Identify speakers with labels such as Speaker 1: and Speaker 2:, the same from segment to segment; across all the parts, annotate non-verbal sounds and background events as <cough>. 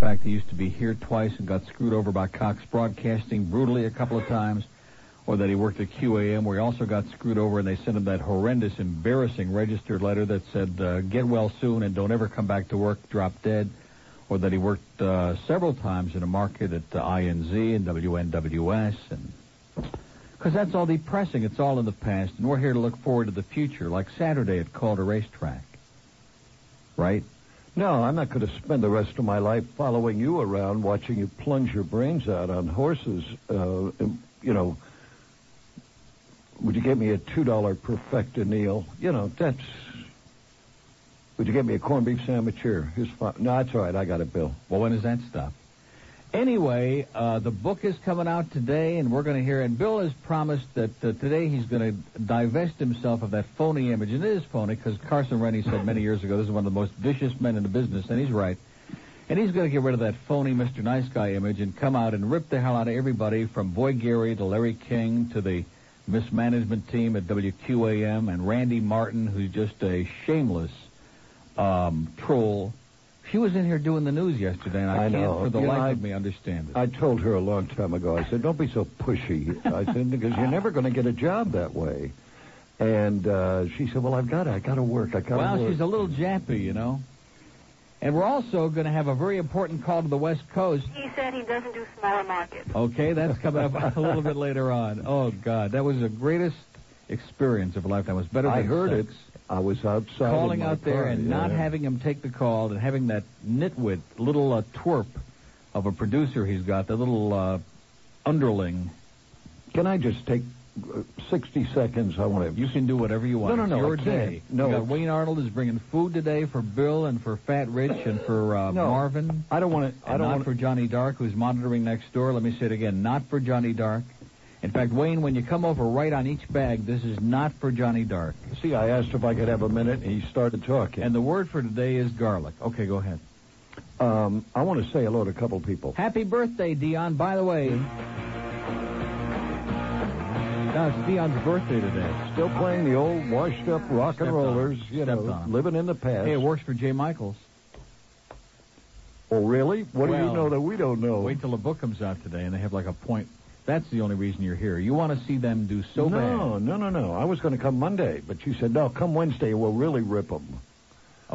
Speaker 1: fact he used to be here twice and got screwed over by Cox Broadcasting brutally a couple of times, or that he worked at QAM where he also got screwed over and they sent him that horrendous, embarrassing registered letter that said, uh, get well soon and don't ever come back to work, drop dead, or that he worked uh, several times in a market at uh, INZ and WNWS and because that's all depressing. It's all in the past, and we're here to look forward to the future, like Saturday at Calder Racetrack. Right?
Speaker 2: No, I'm not going to spend the rest of my life following you around, watching you plunge your brains out on horses. Uh, um, you know, would you give me a two dollar perfecta Neil? You know, that's. Would you give me a corned beef sandwich here? Here's fi- No, that's all right. I got a bill.
Speaker 1: Well, when does that stop? Anyway, uh, the book is coming out today, and we're going to hear. And Bill has promised that uh, today he's going to divest himself of that phony image, and it is phony because Carson Rennie said many years ago this is one of the most vicious men in the business, and he's right. And he's going to get rid of that phony Mr. Nice Guy image and come out and rip the hell out of everybody from Boy Gary to Larry King to the mismanagement team at WQAM and Randy Martin, who's just a shameless um, troll. She was in here doing the news yesterday, and I,
Speaker 2: I
Speaker 1: can't
Speaker 2: know.
Speaker 1: for the
Speaker 2: You know,
Speaker 1: life
Speaker 2: I-
Speaker 1: of me understand it.
Speaker 2: I told her a long time ago. I said, "Don't be so pushy." I said, "Because you're never going to get a job that way." And uh, she said, "Well, I've got to. I got to work. I got to
Speaker 1: Well,
Speaker 2: work."
Speaker 1: she's a little jappy, you know. And we're also going to have a very important call to the West Coast.
Speaker 3: He said he doesn't do smaller markets.
Speaker 1: Okay, that's coming up a little bit later on. Oh God, that was the greatest experience of a lifetime. It was better. Than
Speaker 2: I heard
Speaker 1: sex.
Speaker 2: it. I was outside.
Speaker 1: Calling
Speaker 2: in my
Speaker 1: out there
Speaker 2: car,
Speaker 1: and not
Speaker 2: yeah.
Speaker 1: having him take the call, and having that nitwit little uh, twerp of a producer he's got, the little uh, underling.
Speaker 2: Can I just take uh, 60 seconds? I want to.
Speaker 1: You can do whatever you want.
Speaker 2: No, no,
Speaker 1: It's
Speaker 2: no,
Speaker 1: Your
Speaker 2: I can't.
Speaker 1: day.
Speaker 2: No.
Speaker 1: You got Wayne Arnold is bringing food today for Bill and for Fat Rich and for uh,
Speaker 2: No.
Speaker 1: Marvin.
Speaker 2: I don't want to. I
Speaker 1: And
Speaker 2: don't
Speaker 1: not
Speaker 2: want
Speaker 1: for Johnny Dark, who's monitoring next door. Let me say it again. Not for Johnny Dark. In fact, Wayne, when you come over, write on each bag, this is not for Johnny Dark.
Speaker 2: to. See, I asked if I could have a minute, and he started talking.
Speaker 1: And the word for today is garlic. Okay, go ahead.
Speaker 2: um, I want to say hello to a couple people.
Speaker 1: Happy birthday, Dion. By the way, no, it's Dion's birthday today.
Speaker 2: Still playing the old washed-up rock
Speaker 1: Stepped
Speaker 2: and
Speaker 1: on.
Speaker 2: rollers. You
Speaker 1: Stepped
Speaker 2: know,
Speaker 1: on.
Speaker 2: living in the past.
Speaker 1: Hey, it works for Jay uh, Michaels.
Speaker 2: oh, really? What do
Speaker 1: Well,
Speaker 2: you know that we don't know?
Speaker 1: Wait till the book comes out today, and they have like a point. That's the only reason you're here. You want to see them do so
Speaker 2: no, no, no, no. I was going to come Monday, but you said no. Come Wednesday, we'll really rip them.
Speaker 1: bad.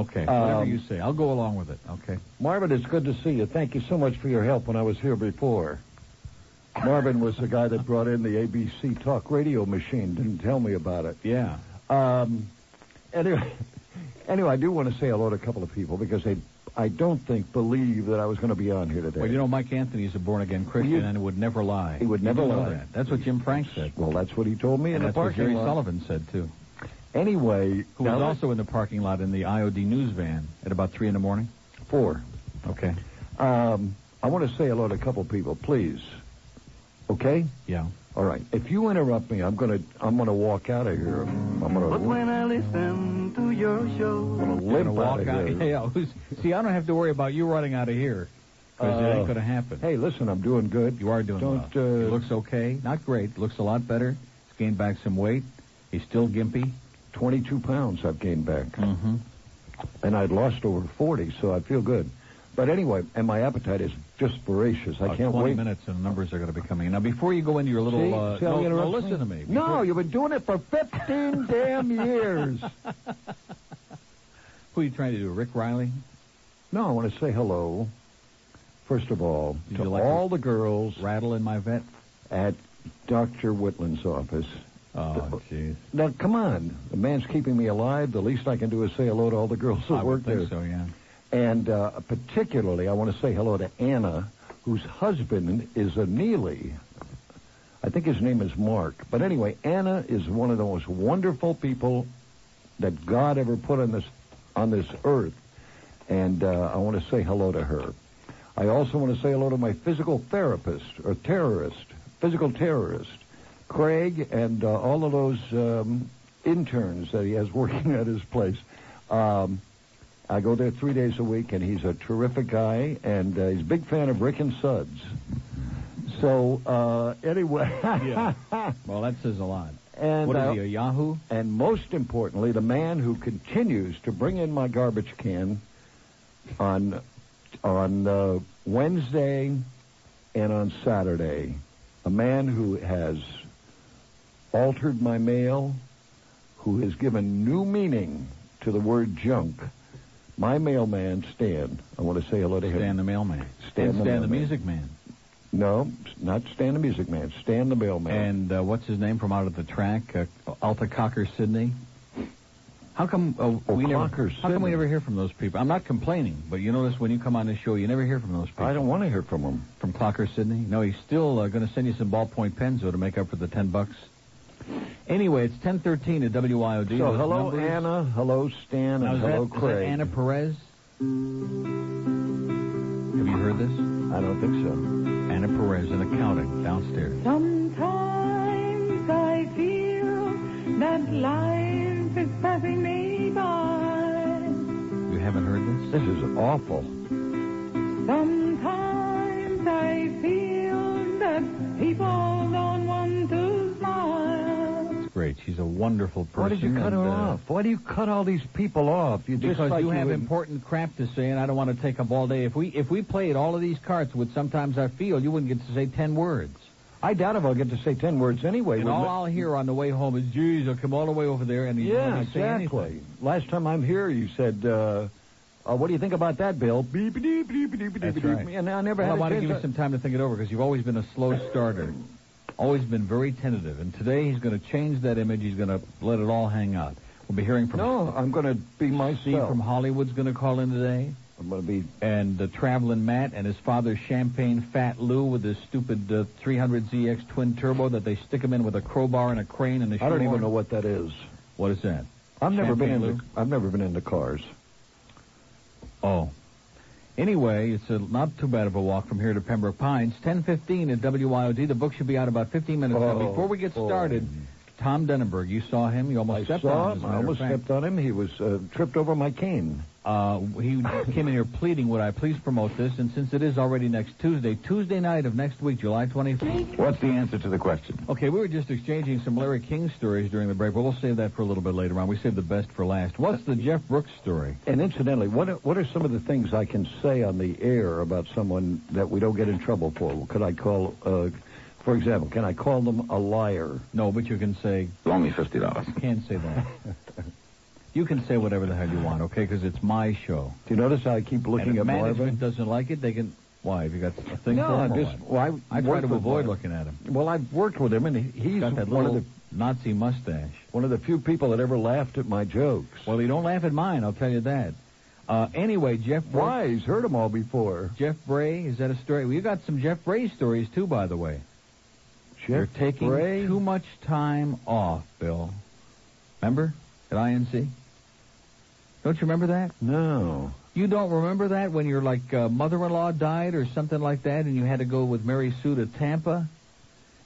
Speaker 1: Okay,
Speaker 2: Um,
Speaker 1: whatever you say, I'll go along with it. Okay.
Speaker 2: Marvin, it's good to see you. Thank you so much for your help when I was here before. Marvin was the guy that brought in the ABC talk radio machine. Didn't tell me about it.
Speaker 1: Yeah.
Speaker 2: Um, anyway, <laughs> anyway, I do want to say hello to a couple of people because they, I don't think, believe that I was going to be on here today.
Speaker 1: Well, you know, Mike Anthony is a born again Christian
Speaker 2: Well, you-
Speaker 1: and would never lie.
Speaker 2: He would
Speaker 1: You
Speaker 2: never
Speaker 1: do know
Speaker 2: lie.
Speaker 1: that. That's what Jim Frank said.
Speaker 2: well, that's what he told me in
Speaker 1: and
Speaker 2: the
Speaker 1: that's what
Speaker 2: parking
Speaker 1: Jerry
Speaker 2: lot.
Speaker 1: Sullivan said, too.
Speaker 2: Anyway,
Speaker 1: Who
Speaker 2: now
Speaker 1: was
Speaker 2: that's
Speaker 1: also in the parking lot in the IOD news van at about 3 in the morning.
Speaker 2: four.
Speaker 1: Okay.
Speaker 2: Um, I want to say hello to a couple of people, please. Okay.
Speaker 1: Yeah.
Speaker 2: All right. If you interrupt me, I'm gonna I'm gonna walk out of here. I'm gonna.
Speaker 4: But when I listen to your show,
Speaker 2: I'm gonna
Speaker 1: You're
Speaker 2: limp
Speaker 1: gonna walk
Speaker 2: out of
Speaker 1: out.
Speaker 2: here.
Speaker 1: Yeah, yeah. Who's- See, I don't have to worry about you running out of here because it
Speaker 2: Uh,
Speaker 1: ain't going to happen.
Speaker 2: Hey, listen, I'm doing good.
Speaker 1: you are doing
Speaker 2: Don't.
Speaker 1: well.
Speaker 2: Uh,
Speaker 1: he looks okay. Not great. Looks a lot better. He's gained back some weight. He's still gimpy.
Speaker 2: 22 pounds I've gained back,
Speaker 1: Mm-hmm.
Speaker 2: and I'd lost over 40, so I feel good. But anyway, and my appetite is just voracious. I can't
Speaker 1: 20
Speaker 2: wait.
Speaker 1: Uh, minutes and the numbers are going to be coming in. Now, before you go into your
Speaker 2: See?
Speaker 1: little... uh,
Speaker 2: See how
Speaker 1: no,
Speaker 2: he
Speaker 1: no,
Speaker 2: interrupts
Speaker 1: listen to me.
Speaker 2: No,
Speaker 1: Before-
Speaker 2: you've been doing it for
Speaker 1: <laughs>
Speaker 2: 15 damn years.
Speaker 1: Who are you trying to do, Rick Riley?
Speaker 2: No, I want to say hello. First of all,
Speaker 1: Did
Speaker 2: to
Speaker 1: you like
Speaker 2: all the girls
Speaker 1: Rattle in my vet?
Speaker 2: at Dr. Whitland's office.
Speaker 1: Oh, jeez.
Speaker 2: Now, come on. The man's keeping me alive. The least I can do is say hello to all the girls that
Speaker 1: I
Speaker 2: work
Speaker 1: would
Speaker 2: there.
Speaker 1: think so, yeah.
Speaker 2: And uh, particularly, I want to say hello to Anna, whose husband is a Neely. I think his name is Mark. But anyway, Anna is one of the most wonderful people that God ever put on this on this earth, and uh, I want to say hello to her. I also want to say hello to my physical therapist or terrorist, physical terrorist, Craig, and uh, all of those um, interns that he has working <laughs> at his place. Um, I go there three days a week, and he's a terrific guy, and uh, he's a big fan of Rick and Suds. So uh, anyway, <laughs>
Speaker 1: Yeah. Well, that says a lot.
Speaker 2: and
Speaker 1: what
Speaker 2: I-
Speaker 1: is he, a Yahoo?
Speaker 2: and most importantly, the man who continues to bring in my garbage can on on uh, Wednesday and on Saturday. A man who has altered my mail, who has given new meaning to the word junk. My mailman, Stan. I want to say hello to him.
Speaker 1: Stan the mailman.
Speaker 2: Stan
Speaker 1: and
Speaker 2: the
Speaker 1: Stan the
Speaker 2: mailman.
Speaker 1: music man.
Speaker 2: No, not Stan the Music Man. Stan the Mailman.
Speaker 1: And uh, what's his name from out of the track? Uh, Alta Cocker Sydney. How come uh,
Speaker 2: Oh,
Speaker 1: we never?
Speaker 2: Cocker
Speaker 1: how come we
Speaker 2: Sidney.
Speaker 1: never hear from those people? I'm not complaining, but you notice when you come on this show, you never hear from those people.
Speaker 2: I don't want to hear from him.
Speaker 1: From Clocker Sydney? No, he's still uh, going to send you some ballpoint pens though to make up for the ten bucks. Anyway, it's ten thirteen at WIOD.
Speaker 2: so
Speaker 1: Those
Speaker 2: hello
Speaker 1: numbers-
Speaker 2: Anna, hello Stan,
Speaker 1: Now,
Speaker 2: and
Speaker 1: is
Speaker 2: hello
Speaker 1: that, is that
Speaker 2: Craig.
Speaker 1: Anna Perez? Have you heard this?
Speaker 2: I don't think so.
Speaker 1: Anna Perez in accounting downstairs.
Speaker 5: Sometimes I feel that life is passing me by.
Speaker 1: You haven't heard this?
Speaker 2: This is awful.
Speaker 5: Sometimes I feel that people don't want to smile.
Speaker 1: It's great. She's a wonderful person.
Speaker 2: Why did you cut
Speaker 1: and,
Speaker 2: her
Speaker 1: uh,
Speaker 2: off? Why do you cut all these people off? You just
Speaker 1: Because
Speaker 2: like
Speaker 1: you have
Speaker 2: would-
Speaker 1: important crap to say, and I don't want to take up all day. If we if we played all of these cards, which sometimes I feel, you wouldn't get to say ten words.
Speaker 2: I doubt if I'll get to say ten words anyway.
Speaker 1: And
Speaker 2: We'll-
Speaker 1: all I'll hear on the way home is, geez, I'll come all the way over there and you
Speaker 2: yeah,
Speaker 1: won't say anything.
Speaker 2: exactly. Last time I'm here, you said, uh, uh, "What do you think about that, Bill?" Beep, beep, beep, beep, beep,
Speaker 1: That's
Speaker 2: beep.
Speaker 1: right.
Speaker 2: And I never
Speaker 1: Well, I
Speaker 2: had a
Speaker 1: want to
Speaker 2: chance
Speaker 1: give you
Speaker 2: to-
Speaker 1: some time to think it over because you've always been a slow starter, always been very tentative, and today he's going to change that image. He's going to let it all hang out. We'll be hearing from
Speaker 2: No, I'm going to be
Speaker 1: Steve
Speaker 2: myself.
Speaker 1: from Hollywood's going to call in today,
Speaker 2: I'm going to be
Speaker 1: and uh, traveling Matt and his father Champagne Fat Lou with his stupid uh, 300ZX twin turbo that they stick him in with a crowbar and a crane and a.
Speaker 2: I don't even
Speaker 1: shoehorn.
Speaker 2: know what that is.
Speaker 1: What is that?
Speaker 2: I've never been
Speaker 1: Champagne
Speaker 2: into
Speaker 1: Lou?
Speaker 2: I've never been into cars.
Speaker 1: Oh. Anyway, it's a, not too bad of a walk from here to Pembroke Pines. 10:15 at WIOD. The book should be out about 15 minutes. now.
Speaker 2: Oh,
Speaker 1: uh, Before we get
Speaker 2: oh.
Speaker 1: started, Tom Denenberg, you saw him. You almost
Speaker 2: I
Speaker 1: stepped
Speaker 2: Oh. saw
Speaker 1: on
Speaker 2: him.
Speaker 1: him. as a
Speaker 2: I
Speaker 1: matter of
Speaker 2: almost
Speaker 1: fact.
Speaker 2: stepped on him. He was uh, tripped over my cane.
Speaker 1: Uh, he came in here pleading, would I please promote this? And since it is already next Tuesday, Tuesday night of next week, July 24th.
Speaker 6: What's the answer to the question?
Speaker 1: Okay, we were just exchanging some Larry King stories during the break, but we'll save that for a little bit later on. We saved the best for last. What's the Jeff Brooks story?
Speaker 2: And incidentally, what are, what are some of the things I can say on the air about someone that we don't get in trouble for? Could I call, uh, for example, can I call them a liar?
Speaker 1: No, but you can say
Speaker 6: Loan me fifty dollars.
Speaker 1: Can't say that. <laughs> you can say whatever the hell you want, okay? Because it's my show.
Speaker 2: Do you notice how I keep
Speaker 1: and
Speaker 2: looking
Speaker 1: if
Speaker 2: at
Speaker 1: management
Speaker 2: Marvin?
Speaker 1: doesn't like it, they can. Why? Have you got a thing
Speaker 2: No,
Speaker 1: for
Speaker 2: I'm
Speaker 1: him? or
Speaker 2: just
Speaker 1: what?
Speaker 2: well,
Speaker 1: I try
Speaker 2: worked
Speaker 1: to
Speaker 2: with
Speaker 1: avoid
Speaker 2: Marvin.
Speaker 1: looking at him.
Speaker 2: Well, I've worked with him, and he- he's
Speaker 1: Got that
Speaker 2: one
Speaker 1: little
Speaker 2: of the
Speaker 1: Nazi mustache.
Speaker 2: one of the few people that ever laughed at my jokes.
Speaker 1: Well, he don't laugh at mine. I'll tell you that. Uh, anyway, Jeff. Bra-
Speaker 2: Why? He's heard them all before.
Speaker 1: Jeff Bray, is that a story? Well, you got some Jeff Bray stories too, by the way. You're
Speaker 2: Jeff
Speaker 1: taking
Speaker 2: Bray?
Speaker 1: too much time off, Bill. Remember at INC? Don't you remember that?
Speaker 2: No.
Speaker 1: Oh. You don't remember that when your like uh, mother-in-law died or something like that, and you had to go with Mary Sue to Tampa,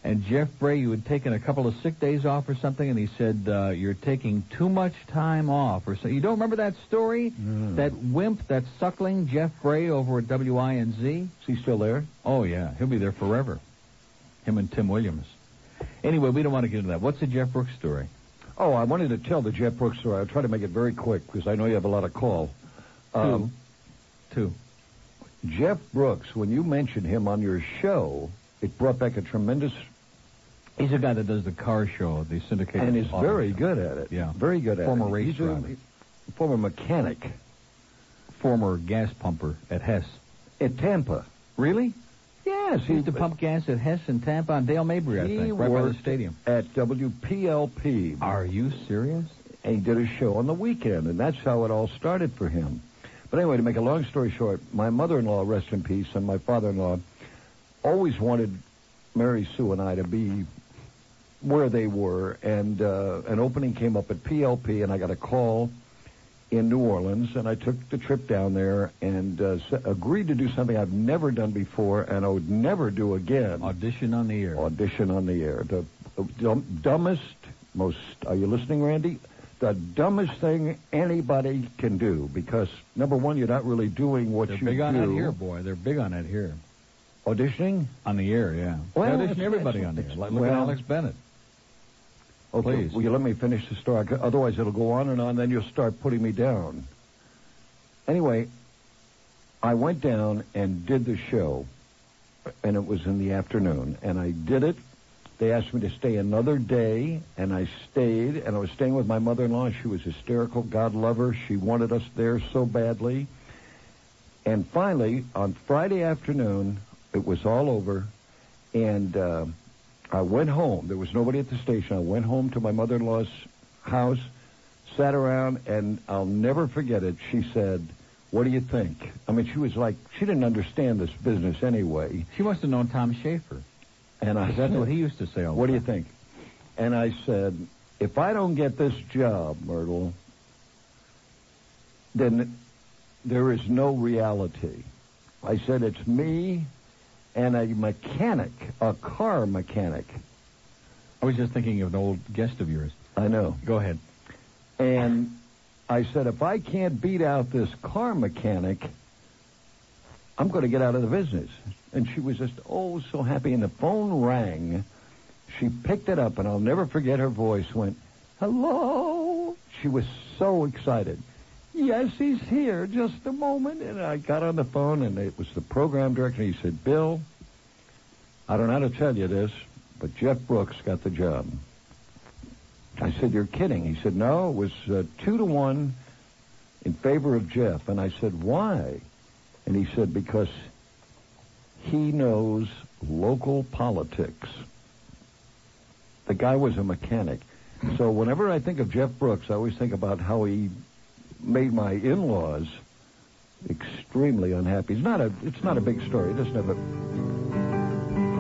Speaker 1: and Jeff Bray, you had taken a couple of sick days off or something, and he said uh, you're taking too much time off or so. You don't remember that story? That wimp, that suckling Jeff Bray over at WINZ.
Speaker 2: Is he still there?
Speaker 1: Oh yeah, he'll be there forever. Him and Tim Williams. Anyway, we don't want to get into that. What's the Jeff Brooks story?
Speaker 2: Oh, I wanted to tell the Jeff Brooks story. I'll try to make it very quick because I know you have a lot of call. Um,
Speaker 1: Two.
Speaker 2: Jeff Brooks, when you mentioned him on your show, it brought back a tremendous,
Speaker 1: He's a guy that does the car show, the syndicated.
Speaker 2: and is
Speaker 1: auto
Speaker 2: very
Speaker 1: show.
Speaker 2: good at it.
Speaker 1: Yeah.
Speaker 2: very good at
Speaker 1: Former
Speaker 2: it.
Speaker 1: race
Speaker 2: He's a-
Speaker 1: driver.
Speaker 2: former mechanic
Speaker 1: former gas pumper at Hess.
Speaker 2: at Tampa.
Speaker 1: Really?
Speaker 2: Yes,
Speaker 1: He used to pump gas at Hess in Tampa on Dale Mabry, I
Speaker 2: He
Speaker 1: think, right by the
Speaker 2: worked
Speaker 1: stadium.
Speaker 2: at WPLP.
Speaker 1: Are you serious?
Speaker 2: and he did a show on the weekend, and that's how it all started for him. But anyway, to make a long story short, my mother-in-law, rest in peace, and my father-in-law always wanted Mary Sue and I to be where they were, and uh, an opening came up at PLP, and I got a call in New Orleans, and I took the trip down there and uh, s- agreed to do something I've never done before, and I would never do again
Speaker 1: Audition on the air.
Speaker 2: audition on the air. The dumb, dumbest, most. Are you listening, Randy? The dumbest thing anybody can do because number one, you're not really doing what
Speaker 1: They're
Speaker 2: you
Speaker 1: big
Speaker 2: do.
Speaker 1: on that here, boy. They're big on that here.
Speaker 2: Auditioning?
Speaker 1: On the air, yeah.
Speaker 2: Well,
Speaker 1: they audition
Speaker 2: it's-
Speaker 1: everybody
Speaker 2: it's-
Speaker 1: on the air.
Speaker 2: it's-
Speaker 1: Like, look at
Speaker 2: well-
Speaker 1: Alex Bennett.
Speaker 2: Okay.
Speaker 1: Please.
Speaker 2: Will you let me finish the story? I c- Otherwise, it'll go on and on. Then you'll start putting me down. Anyway, I went down and did the show, and it was in the afternoon, and I did it. They asked me to stay another day, and I stayed, and I was staying with my mother-in-law. She was hysterical. God love her. She wanted us there so badly. And finally, on Friday afternoon, it was all over, and uh, I went home. There was nobody at the station. I went home to my mother-in-law's house, sat around, and I'll never forget it. She said, "What do you think?" I mean, she was like, she didn't understand this business anyway.
Speaker 1: She must have known Tom Schaefer.
Speaker 2: And I
Speaker 1: That's
Speaker 2: said,
Speaker 1: what he used to say all the
Speaker 2: What do you think?
Speaker 1: time.
Speaker 2: And I said, if I don't get this job, Myrtle, then there is no reality. I said, it's me and a mechanic, a car mechanic.
Speaker 1: I was just thinking of an old guest of yours.
Speaker 2: I know.
Speaker 1: Go ahead.
Speaker 2: And I said, if I can't beat out this car mechanic, I'm going to get out of the business. And she was just, oh, so happy. And the phone rang. She picked it up, and I'll never forget her voice went, hello. She was so excited. Yes, he's here. Just a moment. And I got on the phone, and it was the program director. He said, Bill, I don't know how to tell you this, but Jeff Brooks got the job. I said, "You're kidding." He said, "No, it was uh, two to one in favor of Jeff." And I said, "Why?" And he said, "Because he knows local politics." The guy was a mechanic, so whenever I think of Jeff Brooks, I always think about how he made my in-laws extremely unhappy. It's not a it's not a big story. It doesn't have a. <sighs>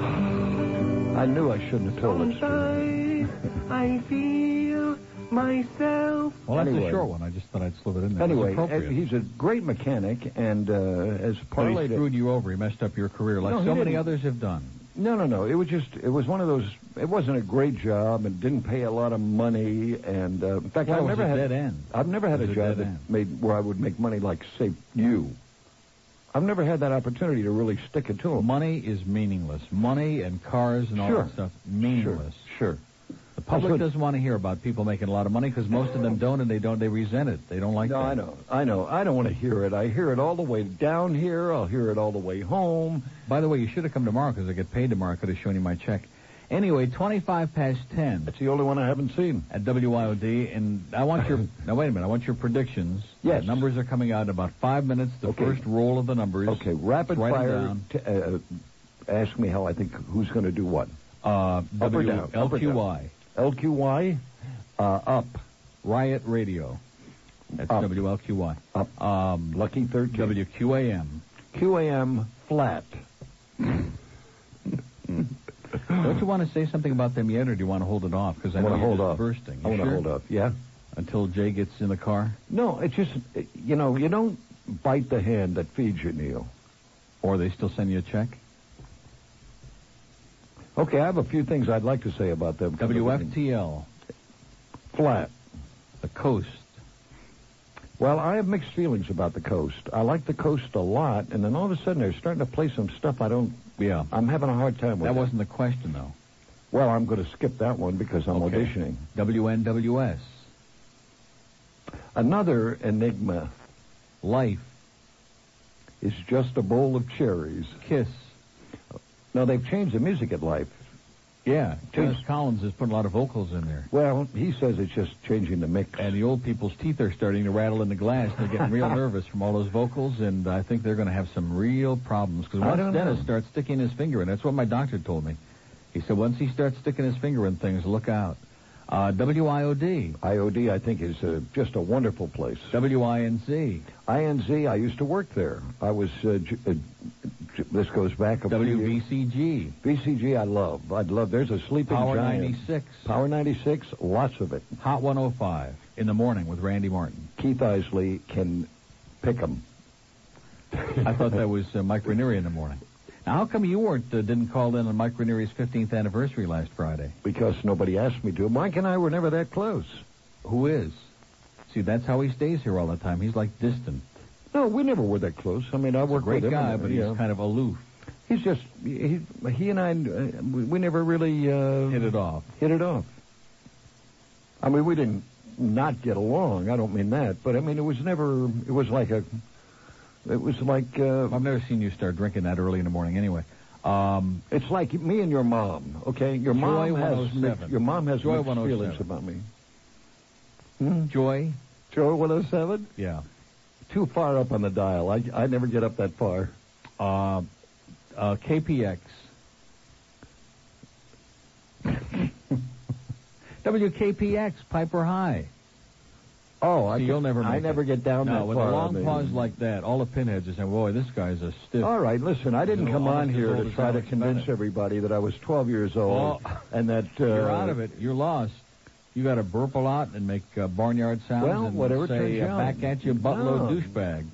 Speaker 2: I knew I shouldn't have told it.
Speaker 4: Sometimes I feel myself
Speaker 1: Well, that's
Speaker 2: Anyway.
Speaker 1: a short one. I just thought I'd slip it in there.
Speaker 2: Anyway,
Speaker 1: it's appropriate.
Speaker 2: uh, he's a great mechanic, and uh, as
Speaker 1: But he
Speaker 2: parlayed it.
Speaker 1: screwed you over. He messed up your career, like
Speaker 2: No, he
Speaker 1: so many
Speaker 2: didn't.
Speaker 1: others have done.
Speaker 2: No, no, no. It was just it was one of those. It wasn't a great job, and didn't pay a lot of money. And uh, in fact,
Speaker 1: Well, it
Speaker 2: I've
Speaker 1: was
Speaker 2: never
Speaker 1: a
Speaker 2: had
Speaker 1: dead end.
Speaker 2: I've never had
Speaker 1: It
Speaker 2: a
Speaker 1: was a
Speaker 2: job
Speaker 1: dead end.
Speaker 2: that made where I would make money like say you. I've never had that opportunity to really stick it to him.
Speaker 1: Money is meaningless. Money and cars and all
Speaker 2: Sure.
Speaker 1: that stuff meaningless.
Speaker 2: Sure, sure.
Speaker 1: The public
Speaker 2: That's what-
Speaker 1: doesn't want to hear about people making a lot of money because most of them don't, and they don't. They resent it. They don't like
Speaker 2: no,
Speaker 1: that.
Speaker 2: I know, I know. I don't want to hear it. I hear it all the way down here. I'll hear it all the way home.
Speaker 1: By the way, you should have come tomorrow because I get paid tomorrow. I could have shown you my check. Anyway, 25 past 10
Speaker 2: That's the only one I haven't seen.
Speaker 1: at WIOD, and I want
Speaker 2: <laughs>
Speaker 1: your, now wait a minute, I want your predictions.
Speaker 2: Yes.
Speaker 1: The numbers are coming out in about five minutes, the
Speaker 2: Okay.
Speaker 1: first roll of the numbers.
Speaker 2: Okay, rapid
Speaker 1: Write 'em
Speaker 2: fire.
Speaker 1: down.
Speaker 2: T- uh, ask me how I think who's going to do what.
Speaker 1: Uh,
Speaker 2: Up or
Speaker 1: W-
Speaker 2: down, up or down.
Speaker 1: LQY,
Speaker 2: LQY, uh, up,
Speaker 1: Riot Radio. That's
Speaker 2: Up.
Speaker 1: WLQY.
Speaker 2: up.
Speaker 1: Um,
Speaker 2: Lucky 13. <laughs>
Speaker 1: WQAM.
Speaker 2: QAM flat.
Speaker 1: Don't you want to say something about them yet, or do you want to hold it off? Because I,
Speaker 2: I
Speaker 1: know
Speaker 2: want to
Speaker 1: you're
Speaker 2: hold
Speaker 1: just
Speaker 2: up.
Speaker 1: bursting.
Speaker 2: I
Speaker 1: You
Speaker 2: want to
Speaker 1: sure?
Speaker 2: hold up. Yeah.
Speaker 1: until Jay gets in the car
Speaker 2: No, it's just uh, you know you don't bite the hand that feeds you, Neil.
Speaker 1: or they still send you a check?
Speaker 2: Okay, I have a few things I'd like to say about them.
Speaker 1: WFTL,
Speaker 2: flat.
Speaker 1: the coast.
Speaker 2: Well, I have mixed feelings about the coast. I like the coast a lot, and then all of a sudden they're starting to play some stuff I don't.
Speaker 1: Yeah.
Speaker 2: I'm having a hard time with.
Speaker 1: That
Speaker 2: it.
Speaker 1: wasn't the question, though.
Speaker 2: Well, I'm going to skip that one because I'm
Speaker 1: Okay.
Speaker 2: auditioning.
Speaker 1: WNWS,
Speaker 2: Another enigma
Speaker 1: Life,
Speaker 2: is just a bowl of cherries.
Speaker 1: Kiss.
Speaker 2: Now they've changed the music at Life.
Speaker 1: Yeah, James
Speaker 2: Kiss.
Speaker 1: Collins has put a lot of vocals in there.
Speaker 2: Well, he says it's just changing the mix.
Speaker 1: And the old people's teeth are starting to rattle in the glass. They're
Speaker 2: <laughs>
Speaker 1: getting real nervous from all those vocals, and I think they're going to have some real problems. Because
Speaker 2: I
Speaker 1: once
Speaker 2: don't
Speaker 1: Dennis
Speaker 2: know.
Speaker 1: starts sticking his finger in, that's what my doctor told me. He said once he starts sticking his finger in things, look out. Uh, WIOD,
Speaker 2: IOD, I think, is uh just a wonderful place.
Speaker 1: WINC,
Speaker 2: INZ, I used to work there. I was, uh, j- uh, j- this goes back a few years.
Speaker 1: WBCG,
Speaker 2: BCG, I love. I love. There's a sleeping
Speaker 1: Power
Speaker 2: giant.
Speaker 1: 96,
Speaker 2: Power 96, lots of it.
Speaker 1: Hot 105 in the morning with Randy Martin.
Speaker 2: Keith Isley can pick 'em.
Speaker 1: I thought that was uh, Mike Ranieri in the morning. Now, how come you weren't uh, didn't call in on Mike Ranieri's 15th anniversary last Friday?
Speaker 2: <laughs> because nobody asked me to. Mike and I were never that close.
Speaker 1: Who is? See, that's how he stays here all the time. He's like distant.
Speaker 2: No, we never were that close. I mean, I
Speaker 1: He's a
Speaker 2: worked
Speaker 1: great
Speaker 2: with him.
Speaker 1: guy,
Speaker 2: and,
Speaker 1: but
Speaker 2: you
Speaker 1: he's
Speaker 2: know,
Speaker 1: kind of aloof.
Speaker 2: he's just he, he and I. uh, we- We never really uh,
Speaker 1: Hit it off.
Speaker 2: hit it off. I mean, we didn't not get along. I don't mean that, but I mean it was never. It was like a It was like uh,
Speaker 1: I've never seen you start drinking that early in the morning. Anyway, um,
Speaker 2: It's like me and your mom. Okay, your
Speaker 1: Joy
Speaker 2: mom has
Speaker 1: 107.
Speaker 2: mixed, your mom has
Speaker 1: Joy
Speaker 2: mixed
Speaker 1: 107.
Speaker 2: feelings about me. Hmm?
Speaker 1: Joy.
Speaker 2: Joy 107?
Speaker 1: Yeah.
Speaker 2: Too far up on the dial. I I never get up that far.
Speaker 1: Uh,
Speaker 2: <laughs>
Speaker 1: uh, KPX. WKPX Piper High.
Speaker 2: Oh, I
Speaker 1: So
Speaker 2: can-
Speaker 1: you'll never. Make
Speaker 2: I never
Speaker 1: it.
Speaker 2: get down
Speaker 1: no,
Speaker 2: that
Speaker 1: with
Speaker 2: far.
Speaker 1: a
Speaker 2: I
Speaker 1: long
Speaker 2: mean.
Speaker 1: pause like that, all the pinheads are saying, "Boy, this guy's a stiff."
Speaker 2: All right, listen. I didn't
Speaker 1: You're
Speaker 2: come on
Speaker 1: almost as
Speaker 2: here
Speaker 1: old
Speaker 2: to
Speaker 1: as
Speaker 2: try to
Speaker 1: Alex
Speaker 2: convince
Speaker 1: Bennett.
Speaker 2: everybody that I was 12 years old
Speaker 1: Well,
Speaker 2: and that uh,
Speaker 1: You're out of it. You're lost. You got to burp a lot and make uh, barnyard sounds
Speaker 2: Well,
Speaker 1: and
Speaker 2: whatever
Speaker 1: say
Speaker 2: turns you
Speaker 1: uh,
Speaker 2: on.
Speaker 1: back at you,
Speaker 2: No.
Speaker 1: buttload douchebag.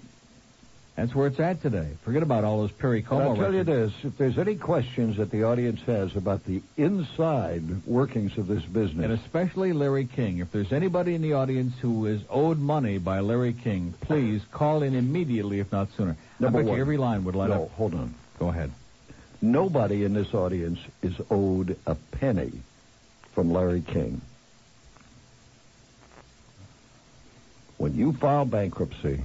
Speaker 1: That's where it's at today. Forget about all those Perry
Speaker 2: But
Speaker 1: Como
Speaker 2: I'll tell you
Speaker 1: records.
Speaker 2: this: if there's any questions that the audience has about the inside workings of this business,
Speaker 1: And especially Larry King. If there's anybody in the audience who is owed money by Larry King, please call in immediately, if not sooner.
Speaker 2: Number
Speaker 1: I bet
Speaker 2: one.
Speaker 1: you every line would light
Speaker 2: no,
Speaker 1: up.
Speaker 2: hold on.
Speaker 1: Go ahead.
Speaker 2: Nobody in this audience is owed a penny from Larry King. When you file bankruptcy,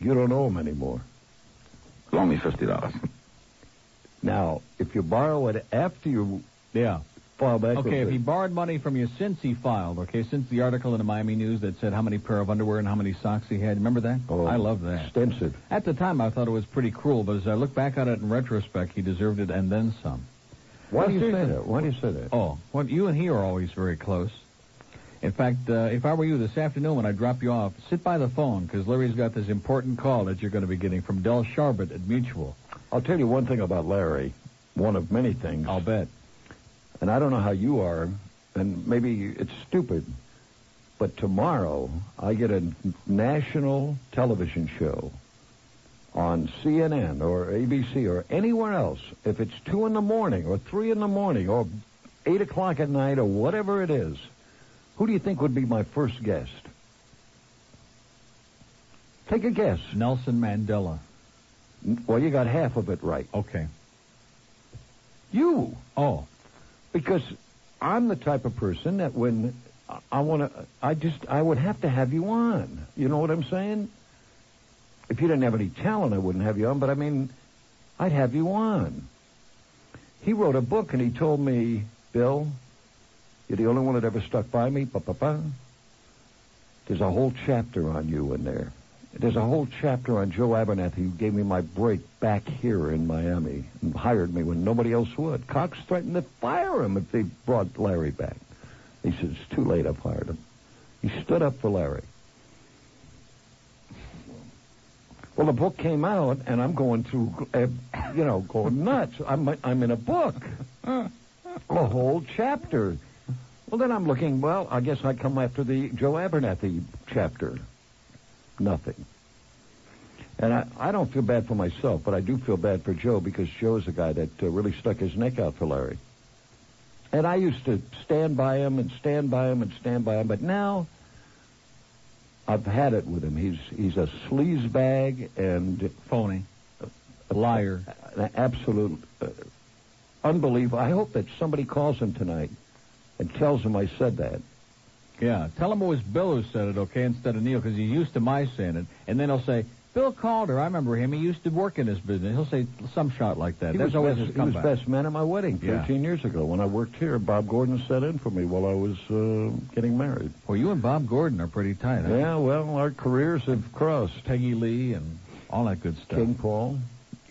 Speaker 2: you don't owe him anymore.
Speaker 6: Loan me fifty dollars.
Speaker 2: Now, if you borrow it after you
Speaker 1: Yeah.
Speaker 2: file bankruptcy,
Speaker 1: Okay, if he borrowed money from you since he filed, okay, since the article in the Miami News that said how many pair of underwear and how many socks he had, remember that?
Speaker 2: Oh,
Speaker 1: I love that.
Speaker 2: Extensive.
Speaker 1: At the time, I thought it was pretty cruel, but as I look back on it in retrospect, he deserved it and then some.
Speaker 2: Why
Speaker 1: Well,
Speaker 2: do you say
Speaker 1: seriously.
Speaker 2: that? Why do you say that?
Speaker 1: Oh, well, you and he are always very close. In fact, uh, if I were you this afternoon when I drop you off, sit by the phone because Larry's got this important call that you're going to be getting from Del Sharbert at Mutual.
Speaker 2: I'll tell you one thing about Larry, one of many things.
Speaker 1: I'll bet.
Speaker 2: and I don't know how you are, and maybe it's stupid, but tomorrow I get a national television show on CNN or ABC or anywhere else. If it's 2 in the morning or 3 in the morning or 8 o'clock at night or whatever it is, who do you think would be my first guest? Take a guess.
Speaker 1: Nelson Mandela.
Speaker 2: Well, you got half of it right.
Speaker 1: Okay.
Speaker 2: You.
Speaker 1: Oh,
Speaker 2: because I'm the type of person that when I- I want to, I just, I would have to have you on. You know what I'm saying? If you didn't have any talent, I wouldn't have you on, but I mean, I'd have you on. He wrote a book and he told me, Bill, you're the only one that ever stuck by me. Ba-ba-ba. There's a whole chapter on you in there. There's a whole chapter on Joe Abernathy who gave me my break back here in Miami and hired me when nobody else would. Cox threatened to fire him if they brought Larry back. He said, it's too late, I've hired him. He stood up for Larry. Well, the book came out, and I'm going through, uh, you know, going nuts. I'm, I'm in a book, a whole chapter. Well, then I'm looking, well, I guess I come after the Joe Abernathy chapter. Nothing. And I, I don't feel bad for myself, but I do feel bad for Joe because Joe's the guy that uh, really stuck his neck out for Larry. And I used to stand by him and stand by him and stand by him, but now I've had it with him. He's he's a sleaze bag and
Speaker 1: phony. Liar.
Speaker 2: an absolute uh, unbelievable. I hope that somebody calls him tonight and tells him I said that.
Speaker 1: Yeah, tell him it was Bill who said it, okay, instead of Neil, because he's used to my saying it. And then he'll say, Bill Calder, I remember him. He used to work in this business. He'll say some shot like that.
Speaker 2: He
Speaker 1: That's
Speaker 2: was,
Speaker 1: always
Speaker 2: best,
Speaker 1: his
Speaker 2: he was
Speaker 1: comeback.
Speaker 2: best man at my wedding
Speaker 1: Yeah.
Speaker 2: 13 years ago when I worked here. Bob Gordon sat in for me while I was uh, getting married.
Speaker 1: Well, you and Bob Gordon are pretty tight. huh?
Speaker 2: Yeah, well, our careers have crossed.
Speaker 1: Peggy Lee and all that good stuff.
Speaker 2: King Paul.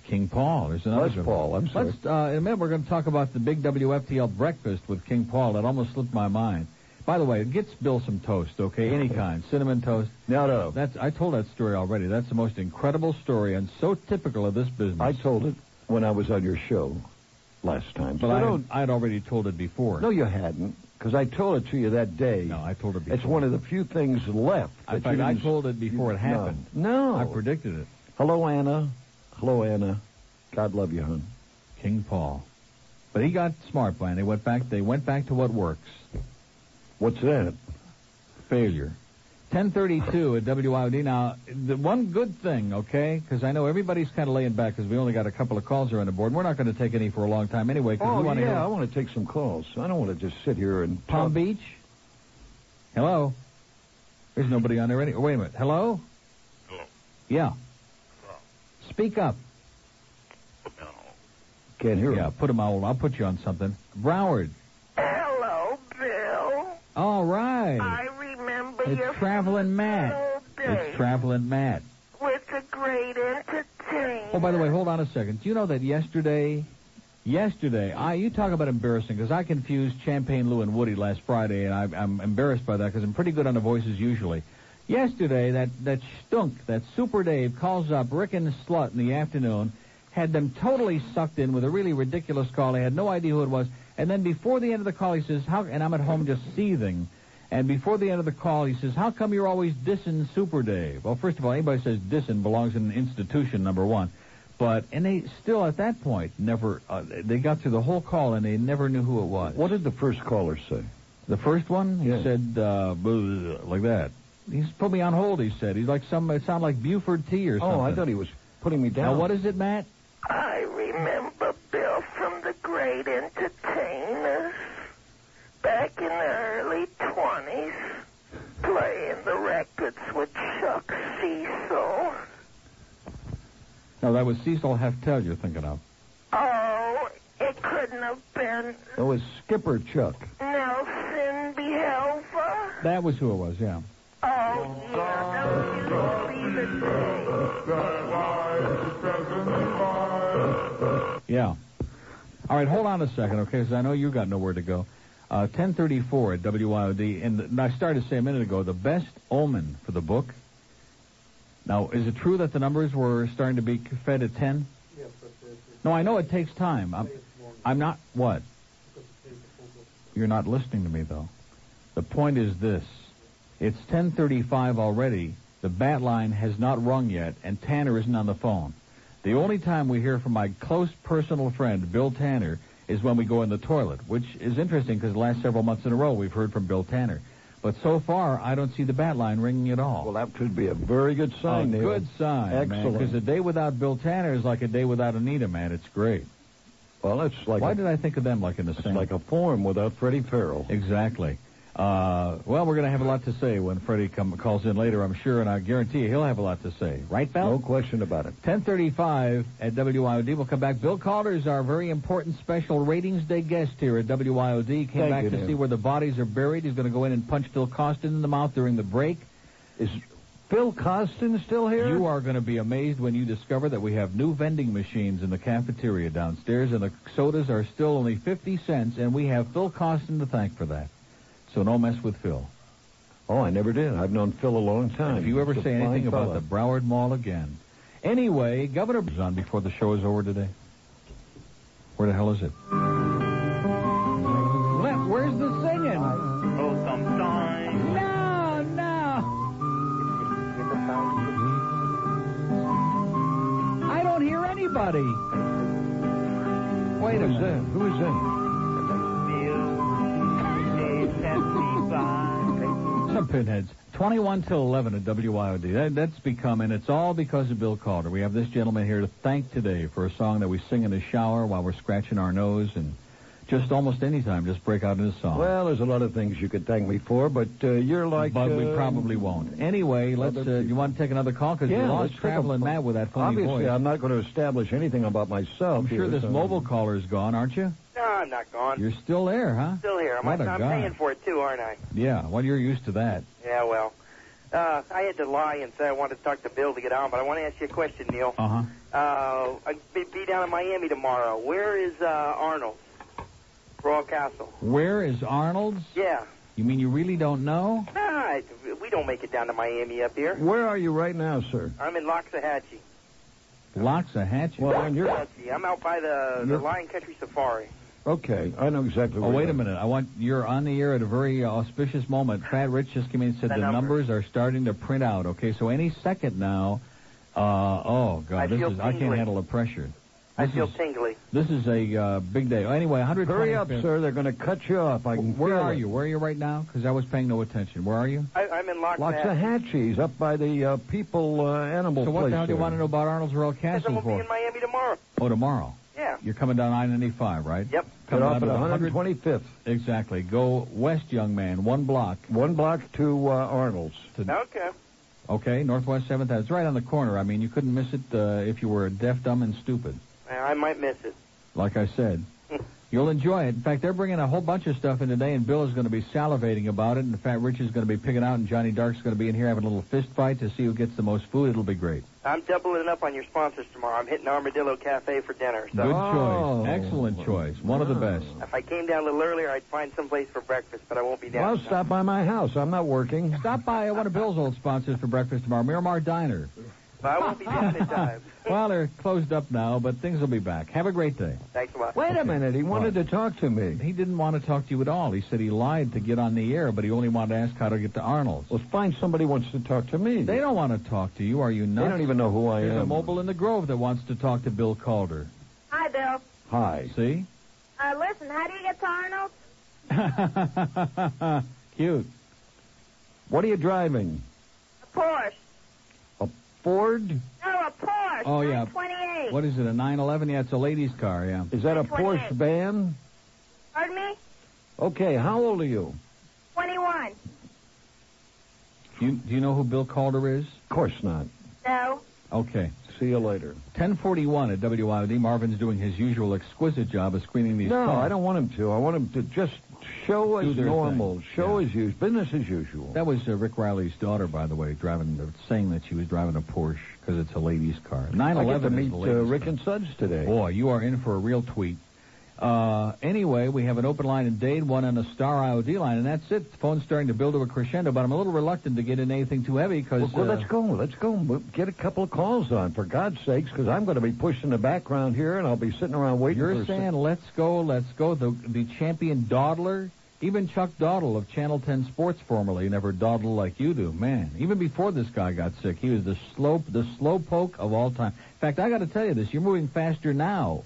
Speaker 1: King Paul. There's another
Speaker 2: Les
Speaker 1: good
Speaker 2: Paul,
Speaker 1: one.
Speaker 2: I'm sorry.
Speaker 1: Let's, uh, in a minute, we're going to talk about the big WFTL breakfast with King Paul. That almost slipped my mind. By the way, it gets Bill some toast, okay? Any kind. Cinnamon toast.
Speaker 2: No, no.
Speaker 1: That's I told that story already. That's the most incredible story and so typical of this business.
Speaker 2: I told it when I was on your show last time.
Speaker 1: but
Speaker 2: So
Speaker 1: I
Speaker 2: don't-
Speaker 1: had, I had already told it before.
Speaker 2: No, you hadn't, because I told it to you that day.
Speaker 1: No, I told it before.
Speaker 2: It's one of the few things left. that
Speaker 1: In fact,
Speaker 2: you
Speaker 1: I
Speaker 2: didn't-
Speaker 1: told it before it
Speaker 2: No.
Speaker 1: happened.
Speaker 2: No.
Speaker 1: I predicted it.
Speaker 2: Hello, Anna. Hello, Anna. God love you, hon.
Speaker 1: King Paul. But he got smart, Brian. They went back. They went back to what works.
Speaker 2: What's that?
Speaker 1: failure. 1032 at WIOD. Now, the one good thing, okay, because I know everybody's kind of laying back because we only got a couple of calls here on the board. We're not going to take any for a long time anyway because
Speaker 2: Oh,
Speaker 1: we
Speaker 2: yeah,
Speaker 1: want to
Speaker 2: I
Speaker 1: hear
Speaker 2: want to take some calls. I don't want to just sit here and...
Speaker 1: Palm
Speaker 2: talk.
Speaker 1: Beach. Hello? There's nobody on there any. Wait a minute. Hello? Hello. Yeah. Speak up.
Speaker 2: Can't hear
Speaker 1: Yeah,
Speaker 2: him.
Speaker 1: put him on. I'll put you on something. Broward.
Speaker 7: Hello, Bill.
Speaker 1: All right.
Speaker 7: I remember your
Speaker 1: it's traveling Matt.
Speaker 7: Hello, Bill.
Speaker 1: It's traveling Matt.
Speaker 7: with the great entertainment.
Speaker 1: Oh, by the way, hold on a second. Do you know that yesterday, yesterday, I you talk about embarrassing because I confused Champagne Lou and Woody last Friday, and I, I'm embarrassed by that because I'm pretty good on the voices usually. Yesterday, that that stunk, that Super Dave calls up Rick and Slut in the afternoon, had them totally sucked in with a really ridiculous call. I had no idea who it was, and then before the end of the call, he says, "How?" And I'm at home just seething. And before the end of the call, he says, "How come you're always dissing Super Dave?" Well, first of all, anybody says dissing belongs in an institution, number one. But and they still at that point never uh, they got through the whole call and they never knew who it was.
Speaker 2: What did the first caller say?
Speaker 1: The first one, he
Speaker 2: Yeah.
Speaker 1: said uh, blah, like that. He's put me on hold. He said he's like some. It sounded like Buford T or something.
Speaker 2: Oh, I thought he was putting me down.
Speaker 1: Now what is it, Matt?
Speaker 7: I remember Bill from the great entertainers back in the early 20s playing the records with Chuck Cecil.
Speaker 1: No, that was Cecil Heftel you're thinking of.
Speaker 7: Oh, it couldn't have been
Speaker 2: That was Skipper Chuck.
Speaker 7: Nelson Behelva.
Speaker 1: That was who it was. Yeah.
Speaker 7: Oh, yeah, don't you believe it, Dave?
Speaker 1: Yeah. All right, hold on a second, okay? Because I know you got nowhere to go. Uh, 1034 at WIOD, and, and I started to say a minute ago, the best omen for the book. Now, is it true that the numbers were starting to be fed at 10? No, I know it takes time. I'm, I'm not, what? You're not listening to me, though. The point is this. It's 1035 already. The bat line has not rung yet, and Tanner isn't on the phone. The only time we hear from my close personal friend, Bill Tanner, is when we go in the toilet, which is interesting because the last several months in a row we've heard from Bill Tanner. But so far, I don't see the bat line ringing at all.
Speaker 2: Well, that could be a very good
Speaker 1: a
Speaker 2: sign. Neil.
Speaker 1: good sign,
Speaker 2: Excellent.
Speaker 1: Because a day without Bill Tanner is like a day without Anita, man. It's great.
Speaker 2: Well, that's like
Speaker 1: Why
Speaker 2: a,
Speaker 1: did I think of them like in the
Speaker 2: it's
Speaker 1: same?
Speaker 2: like a form without Freddie Farrell.
Speaker 1: Exactly. Uh, well, we're going to have a lot to say when Freddie come, calls in later, I'm sure, and I guarantee you he'll have a lot to say. Right, Bill?
Speaker 2: No question about it.
Speaker 1: 1035 at WIOD. We'll come back. Bill Calder is our very important special ratings day guest here at WIOD. Came
Speaker 2: Thank
Speaker 1: back
Speaker 2: you,
Speaker 1: to
Speaker 2: Dave.
Speaker 1: see where the bodies are buried. He's going to go in and punch Bill Costin in the mouth during the break.
Speaker 2: Is Phil Costin still here?
Speaker 1: You are going to be amazed when you discover that we have new vending machines in the cafeteria downstairs, and the sodas are still only 50 cents, and we have Phil Costin to thank for that. So no mess with Phil.
Speaker 2: Oh, I never did. I've known Phil a long time.
Speaker 1: If you ever
Speaker 2: He's a
Speaker 1: say
Speaker 2: fine
Speaker 1: anything about
Speaker 2: fella.
Speaker 1: the Broward Mall again. Anyway, Governor is on before the show is over today. Where the hell is it? Left, where's the singing?
Speaker 4: Oh, sometimes.
Speaker 1: No, no. I don't hear anybody. Wait
Speaker 2: Who
Speaker 1: a
Speaker 2: is that?
Speaker 1: minute.
Speaker 2: Who is that?
Speaker 1: Some pinheads. 21 till 11 at WIOD. That, that's become, and it's all because of Bill Calder. We have this gentleman here to thank today for a song that we sing in the shower while we're scratching our nose and just almost any time just break out into song.
Speaker 2: Well, there's a lot of things you could thank me for, but uh, you're like.
Speaker 1: but we
Speaker 2: uh,
Speaker 1: probably won't. Anyway, let's.
Speaker 2: other
Speaker 1: Uh, you
Speaker 2: people.
Speaker 1: want to take another call because
Speaker 2: Yeah,
Speaker 1: we
Speaker 2: let's
Speaker 1: lost
Speaker 2: take a
Speaker 1: traveling
Speaker 2: phone-
Speaker 1: Matt with that funny
Speaker 2: Obviously,
Speaker 1: voice.
Speaker 2: I'm not going to establish anything about myself.
Speaker 1: I'm sure
Speaker 2: here,
Speaker 1: this
Speaker 2: so-
Speaker 1: mobile caller is gone, aren't you?
Speaker 4: No, I'm not gone.
Speaker 1: You're still there, huh?
Speaker 4: Ah, Still here. I'm,
Speaker 1: What a
Speaker 4: I'm
Speaker 1: guy.
Speaker 4: paying for it too, aren't I?
Speaker 1: Yeah. Well, you're used to that.
Speaker 4: Yeah, well. Uh, I had to lie and say I wanted to talk to Bill to get on, but I want to ask you a question, Neil.
Speaker 1: Uh huh.
Speaker 4: Uh, I'll be, be down in Miami tomorrow. Where is uh, Arnold? Royal Castle.
Speaker 1: Where is Arnold's?
Speaker 4: Yeah.
Speaker 1: You mean you really don't know?
Speaker 4: Ah, it- we don't make it down to Miami up here.
Speaker 2: Where are you right now, sir?
Speaker 4: I'm in Loxahatchee.
Speaker 1: Loxahatchee.
Speaker 2: Well, then you're
Speaker 4: Loxahatchee. I'm out by the, the
Speaker 2: You're-
Speaker 4: Lion Country Safari.
Speaker 2: okay. I know exactly.
Speaker 1: Oh,
Speaker 2: where
Speaker 1: wait
Speaker 2: you
Speaker 1: a
Speaker 2: are.
Speaker 1: minute. I want you're on the air at a very auspicious moment. Fat Rich just came in and said
Speaker 4: The
Speaker 1: the,
Speaker 4: numbers.
Speaker 1: numbers are starting to print out. Okay, so any second now. Uh, oh God,
Speaker 4: I
Speaker 1: this
Speaker 4: feel
Speaker 1: is I can't
Speaker 4: tingly.
Speaker 1: handle the pressure.
Speaker 4: I
Speaker 1: This
Speaker 4: feel
Speaker 1: is-
Speaker 4: tingly.
Speaker 1: This is a uh, big day. Anyway, 100.
Speaker 2: Hurry up, sir. They're going to cut you off. I can
Speaker 1: Where
Speaker 2: feel
Speaker 1: are
Speaker 2: it.
Speaker 1: you? Where are you right now? Because I was paying no attention. Where are you?
Speaker 4: I, I'm in Loxahatchee.
Speaker 2: Loxahatchee's up by the uh, people uh, animal
Speaker 1: so what
Speaker 2: place
Speaker 1: the hell do you
Speaker 2: there.
Speaker 1: want to know about Arnold's Royal
Speaker 4: Because I'm
Speaker 1: Castle
Speaker 4: going to be
Speaker 1: for?
Speaker 4: in Miami tomorrow.
Speaker 1: Oh, tomorrow. <laughs>
Speaker 4: Yeah.
Speaker 1: You're coming down I-95, right?
Speaker 4: Yep.
Speaker 2: Get
Speaker 1: Coming
Speaker 2: off
Speaker 1: out
Speaker 2: at
Speaker 1: of 100
Speaker 2: 125th,
Speaker 1: Exactly. Go west, young man. One block.
Speaker 2: one block to uh, Arnold's.
Speaker 4: Okay.
Speaker 1: Okay, Northwest 7th. That's right on the corner. I mean, you couldn't miss it uh, if you were deaf, dumb, and stupid.
Speaker 4: I I might miss it. <laughs>
Speaker 1: Like I said, you'll enjoy it. In fact, they're bringing a whole bunch of stuff in today, and Bill is going to be salivating about it. In fact, Rich is going to be picking out, and Johnny Dark's going to be in here having a little fist fight to see who gets the most food. It'll be great.
Speaker 4: I'm doubling up on your sponsors tomorrow. I'm hitting Armadillo Cafe for dinner. So
Speaker 1: Good
Speaker 2: Oh.
Speaker 1: choice. Excellent choice. One of the best.
Speaker 4: if I came down a little earlier, I'd find someplace for breakfast, but I won't be down.
Speaker 2: Well, stop by my house. I'm not working.
Speaker 1: Stop by one of Bill's old sponsors for breakfast tomorrow, Miramar Diner.
Speaker 4: But I won't be down in time.
Speaker 1: well, they're closed up now, but things will be back. Have a great day.
Speaker 4: Thanks a lot.
Speaker 2: Wait a minute. He wanted to talk to me.
Speaker 1: He didn't want to talk to you at all. He said he lied to get on the air, but he only wanted to ask how to get to Arnold's.
Speaker 2: Well, find somebody who wants to talk to me.
Speaker 1: They don't want to talk to you. Are you
Speaker 2: They
Speaker 1: nuts?
Speaker 2: don't even know who I
Speaker 1: There's a
Speaker 2: am.
Speaker 1: mobile in the Grove that wants to talk to Bill Calder.
Speaker 7: Hi, Bill.
Speaker 2: Hi.
Speaker 1: See? <laughs>
Speaker 7: Uh, listen, how do you get to Arnold?
Speaker 1: Cute.
Speaker 2: What are you driving?
Speaker 7: A Porsche.
Speaker 2: Ford?
Speaker 7: No, a Porsche.
Speaker 1: Oh, yeah.
Speaker 7: 28.
Speaker 1: What is it, a 911? Yeah, it's a lady's car, yeah.
Speaker 2: Is that a
Speaker 7: Which one is
Speaker 2: Porsche
Speaker 7: it?
Speaker 2: van?
Speaker 7: Pardon me?
Speaker 2: Okay, how old are you?
Speaker 7: 21.
Speaker 1: Do you, do you know who Bill Calder is?
Speaker 2: Of course not.
Speaker 7: No.
Speaker 1: Okay.
Speaker 2: See you later.
Speaker 1: 1041 at WIOD. Marvin's doing his usual exquisite job of screening these
Speaker 2: No,
Speaker 1: calls.
Speaker 2: I don't want him to. I want him to just show
Speaker 1: Do
Speaker 2: as
Speaker 1: their
Speaker 2: normal,
Speaker 1: thing.
Speaker 2: show
Speaker 1: Yeah.
Speaker 2: as usual, business as usual.
Speaker 1: That was uh, Rick Riley's daughter, by the way, driving, saying that she was driving a Porsche because it's a lady's car.
Speaker 2: I
Speaker 1: 911
Speaker 2: get to
Speaker 1: is
Speaker 2: meet
Speaker 1: the
Speaker 2: uh,
Speaker 1: lady's
Speaker 2: Rick
Speaker 1: car.
Speaker 2: and Suds today.
Speaker 1: Boy, you are in for a real tweet. Uh, anyway, we have an open line in Dade, one on the Star IOD line, and that's it. The phone's starting to build to a crescendo, but I'm a little reluctant to get in anything too heavy uh, because
Speaker 2: Well, well, let's go. Let's go. We'll Get a couple of calls on, for God's sakes, because I'm going to be pushed in the background here, and I'll be sitting around waiting for
Speaker 1: you're
Speaker 2: a
Speaker 1: saying let's go, let's go. The the champion dawdler, even Chuck Dawdle of Channel 10 Sports formerly never dawdle like you do, man. Even before this guy got sick, he was the slow the slow poke of all time. In fact, I got to tell you this: you're moving faster now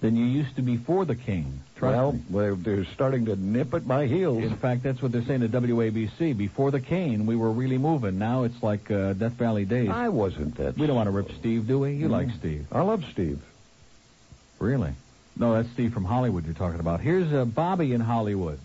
Speaker 1: than you used to before the king. Trust
Speaker 2: well,
Speaker 1: me.
Speaker 2: they're- they're starting to nip at my heels.
Speaker 1: In fact, that's what they're saying to WABC. Before the cane, we were really moving. Now it's like uh, Death Valley days.
Speaker 2: I wasn't that.
Speaker 1: We don't want to rip Steve, do we? You like Steve.
Speaker 2: I love Steve.
Speaker 1: Really? No, that's Steve from Hollywood you're talking about. Here's uh, Bobby in Hollywood.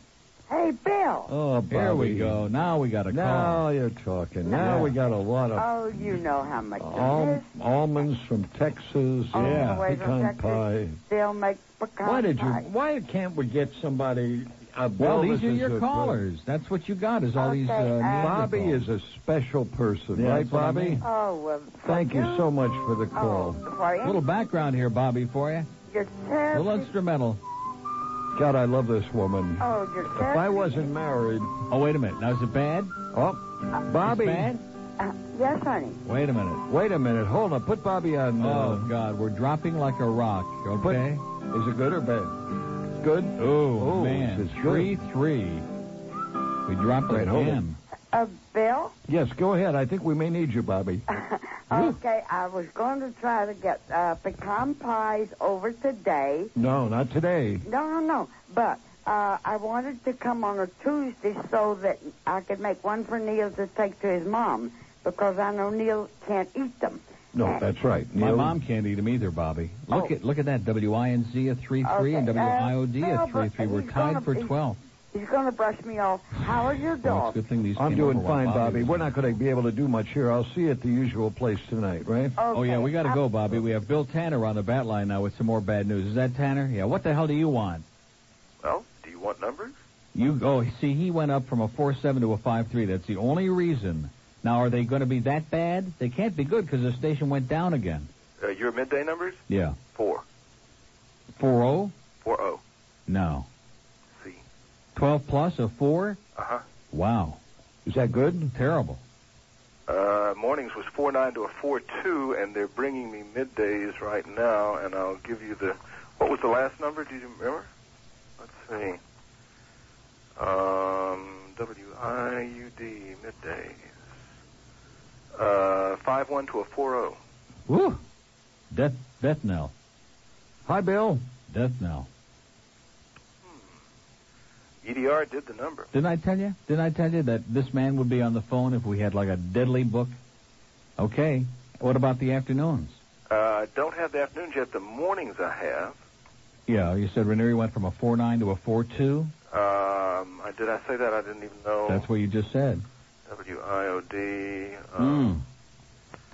Speaker 8: Hey, Bill.
Speaker 2: Oh, Bobby.
Speaker 1: There we go. Now we got a
Speaker 2: Now
Speaker 1: call.
Speaker 2: you're talking. Now
Speaker 1: Yeah.
Speaker 2: we got a lot of
Speaker 8: Oh, you know how much it
Speaker 2: al-
Speaker 8: is.
Speaker 2: almonds from Texas.
Speaker 8: Uh, All
Speaker 1: yeah,
Speaker 8: the way
Speaker 2: pecan
Speaker 8: from Texas.
Speaker 2: pie.
Speaker 8: They'll make pecan
Speaker 2: Why did you?
Speaker 8: pie.
Speaker 2: Why can't we get somebody? Uh, Bill,
Speaker 1: Well, these
Speaker 2: this
Speaker 1: are
Speaker 2: is
Speaker 1: your
Speaker 2: a-
Speaker 1: callers. That's what you got is all these. Uh,
Speaker 8: Okay, uh,
Speaker 2: Bobby is a special person,
Speaker 1: Yeah,
Speaker 2: right,
Speaker 1: that's what I
Speaker 2: Bobby?
Speaker 1: mean.
Speaker 8: Oh,
Speaker 7: um,
Speaker 8: well,
Speaker 2: Thank you so much for the
Speaker 8: Oh,
Speaker 2: call.
Speaker 8: for
Speaker 1: a little background here, Bobby, for you.
Speaker 8: You're
Speaker 1: A little
Speaker 8: terribly-
Speaker 1: instrumental.
Speaker 2: God, I love this woman.
Speaker 8: Oh, you're
Speaker 2: If I
Speaker 8: terribly-
Speaker 2: wasn't married,
Speaker 1: Oh, wait a minute. Now is it bad?
Speaker 2: oh, Bobby,
Speaker 1: It's bad?
Speaker 8: Uh, yes, honey.
Speaker 1: Wait a minute.
Speaker 2: wait a minute, hold on, put Bobby on. uh,
Speaker 1: Oh God, we're dropping like a rock.
Speaker 2: But-
Speaker 1: Okay.
Speaker 2: uh, is it good or bad? Good.
Speaker 1: Oh,
Speaker 2: Oh,
Speaker 1: man.
Speaker 2: it's good.
Speaker 1: three three. We dropped
Speaker 2: Wait,
Speaker 1: it
Speaker 2: hold
Speaker 1: again.
Speaker 8: Uh, Bill?
Speaker 2: Yes, go ahead. I think we may need you, Bobby.
Speaker 8: Okay, I was going to try to get uh, pecan pies over today.
Speaker 2: No, not today.
Speaker 8: No, no, no. But uh, I wanted to come on a Tuesday so that I could make one for Neil to take to his mom because I know Neil can't eat them.
Speaker 2: No, that's right.
Speaker 1: My
Speaker 2: Neil.
Speaker 1: mom can't eat them either, Bobby. Look
Speaker 8: Oh.
Speaker 1: at look at that. WINZ at three three and
Speaker 8: Okay, uh,
Speaker 1: WIOD
Speaker 8: well,
Speaker 1: at three
Speaker 8: but
Speaker 1: three. We're
Speaker 8: he's
Speaker 1: tied
Speaker 8: gonna
Speaker 1: for
Speaker 8: be-
Speaker 1: twelve.
Speaker 8: He's going to brush me off. How are your
Speaker 1: Well, it's a
Speaker 8: dogs?
Speaker 1: good thing these
Speaker 2: I'm
Speaker 1: came
Speaker 2: doing
Speaker 1: over while
Speaker 2: fine, Bobby.
Speaker 1: was
Speaker 2: We're
Speaker 1: in.
Speaker 2: not going to be able to do much here. I'll see you at the usual place tonight, right?
Speaker 1: Oh yeah, we got to go, Bobby. We have Bill Tanner on the bat line now with some more bad news. Is that Tanner? Yeah. What the hell do you want?
Speaker 9: Well, do you want numbers?
Speaker 1: You go. see, he went up from a four seven to a five three. That's the only reason. Now, are they going to be that bad? They can't be good because the station went down again.
Speaker 9: Uh, your midday numbers?
Speaker 1: Yeah.
Speaker 9: Four.
Speaker 1: Four zero.
Speaker 9: Four oh.
Speaker 1: No.
Speaker 9: See.
Speaker 1: 12 plus a 4?
Speaker 9: Uh-huh.
Speaker 1: Wow.
Speaker 2: Is that good?
Speaker 1: Terrible.
Speaker 9: Uh, mornings was four nine to a four two, and they're bringing me middays right now, and I'll give you the. What was the last number? Do you remember? Let's see. Um, W I U D middays. Uh, five one to a four oh.
Speaker 1: Woo! Death, death knell.
Speaker 2: Hi, Bill.
Speaker 1: Death knell.
Speaker 9: EDR E did the number.
Speaker 1: Didn't I tell you? Didn't I tell you that this man would be on the phone if we had like a deadly book? Okay. What about the afternoons?
Speaker 9: Uh, don't have the afternoons yet. The mornings I have.
Speaker 1: Yeah, you said Ranieri went from a four nine to a four two.
Speaker 9: Um, I- did I say that? I didn't even know.
Speaker 1: That's what you just said.
Speaker 10: WIOD.
Speaker 9: Oh.
Speaker 10: Uh,
Speaker 1: Mm.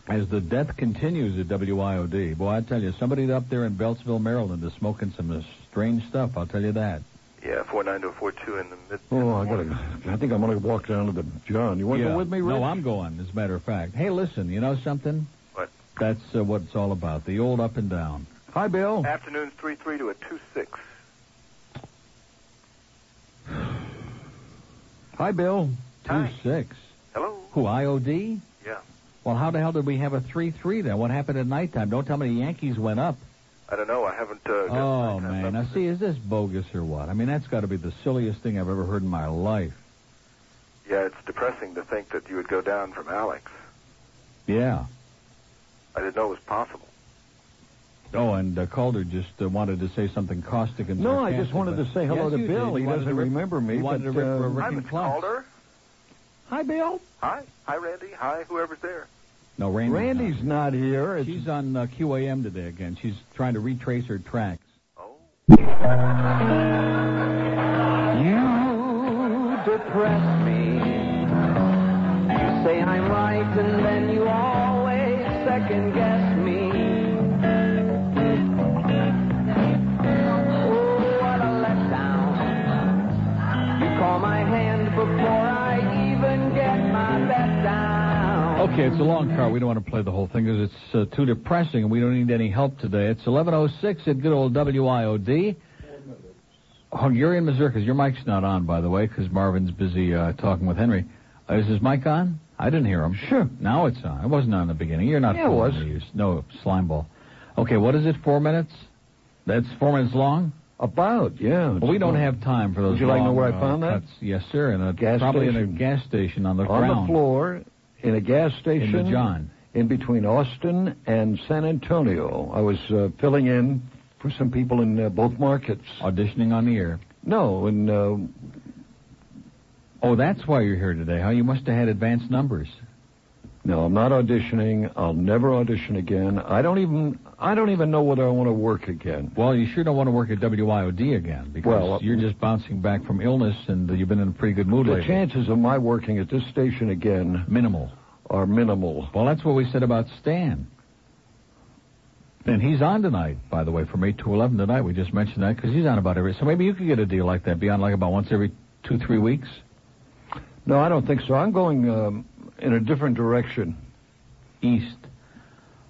Speaker 1: As the death continues at WIOD, boy, I tell you, somebody up there in Beltsville, Maryland, is smoking some uh, strange stuff. I'll tell you that.
Speaker 10: Yeah, 49242 in the mid.
Speaker 2: Oh, I gotta. I think I'm gonna walk down to the John. You want to
Speaker 1: Yeah.
Speaker 2: go with me, Rich?
Speaker 1: No, I'm going. As a matter of fact. Hey, listen, you know something?
Speaker 10: What?
Speaker 1: That's uh, what it's all about. The old up and down.
Speaker 2: Hi, Bill.
Speaker 10: Afternoon 33 to a 26.
Speaker 2: Hi, Bill.
Speaker 1: Two six.
Speaker 10: Hello?
Speaker 1: Who IOD?
Speaker 10: Yeah.
Speaker 1: Well, how the hell did we have a three three then? What happened at nighttime? Don't tell me the Yankees went up.
Speaker 10: I don't know. I haven't. Uh, got
Speaker 1: Oh
Speaker 10: my time
Speaker 1: man,
Speaker 10: up.
Speaker 1: now see, is this bogus or what? I mean, that's got to be the silliest thing I've ever heard in my life.
Speaker 10: Yeah, it's depressing to think that you would go down from Alex.
Speaker 1: Yeah.
Speaker 10: I didn't know it was possible.
Speaker 1: Oh, and uh, Calder just uh, wanted to say something caustic and
Speaker 2: No, I
Speaker 1: sarcastic,
Speaker 2: just wanted
Speaker 1: but-
Speaker 2: to say hello
Speaker 1: Yes,
Speaker 2: to
Speaker 1: you
Speaker 2: Bill.
Speaker 1: did. You
Speaker 2: He
Speaker 1: wanted
Speaker 2: doesn't
Speaker 1: to rip-
Speaker 2: remember me,
Speaker 1: you wanted
Speaker 2: but,
Speaker 1: to rip
Speaker 2: uh,
Speaker 1: for Rick
Speaker 10: Hi,
Speaker 1: and
Speaker 10: Mr.
Speaker 1: Clark.
Speaker 10: Calder.
Speaker 2: Hi, Bill.
Speaker 10: Hi. Hi, Randy. Hi, whoever's there.
Speaker 1: No, Randy's,
Speaker 2: Randy's
Speaker 1: not.
Speaker 2: not here. It's
Speaker 1: She's on uh, QAM today again. She's trying to retrace her tracks.
Speaker 10: Oh.
Speaker 7: You depress me. You say I'm right and then you always second guess me. Oh, what a letdown. You call my hand before I even get my bet down.
Speaker 1: Okay, it's a long car. We don't want to play the whole thing because it's uh, too depressing and we don't need any help today. It's 11.06 at good old WIOD. Oh, you're in Missouri 'cause your mic's not on, by the way, 'cause Marvin's busy uh, talking with Henry. Uh, is his mic on? I didn't hear him. Sure. Now it's on. It wasn't on in the beginning. You're not
Speaker 2: Yeah, it
Speaker 1: fooling
Speaker 2: was.
Speaker 1: me. You s- No, slime ball. Okay, what is it, four minutes? That's four minutes long?
Speaker 2: about, yeah.
Speaker 1: Well, we don't have time for those.
Speaker 2: Would you like to know
Speaker 1: long,
Speaker 2: where I
Speaker 1: uh,
Speaker 2: found that?
Speaker 1: cuts. Yes, sir. In a
Speaker 2: Gas
Speaker 1: probably in
Speaker 2: station.
Speaker 1: a gas station on the
Speaker 2: on
Speaker 1: ground
Speaker 2: the floor in a gas
Speaker 1: in
Speaker 2: station
Speaker 1: the John.
Speaker 2: in between Austin and San Antonio. I was uh, filling in for some people in uh, both markets.
Speaker 1: Auditioning on the air.
Speaker 2: No, and uh,
Speaker 1: Oh, that's why you're here today, huh? You must have had advanced numbers.
Speaker 2: no, I'm not auditioning. I'll never audition again. I don't even I don't even know whether I want to work again.
Speaker 1: Well, you sure don't want to work at WIOD again because
Speaker 2: Well, uh,
Speaker 1: you're just bouncing back from illness and you've been in a pretty good mood
Speaker 2: The
Speaker 1: lately.
Speaker 2: chances of my working at this station again
Speaker 1: Minimal.
Speaker 2: are minimal.
Speaker 1: Well, that's what we said about Stan. And he's on tonight, by the way, from 8 to 11 tonight. We just mentioned that because he's on about every. So maybe you could get a deal like that, be on like about once every two, three weeks.
Speaker 2: No, I don't think so. I'm going um, in a different direction.
Speaker 1: east.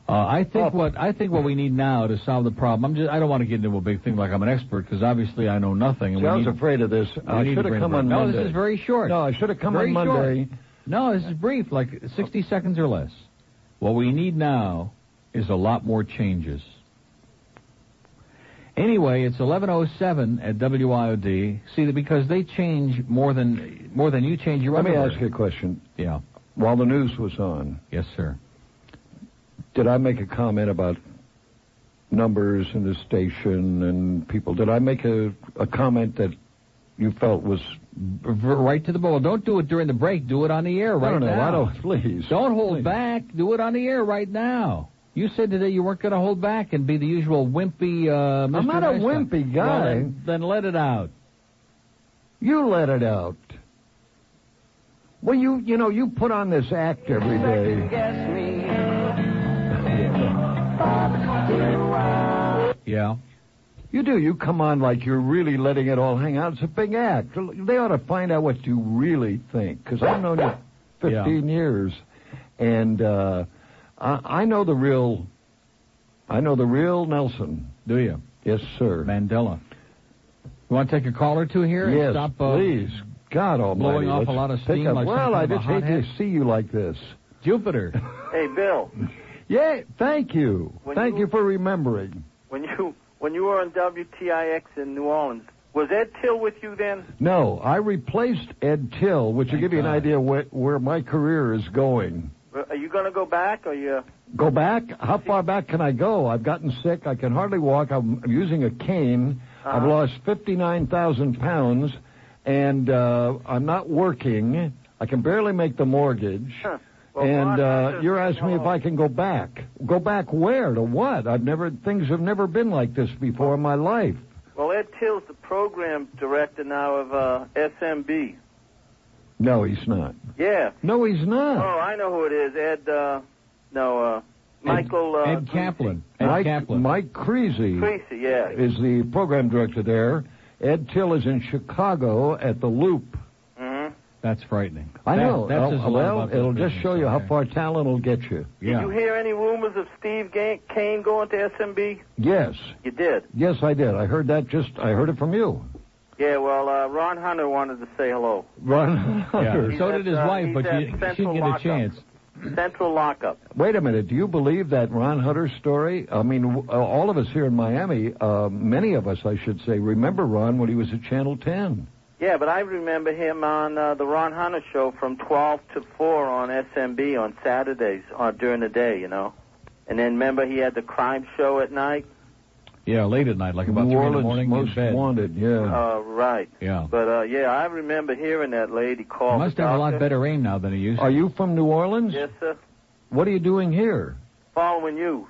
Speaker 1: Uh, I think
Speaker 2: Up.
Speaker 1: what I think what we need now to solve the problem. I'm just I don't want to get into a big thing like I'm an expert because obviously I know nothing. And
Speaker 2: See,
Speaker 1: we
Speaker 2: I was
Speaker 1: need,
Speaker 2: afraid of this.
Speaker 1: we
Speaker 2: I
Speaker 1: need to
Speaker 2: should have
Speaker 1: bring
Speaker 2: come
Speaker 1: it
Speaker 2: on
Speaker 1: back.
Speaker 2: Monday.
Speaker 1: No, this is very short.
Speaker 2: No, I should have come
Speaker 1: Very
Speaker 2: on Monday.
Speaker 1: short. No, this is brief, like 60 seconds or less. What we need now is a lot more changes. Anyway, it's 11:07 at WIOD. See, because they change more than more than you change your.
Speaker 2: Let me
Speaker 1: underwear.
Speaker 2: ask you a question.
Speaker 1: Yeah.
Speaker 2: While the news was on,
Speaker 1: Yes, sir.
Speaker 2: did I make a comment about numbers in the station and people? Did I make a, a comment that you felt was
Speaker 1: V- Right to the ball. Don't do it during the break. Do it on the air right
Speaker 2: I don't know.
Speaker 1: now.
Speaker 2: I don't. <laughs> Please
Speaker 1: Don't hold
Speaker 2: Please.
Speaker 1: back. Do it on the air right now. You said today you weren't going to hold back and be the usual wimpy. Uh, Mr.
Speaker 2: I'm not a
Speaker 1: Nice Guy.
Speaker 2: wimpy
Speaker 1: Well,
Speaker 2: guy.
Speaker 1: then, then let it out.
Speaker 2: You let it out. Well, you you know you put on this act every
Speaker 7: Second
Speaker 2: day.
Speaker 7: guess me.
Speaker 1: Yeah.
Speaker 2: You do. You come on like you're really letting it all hang out. It's a big act. They ought to find out what you really think. Because I've known you 15 years, and uh, I, I know the real. I know the real Nelson.
Speaker 1: Do you,
Speaker 2: Yes, sir.
Speaker 1: Mandela? You want to take a call or two here
Speaker 2: yes,
Speaker 1: and stop? Uh,
Speaker 2: please. God Almighty.
Speaker 1: blowing off
Speaker 2: let's
Speaker 1: a lot of
Speaker 2: pick
Speaker 1: steam
Speaker 2: up-
Speaker 1: like some
Speaker 2: well, I
Speaker 1: kind of
Speaker 2: just
Speaker 1: a
Speaker 2: hate to
Speaker 1: hothead.
Speaker 2: see you like this.
Speaker 1: Jupiter.
Speaker 11: Hey, Bill,
Speaker 2: <laughs> Yeah. Thank you.
Speaker 11: When
Speaker 2: thank
Speaker 11: you-
Speaker 2: you for remembering.
Speaker 11: when you when you were on WTIX in New Orleans, was Ed Till with you then?
Speaker 2: No, I replaced Ed Till, which will
Speaker 1: Thank
Speaker 2: give you an
Speaker 1: God.
Speaker 2: idea where, where my career is going.
Speaker 11: Are you going to go back? Or you?
Speaker 2: Go back? How far back can I go? I've gotten sick. I can hardly walk. I'm I'm using a cane. I've
Speaker 11: Uh-huh.
Speaker 2: lost 59,000 pounds, and uh, I'm not working. I can barely make the mortgage.
Speaker 11: Huh. Well,
Speaker 2: And
Speaker 11: Ron
Speaker 2: uh,
Speaker 11: Hunter's
Speaker 2: you're asking me if
Speaker 11: gone.
Speaker 2: I can go back. Go back where? To what? I've never things have never been like this before in my life.
Speaker 11: Well, Ed Till's the program director now of uh, SMB.
Speaker 2: No, he's not.
Speaker 4: Yeah.
Speaker 2: No, he's not.
Speaker 4: Oh, I know who it is. Ed. Uh, no. Uh, Michael. uh,
Speaker 1: Ed Kaplan. Ed
Speaker 2: Mike,
Speaker 1: Kaplan.
Speaker 2: Mike Creasy
Speaker 4: Creasy. Yeah.
Speaker 2: is the program director there. Ed Till is in Chicago at the Loop.
Speaker 4: Mm-hmm.
Speaker 1: That's frightening.
Speaker 2: I
Speaker 1: That-
Speaker 2: know.
Speaker 1: That
Speaker 2: Oh,
Speaker 1: says a lot
Speaker 2: well,
Speaker 1: about this
Speaker 2: it'll just
Speaker 1: business
Speaker 2: show you
Speaker 1: out
Speaker 2: how
Speaker 1: there.
Speaker 2: far talent will get you.
Speaker 1: Yeah.
Speaker 4: Did you hear any rumors of Steve Ga- Kane going to SMB?
Speaker 2: Yes.
Speaker 4: You did.
Speaker 2: Yes, I did. I heard that just, I heard it from you.
Speaker 4: Yeah. Well, uh, Ron Hunter wanted to say hello.
Speaker 2: <laughs> Ron Hunter.
Speaker 1: Yeah. Oh, So did his
Speaker 4: He's at, uh,
Speaker 1: wife, but
Speaker 4: he's
Speaker 1: you,
Speaker 4: at
Speaker 1: she
Speaker 4: Central
Speaker 1: didn't get a
Speaker 4: Lockup.
Speaker 1: chance.
Speaker 4: Central lockup.
Speaker 2: Wait a minute. Do you believe that Ron Hunter story? I mean, w- uh, all of us here in Miami, uh, many of us, I should say, remember Ron when he was at Channel 10.
Speaker 4: Yeah, but I remember him on uh, the Ron Hunter show from 12 to 4 on SMB on Saturdays or during the day, you know. And then remember he had the crime show at night.
Speaker 1: Yeah, late at night, like about
Speaker 2: New
Speaker 1: three
Speaker 2: Orleans
Speaker 1: in the morning
Speaker 2: Most
Speaker 1: in bed.
Speaker 2: Wanted. Yeah.
Speaker 4: Uh, right.
Speaker 1: Yeah.
Speaker 4: But uh, yeah, I remember hearing that lady call.
Speaker 1: Must
Speaker 4: the
Speaker 1: have a lot
Speaker 4: doctor.
Speaker 1: better aim now than he used. to.
Speaker 2: Are you from New Orleans?
Speaker 4: Yes, sir.
Speaker 2: What are you doing here?
Speaker 4: Following you.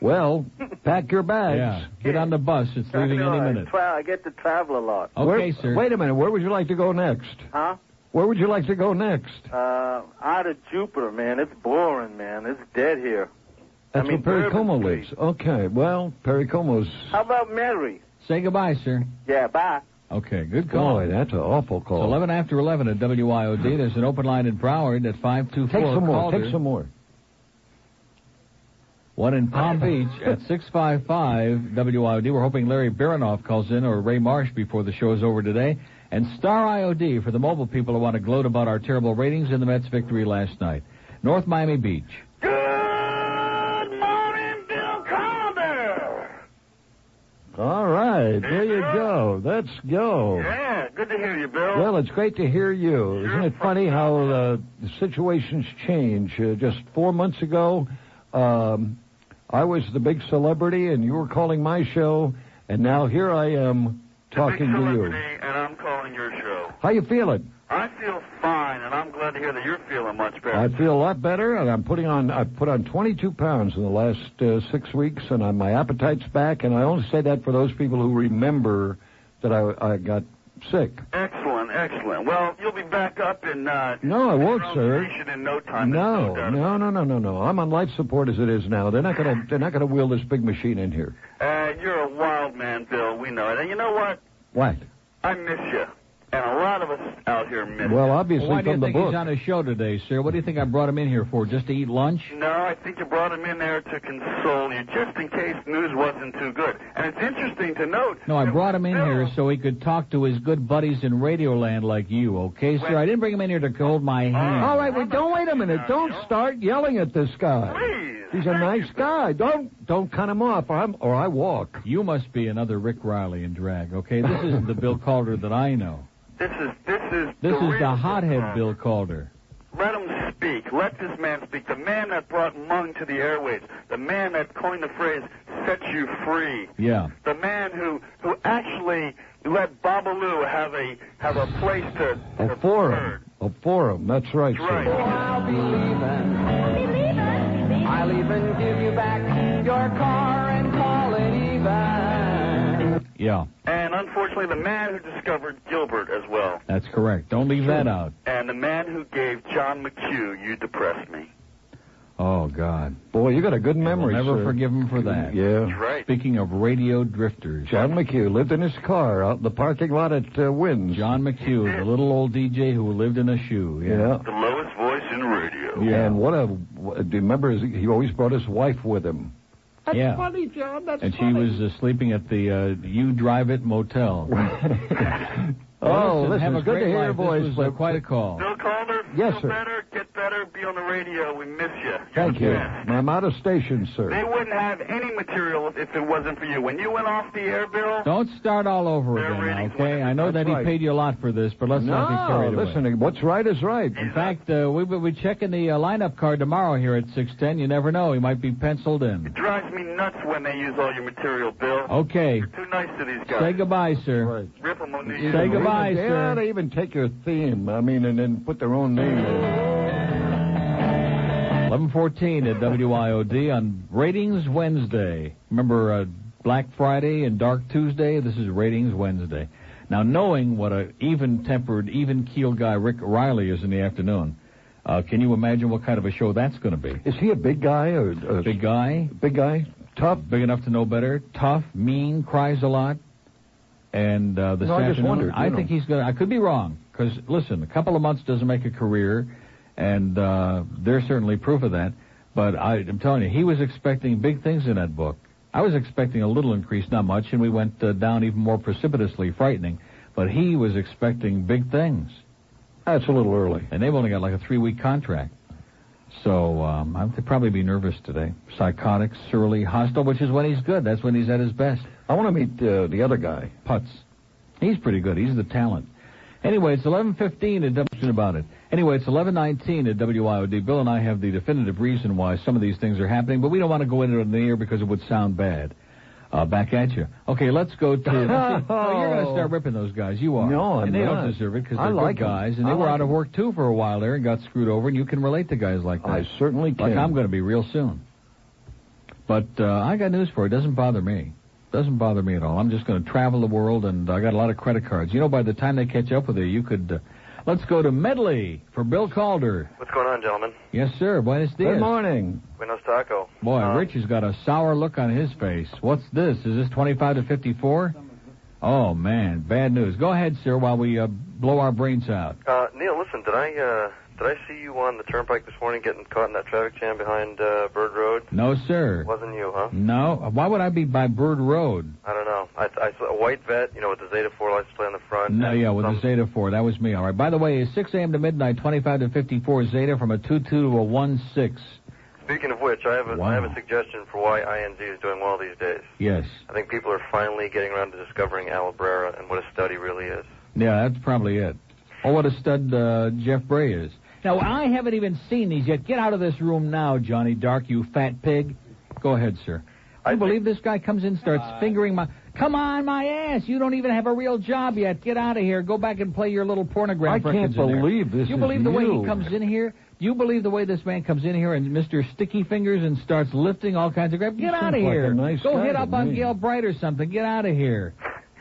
Speaker 2: Well,
Speaker 1: <laughs>
Speaker 2: pack your bags.
Speaker 1: Yeah. Get on the bus. It's leaving
Speaker 4: I,
Speaker 1: any
Speaker 4: know, I
Speaker 1: minute.
Speaker 4: Tra- I get to travel a lot.
Speaker 1: Okay,
Speaker 2: Where-
Speaker 1: sir.
Speaker 2: Wait a minute. Where would you like to go next?
Speaker 4: Huh?
Speaker 2: Where would you like to go next?
Speaker 4: Uh, out of Jupiter, man. It's boring, man. It's dead here.
Speaker 2: That's
Speaker 4: mean,
Speaker 2: where Perry
Speaker 4: Bourbon
Speaker 2: Como
Speaker 4: Street.
Speaker 2: lives. Okay. Well, Perry Como's.
Speaker 4: How about Mary?
Speaker 1: Say goodbye, sir.
Speaker 4: Yeah, bye.
Speaker 1: Okay, good call.
Speaker 2: Boy, that's an awful
Speaker 1: It's
Speaker 2: call.
Speaker 1: 11 after 11 at WIOD. There's an open line in Broward at 524
Speaker 2: Take some more.
Speaker 1: Calder.
Speaker 2: Take some more.
Speaker 1: One in Palm Beach at 655 WIOD. We're hoping Larry Baranoff calls in or Ray Marsh before the show is over today. And Star IOD for the mobile people who want to gloat about our terrible ratings in the Mets' victory last night. North Miami Beach.
Speaker 12: Good morning, Bill Calder.
Speaker 2: All right. There you go. Let's go.
Speaker 12: Yeah, good to hear you, Bill.
Speaker 2: Oh. Well, it's great to hear you. Isn't it funny how uh, the situations change? Uh, just four months ago, um, I was the big celebrity, and you were calling my show, and now here I am talking
Speaker 12: Big
Speaker 2: to you.
Speaker 12: celebrity, and I'm calling your show.
Speaker 2: How you feeling?
Speaker 12: I feel fine, and I'm glad to hear that you're feeling much better.
Speaker 2: I feel a lot better, and I'm putting on. I put on 22 pounds in the last uh, six weeks, and I, my appetite's back. And I only say that for those people who remember that I, I got sick.
Speaker 12: Excellent, excellent. Well, you'll be back up in uh,
Speaker 2: No, I won't,
Speaker 12: your own
Speaker 2: sir.
Speaker 12: station in no time.
Speaker 2: No,
Speaker 12: There's doubt about
Speaker 2: no, no, no, no, no. I'm on life support as it is now. They're not gonna. They're not gonna wheel this big machine in here.
Speaker 12: Uh, you're a wild man, Bill. We know it. And you know what?
Speaker 2: What?
Speaker 12: I miss you. And a lot of us out here miss
Speaker 2: Well,
Speaker 1: Well,
Speaker 2: obviously
Speaker 1: why do you
Speaker 2: from the
Speaker 1: think
Speaker 2: book.
Speaker 1: he's on his show today, sir? What do you think I brought him in here for? Just to eat lunch?
Speaker 12: you. No, I think you brought him in there to console you, just in case news wasn't too good. And it's interesting to note.
Speaker 1: No, I
Speaker 12: that
Speaker 1: brought him in
Speaker 12: Bill-
Speaker 1: here so he could talk to his good buddies in Radioland like you, okay, sir? I didn't bring him in here to hold my hand.
Speaker 2: All right, wait. Don't wait a minute. Don't start yelling at this guy.
Speaker 12: Please.
Speaker 2: He's a nice guy. Don't don't cut him off, or I'm or I walk.
Speaker 1: You must be another Rick Riley in drag, okay? This isn't the Bill Calder that I know.
Speaker 12: This is this is
Speaker 1: This
Speaker 12: the
Speaker 1: is
Speaker 12: real-
Speaker 1: the hothead Bill Calder.
Speaker 12: Let him speak. Let this man speak. The man that brought Mung to the airways. The man that coined the phrase "set you free."
Speaker 1: Yeah.
Speaker 12: the man who who actually let Babalu have a have a place to
Speaker 2: A
Speaker 12: to
Speaker 2: forum.
Speaker 12: burn.
Speaker 2: A forum. That's right,
Speaker 12: That's
Speaker 2: sir.
Speaker 12: right.
Speaker 13: Oh, I'll be leaving. I'll even give you back your car and call it even.
Speaker 1: Yeah,
Speaker 12: And unfortunately, the man who discovered Gilbert as well,
Speaker 1: that's correct. Don't leave that out.
Speaker 12: and the man who gave John McHugh "You Depress Me."
Speaker 1: Oh, God.
Speaker 2: Boy, you got a good memory.
Speaker 1: We'll never
Speaker 2: sir.
Speaker 1: forgive him for that.
Speaker 2: Yeah.
Speaker 12: That's right.
Speaker 1: Speaking of radio drifters,
Speaker 2: John McHugh lived in his car out in the parking lot at uh, Wynn's.
Speaker 1: John McHugh, the little old DJ who lived in a shoe.
Speaker 2: Yeah.
Speaker 12: The lowest voice in radio.
Speaker 1: Yeah.
Speaker 2: And what a. what- Do you remember? his- He always brought his wife with him.
Speaker 1: That's funny, John. That's and she was uh, sleeping at the uh, You Drive
Speaker 2: <laughs>
Speaker 1: It Motel.
Speaker 12: <laughs>
Speaker 2: oh,
Speaker 1: Listen,
Speaker 2: listen,
Speaker 1: have a
Speaker 2: it's good
Speaker 1: great
Speaker 2: to hear your
Speaker 1: life.
Speaker 2: voice.
Speaker 1: This was uh,
Speaker 2: but-
Speaker 1: quite a call.
Speaker 12: Bill Calder,
Speaker 2: Yes,
Speaker 12: feel
Speaker 2: sir.
Speaker 12: better, get better, be on the radio. We miss you. You're
Speaker 2: Thank
Speaker 12: the
Speaker 2: you.
Speaker 12: best.
Speaker 2: I'm out of station,
Speaker 12: They
Speaker 2: sir.
Speaker 12: wouldn't have any material if it wasn't for you. When you went off the air, Bill,
Speaker 1: Don't start all over
Speaker 12: They're
Speaker 1: again,
Speaker 12: reading
Speaker 1: okay? I know
Speaker 2: That's
Speaker 1: that he
Speaker 2: right.
Speaker 1: paid you a lot for this, but let's not get
Speaker 2: no,
Speaker 1: carried away.
Speaker 2: listen, what's right is right.
Speaker 1: In fact, uh, we will be checking the uh, lineup card tomorrow here at 610. You never know. He might be penciled in.
Speaker 12: drives me nuts when they use all your material, Bill.
Speaker 1: Okay.
Speaker 12: You're too nice to these guys.
Speaker 1: Say goodbye, sir.
Speaker 2: Right.
Speaker 12: Rip 'em on the
Speaker 1: Say
Speaker 12: ear.
Speaker 1: goodbye.
Speaker 2: Even-
Speaker 1: sir.
Speaker 2: Yeah, they even take your theme, I mean, and then put their own name in it.
Speaker 1: 1114 at WIOD on Ratings Wednesday. Remember uh, Black Friday and Dark Tuesday? This is Ratings Wednesday. Now, knowing what a even-tempered, even-keeled guy Rick Riley is in the afternoon, uh, can you imagine what kind of a show that's going to be?
Speaker 2: Is he a big guy or uh,
Speaker 1: big guy?
Speaker 2: Big
Speaker 1: <laughs>
Speaker 2: guy, tough,
Speaker 1: big enough to know better, tough, mean, cries a lot. And uh, this
Speaker 2: No, I just
Speaker 1: afternoon,
Speaker 2: wondered, you
Speaker 1: I
Speaker 2: know.
Speaker 1: think he's going. to I could be wrong because listen, a couple of months doesn't make a career, and uh, they're certainly proof of that. But I, I'm telling you, he was expecting big things in that book. I was expecting a little increase, not much, and we went uh, down even more precipitously, frightening. But he was expecting big things.
Speaker 2: That's a little early.
Speaker 1: And they've only got like a three-week contract. So um, I- they'd probably be nervous today. Psychotic, surly, hostile, which is when he's good. That's when he's at his best.
Speaker 2: I want to meet uh, the other guy.
Speaker 1: Putz. He's pretty good. He's the talent. Anyway, it's 11:15 at W about it. Anyway, it's 11:19 at WIOD. Bill and I have the definitive reason why some of these things are happening, but we don't want to go into it in the air because it would sound bad. Uh, back at you. Okay, let's
Speaker 2: <laughs>
Speaker 1: go to. <laughs> let's see. <laughs> Oh, you're going to start ripping those guys. You are.
Speaker 2: No, I'm
Speaker 1: and they
Speaker 2: not.
Speaker 1: don't deserve it because
Speaker 2: I
Speaker 1: they're
Speaker 2: like
Speaker 1: good
Speaker 2: 'em.
Speaker 1: guys, and
Speaker 2: I
Speaker 1: they were
Speaker 2: like
Speaker 1: out of work too for a while there and got screwed over. And you can relate to guys like that.
Speaker 2: I certainly can.
Speaker 1: Like I'm going to be real soon. But uh, I got news for you. It doesn't bother me. Doesn't bother me at all. I'm just going to travel the world, and I got a lot of credit cards. You know, by the time they catch up with you, you could. Uh, let's go to Medley for Bill Calder.
Speaker 14: What's going on, gentlemen?
Speaker 1: Yes, sir. Buenos dias.
Speaker 14: Good
Speaker 2: morning.
Speaker 14: Buenos Taco.
Speaker 1: Boy,
Speaker 14: Um,
Speaker 1: Rich has got a sour look on his face. What's this? Is this 25 to 54? Oh man, bad news. Go ahead, sir, while we uh, blow our brains out.
Speaker 14: Uh, Neil, listen, did I uh, did I see you on the turnpike this morning getting caught in that traffic jam behind uh, Bird Road?
Speaker 1: No, sir.
Speaker 14: Wasn't you, huh?
Speaker 1: No. Why would I be by Bird Road?
Speaker 14: I don't know. I, I saw a white vet, you know, with the Zeta 4 license plate on the front.
Speaker 1: No, yeah, with
Speaker 14: Uh, Some-
Speaker 1: the Zeta 4. That was me. All right. By the way, it's 6 a.m. to midnight, 25 to 54 Zeta from a 2-2 to a 1-6.
Speaker 14: Speaking of which, I have a I
Speaker 1: Wow.
Speaker 14: have a suggestion for why INZ is doing well these days.
Speaker 1: Yes.
Speaker 14: I think people are finally getting around to discovering Alabrera and what a study really is.
Speaker 1: Yeah, that's probably it. Oh, what a stud uh, Jeff Bray is. Now, I haven't even seen these yet. Get out of this room now, Johnny Dark, you fat pig. Go ahead, sir. I believe this guy comes in, starts fingering my. Come on, my ass! You don't even have a real job yet. Get out of here. Go back and play your little pornograph.
Speaker 2: I can't
Speaker 1: records in there.
Speaker 2: believe this
Speaker 1: You
Speaker 2: is
Speaker 1: believe the way
Speaker 2: you.
Speaker 1: he comes in here? You believe the way this man comes in here and Mr. Sticky Fingers and starts lifting all kinds of crap? Get
Speaker 2: seems
Speaker 1: out
Speaker 2: like
Speaker 1: of
Speaker 2: a
Speaker 1: here.
Speaker 2: nice
Speaker 1: Go
Speaker 2: guy
Speaker 1: hit
Speaker 2: to
Speaker 1: up on
Speaker 2: me.
Speaker 1: Gail Bright or something. Get out of here.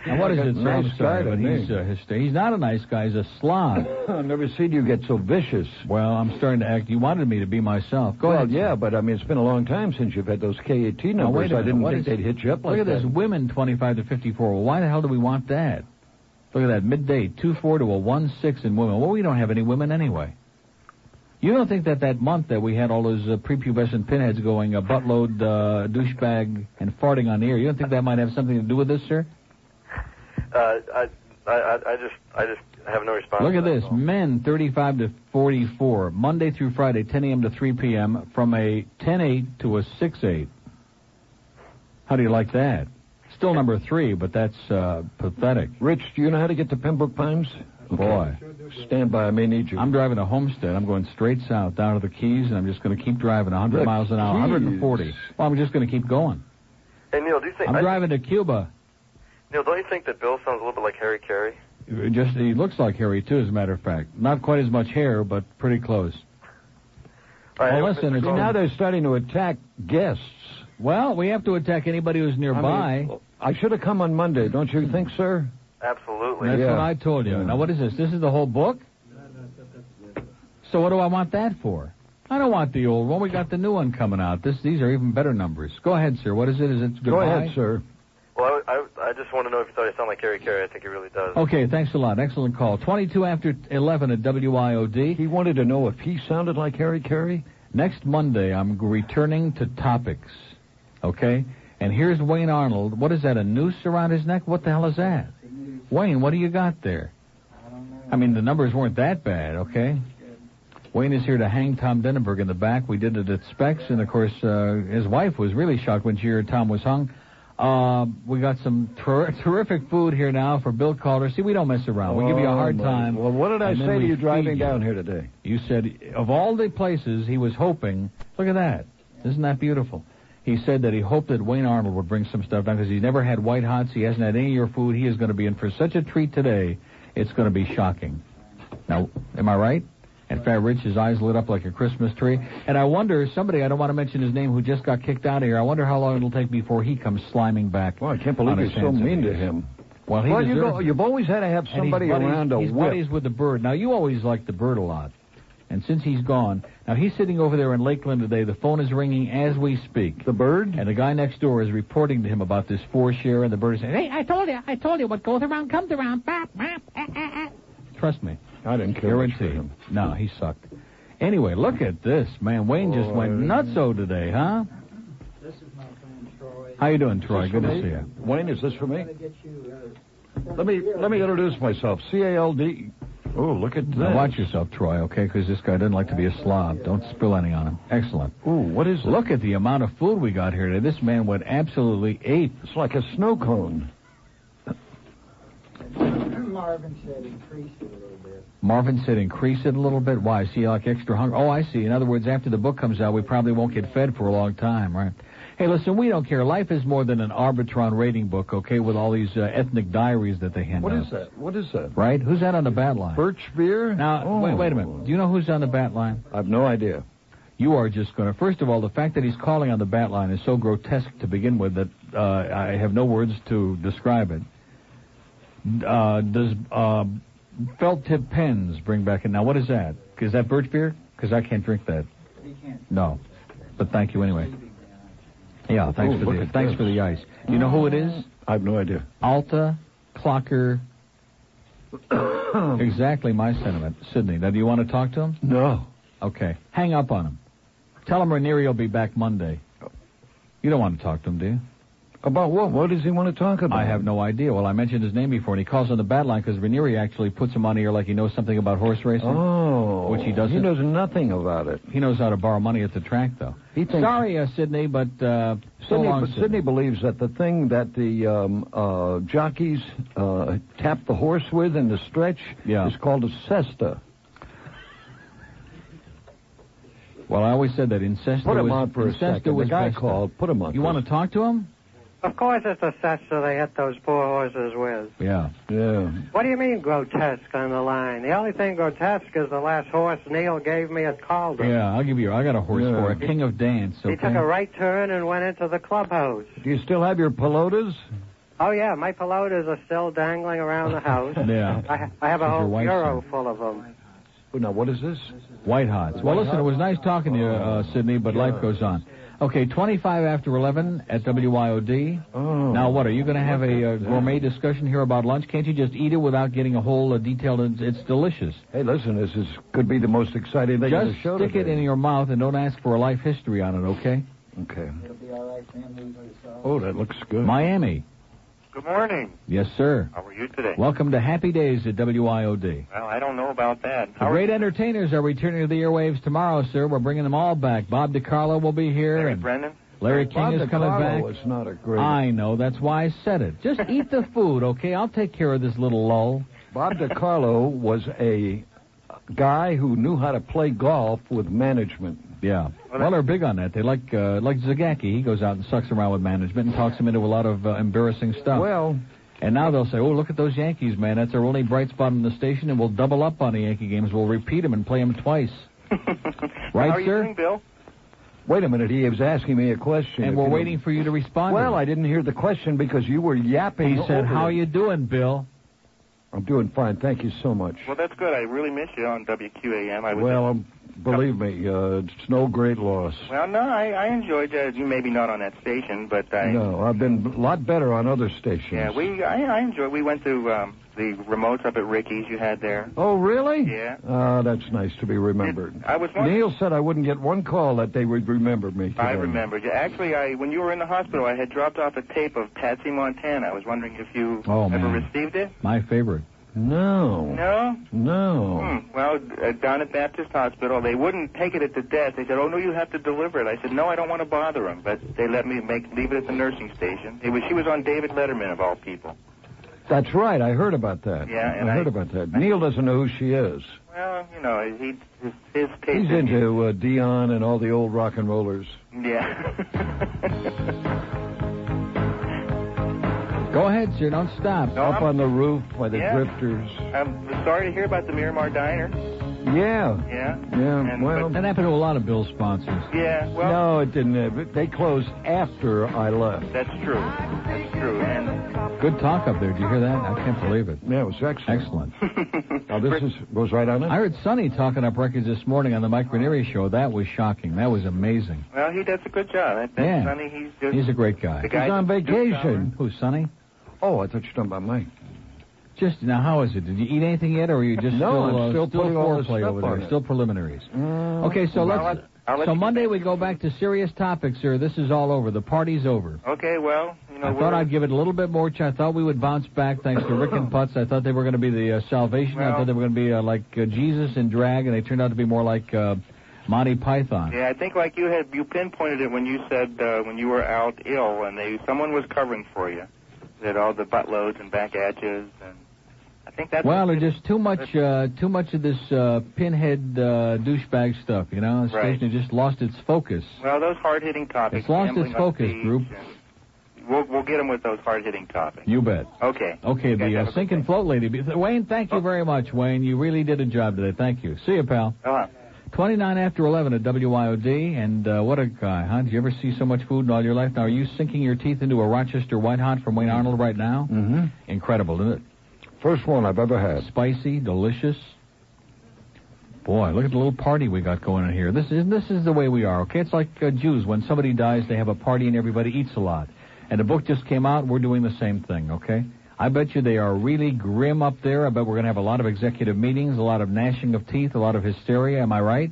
Speaker 1: Now,
Speaker 2: Seems
Speaker 1: what is
Speaker 2: like a
Speaker 1: it, sir?
Speaker 2: nice
Speaker 1: I'm
Speaker 2: guy
Speaker 1: sorry,
Speaker 2: to
Speaker 1: but
Speaker 2: me.
Speaker 1: he's, uh, hyster- he's not a nice guy. He's a slob.
Speaker 2: <laughs> I've never seen you get so vicious.
Speaker 1: Well, I'm starting to act. You wanted me to be myself. Go
Speaker 2: well,
Speaker 1: ahead.
Speaker 2: yeah, but I mean, it's been a long time since you've had those KAT numbers.
Speaker 1: Now, wait a
Speaker 2: I
Speaker 1: minute.
Speaker 2: didn't
Speaker 1: What
Speaker 2: think
Speaker 1: is-
Speaker 2: they'd hit you up
Speaker 1: Look
Speaker 2: like
Speaker 1: at
Speaker 2: that.
Speaker 1: this. Women 25 to 54. Well, why the hell do we want that? Look at that. Midday, 2-4 to a 1-6 in women. Well, we don't have any women anyway. You don't think that that month that we had all those uh, prepubescent pinheads going uh, buttload, uh, douchebag, and farting on the air, you don't think that might have something to do with this, sir?
Speaker 14: Uh, I, I I I just I just have no response.
Speaker 1: Look
Speaker 14: to
Speaker 1: at
Speaker 14: that
Speaker 1: this.
Speaker 14: all.
Speaker 1: Men 35 to 44, Monday through Friday, 10 a.m. to 3 p.m., from a 10 8 to a 6 8. How do you like that? Still number three, but that's uh, pathetic.
Speaker 2: Rich, do you know how to get to Pembroke Pines?
Speaker 1: Boy.
Speaker 2: Stand by, I may need you.
Speaker 1: I'm driving to Homestead. I'm going straight south down to the Keys, and I'm just going to keep driving 100
Speaker 2: The
Speaker 1: miles an hour, 140.
Speaker 2: Keys.
Speaker 1: Well, I'm just going to keep going.
Speaker 14: Hey Neil, do you think
Speaker 1: I'm
Speaker 14: I-
Speaker 1: driving to Cuba.
Speaker 14: Neil? Don't you think that Bill sounds a little bit like Harry Carey?
Speaker 1: It Just he looks like Harry too, as a matter of fact. Not quite as much hair, but pretty close.
Speaker 14: All
Speaker 1: Well,
Speaker 14: anyway,
Speaker 1: listen,
Speaker 14: Mr.
Speaker 1: it's
Speaker 14: Cohen.
Speaker 2: Now they're starting to attack guests.
Speaker 1: Well, we have to attack anybody who's nearby.
Speaker 2: I, mean, I should have come on Monday, don't you think, sir?
Speaker 14: Absolutely.
Speaker 1: That's
Speaker 2: Yeah.
Speaker 1: what I told you.
Speaker 2: Yeah.
Speaker 1: Now, what is this? This is the whole book? So what do I want that for? I don't want the old one. We got the new one coming out. This, these are even better numbers. Go ahead, sir. What is it? Is it goodbye?
Speaker 2: Go ahead, sir.
Speaker 14: Well, I, I, I just want to know if you thought I sound like Harry Carey. I think he really does.
Speaker 1: Okay, thanks a lot. Excellent call. 22 after 11 at WIOD.
Speaker 2: He wanted to know if he sounded like Harry Carey.
Speaker 1: Next Monday, I'm g- returning to topics. Okay? And here's Wayne Arnold. What is that, a noose around his neck? What the hell is that? Wayne, what do you got there? I mean, the numbers weren't that bad, okay? Wayne is here to hang Tom Denenberg in the back. We did it at Specs, and of course, uh, his wife was really shocked when she heard Tom was hung. Uh, we got some ter- <laughs> terrific food here now for Bill Calder. See, we don't mess around. We give you a
Speaker 2: Oh,
Speaker 1: hard
Speaker 2: my-
Speaker 1: time.
Speaker 2: Well, what did I
Speaker 1: and then
Speaker 2: say to
Speaker 1: we
Speaker 2: you
Speaker 1: feed
Speaker 2: driving
Speaker 1: you.
Speaker 2: down here today?
Speaker 1: You said of all the places he was hoping. Look at that. Isn't that beautiful? He said that he hoped that Wayne Arnold would bring some stuff down because he's never had white hots. He hasn't had any of your food. He is going to be in for such a treat today. It's going to be shocking. Now, am I right? In fact, Rich, his eyes lit up like a Christmas tree. And I wonder, somebody, I don't want to mention his name, who just got kicked out of here, I wonder how long it'll take before he comes sliming back.
Speaker 2: Well, I can't
Speaker 1: on
Speaker 2: believe
Speaker 1: his
Speaker 2: you're so
Speaker 1: hands and
Speaker 2: mean to
Speaker 1: knees.
Speaker 2: him.
Speaker 1: Well, he
Speaker 2: you
Speaker 1: deserves
Speaker 2: go,
Speaker 1: it.
Speaker 2: you've always had to have
Speaker 1: And he's
Speaker 2: somebody
Speaker 1: buddies-
Speaker 2: around to
Speaker 1: he's
Speaker 2: whip.
Speaker 1: buddies with the bird. Now you always liked the bird a lot, and since he's gone, now he's sitting over there in Lakeland today. The phone is ringing as we speak.
Speaker 2: The bird
Speaker 1: and the guy next door is reporting to him about this four share, and the bird is saying, "Hey,
Speaker 5: I told you, I told you, what goes around comes around. Bap, bap, ah, ah, ah.
Speaker 1: trust me."
Speaker 2: I didn't care much
Speaker 1: Guarantee. him. No, he sucked. Anyway, look at this, man. Wayne just went nutso today, huh?
Speaker 15: This is my friend Troy.
Speaker 1: How you doing, Troy?
Speaker 2: Is this
Speaker 1: Good to
Speaker 2: for me?
Speaker 1: see you.
Speaker 2: Wayne, is this for me?
Speaker 15: I'm gonna get you, uh,
Speaker 2: Let me let me introduce myself. C A L D. Oh, look at
Speaker 1: Now
Speaker 2: that.
Speaker 1: watch yourself, Troy, okay? Because this guy doesn't like to be a slob. Don't spill any on him. Excellent.
Speaker 2: Ooh, what is?
Speaker 1: Look at the amount of food we got here today. This man went absolutely ape.
Speaker 2: It's like a snow cone.
Speaker 15: uh, Marvin said increase it a little bit.
Speaker 1: Marvin said increase it a little bit. Why? Is he like extra hungry? Oh, I see. In other words, after the book comes out, we probably won't get fed for a long time, right? Hey, listen, we don't care. Life is more than an Arbitron rating book, okay, with all these uh, ethnic diaries that they hand
Speaker 2: What
Speaker 1: out.
Speaker 2: is that? What is that?
Speaker 1: Right? Who's that on the bat line?
Speaker 2: Birch beer?
Speaker 1: Now,
Speaker 2: Oh.
Speaker 1: wait, wait a minute. Do you know who's on the bat line?
Speaker 2: I have no idea.
Speaker 1: You are just going to. First of all, the fact that he's calling on the bat line is so grotesque to begin with that uh, I have no words to describe it. Uh, does uh, felt tip pens bring back in? Now, what is that? Is that birch beer? Because I can't drink that.
Speaker 15: He can't.
Speaker 1: No, but thank you anyway. Yeah, thanks
Speaker 2: Ooh,
Speaker 1: for
Speaker 2: Oh, look
Speaker 1: the
Speaker 2: at
Speaker 1: thanks
Speaker 2: this.
Speaker 1: for the ice. You know who it is?
Speaker 2: I have no idea.
Speaker 1: Alta Clocker. exactly my sentiment, Sydney. Now, do you want to talk to him?
Speaker 2: No.
Speaker 1: Okay. Hang up on him. Tell him Ranieri will be back Monday. You don't want to talk to him, do you?
Speaker 2: About what? What does he want to talk about?
Speaker 1: I have no idea. Well, I mentioned his name before, and he calls on the bat line because Ranieri actually puts him on the air like he knows something about horse racing.
Speaker 2: Oh.
Speaker 1: Which he doesn't.
Speaker 2: He knows nothing about it.
Speaker 1: He knows how to borrow money at the track, though.
Speaker 2: He thinks.
Speaker 1: Sorry, uh, Sydney, but uh, so
Speaker 2: Sydney,
Speaker 1: long,
Speaker 2: Sydney believes that the thing that the um, uh, jockeys uh, tap the horse with in the stretch
Speaker 1: Yeah.
Speaker 2: is called a cesta.
Speaker 1: Well, I always said that incesta
Speaker 2: Put him
Speaker 1: was
Speaker 2: on for a
Speaker 1: incesta
Speaker 2: second.
Speaker 1: was
Speaker 2: the guy
Speaker 1: besta.
Speaker 2: called. Put him on.
Speaker 1: You want to talk to him?
Speaker 15: Of course it's a cesta they hit those poor horses with.
Speaker 1: Yeah.
Speaker 2: to? Yeah.
Speaker 15: What do you mean grotesque on the line? The only thing grotesque is the last horse Neil gave me at Calder.
Speaker 1: Yeah, I'll give you. I got a horse
Speaker 2: Yeah.
Speaker 1: for it. King of Dance.
Speaker 15: He
Speaker 1: Okay.
Speaker 15: took a right turn and went into the clubhouse.
Speaker 2: Do you still have your pelotas?
Speaker 15: Oh yeah, my pelotas are still dangling around the
Speaker 2: <laughs>
Speaker 15: house.
Speaker 1: Yeah.
Speaker 15: I, ha- I have a
Speaker 1: Your
Speaker 15: whole
Speaker 1: wife's
Speaker 15: bureau
Speaker 1: son.
Speaker 15: full of them.
Speaker 2: Oh, Now, what is this?
Speaker 1: White Hots. Well, listen, it was nice talking to you, uh, Sydney, but life goes on. Okay, 25 after 11 at WYOD.
Speaker 2: Oh.
Speaker 1: Now, what, are you going to have a uh, gourmet discussion here about lunch? Can't you just eat it without getting a whole uh, detailed... It's, it's delicious.
Speaker 2: Hey, listen, this is could be the most exciting thing of
Speaker 1: Just
Speaker 2: the show
Speaker 1: stick it
Speaker 2: today.
Speaker 1: in your mouth and don't ask for a life history on it, okay?
Speaker 2: Okay.
Speaker 15: It'll be all right, family. Oh.
Speaker 2: Oh, that looks good.
Speaker 1: Miami.
Speaker 4: Good morning.
Speaker 1: Yes, sir.
Speaker 4: How are you today?
Speaker 1: Welcome to Happy Days at WIOD.
Speaker 4: Well, I don't know about that.
Speaker 1: The great entertainers are returning to the airwaves tomorrow, sir. We're bringing them all back. Bob DiCarlo will be here.
Speaker 4: Larry
Speaker 1: and
Speaker 4: Brennan?
Speaker 1: Larry King
Speaker 2: Bob
Speaker 1: is coming back.
Speaker 2: DiCarlo is not a great.
Speaker 1: I know. That's why I said it.
Speaker 2: <laughs>
Speaker 1: Just eat the food, okay? I'll take care of this little lull.
Speaker 2: Bob DiCarlo was a guy who knew how to play golf with management.
Speaker 1: Yeah.
Speaker 4: Well,
Speaker 1: Well, they're big on that. They like uh, like Zagacki. He goes out and sucks around with management and talks them into a lot of uh, embarrassing stuff.
Speaker 2: Well,
Speaker 1: and now they'll say, "Oh, look at those Yankees, man. That's our only bright spot in the station, and we'll double up on the Yankee games. We'll repeat them and play them twice."
Speaker 4: <laughs> How are
Speaker 1: Right,
Speaker 4: you
Speaker 1: sir?
Speaker 4: doing, Bill?
Speaker 2: wait a minute. He was asking me a question.
Speaker 1: And
Speaker 2: If
Speaker 1: we're
Speaker 2: you-
Speaker 1: waiting for you to respond. to
Speaker 2: Well,
Speaker 1: it.
Speaker 2: I didn't hear the question because you were yapping.
Speaker 1: He said,
Speaker 2: over
Speaker 1: "How
Speaker 2: it.
Speaker 1: you doing, Bill?"
Speaker 2: I'm doing fine. Thank you so much.
Speaker 4: <laughs> Well, that's good. I really miss you on WQAM. I was
Speaker 2: Well, um, believe me, uh, it's no great loss.
Speaker 4: well, no, I, I enjoyed uh, you. Maybe not on that station, but I.
Speaker 2: No, I've been a lot better on other stations.
Speaker 4: Yeah, we. I, I enjoyed. We went to um, the remotes up at Ricky's. You had there.
Speaker 2: Oh, really?
Speaker 4: Yeah.
Speaker 2: Ah, that's nice to be remembered.
Speaker 4: I was wondering.
Speaker 2: Neil said I wouldn't get one call that they would remember me.
Speaker 4: I
Speaker 2: today.
Speaker 4: remembered you. Actually, I when you were in the hospital, I had dropped off a tape of Patsy Montana. I was wondering if you
Speaker 1: Oh,
Speaker 4: ever
Speaker 1: man.
Speaker 4: received it.
Speaker 1: My favorite. Oh.
Speaker 2: No.
Speaker 4: No.
Speaker 2: No.
Speaker 4: Hmm. Well, uh, down at Baptist Hospital, they wouldn't take it at the death. They said, "Oh no, you have to deliver it." I said, "No, I don't want to bother them." But they let me make leave it at the nursing station. It was she was on David Letterman of all people.
Speaker 2: That's right. I heard about that.
Speaker 4: Yeah, and
Speaker 2: I heard
Speaker 4: I-
Speaker 2: about that.
Speaker 4: I-
Speaker 2: Neil doesn't know who she is.
Speaker 4: Well, you know, he his, his taste.
Speaker 2: He's into uh, Dion and all the old rock and rollers.
Speaker 4: Yeah.
Speaker 1: Go ahead, sir. Don't stop.
Speaker 4: No,
Speaker 2: Up
Speaker 4: I'm-
Speaker 2: on the roof by the
Speaker 4: Yeah.
Speaker 2: drifters.
Speaker 4: I'm sorry to hear about the Miramar Diner.
Speaker 2: Yeah.
Speaker 4: Yeah.
Speaker 2: Yeah.
Speaker 4: And-
Speaker 2: well.
Speaker 1: That happened to a lot of Bill's sponsors.
Speaker 4: Yeah. Well.
Speaker 2: no, it didn't. Uh, but They closed after I left.
Speaker 4: That's true. That's true. And
Speaker 1: Good talk up there. Did you hear that? I can't believe it.
Speaker 2: Yeah, it was excellent. <laughs>
Speaker 1: Excellent.
Speaker 2: now this is goes right on it.
Speaker 1: I heard Sonny talking up records this morning on the Mike Ranieri show. That was shocking. That was amazing.
Speaker 4: Well, he does a good job. I think
Speaker 1: Yeah.
Speaker 4: Sonny, he's just
Speaker 1: He's a great guy.
Speaker 4: The guy He's on that's- vacation.
Speaker 1: Who's Sonny?
Speaker 2: Oh, I thought you were talking about Mike.
Speaker 1: Just now, how is it? Did you eat anything yet, or are you just
Speaker 2: No,
Speaker 1: still,
Speaker 2: I'm
Speaker 1: uh,
Speaker 2: still putting all this
Speaker 1: foreplay
Speaker 2: stuff
Speaker 1: over
Speaker 2: on
Speaker 1: there?
Speaker 2: it.
Speaker 1: Still preliminaries. <laughs>
Speaker 16: Mm.
Speaker 1: Okay, so
Speaker 4: Well,
Speaker 1: let's.
Speaker 4: I'll- I'll let
Speaker 1: so
Speaker 4: you-
Speaker 1: Monday we go back to serious topics, sir. This is all over. The party's over.
Speaker 4: Okay, well, you know,
Speaker 1: I
Speaker 4: we're,
Speaker 1: thought I'd give it a little bit more. Ch- I thought we would bounce back thanks to Rick and Putz. I thought they were going to be the uh, salvation. I thought they were going to be uh, like uh, Jesus in drag, and they turned out to be more like uh, Monty Python.
Speaker 4: Yeah, I think like you had you pinpointed it when you said uh, when you were out ill and they someone was covering for you. That all the butt loads and back edges and I think that's
Speaker 1: well, there's just too much, uh, too much of this uh, pinhead uh, douchebag stuff. You know, the
Speaker 4: Right.
Speaker 1: station has just lost its focus.
Speaker 4: well those hard hitting topics.
Speaker 1: It's lost
Speaker 4: gambling
Speaker 1: its
Speaker 4: on
Speaker 1: focus,
Speaker 4: speed.
Speaker 1: group.
Speaker 4: We'll we'll get them with those hard hitting topics.
Speaker 1: You bet.
Speaker 4: Okay.
Speaker 1: Okay,
Speaker 4: guys
Speaker 1: the
Speaker 4: have a
Speaker 1: uh,
Speaker 4: Oh.
Speaker 1: sink and float lady. Wayne, thank you very much, Wayne. You really did a job today. Thank you. See you, pal.
Speaker 4: Uh-huh.
Speaker 1: 29 after 11 at WIOD, and uh, what a guy, huh? Did you ever see so much food in all your life? Now, are you sinking your teeth into a Rochester White Hot from Wayne Arnold right now?
Speaker 2: Mm-hmm.
Speaker 1: Incredible, isn't it?
Speaker 2: First one I've ever had.
Speaker 1: Spicy, delicious. Boy, look at the little party we got going on here. This is this is the way we are. Okay, it's like uh, Jews. When somebody dies, they have a party and everybody eats a lot. And a book just came out. We're doing the same thing. Okay. I bet you they are really grim up there. I bet we're going to have a lot of executive meetings, a lot of gnashing of teeth, a lot of hysteria. Am I right?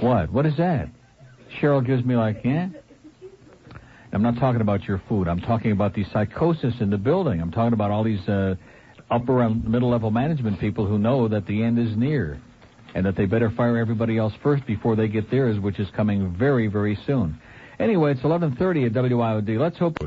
Speaker 1: What? What is that? Cheryl gives me like, eh? yeah. I'm not talking about your food. I'm talking about the psychosis in the building. I'm talking about all these uh, upper and middle level management people who know that the end is near and that they better fire everybody else first before they get theirs, which is coming very, very soon. Anyway, it's 11:30 at WIOD. Let's hope.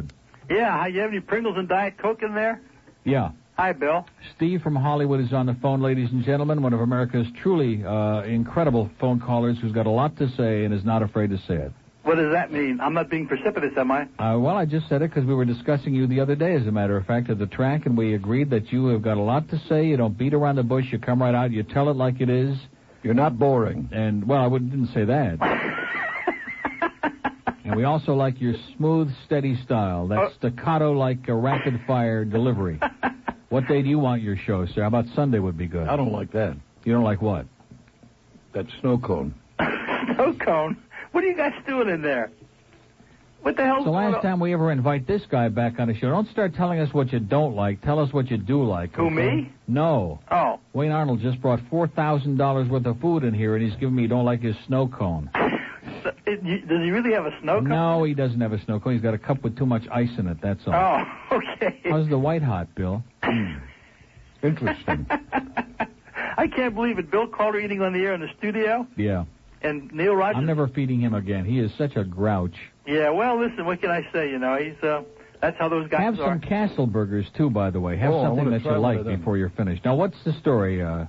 Speaker 17: Yeah, hi, you have any Pringles and Diet Coke in there?
Speaker 1: Yeah.
Speaker 17: Hi, Bill.
Speaker 1: Steve from Hollywood is on the phone, ladies and gentlemen, one of America's truly uh, incredible phone callers who's got a lot to say and is not afraid to say it.
Speaker 17: What does that mean? I'm not being precipitous, am I? <laughs>
Speaker 1: Uh, well, I just said it because we were discussing you the other day, as a matter of fact, at the track, and we agreed that you have got a lot to say. You don't beat around the bush. You come right out. You tell it like it is.
Speaker 2: You're not boring.
Speaker 1: And well, I wouldn't didn't
Speaker 2: <laughs>
Speaker 1: say that. and we also like your smooth, steady style.
Speaker 2: Uh.
Speaker 1: That staccato, like a rapid fire delivery. what day do you want your show, sir? How about Sunday would be good.
Speaker 2: I don't like that.
Speaker 1: You don't like what?
Speaker 2: That snow cone.
Speaker 17: Snow cone. What are you guys doing in there? What the hell's
Speaker 1: It's the
Speaker 17: going
Speaker 1: last
Speaker 17: on?
Speaker 1: time we ever invite this guy back on the show. Don't start telling us what you don't like. Tell us what you do like.
Speaker 17: Who,
Speaker 1: okay?
Speaker 17: me?
Speaker 1: No.
Speaker 17: Oh.
Speaker 1: Wayne Arnold just brought four thousand dollars worth of food in here, and he's giving me don't like his snow cone.
Speaker 17: So, it- you- does he really have a snow cone?
Speaker 1: No, he doesn't have a snow cone. He's got a cup with too much ice in it. That's all.
Speaker 17: Oh, <laughs> okay.
Speaker 1: How's the white hot,
Speaker 17: <laughs>
Speaker 1: Bill?
Speaker 2: Interesting.
Speaker 17: I can't believe it. Bill Calder eating on the air in the studio,
Speaker 1: Yeah.
Speaker 17: and Neil Rogers.
Speaker 1: I'm never feeding him again. He is such a grouch.
Speaker 17: Yeah, well, listen, what can I say? You know, he's uh, that's how those guys
Speaker 1: Have
Speaker 17: are.
Speaker 1: some Castle burgers too, by the way. Have
Speaker 17: Oh, I
Speaker 1: something
Speaker 17: wanna
Speaker 1: that
Speaker 17: try
Speaker 1: you
Speaker 17: one
Speaker 1: like
Speaker 17: of them.
Speaker 1: before you're finished. Now, what's the story, uh,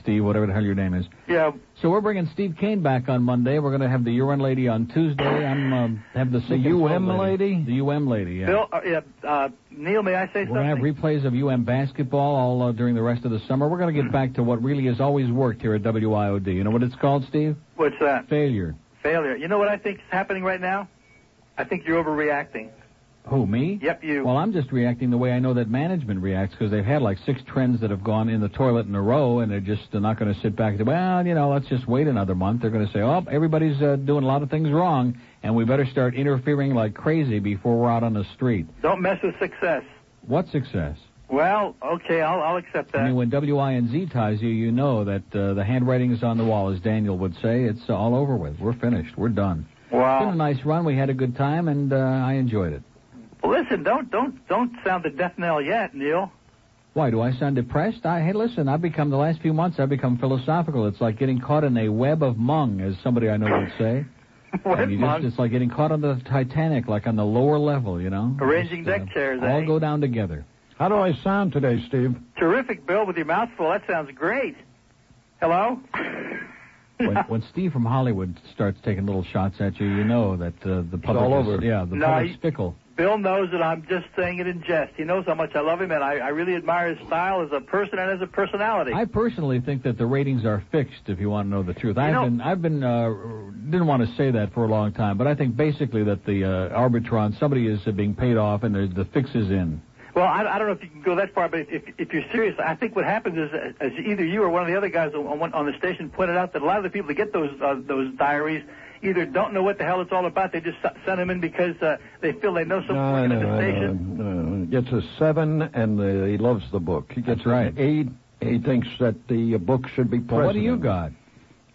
Speaker 1: Steve? Whatever the hell your name is.
Speaker 17: Yeah,
Speaker 1: So we're bringing Steve Kane back on Monday. We're going to have the UN lady on Tuesday. I'm um, have the
Speaker 17: The UM
Speaker 1: lady. The UM lady. Yeah.
Speaker 17: Bill, uh, yeah, uh, Neil, may I say
Speaker 1: We're going to have
Speaker 17: something?
Speaker 1: replays of UM basketball all uh, during the rest of the summer. We're
Speaker 17: Hmm.
Speaker 1: going to get back to what really has always worked here at WIOD. You know what it's called, Steve?
Speaker 17: What's that?
Speaker 1: Failure.
Speaker 17: Failure. You know what I think is happening right now? I think you're overreacting.
Speaker 1: Who, me?
Speaker 17: Yep, you.
Speaker 1: Well, I'm just reacting the way I know that management reacts because they've had like six trends that have gone in the toilet in a row, and they're just they're not going to sit back and say, well, you know, let's just wait another month. They're going to say, oh, everybody's uh, doing a lot of things wrong, and we better start interfering like crazy before we're out on the street.
Speaker 17: Don't mess with success.
Speaker 1: What success?
Speaker 17: Well, okay, I'll, I'll accept that.
Speaker 1: I mean, when WINZ ties you, you know that uh, the handwriting's on the wall, as Daniel would say. It's uh, all over with. We're finished. We're done.
Speaker 17: Wow.
Speaker 1: It's been a nice run. We had a good time, and uh, I enjoyed it.
Speaker 17: Well, listen, don't don't don't sound the death knell yet, Neil.
Speaker 1: Why do I sound depressed? I hey, listen. I've become the last few months. I've become philosophical. It's like getting caught in a web of mung, as somebody I know would
Speaker 17: <laughs>
Speaker 1: say. And you just-
Speaker 17: mung?
Speaker 1: it's like getting caught on the Titanic, like on the lower level, you know.
Speaker 17: Arranging deck chairs,
Speaker 1: All
Speaker 17: eh?
Speaker 1: go down together.
Speaker 2: How do I sound today, Steve?
Speaker 17: Terrific, Bill, with your mouth full. That sounds great. Hello?
Speaker 1: <laughs> When, when Steve from Hollywood starts taking little shots at you, you know that uh, the public
Speaker 2: all
Speaker 1: is-
Speaker 2: over.
Speaker 1: yeah, the
Speaker 17: No,
Speaker 1: public's
Speaker 17: he-
Speaker 1: fickle.
Speaker 17: Bill knows that I'm just saying it in jest. He knows how much I love him, and I, I really admire his style as a person and as a personality.
Speaker 1: I personally think that the ratings are fixed. If you want to know the truth, I've
Speaker 17: know-
Speaker 1: been I've been uh, didn't want to say that for a long time, but I think basically that the uh, Arbitron somebody is uh, being paid off and the, the fix is in.
Speaker 17: Well, I, I don't know if you can go that far, but if, if, if you're serious, I think what happens is, uh, as either you or one of the other guys on, one- on the station pointed out, that a lot of the people that get those uh, those diaries either don't know what the hell it's all about. They just s- send them in because uh, they feel they know something
Speaker 2: No, no,
Speaker 17: at the
Speaker 2: no,
Speaker 17: station.
Speaker 2: no. Gets a seven, and uh, he loves the book. He gets right. an eight. He thinks that the uh, book should be
Speaker 1: Well,
Speaker 2: president.
Speaker 1: what do you got?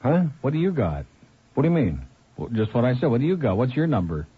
Speaker 2: Huh?
Speaker 1: What do you got?
Speaker 2: What do you mean?
Speaker 1: Well, just what I said. What do you got? What's your number?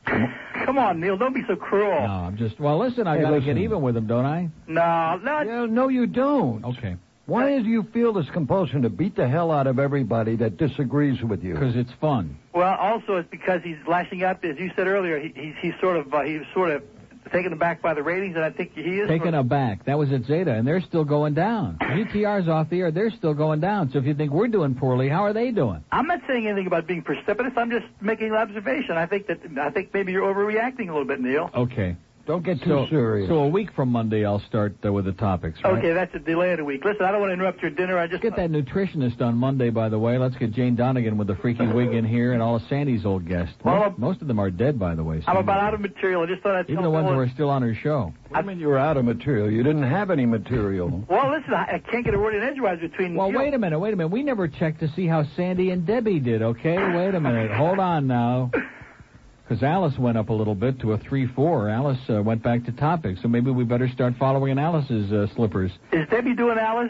Speaker 17: Come on, Neil, don't be so cruel.
Speaker 1: No, I'm just. Well, listen, I
Speaker 17: Hey,
Speaker 1: gotta
Speaker 17: listen.
Speaker 1: get even with him, don't I?
Speaker 17: No, not.
Speaker 2: Yeah, no, you don't.
Speaker 1: Okay.
Speaker 2: Why do you feel this compulsion to beat the hell out of everybody that disagrees with you?
Speaker 1: Because it's fun.
Speaker 17: Well, also it's because he's lashing out. As you said earlier, he, he's he's sort of uh, he's sort of taken aback by the ratings, and I think he is
Speaker 1: Taken
Speaker 17: sort of-
Speaker 1: aback. That was at Zeta, and they're still going down. UTR's off the air. They're still going down. So if you think we're doing poorly, how are they doing?
Speaker 17: I'm not saying anything about being precipitous. I'm just making an observation. I think that I think maybe you're overreacting a little bit, Neil.
Speaker 1: Okay.
Speaker 2: Don't get
Speaker 1: so, So a week from Monday, I'll start uh, with the topics. Right?
Speaker 17: Okay, that's a delay of a week. Listen, I don't want to interrupt your dinner. I just
Speaker 1: Get that nutritionist on Monday, by the way. Let's get Jane Donegan with the freaky wig in here and all of Sandy's old guests. Most, most of them are dead, by the way.
Speaker 17: I'm
Speaker 1: Sandy.
Speaker 17: about out of material. I just thought I'd
Speaker 1: Even
Speaker 17: tell
Speaker 1: the ones
Speaker 17: Bill-
Speaker 1: who are still on her show.
Speaker 2: I mean, you were out of material. You didn't have any material.
Speaker 17: Well, listen, I, I can't get a word in edgewise between.
Speaker 1: Well,
Speaker 17: Neil-
Speaker 1: wait a minute, wait a minute. We never checked to see how Sandy and Debbie did, okay? Wait a minute. Hold on now. Because Alice went up a little bit to a 3 4. Alice uh, went back to topic, so maybe we better start following in Alice's uh, slippers.
Speaker 17: Is Debbie doing Alice?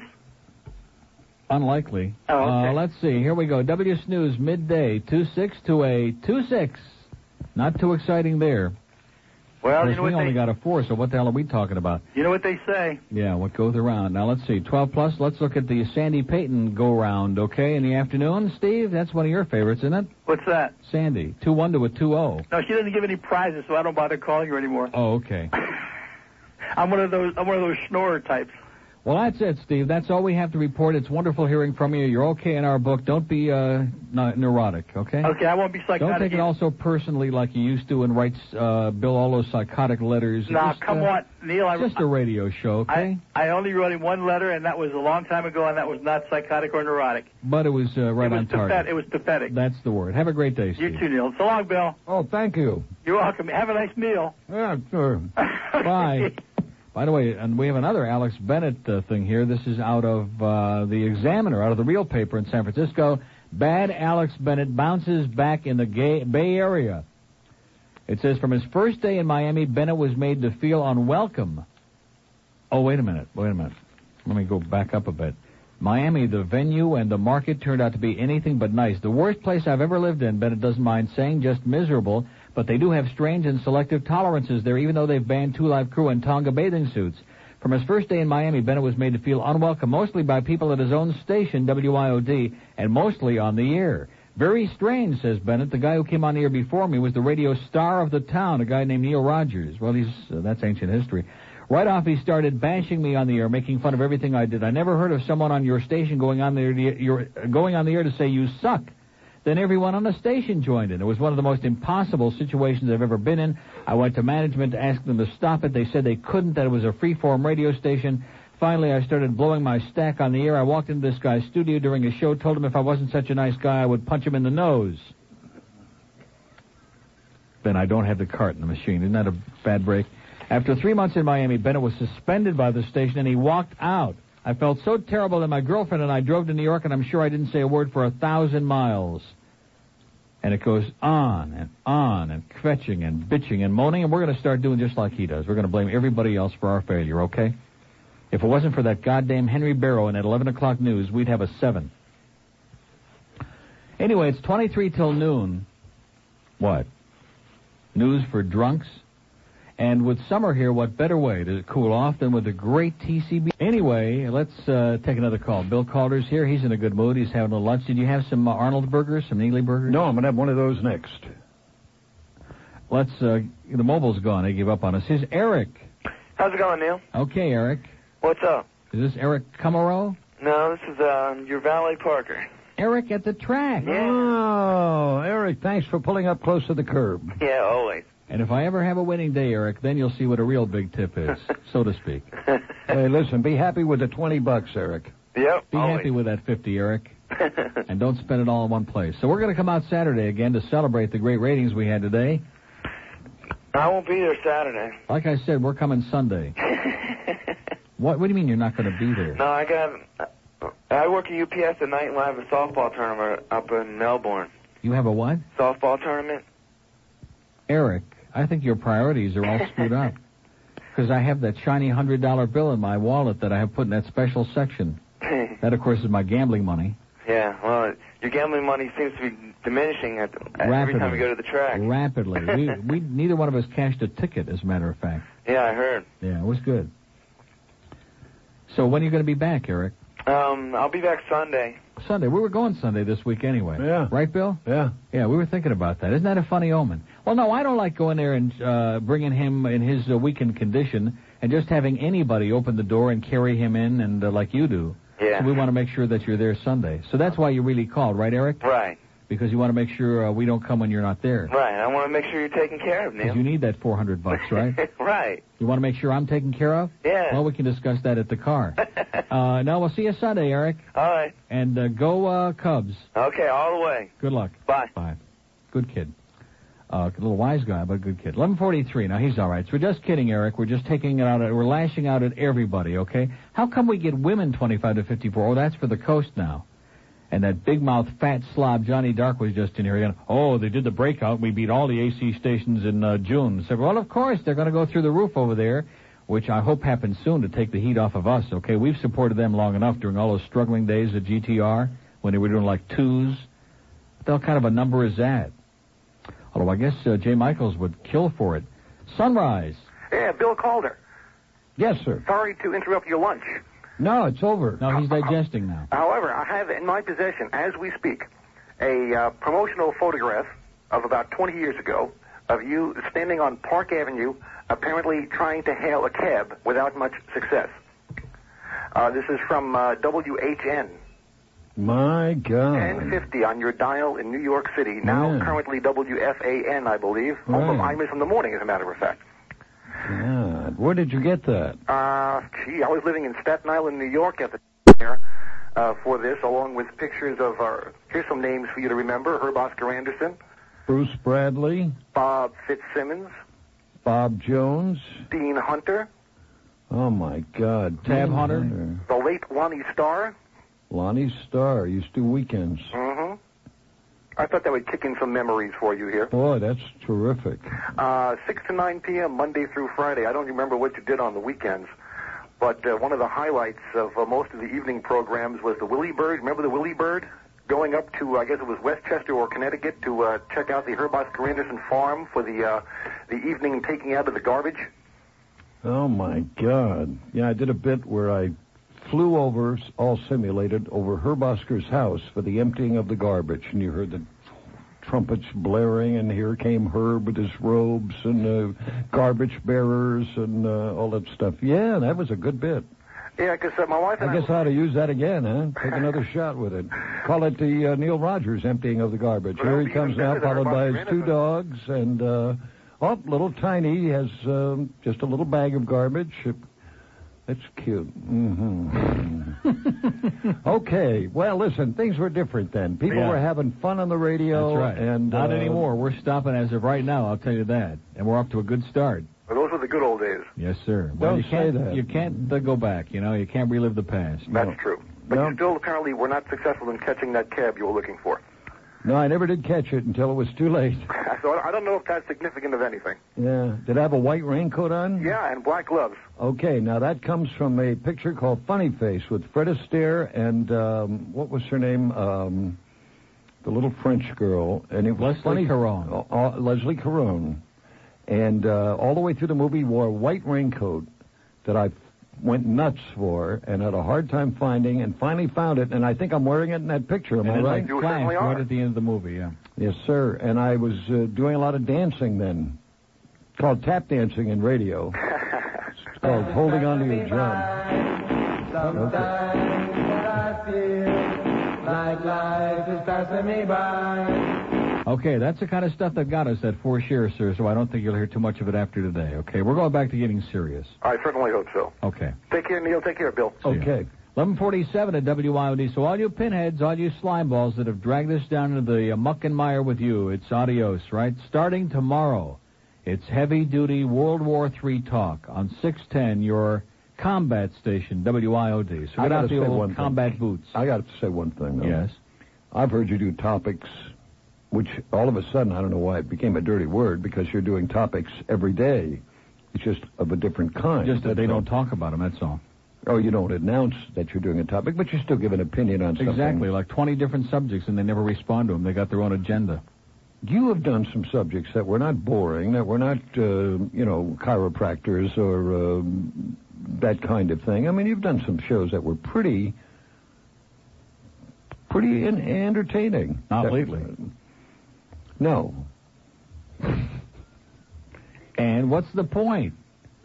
Speaker 1: Unlikely.
Speaker 17: Oh, okay.
Speaker 1: uh, let's see. Here we go. W Snooze, midday, 2628, 26. Not too exciting there.
Speaker 17: Well,
Speaker 1: Of
Speaker 17: you know
Speaker 1: course, we
Speaker 17: what
Speaker 1: only
Speaker 17: they
Speaker 1: got a 4, so what the hell are we talking about?
Speaker 17: you know what they say.
Speaker 1: Yeah, what goes around. Now let's see, 12 plus. Let's look at the Sandy Payton go round. Okay, in the afternoon, Steve. That's one of your favorites, isn't it?
Speaker 17: What's that?
Speaker 1: Sandy, two one to a two zero.
Speaker 17: No, she doesn't give any prizes, so I don't bother calling her anymore.
Speaker 1: Oh, okay.
Speaker 17: I'm one of those. I'm one of those schnorrer types.
Speaker 1: Well, that's it, Steve. That's all we have to report. It's wonderful hearing from you. You're okay in our book. Don't be uh, neu- neurotic, okay?
Speaker 17: Okay, I won't be psychotic.
Speaker 1: Don't take it all so personally like you used to and write uh, Bill all those psychotic letters.
Speaker 17: Nah,
Speaker 1: Just,
Speaker 17: come
Speaker 1: uh,
Speaker 17: on, Neil. I,
Speaker 1: Just a radio show, okay?
Speaker 17: I only wrote him one letter, and that was a long time ago, and that was not psychotic or neurotic.
Speaker 1: but it was uh, right
Speaker 17: it was
Speaker 1: on target.
Speaker 17: Pathet- it was pathetic.
Speaker 1: That's the word. Have a great day, Steve.
Speaker 17: You too, Neil. So long, Bill.
Speaker 2: Oh, thank you.
Speaker 17: You're welcome. Have a nice meal.
Speaker 2: Yeah, sure.
Speaker 1: Bye. By the way, and we have another Alex Bennett uh, thing here. This is out of uh, the Examiner, out of the real paper in San Francisco. Bad Alex Bennett bounces back in the gay, Bay Area. It says from his first day in Miami, Bennett was made to feel unwelcome. Oh, wait a minute. Wait a minute. Let me go back up a bit. Miami, the venue and the market turned out to be anything but nice. The worst place I've ever lived in, Bennett doesn't mind saying, just miserable. But they do have strange and selective tolerances there, even though they've banned Two Live Crew and Tonga bathing suits. From his first day in Miami, Bennett was made to feel unwelcome, mostly by people at his own station, WIOD, and mostly on the air. Very strange, says Bennett. The guy who came on the air before me was the radio star of the town, a guy named Neil Rogers. Well, he's uh, that's ancient history. Right off, he started bashing me on the air, making fun of everything I did. I never heard of someone on your station going on the air to, your, going on the air to say you suck. Then everyone on the station joined in. It was one of the most impossible situations I've ever been in. I went to management to ask them to stop it. They said they couldn't, that it was a free-form radio station. Finally, I started blowing my stack on the air. I walked into this guy's studio during a show, told him if I wasn't such a nice guy, I would punch him in the nose. Then I don't have the cart in the machine. Isn't that a bad break? After three months in Miami, Bennett was suspended by the station and he walked out. I felt so terrible that my girlfriend and I drove to New York and I'm sure I didn't say a word for a thousand miles. And it goes on and on and fetching and bitching and moaning, and we're going to start doing just like he does. We're going to blame everybody else for our failure, okay? If it wasn't for that goddamn Henry Barrow and at 11 o'clock news, we'd have a 7. Anyway, it's 23 till noon. What? News for drunks? And with summer here, what better way to cool off than with a great TCB? Anyway, let's uh, take another call. Bill Calder's here. He's in a good mood. He's having a lunch. Did you have some uh, Arnold burgers, some Neely burgers?
Speaker 2: No, I'm going to have one of those next.
Speaker 1: Let's. Uh, the mobile's gone. They gave up on us. Here's Eric.
Speaker 18: How's it going, Neil?
Speaker 1: Okay, Eric.
Speaker 18: What's up?
Speaker 1: Is this Eric Cumaro?
Speaker 18: No, this is uh, your valet Parker.
Speaker 1: Eric at the track.
Speaker 2: Oh, Eric, thanks for pulling up close to the curb.
Speaker 18: Yeah, always.
Speaker 1: And if I ever have a winning day, Eric, then you'll see what a real big tip is, so to speak.
Speaker 2: hey, listen, be happy with the 20 bucks, Eric.
Speaker 18: Yep.
Speaker 1: Be happy with that 50, Eric. and don't spend it all in one place. So we're going to come out Saturday again to celebrate the great ratings we had today.
Speaker 18: I won't be there Saturday.
Speaker 1: Like I said, we're coming Sunday. what, what do you mean you're not going to be there?
Speaker 18: <laughs> No, I got. uh, I work at UPS at night, and I have a softball tournament up in Melbourne.
Speaker 1: You have a what?
Speaker 18: Softball tournament. <laughs>
Speaker 1: Eric, I think your priorities are all screwed up. Because I have that shiny $100 bill in my wallet that I have put in that special section. That, of course, is my gambling money.
Speaker 18: yeah. Well, your gambling money seems to be diminishing at the, every time
Speaker 1: Rapidly.
Speaker 18: you go to the track.
Speaker 1: Rapidly. we, we, neither one of us cashed a ticket, as a matter of fact.
Speaker 18: Yeah, I heard.
Speaker 1: Yeah, it was good. So when are you going to be back, Eric?
Speaker 18: Um, I'll be back Sunday.
Speaker 1: Sunday. We were going Sunday this week anyway. Yeah. Right, Bill?
Speaker 2: Yeah.
Speaker 1: Yeah, we were thinking about that. Isn't that a funny omen? Well, no, I don't like going there and uh, bringing him in his uh, weakened condition and just having anybody open the door and carry him in and uh, like you do.
Speaker 18: Yeah.
Speaker 1: So we want to make sure that you're there Sunday. So that's why you really called, right, Eric?
Speaker 18: Right.
Speaker 1: Because you want to make sure uh, we don't come when you're not there.
Speaker 18: Right. I want to make sure you're taken care of,
Speaker 1: Because
Speaker 18: Neil.
Speaker 1: you need that 400 bucks,
Speaker 18: <laughs>
Speaker 1: right?
Speaker 18: right.
Speaker 1: you want to make sure I'm taken care of?
Speaker 18: Yeah.
Speaker 1: Well, we can discuss that at the
Speaker 18: <laughs>
Speaker 1: car. uh, no, we'll see you Sunday, Eric.
Speaker 18: All right.
Speaker 1: And uh, go uh, Cubs.
Speaker 18: Okay. All the way.
Speaker 1: Good luck.
Speaker 18: Bye.
Speaker 1: Bye. Good kid. Uh, a little wise guy, but a good kid. 11:43. Now he's all right. So we're just kidding, Eric. We're just taking it out. At, we're lashing out at everybody. Okay? How come we get women 25 to 54? Oh, that's for the coast now. And that big mouth fat slob Johnny Dark was just in here again. Oh, they did the breakout. We beat all the AC stations in uh, June. So, well, of course they're going to go through the roof over there, which I hope happens soon to take the heat off of us. Okay? We've supported them long enough during all those struggling days of GTR when they were doing like twos. What the hell kind of a number is that? Although I guess uh, Jay Michaels would kill for it. Sunrise.
Speaker 12: Yeah, Bill Calder.
Speaker 2: Yes, sir.
Speaker 12: Sorry to interrupt your lunch.
Speaker 2: No, it's over.
Speaker 1: No, he's digesting now.
Speaker 12: However, I have in my possession, as we speak, a uh, promotional photograph of about 20 years ago of you standing on Park Avenue, apparently trying to hail a cab without much success. Uh, this is from uh, WHN
Speaker 2: My
Speaker 1: Oh.
Speaker 2: God.
Speaker 12: 1050 on your dial in New York City, now
Speaker 2: Yeah.
Speaker 12: currently WFAN, I believe. Although I miss in the morning, as a matter of fact.
Speaker 2: God. Where did you get that?
Speaker 12: Uh, gee, I was living in Staten Island, New York at the there uh, for this, along with pictures of our. Here's some names for you to remember: Herb Oscar Anderson,
Speaker 2: Bruce Bradley,
Speaker 12: Bob Fitzsimmons,
Speaker 2: Bob Jones.
Speaker 12: Dean Hunter,
Speaker 2: Oh my God.
Speaker 1: Tab
Speaker 2: Dean
Speaker 1: Hunter.
Speaker 12: the late Lonnie Starr.
Speaker 2: Lonnie Starr used to do weekends.
Speaker 12: Mm-hmm. I thought that would kick in some memories for you here.
Speaker 2: Boy, that's terrific.
Speaker 12: Uh, 6 to 9 p.m. Monday through Friday. I don't remember what you did on the weekends, but uh, one of the highlights of uh, most of the evening programs was the Willie Bird. Remember the Willie Bird? Going up to, I guess it was Westchester or Connecticut to uh, check out the Herb Oscar Anderson farm for the uh, the evening taking out of the garbage.
Speaker 2: Oh my God. Yeah, I did a bit where I flew over, all simulated, over Herb Oscar's house for the emptying of the garbage, and you heard the trumpets blaring, and here came Herb with his robes and uh, garbage bearers and uh, all that stuff. Yeah, that was a good bit.
Speaker 12: Yeah, 'cause uh, my wife and
Speaker 2: I guess I ought to use that again, huh?
Speaker 12: <laughs>
Speaker 2: Take another shot with it. Call it the uh, Neil Rogers emptying of the garbage.
Speaker 12: Well,
Speaker 2: Here
Speaker 12: that'd
Speaker 2: he
Speaker 12: be
Speaker 2: comes
Speaker 12: even
Speaker 2: now,
Speaker 12: better than
Speaker 2: followed by
Speaker 12: Herb
Speaker 2: his
Speaker 12: Oscar
Speaker 2: two
Speaker 12: Anderson.
Speaker 2: dogs, and uh, oh, little Tiny has um, just a little bag of garbage. That's cute. hmm <laughs> okay. Well, listen, things were different then. People
Speaker 1: Yeah.
Speaker 2: were having fun on the radio,
Speaker 1: That's right.
Speaker 2: and
Speaker 1: Not
Speaker 2: uh,
Speaker 1: anymore. We're stopping as of right now. I'll tell you that. And we're off to a good start.
Speaker 12: I. Those were the good old days.
Speaker 1: Yes, sir.
Speaker 2: Don't
Speaker 1: you
Speaker 2: say
Speaker 1: can't,
Speaker 2: that.
Speaker 1: You can't uh, go back. You know, you can't relive the past.
Speaker 12: That's true. But you still apparently were not successful in catching that cab you were looking for. <laughs>
Speaker 2: No, I never did catch it until it was too late.
Speaker 12: so I I don't know if that's significant of anything.
Speaker 2: Yeah. Did I have a white raincoat on?
Speaker 12: Yeah, and black gloves.
Speaker 2: Okay, now that comes from a picture called Funny Face with Fred Astaire and um, what was her name? Um, the little French girl, and it was
Speaker 1: Leslie
Speaker 2: Funny
Speaker 1: Caron.
Speaker 2: Uh, uh, Leslie Caron, and uh, all the way through the movie wore a white raincoat that I went nuts for and had a hard time finding, and finally found it, and I think I'm wearing it in that picture. Am
Speaker 1: and
Speaker 2: I
Speaker 1: it's
Speaker 2: right?
Speaker 1: like flash right at the end of the movie. Yeah.
Speaker 2: Yes, sir. And I was uh, doing a lot of dancing then, called tap dancing in radio. It's called holding on to your drum.
Speaker 7: Sometimes what I feel like life is passing me by.
Speaker 1: Okay, that's the kind of stuff that got us at four shares, sir, so I don't think you'll hear too much of it after today. Okay, we're going back to getting serious.
Speaker 12: I certainly hope so.
Speaker 1: Okay.
Speaker 12: Take care, Neil. Take care, Bill.
Speaker 1: Okay. 1147 at WYOD. So all you pinheads, all you slime balls that have dragged us down into the uh, muck and mire with you, it's adios, right? Starting tomorrow, it's heavy duty World War III talk on 610, your combat station, WYOD. So
Speaker 2: I
Speaker 1: get
Speaker 2: gotta
Speaker 1: out the
Speaker 2: say
Speaker 1: old
Speaker 2: one thing.
Speaker 1: combat boots.
Speaker 2: I got to say one thing, though.
Speaker 1: Yes.
Speaker 2: I've heard you do topics, which all of a sudden, I don't know why it became a dirty word, because you're doing topics every day. It's just of a different kind.
Speaker 1: Just that they
Speaker 2: That's all.
Speaker 1: don't talk about them, that's all.
Speaker 2: Oh, you don't announce that you're doing a topic, but you still give an opinion on something.
Speaker 1: Exactly, like 20 different subjects, and they never respond to them. They got their own agenda.
Speaker 2: You have done some subjects that were not boring, that were not, uh, you know, chiropractors or um, that kind of thing. I mean, you've done some shows that were pretty, pretty en- entertaining.
Speaker 1: Not
Speaker 2: That-
Speaker 1: lately.
Speaker 2: No.
Speaker 1: And what's the point?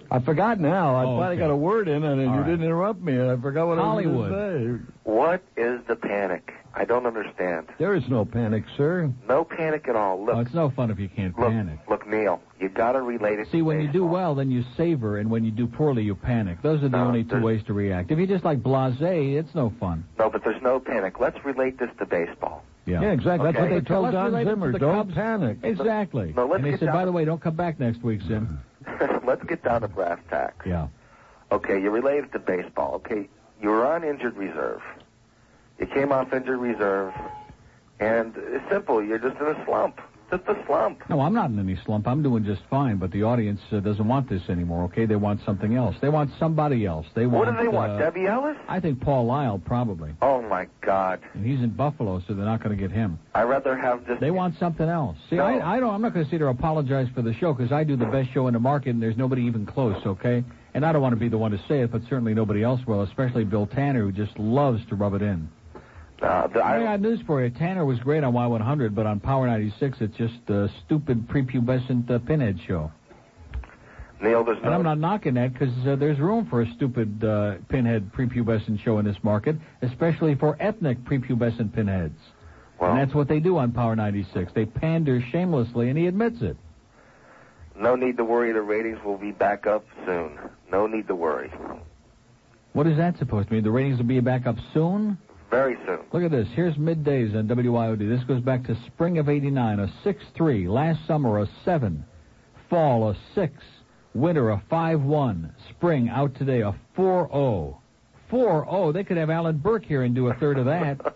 Speaker 2: I forgot now. I
Speaker 1: Oh,
Speaker 2: finally
Speaker 1: okay.
Speaker 2: got a word in, and you
Speaker 1: All right.
Speaker 2: didn't interrupt me, and I forgot what I was gonna
Speaker 1: Hollywood.
Speaker 2: say.
Speaker 18: What is the panic? I don't understand.
Speaker 2: There is no panic, sir.
Speaker 18: No panic at all. Look,
Speaker 1: Oh, it's no fun if you can't
Speaker 18: look,
Speaker 1: panic.
Speaker 18: look, Neil. You gotta relate it.
Speaker 1: See,
Speaker 18: to
Speaker 1: when you
Speaker 18: baseball.
Speaker 1: do well, then you savor, and when you do poorly, you panic. Those are the
Speaker 18: No,
Speaker 1: only two
Speaker 18: there's-
Speaker 1: ways to react. If you're just like blasé, it's no fun.
Speaker 18: No, but there's no panic. Let's relate this to baseball.
Speaker 1: Yeah,
Speaker 2: exactly. That's
Speaker 18: Okay.
Speaker 2: what they
Speaker 18: Let's
Speaker 2: tell
Speaker 1: relate it to
Speaker 2: Don
Speaker 1: the
Speaker 2: Zimmer. Don't
Speaker 1: Cubs.
Speaker 2: panic.
Speaker 1: Exactly.
Speaker 18: No, let's
Speaker 1: and they
Speaker 18: get
Speaker 1: said,
Speaker 18: down-
Speaker 1: by the way, don't come back next week, Zim.
Speaker 18: <laughs> Let's get down to brass tacks.
Speaker 1: Yeah.
Speaker 18: Okay, you related to baseball. Okay, you were on injured reserve. You came off injured reserve, and it's simple. You're just in a slump. Just a slump.
Speaker 1: No, I'm not in any slump. I'm doing just fine, but the audience uh, doesn't want this anymore, okay? They want something else. They want somebody else. They
Speaker 18: What
Speaker 1: want,
Speaker 18: do they want?
Speaker 1: uh,
Speaker 18: Debbie Ellis?
Speaker 1: I think Paul Lyle, probably.
Speaker 18: Oh my God!
Speaker 1: And he's in Buffalo, so they're not going to get him.
Speaker 18: I'd rather have this.
Speaker 1: They want something else. See, I, I don't. I'm not going to sit here and apologize for the show because I do the best show in the market, and there's nobody even close. Okay, and I don't want to be the one to say it, but certainly nobody else will, especially Bill Tanner, who just loves to rub it in.
Speaker 18: Uh, the,
Speaker 1: I,
Speaker 18: I,
Speaker 1: got news for you. Tanner was great on Y100, but on Power 96, it's just a stupid prepubescent uh, pinhead show.
Speaker 18: Neil, there's
Speaker 1: And
Speaker 18: no.
Speaker 1: I'm not knocking that because uh, there's room for a stupid uh, pinhead prepubescent show in this market, especially for ethnic prepubescent pinheads.
Speaker 18: Well-
Speaker 1: and that's what they do on Power 96. They pander shamelessly, and he admits it.
Speaker 18: No need to worry. The ratings will be back up soon. No need to worry.
Speaker 1: What is that supposed to mean? The ratings will be back up soon?
Speaker 18: Very soon.
Speaker 1: Look at this. Here's middays on WIOD. This goes back to spring of 89, a 6-3. Last summer, a 7. Fall, a 6. Winter, a 5-1. Spring, out today, a 4-0. 4-0. oh. They could have Alan Burke here and do a third of
Speaker 18: <laughs>
Speaker 1: that.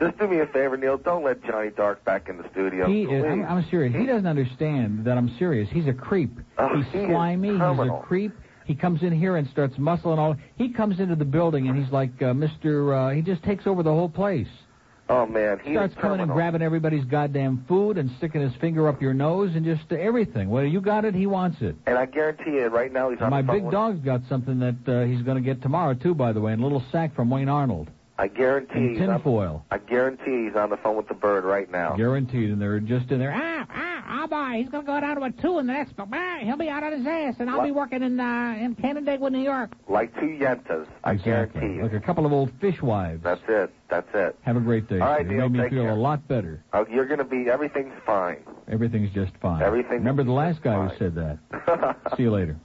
Speaker 18: Just do me a favor, Neil. Don't let Johnny Dark back in the studio.
Speaker 1: He is, I'm,
Speaker 18: Please.
Speaker 1: I'm serious. He doesn't understand that I'm serious. He's a creep.
Speaker 18: Oh,
Speaker 1: He's
Speaker 18: he is
Speaker 1: slimy. He's
Speaker 18: terminal.
Speaker 1: a creep. He comes in here and starts muscling all. He comes into the building and he's like uh, Mr. Uh, he just takes over the whole place.
Speaker 18: oh man, he
Speaker 1: starts
Speaker 18: is
Speaker 1: coming and
Speaker 18: terminal.
Speaker 1: grabbing everybody's goddamn food and sticking his finger up your nose and just uh, everything. Well, you got it. He wants it.
Speaker 18: And I guarantee you, right now he's on
Speaker 1: My
Speaker 18: the phone
Speaker 1: big
Speaker 18: with-
Speaker 1: dog's got something that uh, he's going to get tomorrow too. By the way, and a little sack from Wayne Arnold
Speaker 18: I guarantee
Speaker 1: in
Speaker 18: he's on,
Speaker 1: tinfoil,
Speaker 18: I guarantee he's on the phone with the bird right now.
Speaker 1: guaranteed. And they're just in there.
Speaker 5: Ah, ah, oh boy, he's gonna go down to a two in the next, but ah, he'll be out on his ass, and I'll be working in uh, in Canandaigua, New York.
Speaker 18: Like two yentas. I
Speaker 1: Exactly.
Speaker 18: guarantee you.
Speaker 1: Like a couple of old fishwives.
Speaker 18: That's it. That's it.
Speaker 1: Have a great day.
Speaker 18: All right,
Speaker 1: sir. You
Speaker 18: Neil,
Speaker 1: made me
Speaker 18: take
Speaker 1: feel
Speaker 18: care.
Speaker 1: a lot better.
Speaker 18: Uh, you're gonna be everything's fine.
Speaker 1: Everything's just fine.
Speaker 18: Everything-
Speaker 1: Remember the last guy who
Speaker 18: fine.
Speaker 1: said that.
Speaker 18: <laughs>
Speaker 1: See you later.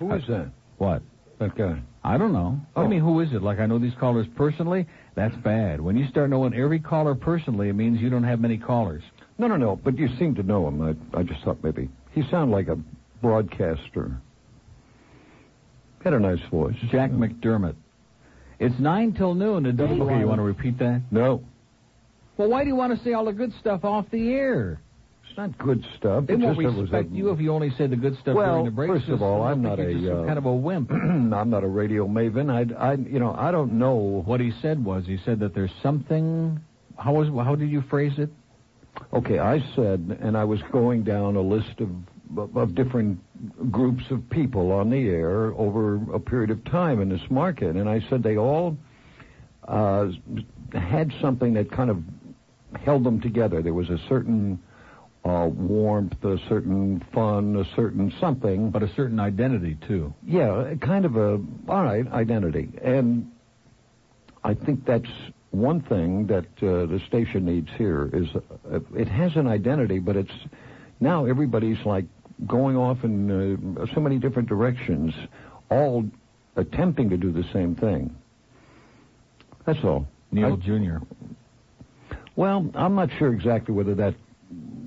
Speaker 2: Who is that?
Speaker 1: What?
Speaker 2: That guy.
Speaker 1: I don't know.
Speaker 2: Oh.
Speaker 1: What do you mean, who is it? Like, I know these callers personally? That's bad. When you start knowing every caller personally, it means you don't have many callers.
Speaker 2: No, no, no. But you seem to know him. I, I just thought maybe he sounded like a broadcaster. Had a nice voice.
Speaker 1: Jack McDermott. It's 9 till noon. It doesn't okay, you want to repeat that?
Speaker 2: No,
Speaker 1: Well, why do you want to say all the good stuff off the air?
Speaker 2: it's not good stuff.
Speaker 1: They
Speaker 2: It's
Speaker 1: won't
Speaker 2: just it was
Speaker 1: respect
Speaker 2: a-
Speaker 1: you if you only say the good stuff
Speaker 2: Well,
Speaker 1: during the break.
Speaker 2: first of all, I'm not
Speaker 1: you
Speaker 2: a,
Speaker 1: just
Speaker 2: uh,
Speaker 1: kind of a
Speaker 2: <clears throat>
Speaker 1: wimp.
Speaker 2: I'm not a radio maven. I, I, you know, I don't know.
Speaker 1: What he said was, he said that there's something. How was? How did you phrase it?
Speaker 2: Okay, I said, and I was going down a list of of different groups of people on the air over a period of time in this market, and I said they all uh, had something that kind of held them together. There was a certain uh, warmth, a certain fun, a certain something.
Speaker 1: But a certain identity too.
Speaker 2: Yeah, kind of a all right identity, and I think that's one thing that uh, the station needs here is uh, it has an identity, but it's now everybody's like going off in uh, so many different directions, all attempting to do the same thing. That's all.
Speaker 1: Neil Jr.
Speaker 2: Well, I'm not sure exactly whether that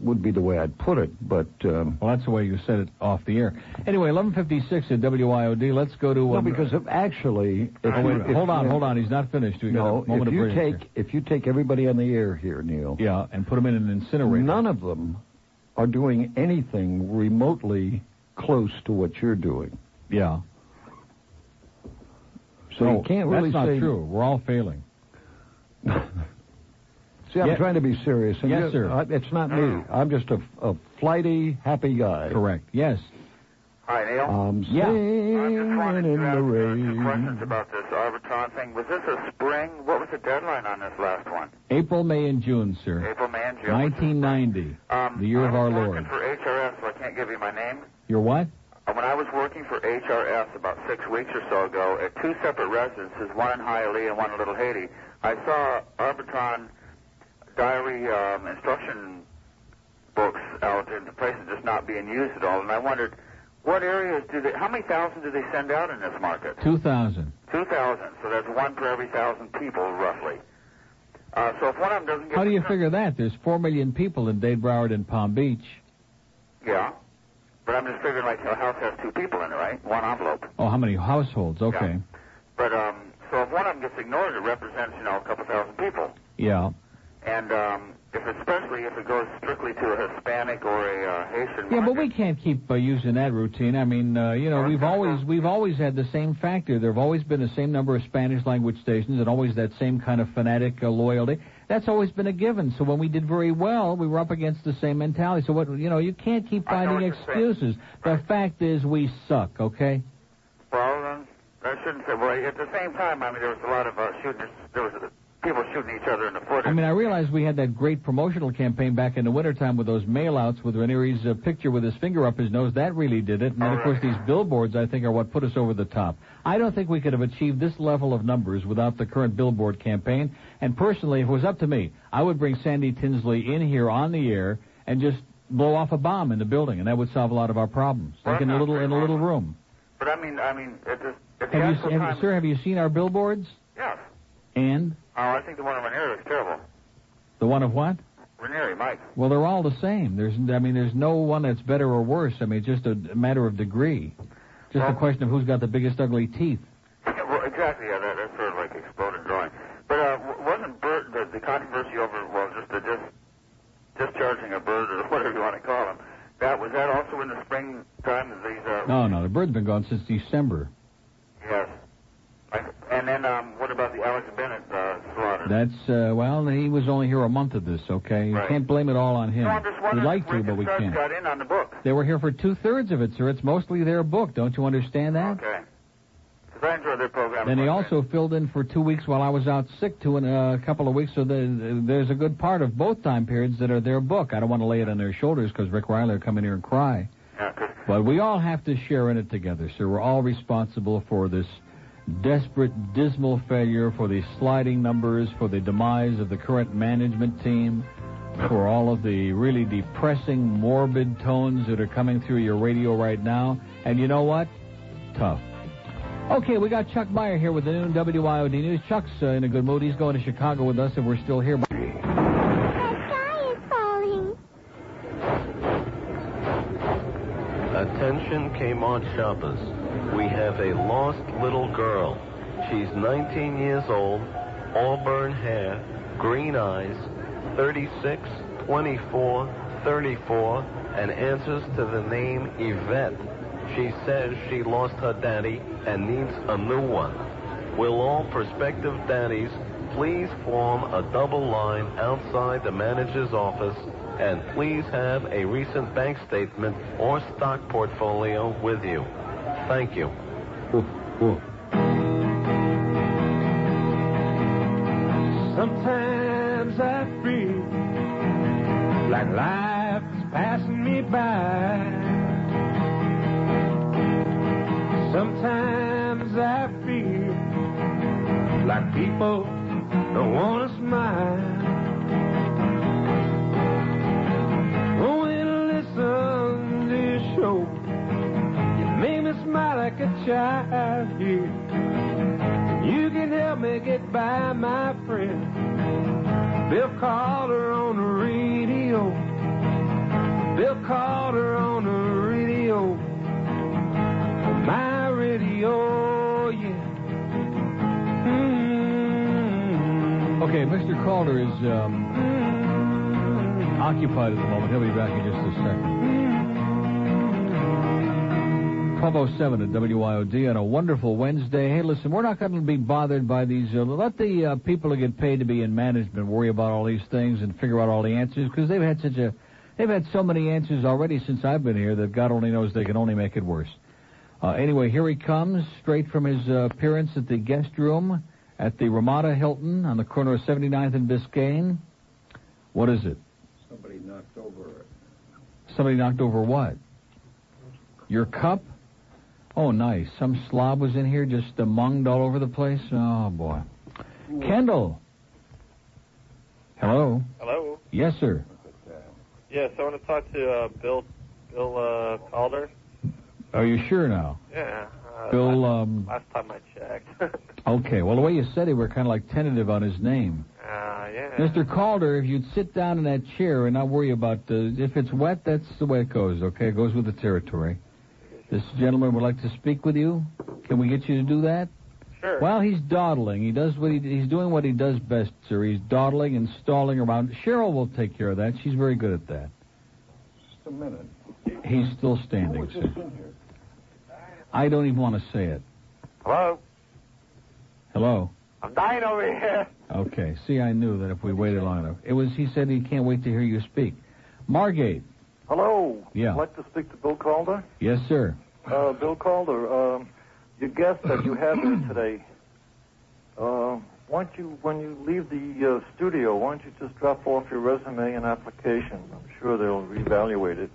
Speaker 2: would be the way I'd put it, but um,
Speaker 1: well, that's the way you said it off the air. Anyway, 11:56 at WIOD. Let's go to
Speaker 2: no, because of actually, if
Speaker 1: Oh, wait,
Speaker 2: you- if-
Speaker 1: hold on, hold on. He's not finished. We got
Speaker 2: no,
Speaker 1: a moment
Speaker 2: if
Speaker 1: of
Speaker 2: you
Speaker 1: break
Speaker 2: take if you take everybody on the air here, Neil.
Speaker 1: Yeah, and put them in an incinerator.
Speaker 2: None of them are doing anything remotely close to what you're doing.
Speaker 1: Yeah.
Speaker 2: So
Speaker 1: no,
Speaker 2: you can't really
Speaker 1: that's not
Speaker 2: say.
Speaker 1: true. We're all failing.
Speaker 2: <laughs> See, I'm
Speaker 1: Yeah.
Speaker 2: trying to be serious. and
Speaker 1: Yes,
Speaker 2: you're-
Speaker 1: sir.
Speaker 2: I, it's not me. I'm just a, a flighty, happy guy.
Speaker 1: Correct. Yes.
Speaker 12: Hi, Neil.
Speaker 2: I'm
Speaker 12: Yeah.
Speaker 2: singing in the rain.
Speaker 12: Questions about this Arbitron thing. Was this a spring? What was the deadline on this last one?
Speaker 1: April, May, and June, sir.
Speaker 12: April, May, and June.
Speaker 1: 1990,
Speaker 12: Um,
Speaker 1: the year of
Speaker 12: I
Speaker 1: our
Speaker 12: was
Speaker 1: Lord.
Speaker 12: working for HRS, so I can't give you my name.
Speaker 1: You're what?
Speaker 12: Uh, When I was working for HRS about six weeks or so ago at two separate residences, one in Hialeah and one in Little Haiti, I saw Arbitron diary um, instruction books out in the places just not being used at all, and I wondered what areas do they, how many thousand do they send out in this market?
Speaker 1: 2000.
Speaker 12: 2,000, so that's one per every thousand people, roughly. Uh, so if one of them doesn't get
Speaker 1: How do you figure that? There's 4 million people in Dade Broward and Palm Beach.
Speaker 12: Yeah. But I'm just figuring like a house has two people in it, right? One envelope.
Speaker 1: Oh, how many households? Okay.
Speaker 12: But um, so if one of them gets ignored, it represents you know a couple thousand people.
Speaker 1: Yeah.
Speaker 12: And um, if especially if it goes strictly to a Hispanic or a uh, Haitian.
Speaker 1: Yeah, but we can't keep uh, using that routine. I mean, uh, you know, we've always we've always had the same factor. There have always been the same number of Spanish language stations, and always that same kind of fanatic uh, loyalty. That's always been a given. So when we did very well, we were up against the same mentality. So what you know, you can't keep finding excuses. The fact is, we suck. Okay.
Speaker 12: Well, then I shouldn't say. Well, at the same time, I mean there was a lot of uh, shooting. There was uh, people shooting each other in the foot.
Speaker 1: I mean, I realize we had that great promotional campaign back in the wintertime with those mail-outs with Ranieri's uh, picture with his finger up his nose. That really did it. And then, of course, these billboards, I think, are what put us over the top. I don't think we could have achieved this level of numbers without the current billboard campaign. And personally, if it was up to me, I would bring Sandy Tinsley in here on the air and just blow off a bomb in the building, and that would solve a lot of our problems. Like in a little in a little room.
Speaker 12: But I mean, I mean, at the, at the
Speaker 1: Have
Speaker 12: actual
Speaker 1: you, have,
Speaker 12: time,
Speaker 1: sir? Have you seen our billboards?
Speaker 12: yes.
Speaker 1: And
Speaker 12: Oh, I think the one in Ranieri was terrible.
Speaker 1: the one of what?
Speaker 12: Ranieri, Mike.
Speaker 1: Well, they're all the same. There's, I mean, there's no one that's better or worse. I mean, it's just a matter of degree. Just a question of who's got the biggest ugly teeth.
Speaker 12: Yeah, well, exactly. Yeah, that, that's sort of like exploded drawing. But uh, w- wasn't Bert the, the controversy over well, just the dis, discharging a bird or <laughs> whatever you want to call him? That was that also in the springtime? that These uh,
Speaker 1: No, no, the bird's been gone since December.
Speaker 12: yes. Like, and then um, what about the Alex Bennett uh, slaughter?
Speaker 1: That's uh, well, he was only here a month of this. Okay, you can't blame it all on him.
Speaker 12: No, I'm just
Speaker 1: We'd
Speaker 12: wondering
Speaker 1: like
Speaker 12: if
Speaker 1: to,
Speaker 12: Rick
Speaker 1: but we
Speaker 12: Stutz
Speaker 1: can't.
Speaker 12: got in on the book
Speaker 1: They were here for two thirds of it, sir. It's mostly their book. Don't you understand that?
Speaker 12: Okay. because I enjoy their program.
Speaker 1: Then
Speaker 12: quite
Speaker 1: he
Speaker 12: a
Speaker 1: also filled in for two weeks while I was out sick, two and uh, a couple of weeks. So the, there's a good part of both time periods that are their book. I don't want to lay it on their shoulders because Rick Riley will come in here and cry. But we all have to share in it together, sir. We're all responsible for this desperate, dismal failure, for the sliding numbers, for the demise of the current management team, for all of the really depressing, morbid tones that are coming through your radio right now. And you know what? Tough. Okay, we got Chuck Meyer here with the noon WIOD news. Chuck's uh, in a good mood. He's going to Chicago with us, and we're still here.
Speaker 19: Attention Kmart shoppers. We have a lost little girl. She's 19 years old, auburn hair, green eyes, 36, 24, 34, and answers to the name Yvette. She says she lost her daddy and needs a new one. Will all prospective daddies please form a double line outside the manager's office and please have a recent bank statement or stock portfolio with you. Thank you.
Speaker 20: Sometimes I feel like life is passing me by. Sometimes I feel like people
Speaker 21: don't wanna smile. Only to listen to your show. You make me smile like a child here. You can help me get by, my friend. Bill Carter on the radio. Bill Carter on the radio. My radio, yeah. Mm-hmm.
Speaker 1: Okay, Mr. Calder is um, occupied at the moment. He'll be back in just a second. 1207 at WIOD on a wonderful Wednesday. Hey, listen, we're not going to be bothered by these. Uh, let the uh, people who get paid to be in management worry about all these things and figure out all the answers because they've had such a, they've had so many answers already since I've been here that God only knows they can only make it worse. Uh, anyway, here he comes, straight from his uh, appearance at the guest room at the Ramada Hilton on the corner of 79th and Biscayne. What is it?
Speaker 2: Somebody knocked over
Speaker 1: Somebody knocked over what? Your cup? Oh, nice. Some slob was in here just uh, munged all over the place. Oh, boy. Kendall. Hello.
Speaker 14: Hello.
Speaker 1: Yes, sir.
Speaker 14: Yes, I want to talk to uh, Bill Bill uh, Calder.
Speaker 1: Are you sure now?
Speaker 14: Yeah. Uh,
Speaker 1: Bill,
Speaker 14: last-
Speaker 1: um,
Speaker 14: Last time I checked. <laughs>
Speaker 1: Okay. Well, the way you said it, we're kind of like tentative on his name.
Speaker 14: Ah, yeah.
Speaker 1: Mr. Calder, if you'd sit down in that chair and not worry about the, if it's wet, that's the way it goes, okay? It goes with the territory. This gentleman would like to speak with you. Can we get you to do that?
Speaker 14: Sure.
Speaker 1: While he's dawdling, he does what he, he's doing what he does best, sir. He's dawdling and stalling around. Cheryl will take care of that. She's very good at that.
Speaker 2: Just a minute.
Speaker 1: He's still
Speaker 2: Who
Speaker 1: standing,
Speaker 2: was
Speaker 1: sir.
Speaker 2: just in here?
Speaker 1: I don't even want to say it.
Speaker 22: Hello?
Speaker 1: Hello.
Speaker 22: I'm dying over here.
Speaker 1: Okay. See, I knew that if we waited long enough, it was. He said he can't wait to hear you speak. Margate.
Speaker 12: Hello.
Speaker 1: Yeah.
Speaker 12: I'd like to speak to Bill Calder.
Speaker 1: Yes, sir.
Speaker 12: Uh, Bill Calder, um, your guest that you have here today, uh, why don't you, when you leave the uh, studio, why don't you just drop off your resume and application? I'm sure they'll reevaluate it.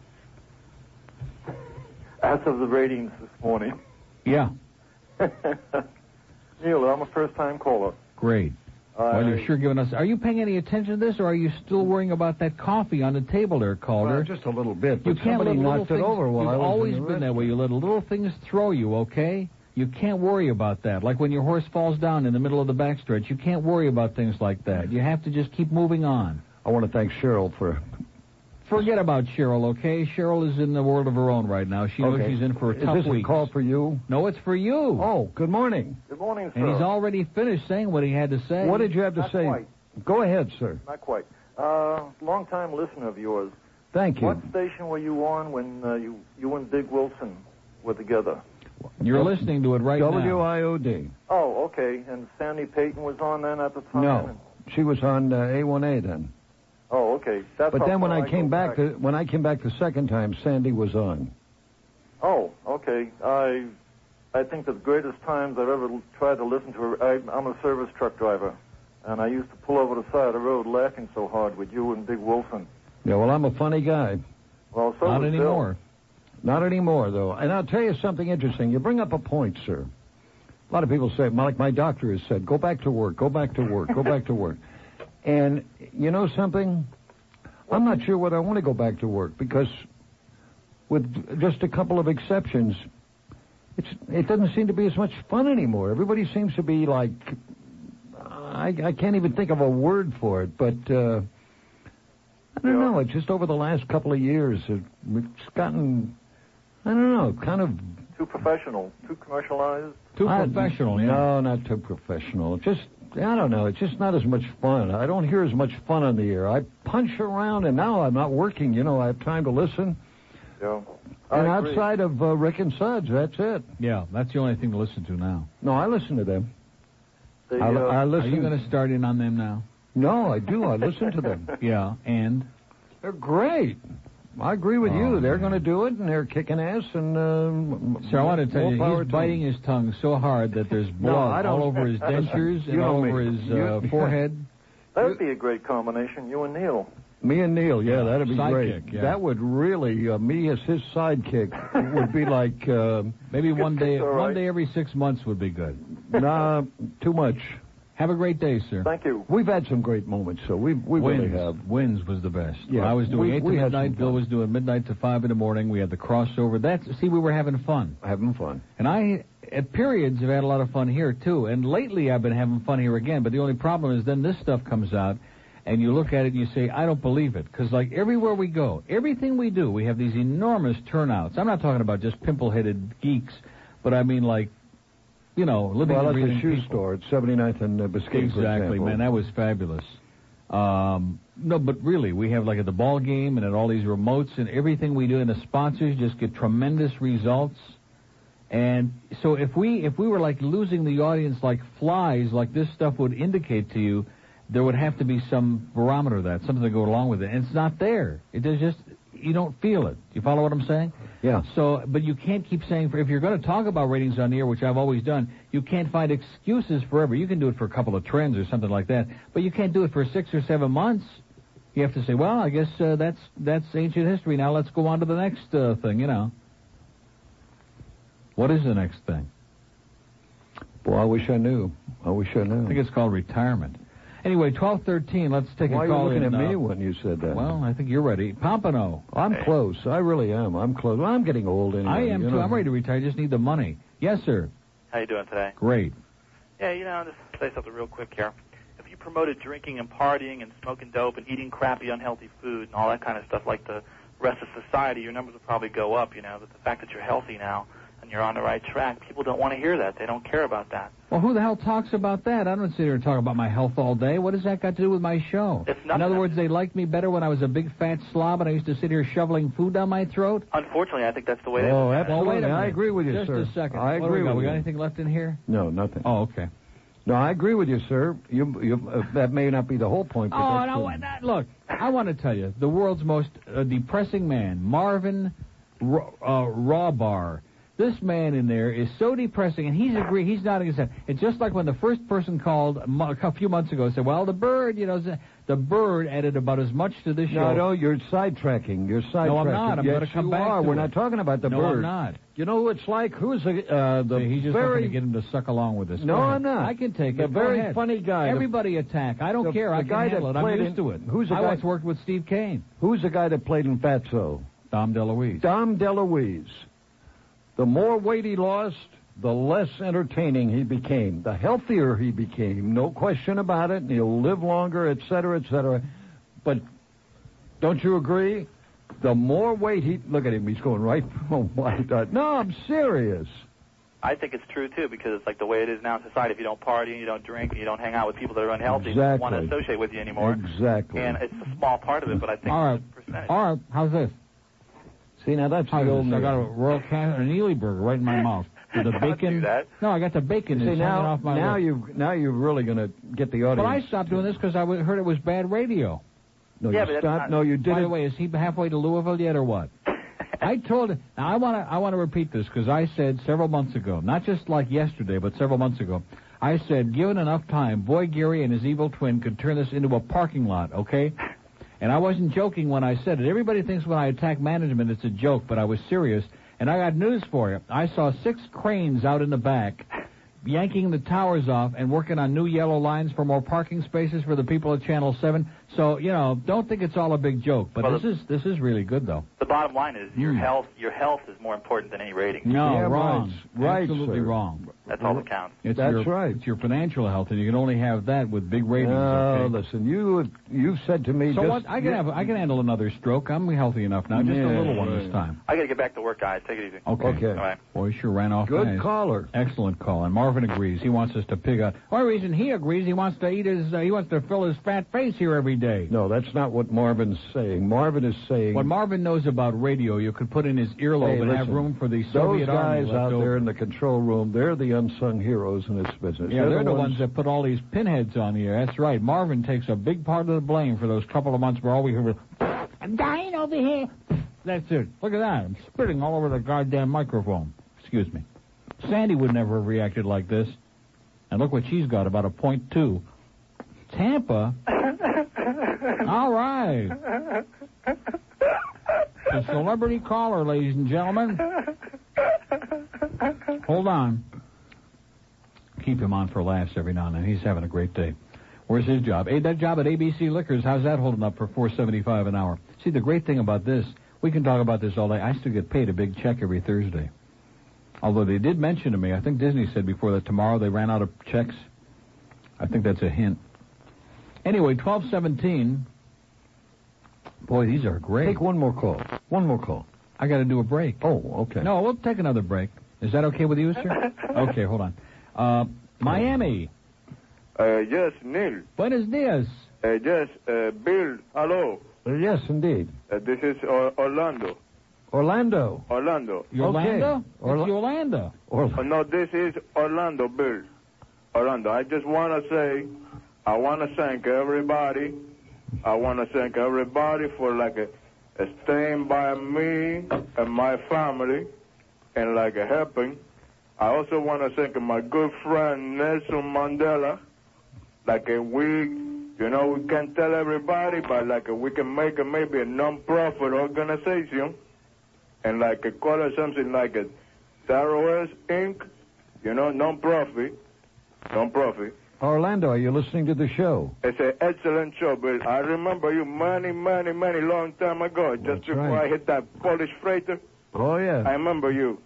Speaker 12: As of the ratings this morning,
Speaker 1: Yeah.
Speaker 12: <laughs> Neil, I'm a first-time caller.
Speaker 1: Great.
Speaker 12: Uh,
Speaker 1: well, you're sure giving us. Are you paying any attention to this, or are you still worrying about that coffee on the table there, Calder?
Speaker 2: Well, just a little bit.
Speaker 1: you
Speaker 2: but
Speaker 1: can't let
Speaker 2: somebody
Speaker 1: little
Speaker 2: knocked
Speaker 1: things,
Speaker 2: it over while
Speaker 1: You've
Speaker 2: I was in
Speaker 1: always
Speaker 2: the
Speaker 1: been that way. You let little things throw you. Okay. You can't worry about that. Like when your horse falls down in the middle of the backstretch, you can't worry about things like that. You have to just keep moving on.
Speaker 2: I want to thank Cheryl for.
Speaker 1: Forget about Cheryl, okay? Cheryl is in the world of her own right now. She knows
Speaker 2: Okay.
Speaker 1: she's in for a
Speaker 2: Is
Speaker 1: tough
Speaker 2: this a
Speaker 1: week.
Speaker 2: call for you?
Speaker 1: No, it's for you.
Speaker 2: Oh, good morning.
Speaker 12: Good morning, sir.
Speaker 1: And he's already finished saying what he had to say.
Speaker 2: What did you have to
Speaker 12: Not
Speaker 2: say?
Speaker 12: quite.
Speaker 2: Go ahead, sir.
Speaker 12: Not quite. Uh, long-time listener of yours.
Speaker 2: Thank you.
Speaker 12: What station were you on when uh, you you and Big Wilson were together?
Speaker 1: You're listening to it right now.
Speaker 2: WIOD.
Speaker 12: Oh, okay. And Sandy Payton was on then at the time.
Speaker 2: No, she was on uh, A1A then.
Speaker 12: Oh, okay. That's
Speaker 2: But
Speaker 12: how
Speaker 2: then when
Speaker 12: far
Speaker 2: I came
Speaker 12: go
Speaker 2: back, the, when I came back the second time, Sandy was on.
Speaker 12: Oh, okay. I I think the greatest times I've ever l- tried to listen to her. I, I'm a service truck driver, and I used to pull over the side of the road laughing so hard with you and Big Wilson.
Speaker 2: Yeah, well, I'm a funny guy.
Speaker 12: Well, so
Speaker 1: Not
Speaker 12: was Bill.
Speaker 1: anymore.
Speaker 2: Not anymore, though. And I'll tell you something interesting. You bring up a point, sir. A lot of people say, like my doctor has said, go back to work, go back to work, go back to
Speaker 1: <laughs>
Speaker 2: work. And you know something? I'm not sure whether I want to go back to work because, with just a couple of exceptions, it's, it doesn't seem to be as much fun anymore. Everybody seems to be like, I, I can't even think of a word for it, but uh, I don't know. It's just over the last couple of years, it, it's gotten, I don't know, kind of
Speaker 12: Too professional, too commercialized.
Speaker 1: Too
Speaker 2: I-
Speaker 1: professional, yeah.
Speaker 2: No, not too professional. Just I don't know. It's just not as much fun. I don't hear as much fun on the air. I punch around, and now I'm not working. You know, I have time to listen.
Speaker 12: Yeah. I
Speaker 2: And
Speaker 12: agree.
Speaker 2: outside of uh, Rick and Suds, that's it.
Speaker 1: Yeah, that's the only thing to listen to now.
Speaker 2: No, I listen to them.
Speaker 12: They,
Speaker 2: I,
Speaker 12: uh,
Speaker 2: I
Speaker 1: Are you
Speaker 2: listen.
Speaker 1: going to start in on them now?
Speaker 2: No, I do. I listen to <laughs>
Speaker 1: <laughs>
Speaker 2: them.
Speaker 1: Yeah, and
Speaker 2: They're great. I agree with
Speaker 1: Oh,
Speaker 2: you. They're
Speaker 1: man.
Speaker 2: going to do it, and they're kicking ass. And uh,
Speaker 1: sir, I want to tell
Speaker 2: more
Speaker 1: you,
Speaker 2: power
Speaker 1: he's
Speaker 2: to
Speaker 1: biting
Speaker 2: them.
Speaker 1: his tongue so hard that there's
Speaker 2: No, I
Speaker 1: blood
Speaker 2: don't-
Speaker 1: all
Speaker 2: <laughs>
Speaker 1: over his dentures and
Speaker 2: You
Speaker 1: all
Speaker 2: know me.
Speaker 1: over his uh,
Speaker 2: <laughs> You-
Speaker 1: forehead.
Speaker 12: That would be a great combination, you and Neil.
Speaker 2: Me and Neil, yeah, that'd be
Speaker 1: Sidekick,
Speaker 2: great.
Speaker 1: yeah.
Speaker 2: That would really uh, me as his sidekick would be like uh,
Speaker 1: <laughs> Maybe one day,
Speaker 12: it's all
Speaker 2: <laughs>
Speaker 1: one
Speaker 12: right.
Speaker 1: day every six months would be good.
Speaker 2: nah, too much.
Speaker 1: Uh, Have a great day, sir.
Speaker 2: Thank you. We've had some great moments, so we we really
Speaker 1: Wins.
Speaker 2: have.
Speaker 1: Wins was the best.
Speaker 2: Yeah,
Speaker 1: I was doing
Speaker 2: we-
Speaker 1: eight
Speaker 2: we
Speaker 1: to
Speaker 2: had
Speaker 1: midnight.
Speaker 2: some
Speaker 1: Bill was doing midnight to five in the morning. We had the crossover. That's see, we were having fun.
Speaker 2: Having fun.
Speaker 1: And I, at periods, have had a lot of fun here too. And lately, I've been having fun here again. But the only problem is, then this stuff comes out, and you look at it and you say, I don't believe it, because like everywhere we go, everything we do, we have these enormous turnouts. I'm not talking about just pimple-headed geeks, but I mean like, you know, living
Speaker 2: well,
Speaker 1: and
Speaker 2: at the
Speaker 1: breathing
Speaker 2: shoe
Speaker 1: people.
Speaker 2: store at 79th and uh, Biscayne, for
Speaker 1: Exactly,
Speaker 2: example.
Speaker 1: man. That was fabulous. Um, no, but really, we have like at the ball game and at all these remotes and everything we do, and the sponsors just get tremendous results. And so if we if we were like losing the audience like flies, like this stuff would indicate to you, there would have to be some barometer of that something to go along with it, and it's not there. It is just you don't feel it. You follow what I'm saying?
Speaker 2: Yeah.
Speaker 1: So, but you can't keep saying for if you're going to talk about ratings on the air, which I've always done, you can't find excuses forever. You can do it for a couple of trends or something like that, but you can't do it for six or seven months. You have to say, well, I guess uh, that's that's ancient history. Now let's go on to the next uh, thing. You know, what is the next thing?
Speaker 2: Well, I wish I knew. I wish I knew.
Speaker 1: I think it's called retirement. Anyway, twelve thirteen. Let's take
Speaker 2: Why
Speaker 1: a
Speaker 2: are you
Speaker 1: call.
Speaker 2: looking
Speaker 1: in,
Speaker 2: at me
Speaker 1: uh,
Speaker 2: when you said that?
Speaker 1: Well, I think you're ready, Pompano.
Speaker 2: I'm close. I really am. I'm close. Well, I'm getting old anyway.
Speaker 1: I am
Speaker 2: you
Speaker 1: too.
Speaker 2: know.
Speaker 1: I'm ready to retire. I just need the money. Yes, sir.
Speaker 16: How you doing today?
Speaker 1: Great.
Speaker 16: Yeah, you know, I'll just say something real quick here. If you promoted drinking and partying and smoking dope and eating crappy, unhealthy food and all that kind of stuff like the rest of society, your numbers would probably go up, you know. But the fact that you're healthy now and you're on the right track, people don't want to hear that. They don't care about that.
Speaker 1: Well, who the hell talks about that? I don't sit here and talk about my health all day. What does that got to do with my show? In other words, they liked me better when I was a big fat slob and I used to sit here shoveling food down my throat.
Speaker 16: Unfortunately, I think that's the way
Speaker 2: Oh,
Speaker 16: they
Speaker 2: absolutely.
Speaker 1: Well, wait a
Speaker 2: I
Speaker 1: minute.
Speaker 2: agree with you,
Speaker 1: Just
Speaker 2: sir.
Speaker 1: a second.
Speaker 2: I
Speaker 1: What do
Speaker 2: agree
Speaker 1: we got?
Speaker 2: with
Speaker 1: we got
Speaker 2: you.
Speaker 1: anything left in here?
Speaker 2: No, nothing.
Speaker 1: Oh, okay.
Speaker 2: No, I agree with you, sir. You, you, uh, that may not be the whole point. But
Speaker 1: Oh,
Speaker 2: that's
Speaker 1: no,
Speaker 2: the-
Speaker 1: wait, that, look, I want to tell you, the world's most uh, depressing man, Marvin Ra- uh, Rawbar. This man in there is so depressing, and he's agree. He's nodding his head. It's just like when the first person called a mo- a few months ago and said, "Well, the bird, you know, the- the bird added about as much to this
Speaker 2: No,
Speaker 1: show."
Speaker 2: no, you're sidetracking. You're sidetracking.
Speaker 1: No, I'm not. I'm
Speaker 2: yes,
Speaker 1: gonna come
Speaker 2: you
Speaker 1: back
Speaker 2: Are.
Speaker 1: to
Speaker 2: We're
Speaker 1: it.
Speaker 2: not talking about the
Speaker 1: No,
Speaker 2: bird.
Speaker 1: I'm not.
Speaker 2: You know, it's like who's the uh, the
Speaker 1: See, he's just
Speaker 2: very
Speaker 1: looking to get him to suck along with us.
Speaker 2: No,
Speaker 1: Go ahead.
Speaker 2: I'm not.
Speaker 1: I can take
Speaker 2: The
Speaker 1: it. Go
Speaker 2: very
Speaker 1: ahead.
Speaker 2: funny guy, the-
Speaker 1: Everybody attack. I don't
Speaker 2: the-
Speaker 1: care.
Speaker 2: the
Speaker 1: I can
Speaker 2: guy that
Speaker 1: handle it. I'm
Speaker 2: played
Speaker 1: used
Speaker 2: in-
Speaker 1: to it.
Speaker 2: who's the
Speaker 1: I
Speaker 2: guy-
Speaker 1: once worked with Steve Kane,
Speaker 2: who's the guy that played in Fatso?
Speaker 1: Dom DeLuise.
Speaker 2: Dom DeLuise. The more weight he lost, the less entertaining he became. The healthier he became, no question about it, and he'll live longer, et cetera, et cetera. But don't you agree? The more weight he look at him, he's going right. <laughs> Oh my God! No, I'm serious.
Speaker 16: I think it's true too because it's like the way it is now in society. If you don't party and you don't drink and you don't hang out with people that are unhealthy, they don't want to
Speaker 2: Exactly.
Speaker 16: associate with you anymore.
Speaker 2: Exactly.
Speaker 16: And it's a small part of it, but I think
Speaker 1: All right. All right. How's this?
Speaker 2: See now that's
Speaker 1: How's
Speaker 2: the old
Speaker 1: this? I got a
Speaker 2: name.
Speaker 1: royal can an Ely burger
Speaker 2: <laughs>
Speaker 1: right in my mouth. With the
Speaker 2: Don't do
Speaker 1: bacon.
Speaker 2: that.
Speaker 1: No, I got the bacon.
Speaker 2: See
Speaker 1: it's hanging
Speaker 2: now,
Speaker 1: off my
Speaker 2: now
Speaker 1: lip.
Speaker 2: you now you're really going to get the audience.
Speaker 1: But I stopped doing this because I w- heard it was bad radio.
Speaker 2: No, you stopped. No, you
Speaker 1: By
Speaker 2: didn't.
Speaker 1: the way, is he halfway to Louisville yet or
Speaker 2: <laughs>
Speaker 1: what? I told him. Now I want to. I want to repeat this because I said several months ago, not just like yesterday, but several months ago. I said, given enough time, Boy Geary and his evil twin could turn this into a parking lot. Okay. And I wasn't joking when I said it. Everybody thinks when I attack management it's a joke, but I was serious. And I got news for you. I saw six cranes out in the back yanking the towers off and working on new yellow lines for more parking spaces for the people at Channel 7. So, you know, don't think it's all a big joke, but
Speaker 16: Well,
Speaker 1: this is this is really good though.
Speaker 16: The bottom line is your
Speaker 1: Hmm.
Speaker 16: health. Your health is more important than any ratings.
Speaker 1: No,
Speaker 16: Yeah,
Speaker 1: wrong.
Speaker 2: right, right,
Speaker 1: Absolutely
Speaker 2: sir.
Speaker 1: wrong.
Speaker 16: That's all that counts.
Speaker 1: It's
Speaker 2: That's
Speaker 1: your,
Speaker 2: right.
Speaker 1: It's your financial health, and you can only have that with big ratings.
Speaker 2: No,
Speaker 1: okay?
Speaker 2: Oh, listen, you you've said to me.
Speaker 1: So
Speaker 2: just,
Speaker 1: what? I can have. I can handle another stroke. I'm healthy enough now. Just a
Speaker 2: Yeah,
Speaker 1: little one
Speaker 2: yeah,
Speaker 1: this
Speaker 2: yeah.
Speaker 1: time.
Speaker 16: I got to get back to work, guys. Take it easy.
Speaker 1: Okay.
Speaker 16: All right.
Speaker 1: Boy, you sure ran off.
Speaker 2: Good
Speaker 1: nice.
Speaker 2: caller.
Speaker 1: Excellent call. And Marvin agrees. He wants us to pig out. Only reason he agrees, he wants to eat his. Uh, he wants to fill his fat face here every day.
Speaker 2: No, that's not what Marvin's saying. Marvin is saying
Speaker 1: What Marvin knows about radio, you could put in his earlobe
Speaker 2: Hey,
Speaker 1: and have
Speaker 2: listen,
Speaker 1: room for the
Speaker 2: those
Speaker 1: Soviet army
Speaker 2: guys
Speaker 1: left
Speaker 2: out
Speaker 1: over.
Speaker 2: there in the control room, they're the unsung heroes in this business.
Speaker 1: Yeah, they're, the, ones... that put all these pinheads on the air. That's right. Marvin takes a big part of the blame for those couple of months where all we heard was, I'm dying over here. That's it. Look at that. I'm spitting all over the goddamn microphone. Excuse me. Sandy would never have reacted like this. And look what she's got, about a point two. Tampa? <laughs> all right. The celebrity caller, ladies and gentlemen. Hold on. keep him on for laughs every now and then. He's having a great day. Where's his job? Hey, that job at ABC Liquors, how's that holding up for four seventy five an hour? See, the great thing about this, we can talk about this all day. I still get paid a big check every Thursday. Although they did mention to me, I think Disney said before that tomorrow they ran out of checks. I think that's a hint. Anyway, twelve seventeen. Boy, these are great. Take
Speaker 2: one more call. One more call.
Speaker 1: I got to do a break.
Speaker 2: Oh, okay.
Speaker 1: No, we'll take another break. Is that okay with you, sir? okay, hold on. Uh, Miami.
Speaker 23: Uh, yes, Neil.
Speaker 1: Buenos dias.
Speaker 23: Uh, yes, uh, Bill. Hello.
Speaker 2: Yes, indeed.
Speaker 23: Uh, this is uh, Orlando.
Speaker 2: Orlando.
Speaker 23: Orlando.
Speaker 2: Okay.
Speaker 1: Orlando?
Speaker 2: Orla-
Speaker 1: It's Yolanda.
Speaker 23: Uh, no, this is Orlando, Bill. Orlando. I just want to say, I want to thank everybody. I want to thank everybody for like a, a staying by me and my family, and like a helping. I also want to thank my good friend Nelson Mandela. Like a we, you know, we can't tell everybody, but like a, we can make a, maybe a non-profit organization, and like a, call it something like a Taroes Inc. You know, non-profit, non-profit.
Speaker 2: Orlando, are you listening to the show?
Speaker 23: It's an excellent show, but I remember you many, many, many long time ago, just before
Speaker 2: right.
Speaker 23: I hit that Polish freighter.
Speaker 2: Oh yeah.
Speaker 23: I remember you.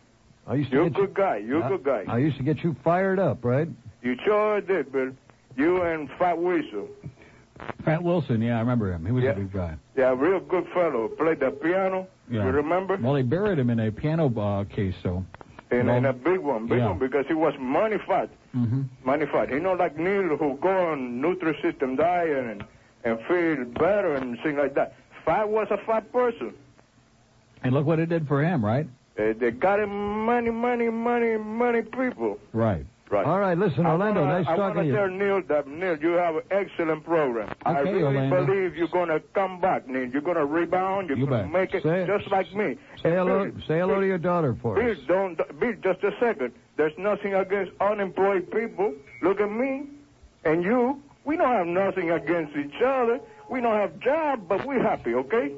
Speaker 2: I used to
Speaker 23: You're a
Speaker 2: get you-
Speaker 23: good guy. You're a good guy.
Speaker 2: I used to get you fired up, right?
Speaker 23: You sure did, Bill. You and Fat Weasel.
Speaker 1: Pat Wilson, yeah, I remember him. He was a big guy.
Speaker 23: Yeah, real good fellow. Played the piano.
Speaker 1: Yeah.
Speaker 23: You remember?
Speaker 1: Well, they buried him in a piano uh, case, so.
Speaker 23: And, and a
Speaker 1: well,
Speaker 23: big one, big
Speaker 1: yeah.
Speaker 23: one, because he was money fat,
Speaker 1: hmm
Speaker 23: money fat. You know, like Neil, who go on Nutrisystem diet and and feel better and things like that. Fat was a fat person.
Speaker 1: And look what it did for him, right?
Speaker 23: Uh, they got him many, many, many, many people.
Speaker 1: Right.
Speaker 23: Right.
Speaker 2: All right, listen, Orlando,
Speaker 23: I wanna,
Speaker 2: nice
Speaker 23: I
Speaker 2: talking to
Speaker 23: wanna
Speaker 2: you.
Speaker 23: tell Neil that Neil, you have an excellent program. I
Speaker 2: Okay,
Speaker 23: really
Speaker 2: Orlando.
Speaker 23: believe you're gonna come back, Neil. You're gonna rebound. You're
Speaker 2: You
Speaker 23: gonna
Speaker 2: bet.
Speaker 23: make it
Speaker 2: Say-
Speaker 23: just like me.
Speaker 2: Say hello,
Speaker 23: Bill,
Speaker 2: say hello to your daughter for
Speaker 23: Bill,
Speaker 2: us.
Speaker 23: don't Bill. Just a second. There's nothing against unemployed people. Look at me and you. We don't have nothing against each other. We don't have job, but we're happy. Okay?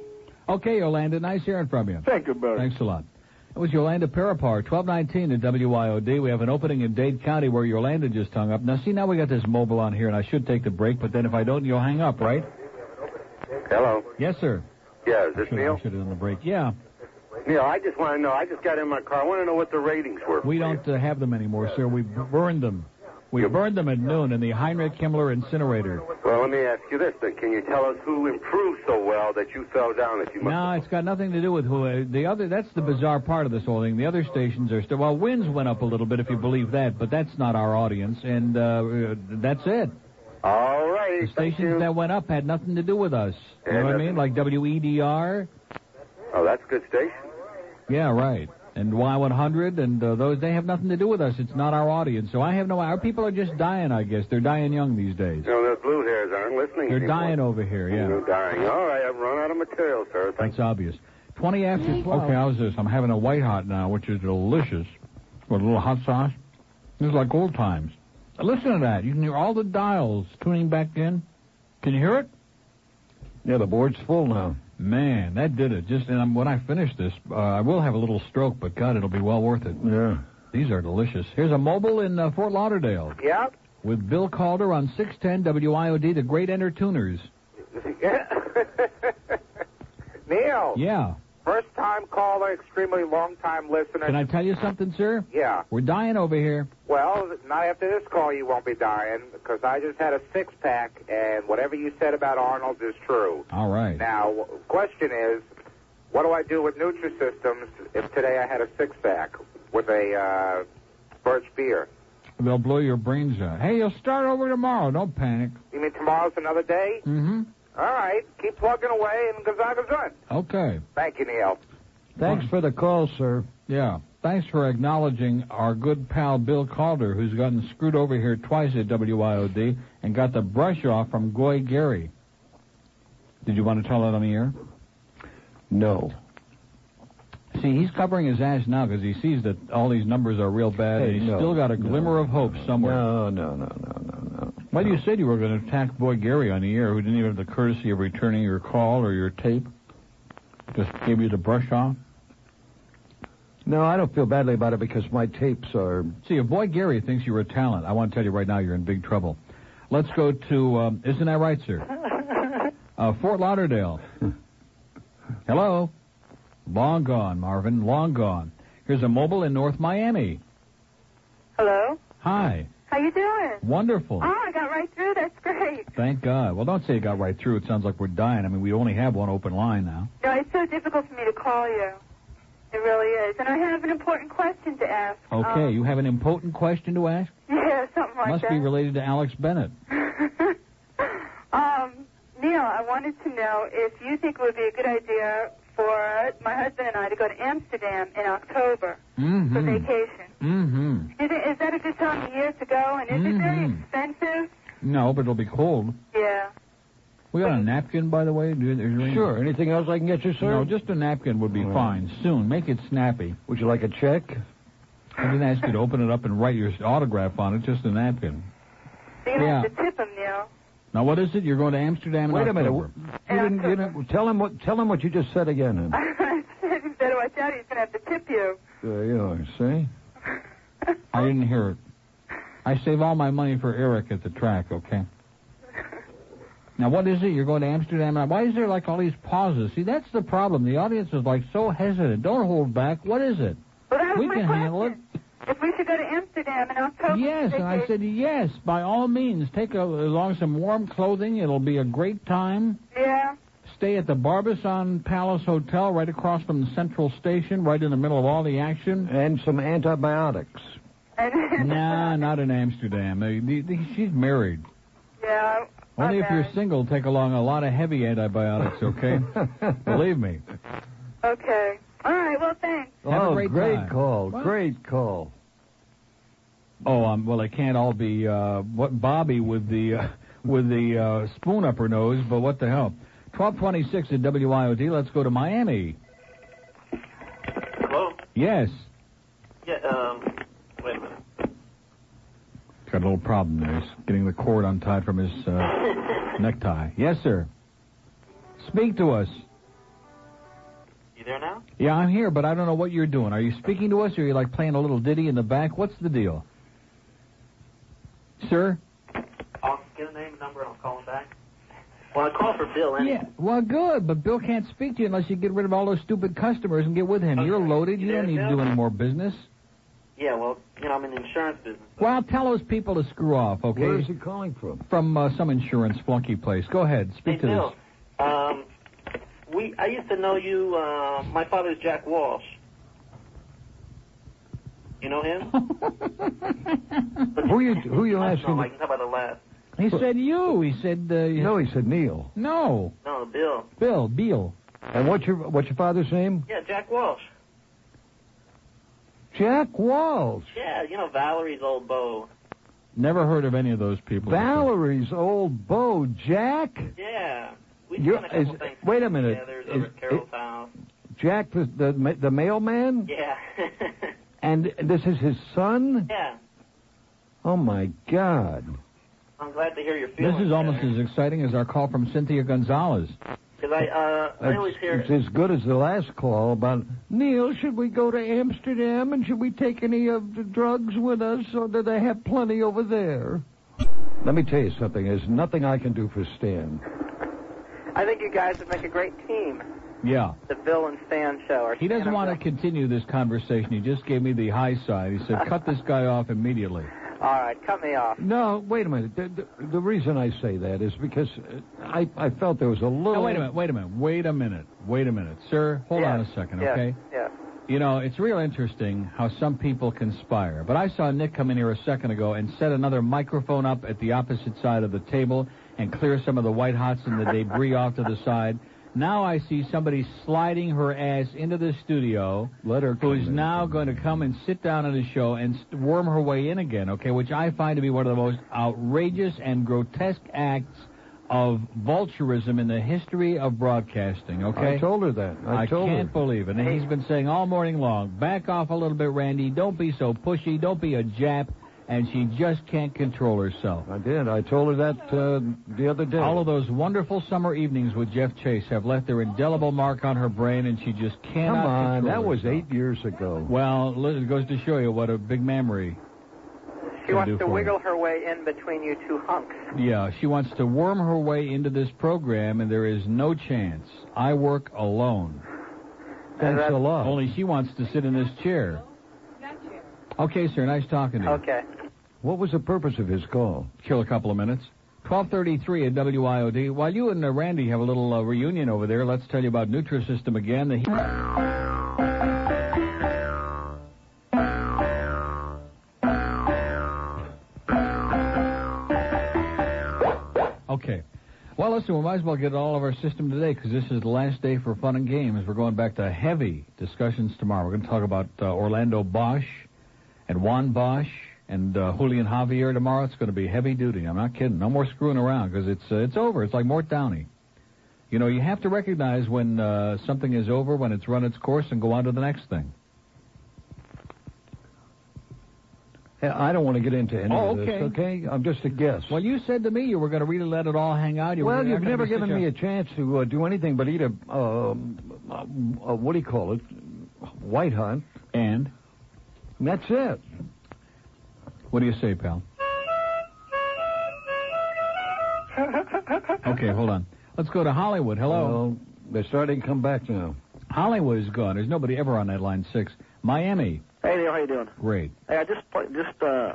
Speaker 1: Okay, Orlando, nice hearing from you.
Speaker 23: Thank you, Barry.
Speaker 1: Thanks a lot. That was Yolanda Parapar, 1219 at WIOD. We have an opening in Dade County where Yolanda just hung up. Now, see, now we got this mobile on here, and I should take the break, but then if I don't, you'll hang up, right?
Speaker 24: <laughs> Hello.
Speaker 1: Yes, sir.
Speaker 24: Yeah, is this Neil?
Speaker 1: I should have done the break. Yeah,
Speaker 24: Neil, I just want to know. I just got in my car. I want to know what the ratings were.
Speaker 1: we don't uh, have them anymore, sir. We burned them. We burned them at noon in the Heinrich Himmler incinerator.
Speaker 24: Well, let me ask you this then. Can you tell us who improved so well that you fell down? That you must.
Speaker 1: No, it's got nothing to do with who. Uh, the other, that's the bizarre part of this whole thing. The other stations are still. Well, Winds went up a little bit, if you believe that, but that's not our audience, and uh, uh, that's it.
Speaker 24: All right.
Speaker 1: The stations that went up had nothing to do with us. You
Speaker 24: Yeah,
Speaker 1: know what I
Speaker 24: nothing.
Speaker 1: mean? Like E WEDR.
Speaker 24: Oh, that's a good station.
Speaker 1: Yeah, right. And Y100 and uh, those, they have nothing to do with us. It's not our audience. So I have no. Our people are just dying, I guess. They're dying young these days.
Speaker 24: You know, those blue hairs aren't listening
Speaker 1: They're
Speaker 24: anymore.
Speaker 1: dying over here, yeah.
Speaker 24: They're dying. All right, I've run out of material, sir. Thank
Speaker 1: That's obvious. 20 after 12. Okay, how's this? I'm having a white hot now, which is delicious. With a little hot sauce. It's like old times. Now listen to that. You can hear all the dials tuning back in. Can you hear it?
Speaker 2: Yeah, the board's full now.
Speaker 1: Man, that did it. Just and I'm, when I finish this, uh, I will have a little stroke, but God, it'll be well worth it.
Speaker 2: Yeah.
Speaker 1: These are delicious. Here's a mobile in uh, Fort Lauderdale
Speaker 24: Yeah.
Speaker 1: with Bill Calder on 610 WIOD, the Great Entertuners.
Speaker 25: <laughs> Neil,
Speaker 1: Yeah.
Speaker 25: first time caller, extremely long time listener.
Speaker 1: Can I tell you something, sir?
Speaker 25: Yeah.
Speaker 1: We're dying over here.
Speaker 25: Well, not after this call you won't be dying because I just had a six pack and whatever you said about Arnold is true.
Speaker 1: All right.
Speaker 25: Now, w- question is, what do I do with Nutrisystems if today I had a six pack with a uh, birch beer?
Speaker 1: They'll blow your brains out. Hey, you'll start over tomorrow. Don't panic.
Speaker 25: You mean tomorrow's another day?
Speaker 1: Mm-hmm.
Speaker 25: All right, keep plugging away and Gonzaga's on.
Speaker 1: Okay.
Speaker 25: Thank you, Neil.
Speaker 2: Thanks for the call, sir.
Speaker 1: Yeah. Thanks for acknowledging our good pal Bill Calder, who's gotten screwed over here twice at WIOD and got the brush off from Goy Gary. Did you want to tell that on the air?
Speaker 2: No.
Speaker 1: See, he's covering his ass now because he sees that all these numbers are real bad,
Speaker 2: Hey,
Speaker 1: and he's
Speaker 2: no,
Speaker 1: still got a
Speaker 2: no,
Speaker 1: glimmer of hope somewhere.
Speaker 2: No, no, no, no, no, no.
Speaker 1: Why do you said you were going to attack Boy Gary on the air, who didn't even have the courtesy of returning your call or your tape? Just gave you the brush off?
Speaker 2: No, I don't feel badly about it because my tapes are.
Speaker 1: See, your boy Gary thinks you're a talent. I want to tell you right now, you're in big trouble. Let's go to, um, isn't that right, sir? Uh,
Speaker 2: <laughs>
Speaker 1: Fort Lauderdale. Hello? Long gone, Marvin. Long gone. Here's a mobile in North Miami.
Speaker 7: Hello.
Speaker 1: Hi.
Speaker 7: How you doing?
Speaker 1: Wonderful.
Speaker 7: Oh, I got right through. That's great.
Speaker 1: Thank God. Well, don't say it got right through. It sounds like we're dying. I mean, we only have one open line now.
Speaker 7: No, it's so difficult for me to call you. It really is. And I have an important question to ask.
Speaker 1: Okay,
Speaker 7: Um,
Speaker 1: you have an impotent question to ask?
Speaker 7: <laughs> yeah, something like
Speaker 1: Must
Speaker 7: that.
Speaker 1: be related to Alex Bennett.
Speaker 7: Um, Neil, I wanted to know if you think it would be a good idea for my husband and I to go to Amsterdam in October for
Speaker 1: Mm-hmm.
Speaker 7: vacation.
Speaker 1: Mm-hmm.
Speaker 7: Is, it, is that a good time of year to go? And is it very expensive?
Speaker 1: No, but it'll be cold.
Speaker 7: Yeah.
Speaker 1: We got a napkin, by the way.
Speaker 2: Sure. Anything else I can get you, sir?
Speaker 1: No, just a napkin would be fine. Soon, make it snappy.
Speaker 2: Would you like a check?
Speaker 1: I didn't ask you to open it up and write your autograph on it. Just a napkin.
Speaker 7: You're gonna
Speaker 1: Yeah.
Speaker 7: have to tip him, Neil.
Speaker 1: Now, what is it? You're going to Amsterdam? In
Speaker 2: Wait a minute.
Speaker 1: October.
Speaker 2: You didn't, you didn't, tell him what. Tell him what you just said again.
Speaker 7: I said <laughs> you better watch out. He's gonna have to tip you.
Speaker 2: There you are. See.
Speaker 1: I didn't hear it. I save all my money for Eric at the track.
Speaker 7: <laughs>
Speaker 1: Okay. Now, what is it? You're going to Amsterdam? Now, Why is there like all these pauses? See, that's the problem. The audience is like so hesitant. Don't hold back. What is it?
Speaker 7: Well, that was
Speaker 1: we
Speaker 7: my
Speaker 1: can
Speaker 7: question.
Speaker 1: handle it.
Speaker 7: If we should go to Amsterdam in October.
Speaker 1: Yes, and I said yes. By all means, take a, along some warm clothing. It'll be a great time.
Speaker 7: Yeah.
Speaker 1: Stay at the Barbizon Palace Hotel, right across from the Central Station, right in the middle of all the action.
Speaker 2: And some
Speaker 1: <laughs>
Speaker 2: antibiotics.
Speaker 7: <laughs>
Speaker 1: nah, not in Amsterdam. They- they- they- She's married.
Speaker 7: Yeah.
Speaker 1: Only if you're single, take along a lot of heavy antibiotics.
Speaker 2: <laughs>
Speaker 1: Okay, believe me.
Speaker 7: Okay. All right. Well, thanks.
Speaker 1: Have a
Speaker 2: oh,
Speaker 1: great
Speaker 2: great
Speaker 1: time.
Speaker 2: call.
Speaker 1: What?
Speaker 2: Great call.
Speaker 1: Oh, um, well, it can't all be uh, what Bobby with the uh, <laughs> with the uh, spoon up her nose, but what the hell? Twelve twenty six at WIOD. Let's go to Miami.
Speaker 4: Hello?
Speaker 1: Yes,
Speaker 4: Yeah, um, wait a minute.
Speaker 1: got a little problem there. He's getting the cord untied from his uh, necktie. Yes, sir. Speak to us.
Speaker 4: You there now?
Speaker 1: Yeah, I'm here, but I don't know what you're doing. Are you speaking to us, or are you like playing a little ditty in the back? What's the deal, sir?
Speaker 4: I'll get a name and number and I'll call him back. Well, I called for Bill anyway.
Speaker 1: Yeah, well, good, but Bill can't speak to you unless you get rid of all those stupid customers and get with him. You're loaded. You don't need to do any more business.
Speaker 4: Yeah, well, you know, I'm in the insurance business.
Speaker 1: Well, tell those people to screw off, okay?
Speaker 4: Where is
Speaker 2: he calling
Speaker 4: <laughs>
Speaker 2: from?
Speaker 1: From uh, some insurance flunky place. Go ahead,
Speaker 4: Hey,
Speaker 1: speak to
Speaker 4: Bill, um, we, I used to know you, uh, my father's Jack Walsh. You
Speaker 1: <laughs>
Speaker 4: know him?
Speaker 2: who you who you
Speaker 4: I don't
Speaker 2: asking?
Speaker 4: know, I can tell by the laugh.
Speaker 1: this. He said you. He said uh,
Speaker 2: No, he said Neil.
Speaker 1: No.
Speaker 4: No, Bill.
Speaker 1: Bill, Beal.
Speaker 2: And what's your what's your father's name?
Speaker 4: Yeah, Jack Walsh.
Speaker 2: Jack Walsh.
Speaker 4: Yeah, you know, Valerie's old beau.
Speaker 1: Never heard of any of those people.
Speaker 2: Valerie's old beau, Jack.
Speaker 4: Yeah. We've
Speaker 2: You're-
Speaker 4: done a couple
Speaker 2: is-
Speaker 4: things
Speaker 2: wait a minute.
Speaker 4: together
Speaker 2: Is-
Speaker 4: over at Carol's
Speaker 2: it- Mm.
Speaker 4: house.
Speaker 2: Jack, the the, ma- the mailman.
Speaker 4: Yeah. <laughs>
Speaker 2: And this is his son.
Speaker 4: yeah.
Speaker 2: Oh my God.
Speaker 4: I'm glad to hear your
Speaker 1: This
Speaker 4: feelings.
Speaker 1: is almost as exciting as our call from Cynthia Gonzalez.
Speaker 4: Because I, uh, I always hear.
Speaker 2: It's as good as the last call about Neil. Should we go to Amsterdam and should we take any of the drugs with us, or do they have plenty over there? Let me tell you something. There's nothing I can do for Stan.
Speaker 26: I think you guys would make a great team.
Speaker 1: Yeah.
Speaker 26: The Bill and Stan show. Or
Speaker 1: He doesn't want to continue this conversation. He just gave me the high side. He said, cut this guy off immediately.
Speaker 26: All right, cut me off.
Speaker 2: No, wait a minute. The, the, the reason I say that is because uh, I, I felt there was a little.
Speaker 1: Now, wait a minute, wait a minute, wait a minute, wait a minute. Sir, hold on a second,
Speaker 2: yes,
Speaker 1: okay?
Speaker 26: yes.
Speaker 1: You know, it's real interesting how some people conspire. But I saw Nick come in here a second ago and set another microphone up at the opposite side of the table and clear some of the white hots and the debris off to the side. Now I see somebody sliding her ass into the studio,
Speaker 2: Let her
Speaker 1: who's now going to come and sit down on the show and st- worm her way in again, okay? Which I find to be one of the most outrageous and grotesque acts of vulturism in the history of broadcasting, okay?
Speaker 2: I told her that. I,
Speaker 1: I
Speaker 2: told
Speaker 1: can't
Speaker 2: her.
Speaker 1: believe it. And he's been saying all morning long, back off a little bit, Randy. Don't be so pushy. Don't be a Jap. and she just can't control herself.
Speaker 2: I did. I told her that uh, the other day.
Speaker 1: All of those wonderful summer evenings with Jeff Chase have left their indelible mark on her brain, and she just
Speaker 2: Come
Speaker 1: cannot.
Speaker 2: on,
Speaker 1: control
Speaker 2: that was
Speaker 1: herself.
Speaker 2: eight years ago.
Speaker 1: Well, li- it goes to show you what a big memory.
Speaker 8: She wants
Speaker 1: do
Speaker 8: to
Speaker 1: for
Speaker 8: wiggle her way in between you two hunks.
Speaker 1: Yeah, she wants to worm her way into this program, and there is no chance. I work alone.
Speaker 8: Thanks a
Speaker 1: lot. Only she wants to sit in this chair. Okay, sir. Nice talking to you.
Speaker 8: Okay.
Speaker 1: What was the purpose of his call? Kill a couple of minutes. 1233 at WIOD. While you and uh, Randy have a little uh, reunion over there, let's tell you about Nutrisystem again. The Okay. Well, listen, we might as well get it all of our system today because this is the last day for fun and games. We're going back to heavy discussions tomorrow. We're going to talk about uh, Orlando Bosch and Juan Bosch and uh, Julian Javier tomorrow. It's going to be heavy duty. I'm not kidding. No more screwing around because it's uh, it's over. It's like Mort Downey. You know, you have to recognize when uh, something is over, when it's run its course, and go on to the next thing.
Speaker 2: Hey, I don't want to get into any
Speaker 1: Oh,
Speaker 2: of this,
Speaker 1: okay.
Speaker 2: okay? I'm just a guest.
Speaker 1: Well, you said to me you were going to really let it all hang out. You were
Speaker 2: well,
Speaker 1: not
Speaker 2: you've
Speaker 1: gonna
Speaker 2: never
Speaker 1: be such
Speaker 2: given
Speaker 1: a-
Speaker 2: me a chance to uh, do anything but eat a, um, uh, uh, what do you call it? White hunt.
Speaker 1: And?
Speaker 2: That's it.
Speaker 1: What do you
Speaker 2: <laughs>
Speaker 1: say, pal? okay, hold on. Let's go to Hollywood. Hello.
Speaker 2: they're starting to come back now.
Speaker 1: Hollywood is gone. There's nobody ever on that line six. Miami.
Speaker 10: Hey Neil, how you doing?
Speaker 1: Great.
Speaker 10: Hey, I just pl- just uh,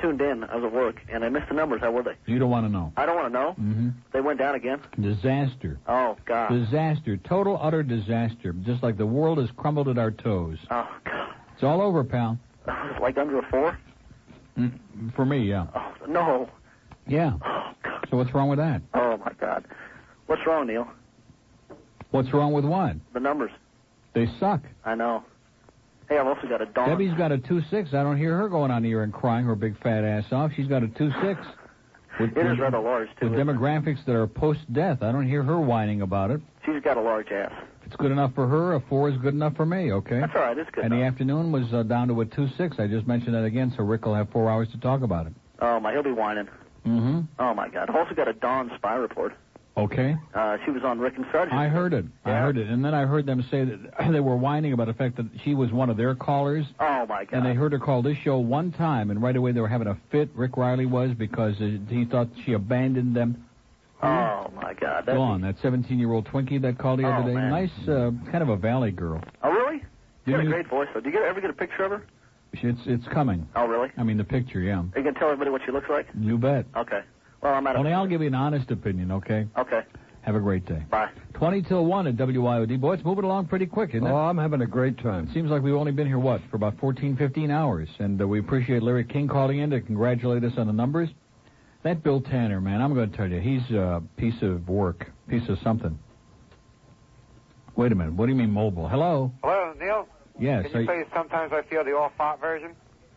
Speaker 10: tuned in. I was at work and I missed the numbers. How were they?
Speaker 1: You don't want to know.
Speaker 10: I don't want to know.
Speaker 1: hmm
Speaker 2: Mm-hmm.
Speaker 10: They went down again.
Speaker 1: Disaster.
Speaker 10: Oh God.
Speaker 1: Disaster. Total, utter disaster. Just like the world has crumbled at our toes.
Speaker 10: Oh God.
Speaker 1: It's all over, pal.
Speaker 10: It's <laughs> like under a four.
Speaker 1: Mm, For me,
Speaker 10: Oh,
Speaker 1: yeah.
Speaker 10: No.
Speaker 1: Yeah. So what's wrong with that?
Speaker 10: Oh my God. What's wrong, Neil?
Speaker 1: What's wrong with what?
Speaker 10: The numbers.
Speaker 1: They suck.
Speaker 10: I know. Hey, I've also got a dog.
Speaker 1: Debbie's got a two six. I don't hear her going on here and crying her big fat ass off. She's got a two six. With,
Speaker 10: It is rather large too.
Speaker 1: with demographics that are post death. I don't hear her whining about it.
Speaker 10: She's got a large ass.
Speaker 1: If it's good enough for her, a four is good enough for me, okay?
Speaker 10: That's all right. It's good.
Speaker 1: And the afternoon was uh, down to a two six. I just mentioned that again, so Rick will have four hours to talk about it.
Speaker 10: Oh my, he'll be whining.
Speaker 1: Mm-hmm.
Speaker 10: Oh my God. I've also got a Dawn spy report.
Speaker 1: Okay.
Speaker 10: Uh, she was on Rick and Sergeant.
Speaker 1: I heard it. I heard it. And then I heard them say that <clears throat> they were whining about the fact that she was one of their callers.
Speaker 10: Oh my God.
Speaker 1: And they heard her call this show one time, and right away they were having a fit. Rick Riley was because uh, he thought she abandoned them.
Speaker 10: Oh my God. That's
Speaker 1: Dawn, that 17-year-old Twinkie that called the
Speaker 10: Oh,
Speaker 1: other day,
Speaker 10: man.
Speaker 1: nice, uh, kind of a valley girl.
Speaker 10: Oh really? She
Speaker 1: You
Speaker 10: got a
Speaker 1: knew-
Speaker 10: great voice though. Do you get, ever get a picture of her?
Speaker 1: It's it's coming.
Speaker 10: Oh really?
Speaker 1: I mean the picture, yeah.
Speaker 10: Are you gonna tell everybody what she looks like?
Speaker 1: You bet.
Speaker 10: Okay. Well, I'm out of.
Speaker 1: Only I'll give you an honest opinion, okay?
Speaker 10: Okay.
Speaker 1: Have a great day.
Speaker 10: Bye.
Speaker 1: 20 till 1 at WIOD. Boy, it's moving along pretty quick, isn't it?
Speaker 2: Oh, I'm having a great time.
Speaker 1: It seems like we've only been here, what, for about 14, 15 hours. And uh, we appreciate Larry King calling in to congratulate us on the numbers. That Bill Tanner, man, I'm going to tell you, he's a piece of work, piece of something. Wait a minute. What do you mean mobile? Hello?
Speaker 27: Hello, Neil.
Speaker 1: Yes.
Speaker 27: Can you
Speaker 1: I-
Speaker 27: play sometimes I feel the all fart version?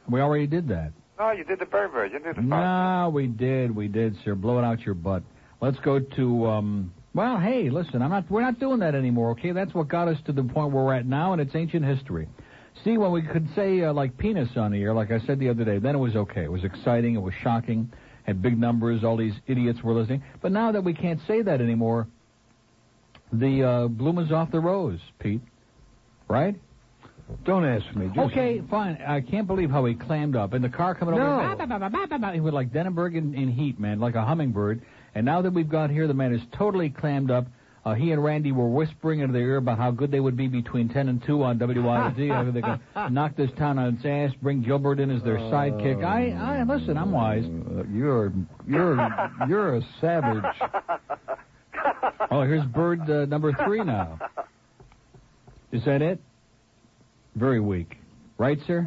Speaker 1: we already did that.
Speaker 27: No, you did the bird version. You did the
Speaker 1: No, we did, we did, sir. Blow it out your butt. Let's go to um well, hey, listen, I'm not we're not doing that anymore, okay? That's what got us to the point where we're at now and it's ancient history. See, when we could say uh, like penis on the air, like I said the other day, then it was okay. It was exciting, it was shocking, had big numbers, all these idiots were listening. But now that we can't say that anymore, the uh bloom is off the rose, Pete. Right?
Speaker 2: Don't ask me. Just-
Speaker 1: Okay, fine. I can't believe how he clammed up. In the car coming over, bah, bah, bah, bah, bah, bah. he was like Denenberg in, in heat, man, like a hummingbird. And now that we've got here, the man is totally clammed up. Uh, he and Randy were whispering into their ear about how good they would be between 10 and 2 on WYZ. How they could knock this town on its ass, bring Gilbert in as their sidekick. I, I listen, I'm wise.
Speaker 2: Uh, you're you're you're a savage.
Speaker 1: Oh, here's bird uh, number three now. Is that it? Very weak, right, sir?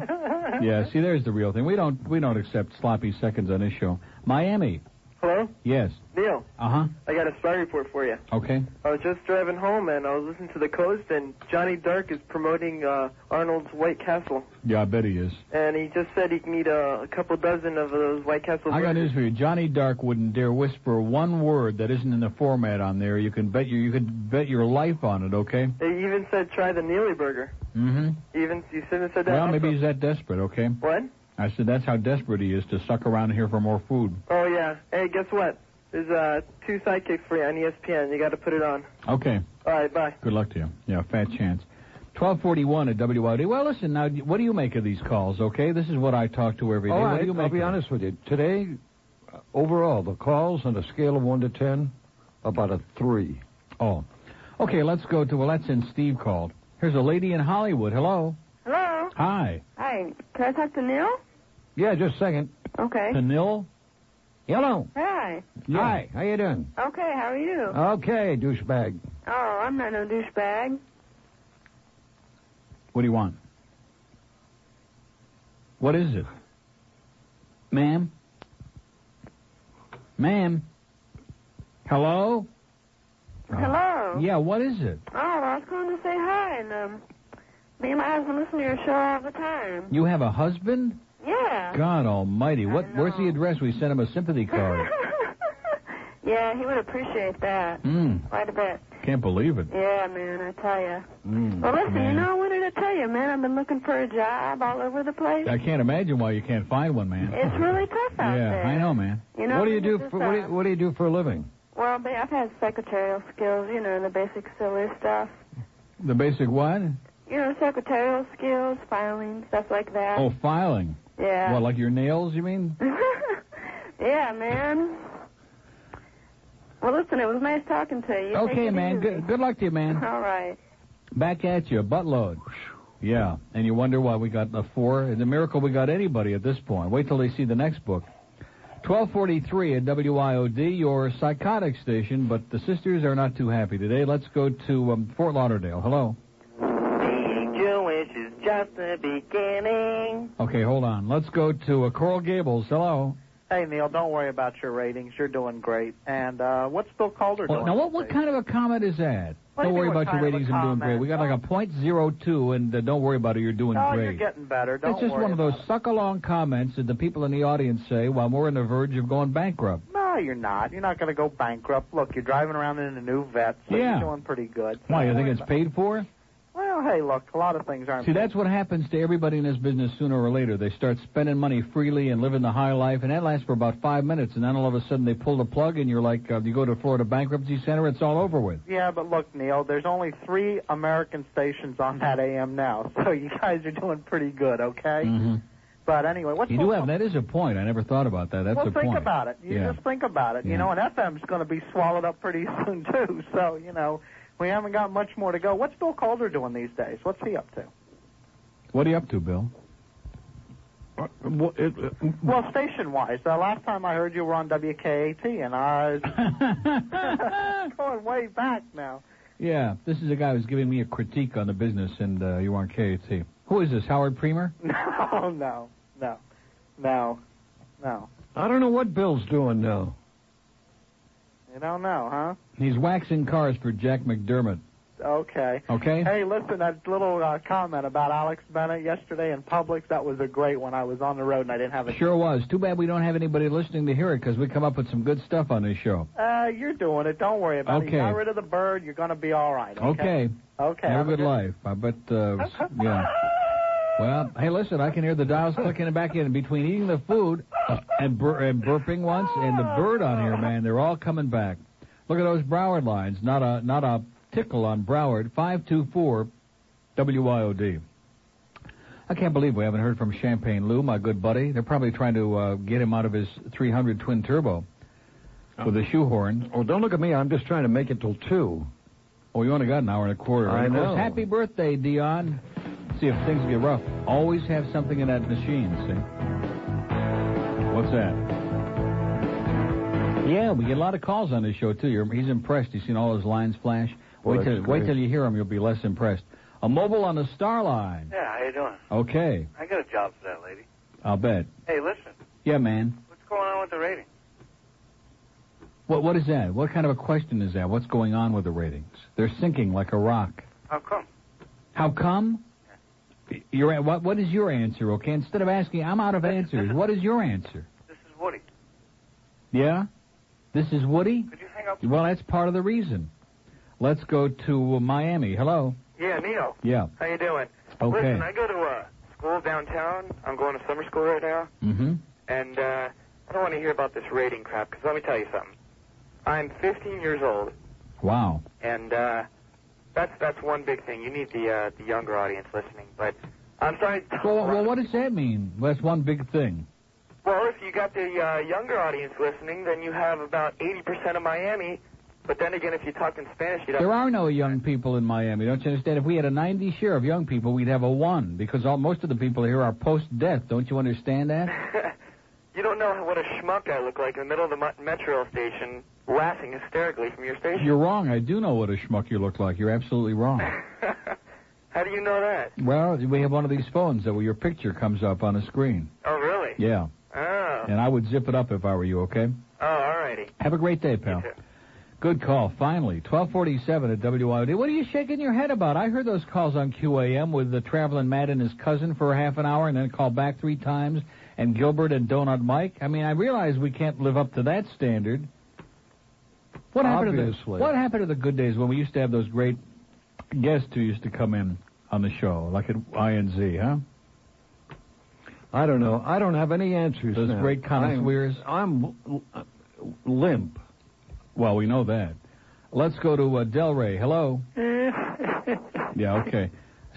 Speaker 1: <laughs> yeah. See, there's the real thing. We don't we don't accept sloppy seconds on this show. Miami.
Speaker 28: Hello,
Speaker 1: Yes.
Speaker 28: Neil.
Speaker 1: Uh huh.
Speaker 28: I got a spy report for you.
Speaker 1: Okay.
Speaker 28: I was just driving home and I was listening to the coast, and Johnny Dark is promoting uh, Arnold's White Castle,
Speaker 1: Yeah, I bet he is.
Speaker 28: and he just said he can eat a, a couple dozen of those White Castle.
Speaker 1: I got
Speaker 28: burgers.
Speaker 1: news for you. Johnny Dark wouldn't dare whisper one word that isn't in the format on there. You can bet your you could bet your life on it. Okay.
Speaker 28: He even said try the Neely burger.
Speaker 1: Mm-hmm.
Speaker 28: Even you said said that.
Speaker 1: Well, maybe he's that desperate. Okay.
Speaker 28: What?
Speaker 1: I said that's how desperate he is to suck around here for more food.
Speaker 29: Oh yeah. Hey, guess what? There's uh two sidekicks free on E ESPN. You got to put it on.
Speaker 1: Okay.
Speaker 29: All right, bye.
Speaker 1: Good luck to you. Yeah, fat chance. 1241 at WYD. Well, listen, now, what do you make of these calls, okay? This is what I talk to every day.
Speaker 2: All
Speaker 1: What
Speaker 2: right,
Speaker 1: do you make
Speaker 2: I'll be
Speaker 1: of it?
Speaker 2: honest with you. Today, uh, overall, the calls on a scale of 1 to 10, about a 3.
Speaker 1: Oh. Okay, let's go to, well, that's in Steve called. Here's a lady in Hollywood. Hello.
Speaker 7: Hello.
Speaker 1: Hi.
Speaker 7: Hi. Can I talk to Neil?
Speaker 2: Yeah, just a second.
Speaker 7: Okay.
Speaker 1: Panil?
Speaker 2: Hello.
Speaker 7: Hi.
Speaker 2: Hi, how you doing?
Speaker 7: Okay. How are you?
Speaker 2: Okay, douchebag.
Speaker 7: oh, I'm not no douchebag.
Speaker 1: What do you want? What is it? Ma'am? Ma'am? Hello?
Speaker 7: Hello.
Speaker 1: Oh. Yeah, what is it?
Speaker 7: Oh, I was going to say hi, and um, me and my husband listen to your show all the time.
Speaker 1: You have a husband?
Speaker 7: Yeah.
Speaker 1: God almighty. What? Where's the address? We sent him a
Speaker 7: <laughs>
Speaker 1: sympathy card.
Speaker 7: Yeah, he would appreciate that
Speaker 1: mm,
Speaker 7: quite a bit.
Speaker 1: can't believe it.
Speaker 7: Yeah, man, I tell you.
Speaker 1: Mm,
Speaker 7: Well, listen,
Speaker 1: man.
Speaker 7: you know, I wanted to tell you, man, I've been looking for a job all over the place.
Speaker 1: I can't imagine why you can't find one, man.
Speaker 7: It's really tough out
Speaker 1: yeah,
Speaker 7: there.
Speaker 1: I know, man.
Speaker 7: You know,
Speaker 2: what do you do
Speaker 7: it's
Speaker 2: for
Speaker 7: just,
Speaker 2: what do you,
Speaker 7: uh,
Speaker 2: what do you do for a living?
Speaker 7: Well, ba- I've had secretarial skills, you know, the basic silly stuff.
Speaker 1: The basic what?
Speaker 7: You know, secretarial skills, filing, stuff like that.
Speaker 1: Oh, filing.
Speaker 7: Yeah.
Speaker 1: What, like your nails?
Speaker 7: <laughs>
Speaker 1: You mean?
Speaker 7: yeah, man. Well, listen, it was nice talking to you. Take
Speaker 1: okay,
Speaker 7: it
Speaker 1: man.
Speaker 7: easy.
Speaker 1: Good, good luck to you,
Speaker 7: <laughs>
Speaker 1: man.
Speaker 7: All right.
Speaker 1: Back at you, buttload. Yeah, and you wonder why we got the four. It's a miracle we got anybody at this point. Wait till they see the next book. 1243 at WIOD, your psychotic station, but the sisters are not too happy today. Let's go to um, Fort Lauderdale. Hello.
Speaker 30: Being Jewish is just the beginning.
Speaker 1: Okay, hold on. Let's go to uh, Coral Gables. Hello.
Speaker 4: Hey Neil, don't worry about your ratings. You're doing great. And uh, what's Bill Calder
Speaker 1: Well,
Speaker 4: doing?
Speaker 1: now, what, what kind of a comment is that?
Speaker 4: What do
Speaker 1: don't
Speaker 4: you
Speaker 1: worry
Speaker 4: mean, what
Speaker 1: about your
Speaker 4: kind of a
Speaker 1: ratings. I'm doing great.
Speaker 4: comment?
Speaker 1: We got like a point zero two, and uh, don't worry about it. You're doing
Speaker 4: oh,
Speaker 1: great.
Speaker 4: you're getting better. Don't
Speaker 1: It's just
Speaker 4: worry
Speaker 1: one of those suck along comments that the people in the audience say while we're on the verge of going bankrupt.
Speaker 4: No, you're not. You're not going to go bankrupt. Look, you're driving around in a new vet, so
Speaker 1: Yeah.
Speaker 4: you're doing pretty good.
Speaker 1: Why, you
Speaker 4: Don't
Speaker 1: think
Speaker 4: worry
Speaker 1: it's
Speaker 4: about-
Speaker 1: paid for?
Speaker 4: Well, hey, look, a lot of things aren't.
Speaker 1: See, that's what happens to everybody in this business sooner or later. They start spending money freely and living the high life, and that lasts for about five minutes, and then all of a sudden they pull the plug, and you're like, uh, you go to Florida Bankruptcy Center, it's all over with.
Speaker 4: Yeah, but look, Neil, there's only three American stations on that AM now, <laughs> so you guys are doing pretty good, okay?
Speaker 1: Mm-hmm.
Speaker 4: But anyway, what's
Speaker 1: You
Speaker 4: Bill
Speaker 1: do have, that is a point. I never thought about that. That's
Speaker 4: well,
Speaker 1: a
Speaker 4: think
Speaker 1: point.
Speaker 4: about it. You
Speaker 1: yeah.
Speaker 4: just think about it.
Speaker 1: Yeah.
Speaker 4: You know, and FM's going to be swallowed up pretty <laughs> soon too. So you know, we haven't got much more to go. What's Bill Calder doing these days? What's he up to?
Speaker 1: What are you up to, Bill?
Speaker 2: Well, it, uh,
Speaker 4: Well, station-wise, the last time I heard you were on WKAT,
Speaker 1: <laughs>
Speaker 4: and I was <laughs> going way back now. <laughs>
Speaker 1: Yeah, this is a guy who's giving me a critique on the business, and uh, you on KAT. Who is this, Howard Premer?
Speaker 4: No, no, no, no, no.
Speaker 2: I don't know what Bill's doing now.
Speaker 4: You don't know, huh?
Speaker 1: He's waxing cars for Jack McDermott.
Speaker 4: Okay.
Speaker 1: Okay.
Speaker 4: Hey, listen, that little uh, comment about Alex Bennett yesterday in Publix, that was a great one. I was on the road and I didn't have a
Speaker 1: Sure was. Too bad we don't have anybody listening to hear it because we come up with some good stuff on this show.
Speaker 4: Uh, you're doing it. Don't worry about it.
Speaker 1: Okay.
Speaker 4: You got rid of the bird. You're going to be all right.
Speaker 1: Okay.
Speaker 4: Okay. Okay.
Speaker 1: Have a good
Speaker 4: good-
Speaker 1: life. I bet. Uh, s- yeah. Well, hey, listen, I can hear the dials clicking back in between eating the food uh, and, bur- and burping once and the bird on here, man. They're all coming back. Look at those Broward lines. Not a not a tickle on Broward. Five two four, WIOD. I can't believe we haven't heard from Champagne Lou, my good buddy. They're probably trying to uh, get him out of his 300 twin turbo with a shoehorn.
Speaker 2: Oh, don't look at me. I'm just trying to make it till two.
Speaker 1: Oh, you only got an hour and a quarter.
Speaker 2: I
Speaker 1: And of course,
Speaker 2: know.
Speaker 1: happy birthday, Dion. See if things get rough. Always have something in that machine. See. What's that? Yeah, we get a lot of calls on this show too. You're, he's impressed. He's seen all those lines flash.
Speaker 2: Well,
Speaker 1: wait till
Speaker 2: that's
Speaker 1: wait
Speaker 2: great.
Speaker 1: till you hear him. You'll be less impressed. A mobile on the star line.
Speaker 31: <laughs> Yeah, how you doing?
Speaker 1: Okay,
Speaker 31: I got a job for that lady.
Speaker 1: I'll bet.
Speaker 31: Hey, listen,
Speaker 1: Yeah, man.
Speaker 31: what's going on with the rating?
Speaker 1: What what is that? What kind of a question is that? What's going on with the ratings? They're sinking like a rock.
Speaker 31: How come?
Speaker 1: How come? Your what? What is your answer? Okay, instead of asking, I'm out of answers. What is your answer?
Speaker 31: This is Woody.
Speaker 1: Yeah, this is Woody.
Speaker 31: Could you hang up?
Speaker 1: Well, that's part of the reason. Let's go to uh, Miami. Hello.
Speaker 12: Yeah, Neil.
Speaker 1: Yeah.
Speaker 12: How you doing?
Speaker 1: Okay.
Speaker 12: Listen, I go to a school downtown. I'm going to summer school right now.
Speaker 1: Mm-hmm.
Speaker 12: And uh, I don't want to hear about this rating crap because let me tell you something. I'm 15 years old,
Speaker 1: Wow.
Speaker 12: and uh, that's that's one big thing. You need the uh, the younger audience listening. But I'm sorry.
Speaker 1: Well, well, what does that mean? Well, that's one big thing.
Speaker 12: Well, if you got the uh, younger audience listening, then you have about 80% of Miami. But then again, if you talk in Spanish, you'd have
Speaker 1: There are no young people in Miami. Don't you understand? If we had a 90 share of young people, we'd have a one because all most of the people here are post-death. Don't you
Speaker 31: <laughs>
Speaker 1: understand that?
Speaker 12: <laughs> You don't know what a schmuck I look like in the middle of the mu- metro station, laughing hysterically from your station. <laughs>
Speaker 1: You're wrong. I do know what a schmuck you look like. You're absolutely wrong.
Speaker 12: How do you know that?
Speaker 1: Well, we have one of these phones that where your picture comes up on a screen.
Speaker 12: Oh, really?
Speaker 1: Yeah.
Speaker 12: Oh.
Speaker 1: And I would zip it up if I were you. Okay.
Speaker 12: Oh, alrighty.
Speaker 1: Have a great day, pal. Good call. Finally, 1247 at WIOD. What are you shaking your head about? I heard those calls on QAM with the traveling Matt and his cousin for a half an hour and then call back three times and Gilbert and Donut Mike. I mean, I realize we can't live up to that standard. What happened to the,
Speaker 2: Obviously.
Speaker 1: What happened to the good days when we used to have those great guests who used to come in on the show, like at INZ, huh?
Speaker 2: I don't know. I don't have any answers.
Speaker 1: Those
Speaker 2: now.
Speaker 1: great connoisseurs.
Speaker 2: I'm, I'm l- l- limp.
Speaker 1: Well, we know that. Let's go to uh, Delray. Hello. <laughs> Yeah,
Speaker 32: <laughs>
Speaker 1: okay.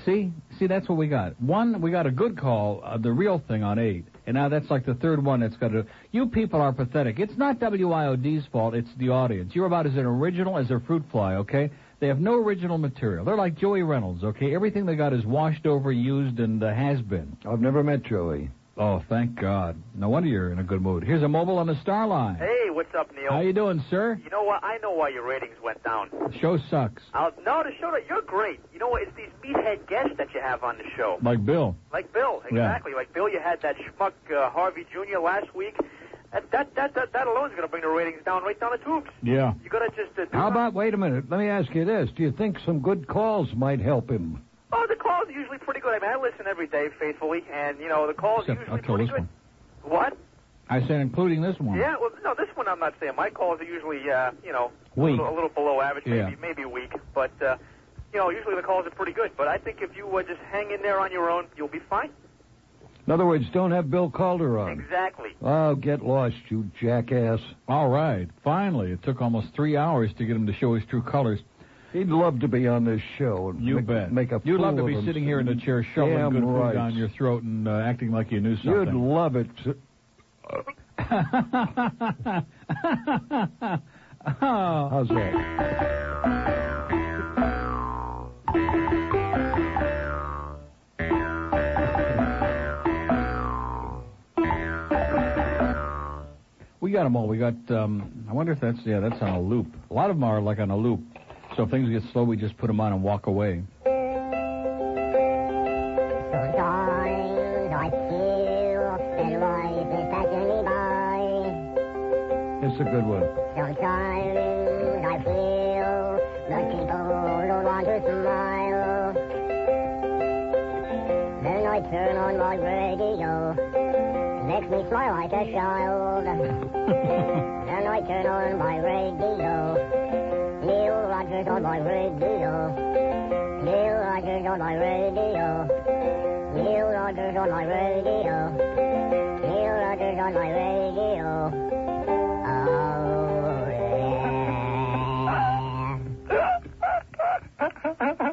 Speaker 1: See, see, that's what we got. One, we got a good call, uh, the real thing on eight, and now that's like the third one that's got to. You people are pathetic. It's not WIOD's fault. It's the audience. You're about as original as a fruit fly. Okay, they have no original material. They're like Joey Reynolds. Okay, everything they got is washed over, used, and uh, has been.
Speaker 2: I've never met Joey.
Speaker 1: Oh, thank God. No wonder you're in a good mood. Here's a mobile on the star line.
Speaker 4: Hey, what's up, Neil?
Speaker 1: How you doing, sir?
Speaker 4: You know what? I know why your ratings went down.
Speaker 1: The show sucks.
Speaker 4: I'll, no, the show that you're great. You know what? It's these meathead guests that you have on the show,
Speaker 1: Like Bill.
Speaker 4: like Bill.
Speaker 1: Yeah.
Speaker 4: Exactly, like Bill. You had that schmuck uh, Harvey Jr. last week. That that that that, that alone is going to bring the ratings down right down the tubes.
Speaker 2: Yeah.
Speaker 4: You got to just. Uh, do
Speaker 2: How
Speaker 4: not-
Speaker 2: about? Wait a minute. Let me ask you this. Do you think some good calls might help him?
Speaker 4: Oh, the calls are usually pretty good. I mean, I listen every day faithfully, and you know the calls
Speaker 1: Except
Speaker 4: usually
Speaker 1: until
Speaker 4: pretty
Speaker 1: this
Speaker 4: good.
Speaker 1: one.
Speaker 4: What?
Speaker 1: I said, including this one.
Speaker 4: Yeah, well, no, this one I'm not saying. My calls are usually, uh, you know,
Speaker 1: Weak.
Speaker 4: A, little, a little below average,
Speaker 1: Yeah.
Speaker 4: maybe maybe weak, but uh, you know, usually the calls are pretty good. But I think if you uh, just hang in there on your own, you'll be fine.
Speaker 2: In other words, don't have Bill Calder on.
Speaker 4: Exactly.
Speaker 2: Oh, get lost, you jackass.
Speaker 1: All right. Finally, it took almost three hours to get him to show his true colors.
Speaker 2: He'd love to be on this show. And
Speaker 1: You
Speaker 2: make,
Speaker 1: bet.
Speaker 2: Make a
Speaker 1: You'd love
Speaker 2: fool
Speaker 1: to
Speaker 2: of
Speaker 1: be
Speaker 2: himself.
Speaker 1: sitting here in a chair shoveling
Speaker 2: Damn
Speaker 1: good
Speaker 2: right.
Speaker 1: food down your throat and uh, acting like you knew
Speaker 2: You'd
Speaker 1: something.
Speaker 2: love it. How's that?
Speaker 1: we got them all. We got. Um, I wonder if that's yeah, that's on a loop. A lot of them are like on a loop. So if things get slow, we just put them on and walk away.
Speaker 2: It's a good one.
Speaker 18: Then I turn on my radio, makes me smile like a child. then I turn on my radio, Neil Rogers on my radio, Neil Rogers on my radio, Neil Rogers on my radio, Neil Rogers on my radio. Oh,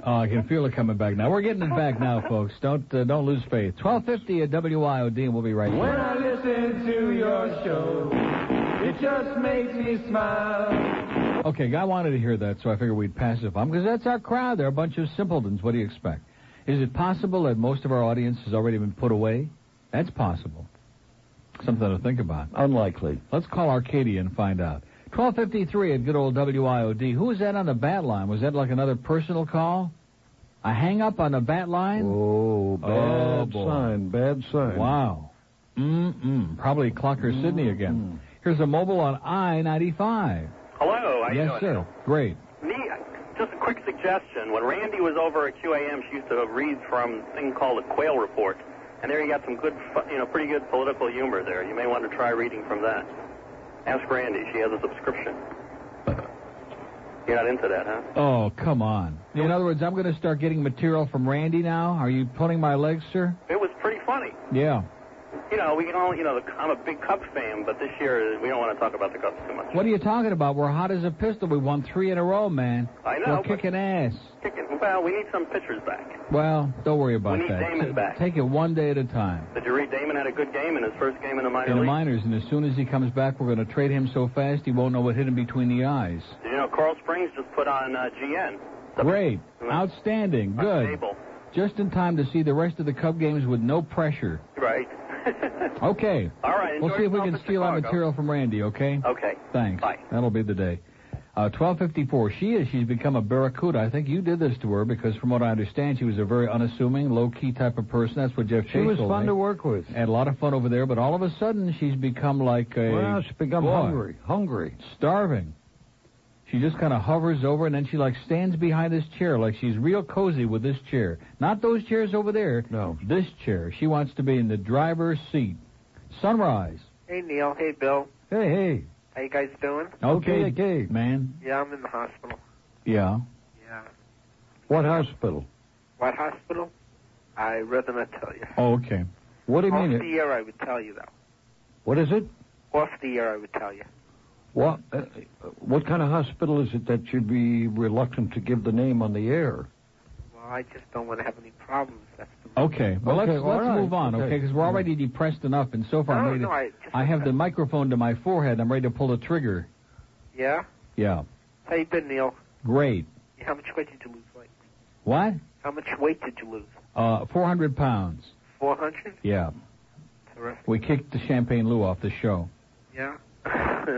Speaker 1: Oh, I can feel it coming back now. We're getting it back now, folks. Don't uh, don't lose faith. Twelve fifty at WIOD, and we'll be right
Speaker 32: When
Speaker 1: back.
Speaker 32: I listen to your show, it just makes me smile.
Speaker 1: Okay, guy wanted to hear that, so I figured we'd pacify him because that's our crowd. They're a bunch of simpletons. What do you expect? Is it possible that most of our audience has already been put away? That's possible. Something to think about.
Speaker 2: Unlikely.
Speaker 1: Let's call Arcadia and find out. 1253 at good old WIOD. Who was that on the bat line? Was that like another personal call? A hang up on the bat line?
Speaker 2: Oh, bad
Speaker 1: Oh, boy.
Speaker 2: sign. Bad sign.
Speaker 1: Wow. Mm-mm. Probably Clocker Sydney again. Here's a mobile on I-95.
Speaker 17: Hello, how you
Speaker 1: yes,
Speaker 17: doing?
Speaker 1: sir. Great.
Speaker 17: Me, uh, just a quick suggestion. When Randy was over at QAM, she used to read from a thing called a Quail Report, and there you got some good, fu- you know, pretty good political humor there. You may want to try reading from that. Ask Randy; she has a subscription. You're not into that, huh?
Speaker 1: Oh, come on. In other words, I'm going to start getting material from Randy now. Are you pulling my legs, sir?
Speaker 17: It was pretty funny.
Speaker 1: Yeah.
Speaker 17: You know, we can all, you know, the, I'm a big Cup fan, but this year uh, we don't want to talk about the Cubs too much.
Speaker 1: What are you talking about? We're hot as a pistol. We won three in a row, man.
Speaker 17: I know,
Speaker 1: We're
Speaker 17: but-
Speaker 1: kicking ass.
Speaker 17: Kick it. Well, we need some pitchers back.
Speaker 1: Well, don't worry about
Speaker 17: need
Speaker 1: that.
Speaker 17: Damon
Speaker 1: Ta-
Speaker 17: back.
Speaker 1: Take it one day at a time.
Speaker 17: Did you read Damon had a good game in his first game in the minor
Speaker 1: In the
Speaker 17: league?
Speaker 1: minors, and as soon as he comes back, we're going to trade him so fast he won't know what hit him between the eyes.
Speaker 17: Did you know Coral Springs just put on uh, GN?
Speaker 1: Great. Outstanding. Good.
Speaker 17: Unstable.
Speaker 1: Just in time to see the rest of the Cub games with no pressure.
Speaker 17: Right. <laughs>
Speaker 1: Okay.
Speaker 17: All right,
Speaker 1: We'll
Speaker 17: enjoy
Speaker 1: see if we
Speaker 17: yourself
Speaker 1: can
Speaker 17: in
Speaker 1: steal our
Speaker 17: Chicago.
Speaker 1: material from Randy, okay?
Speaker 17: Okay.
Speaker 1: Thanks.
Speaker 17: Bye.
Speaker 1: That'll be the day. Uh, 1254. She is. She's become a barracuda. I think you did this to her because, from what I understand, she was a very unassuming, low-key type of person. That's what Jeff
Speaker 2: She
Speaker 1: Chase
Speaker 2: was
Speaker 1: told
Speaker 2: fun
Speaker 1: me.
Speaker 2: to work with.
Speaker 1: Had a lot of fun over there, but all of a sudden she's become like a.
Speaker 2: Well, she's become
Speaker 1: boy,
Speaker 2: hungry. Hungry.
Speaker 1: Starving. She just kind of hovers over and then she like stands behind this chair like she's real cozy with this chair. Not those chairs over there. No. This chair. She wants to be in the driver's seat. Sunrise.
Speaker 12: Hey, Neil. Hey, Bill.
Speaker 1: Hey, hey.
Speaker 12: How you guys doing?
Speaker 1: Okay, okay. man.
Speaker 12: Yeah, I'm in the hospital.
Speaker 1: Yeah.
Speaker 12: Yeah.
Speaker 2: What hospital?
Speaker 12: What hospital? I rather not tell you.
Speaker 1: Oh, okay.
Speaker 2: What do you
Speaker 12: Off
Speaker 2: mean?
Speaker 12: the
Speaker 2: It,
Speaker 12: air, I would tell you though.
Speaker 2: what is it?
Speaker 12: Off the air, I would tell you.
Speaker 2: What uh, what kind of hospital is it that you'd be reluctant to give the name on the air?
Speaker 12: Well, I just don't want to have any problems. That's
Speaker 1: Okay. Well,
Speaker 2: Okay,
Speaker 1: let's
Speaker 2: all
Speaker 1: let's
Speaker 2: right.
Speaker 1: move on, okay?
Speaker 2: Okay.
Speaker 1: Because we're already depressed enough, and so far I'm
Speaker 12: No,
Speaker 1: ready. to-
Speaker 12: no, I
Speaker 1: I have the microphone to my forehead. I'm ready to pull the trigger.
Speaker 12: yeah.
Speaker 1: Yeah.
Speaker 12: How you been, Neil?
Speaker 1: Great.
Speaker 12: How much weight did you lose? Like,
Speaker 1: What?
Speaker 12: how much weight did you lose?
Speaker 1: Uh, 400 pounds.
Speaker 12: Four hundred.
Speaker 1: Yeah.
Speaker 12: Terrific.
Speaker 1: We kicked the Champagne Lou off the show.
Speaker 12: Yeah.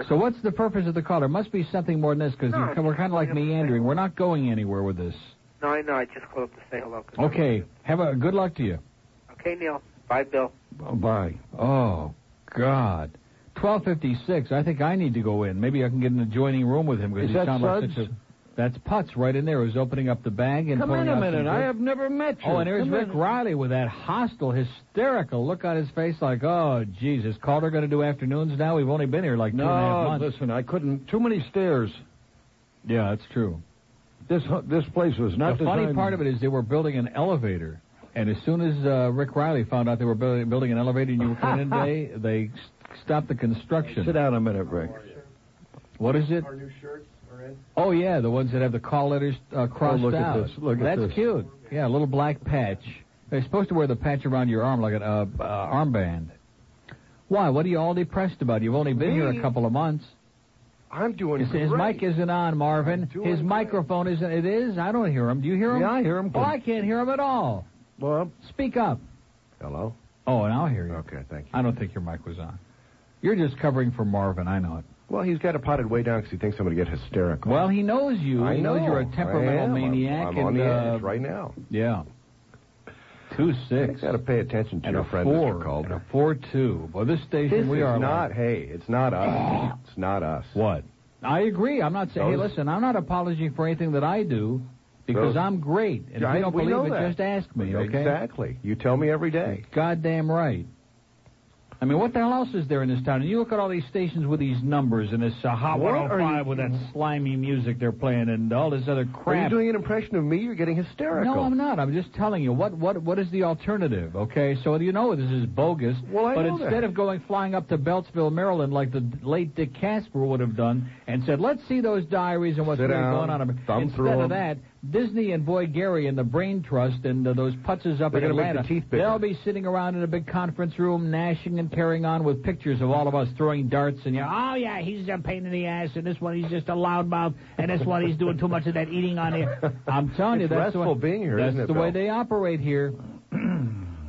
Speaker 1: So what's the purpose of the call? There must be something more than this because
Speaker 12: No,
Speaker 1: we're kind of like meandering. We're not going anywhere with this.
Speaker 12: No, I know. I just called up to say hello. 'cause I-
Speaker 1: Okay. Have a good luck to you.
Speaker 12: Okay, Neil. Bye, Bill.
Speaker 1: Bye. Oh God. 12:56. I think I need to go in. Maybe I can get an adjoining room with him because
Speaker 2: Is
Speaker 1: he
Speaker 2: that
Speaker 1: sounds like
Speaker 2: Suds?
Speaker 1: such a. That's Putz right in there. Who's opening up the bag and
Speaker 2: Come
Speaker 1: pulling
Speaker 2: in a
Speaker 1: out some
Speaker 2: minute. I
Speaker 1: good-
Speaker 2: have never met you.
Speaker 1: Oh, and there's
Speaker 2: Come
Speaker 1: Rick
Speaker 2: in.
Speaker 1: Riley with that hostile, hysterical look on his face, like, oh, Jesus, Calder going to do afternoons now? We've only been here like two and a half
Speaker 2: No,
Speaker 1: months.
Speaker 2: listen, I couldn't. Too many stairs.
Speaker 1: Yeah, that's true.
Speaker 2: This this place was not
Speaker 1: the funny
Speaker 2: designed-
Speaker 1: part of it is they were building an elevator, and as soon as uh, Rick Riley found out they were building, building an elevator and you
Speaker 2: <laughs>
Speaker 1: were coming in today, they s- stopped the construction.
Speaker 2: Sit down a minute, Rick.
Speaker 1: What is it?
Speaker 14: Our new shirts are in.
Speaker 1: Oh yeah, the ones that have the call letters uh, crossed
Speaker 2: Oh, look at
Speaker 1: out.
Speaker 2: this, look at
Speaker 1: That's
Speaker 2: this.
Speaker 1: cute. Yeah, a little black patch. They're supposed to wear the patch around your arm like an uh, uh, armband. Why? What are you all depressed about? You've only been here
Speaker 2: Me?
Speaker 1: a couple of months.
Speaker 2: I'm doing
Speaker 1: His, his
Speaker 2: great.
Speaker 1: mic isn't on, Marvin.
Speaker 2: doing
Speaker 1: His
Speaker 2: great.
Speaker 1: microphone isn't. It is. I don't hear him. Do you hear him?
Speaker 2: Yeah, I hear him.
Speaker 1: Oh, I can't hear him at all.
Speaker 2: Well,
Speaker 1: Speak up.
Speaker 2: hello.
Speaker 1: Oh, and I'll hear you.
Speaker 14: Okay, thank you.
Speaker 1: I don't think your mic was on. You're just covering for Marvin. I know it.
Speaker 14: Well, he's got it potted way down because he thinks I'm going to get hysterical.
Speaker 1: Well, he knows you.
Speaker 14: I
Speaker 1: he
Speaker 14: know.
Speaker 1: knows you're a temperamental
Speaker 14: I am. I'm-
Speaker 1: maniac.
Speaker 14: I'm
Speaker 1: and,
Speaker 14: on the
Speaker 1: uh,
Speaker 14: edge right now.
Speaker 1: Yeah. Two six.
Speaker 14: Got to pay attention to
Speaker 1: And
Speaker 14: your
Speaker 1: a
Speaker 14: friend,
Speaker 1: four.
Speaker 14: Mr. Calder.
Speaker 1: And a four two. Well, this station
Speaker 14: this
Speaker 1: we
Speaker 14: is
Speaker 1: are
Speaker 14: not.
Speaker 1: like-
Speaker 14: Hey, it's not us. it's not us.
Speaker 1: What? I agree. I'm not saying. Hey,
Speaker 14: Those-
Speaker 1: listen. I'm not apologizing for anything that I do because
Speaker 14: Those-
Speaker 1: I'm great. And
Speaker 14: I-
Speaker 1: if you don't
Speaker 14: we
Speaker 1: believe
Speaker 14: know
Speaker 1: it,
Speaker 14: that.
Speaker 1: just ask me. Okay.
Speaker 14: Exactly. You tell me every day.
Speaker 1: Goddamn right. I mean, what the hell else is there in this town? And you look at all these stations with these numbers and this uh, Hot
Speaker 14: What are
Speaker 1: 105 with that slimy music they're playing and all this other
Speaker 14: Are you
Speaker 1: crap.
Speaker 14: doing an impression of me? You're getting hysterical.
Speaker 1: No, I'm not. I'm just telling you what what what is the alternative? Okay, so you know this is bogus.
Speaker 14: Well, I
Speaker 1: but
Speaker 14: know that.
Speaker 1: instead of going flying up to Beltsville, Maryland, like the late Dick Casper would have done, and said, "Let's see those diaries and what's
Speaker 14: Sit
Speaker 1: really
Speaker 14: down,
Speaker 1: going on."
Speaker 14: thumb
Speaker 1: Instead
Speaker 14: through
Speaker 1: of
Speaker 14: 'em.
Speaker 1: that, Disney and Boy Gary and the Brain Trust and uh, those putzes up
Speaker 14: They're
Speaker 1: in
Speaker 14: gonna make
Speaker 1: Atlanta,
Speaker 14: the teeth bigger.
Speaker 1: they'll be sitting around in a big conference room, gnashing and carrying on with pictures of all of us throwing darts and yeah, oh yeah, he's a pain in the ass, and this one he's just a loudmouth, and this one he's doing too much of that eating on
Speaker 14: <laughs>
Speaker 1: here. I'm telling you,
Speaker 14: It's
Speaker 1: that's the
Speaker 14: restful
Speaker 1: way,
Speaker 14: being here,
Speaker 1: that's
Speaker 14: isn't it,
Speaker 1: the way
Speaker 14: Bill?
Speaker 1: they operate here.
Speaker 14: <clears throat>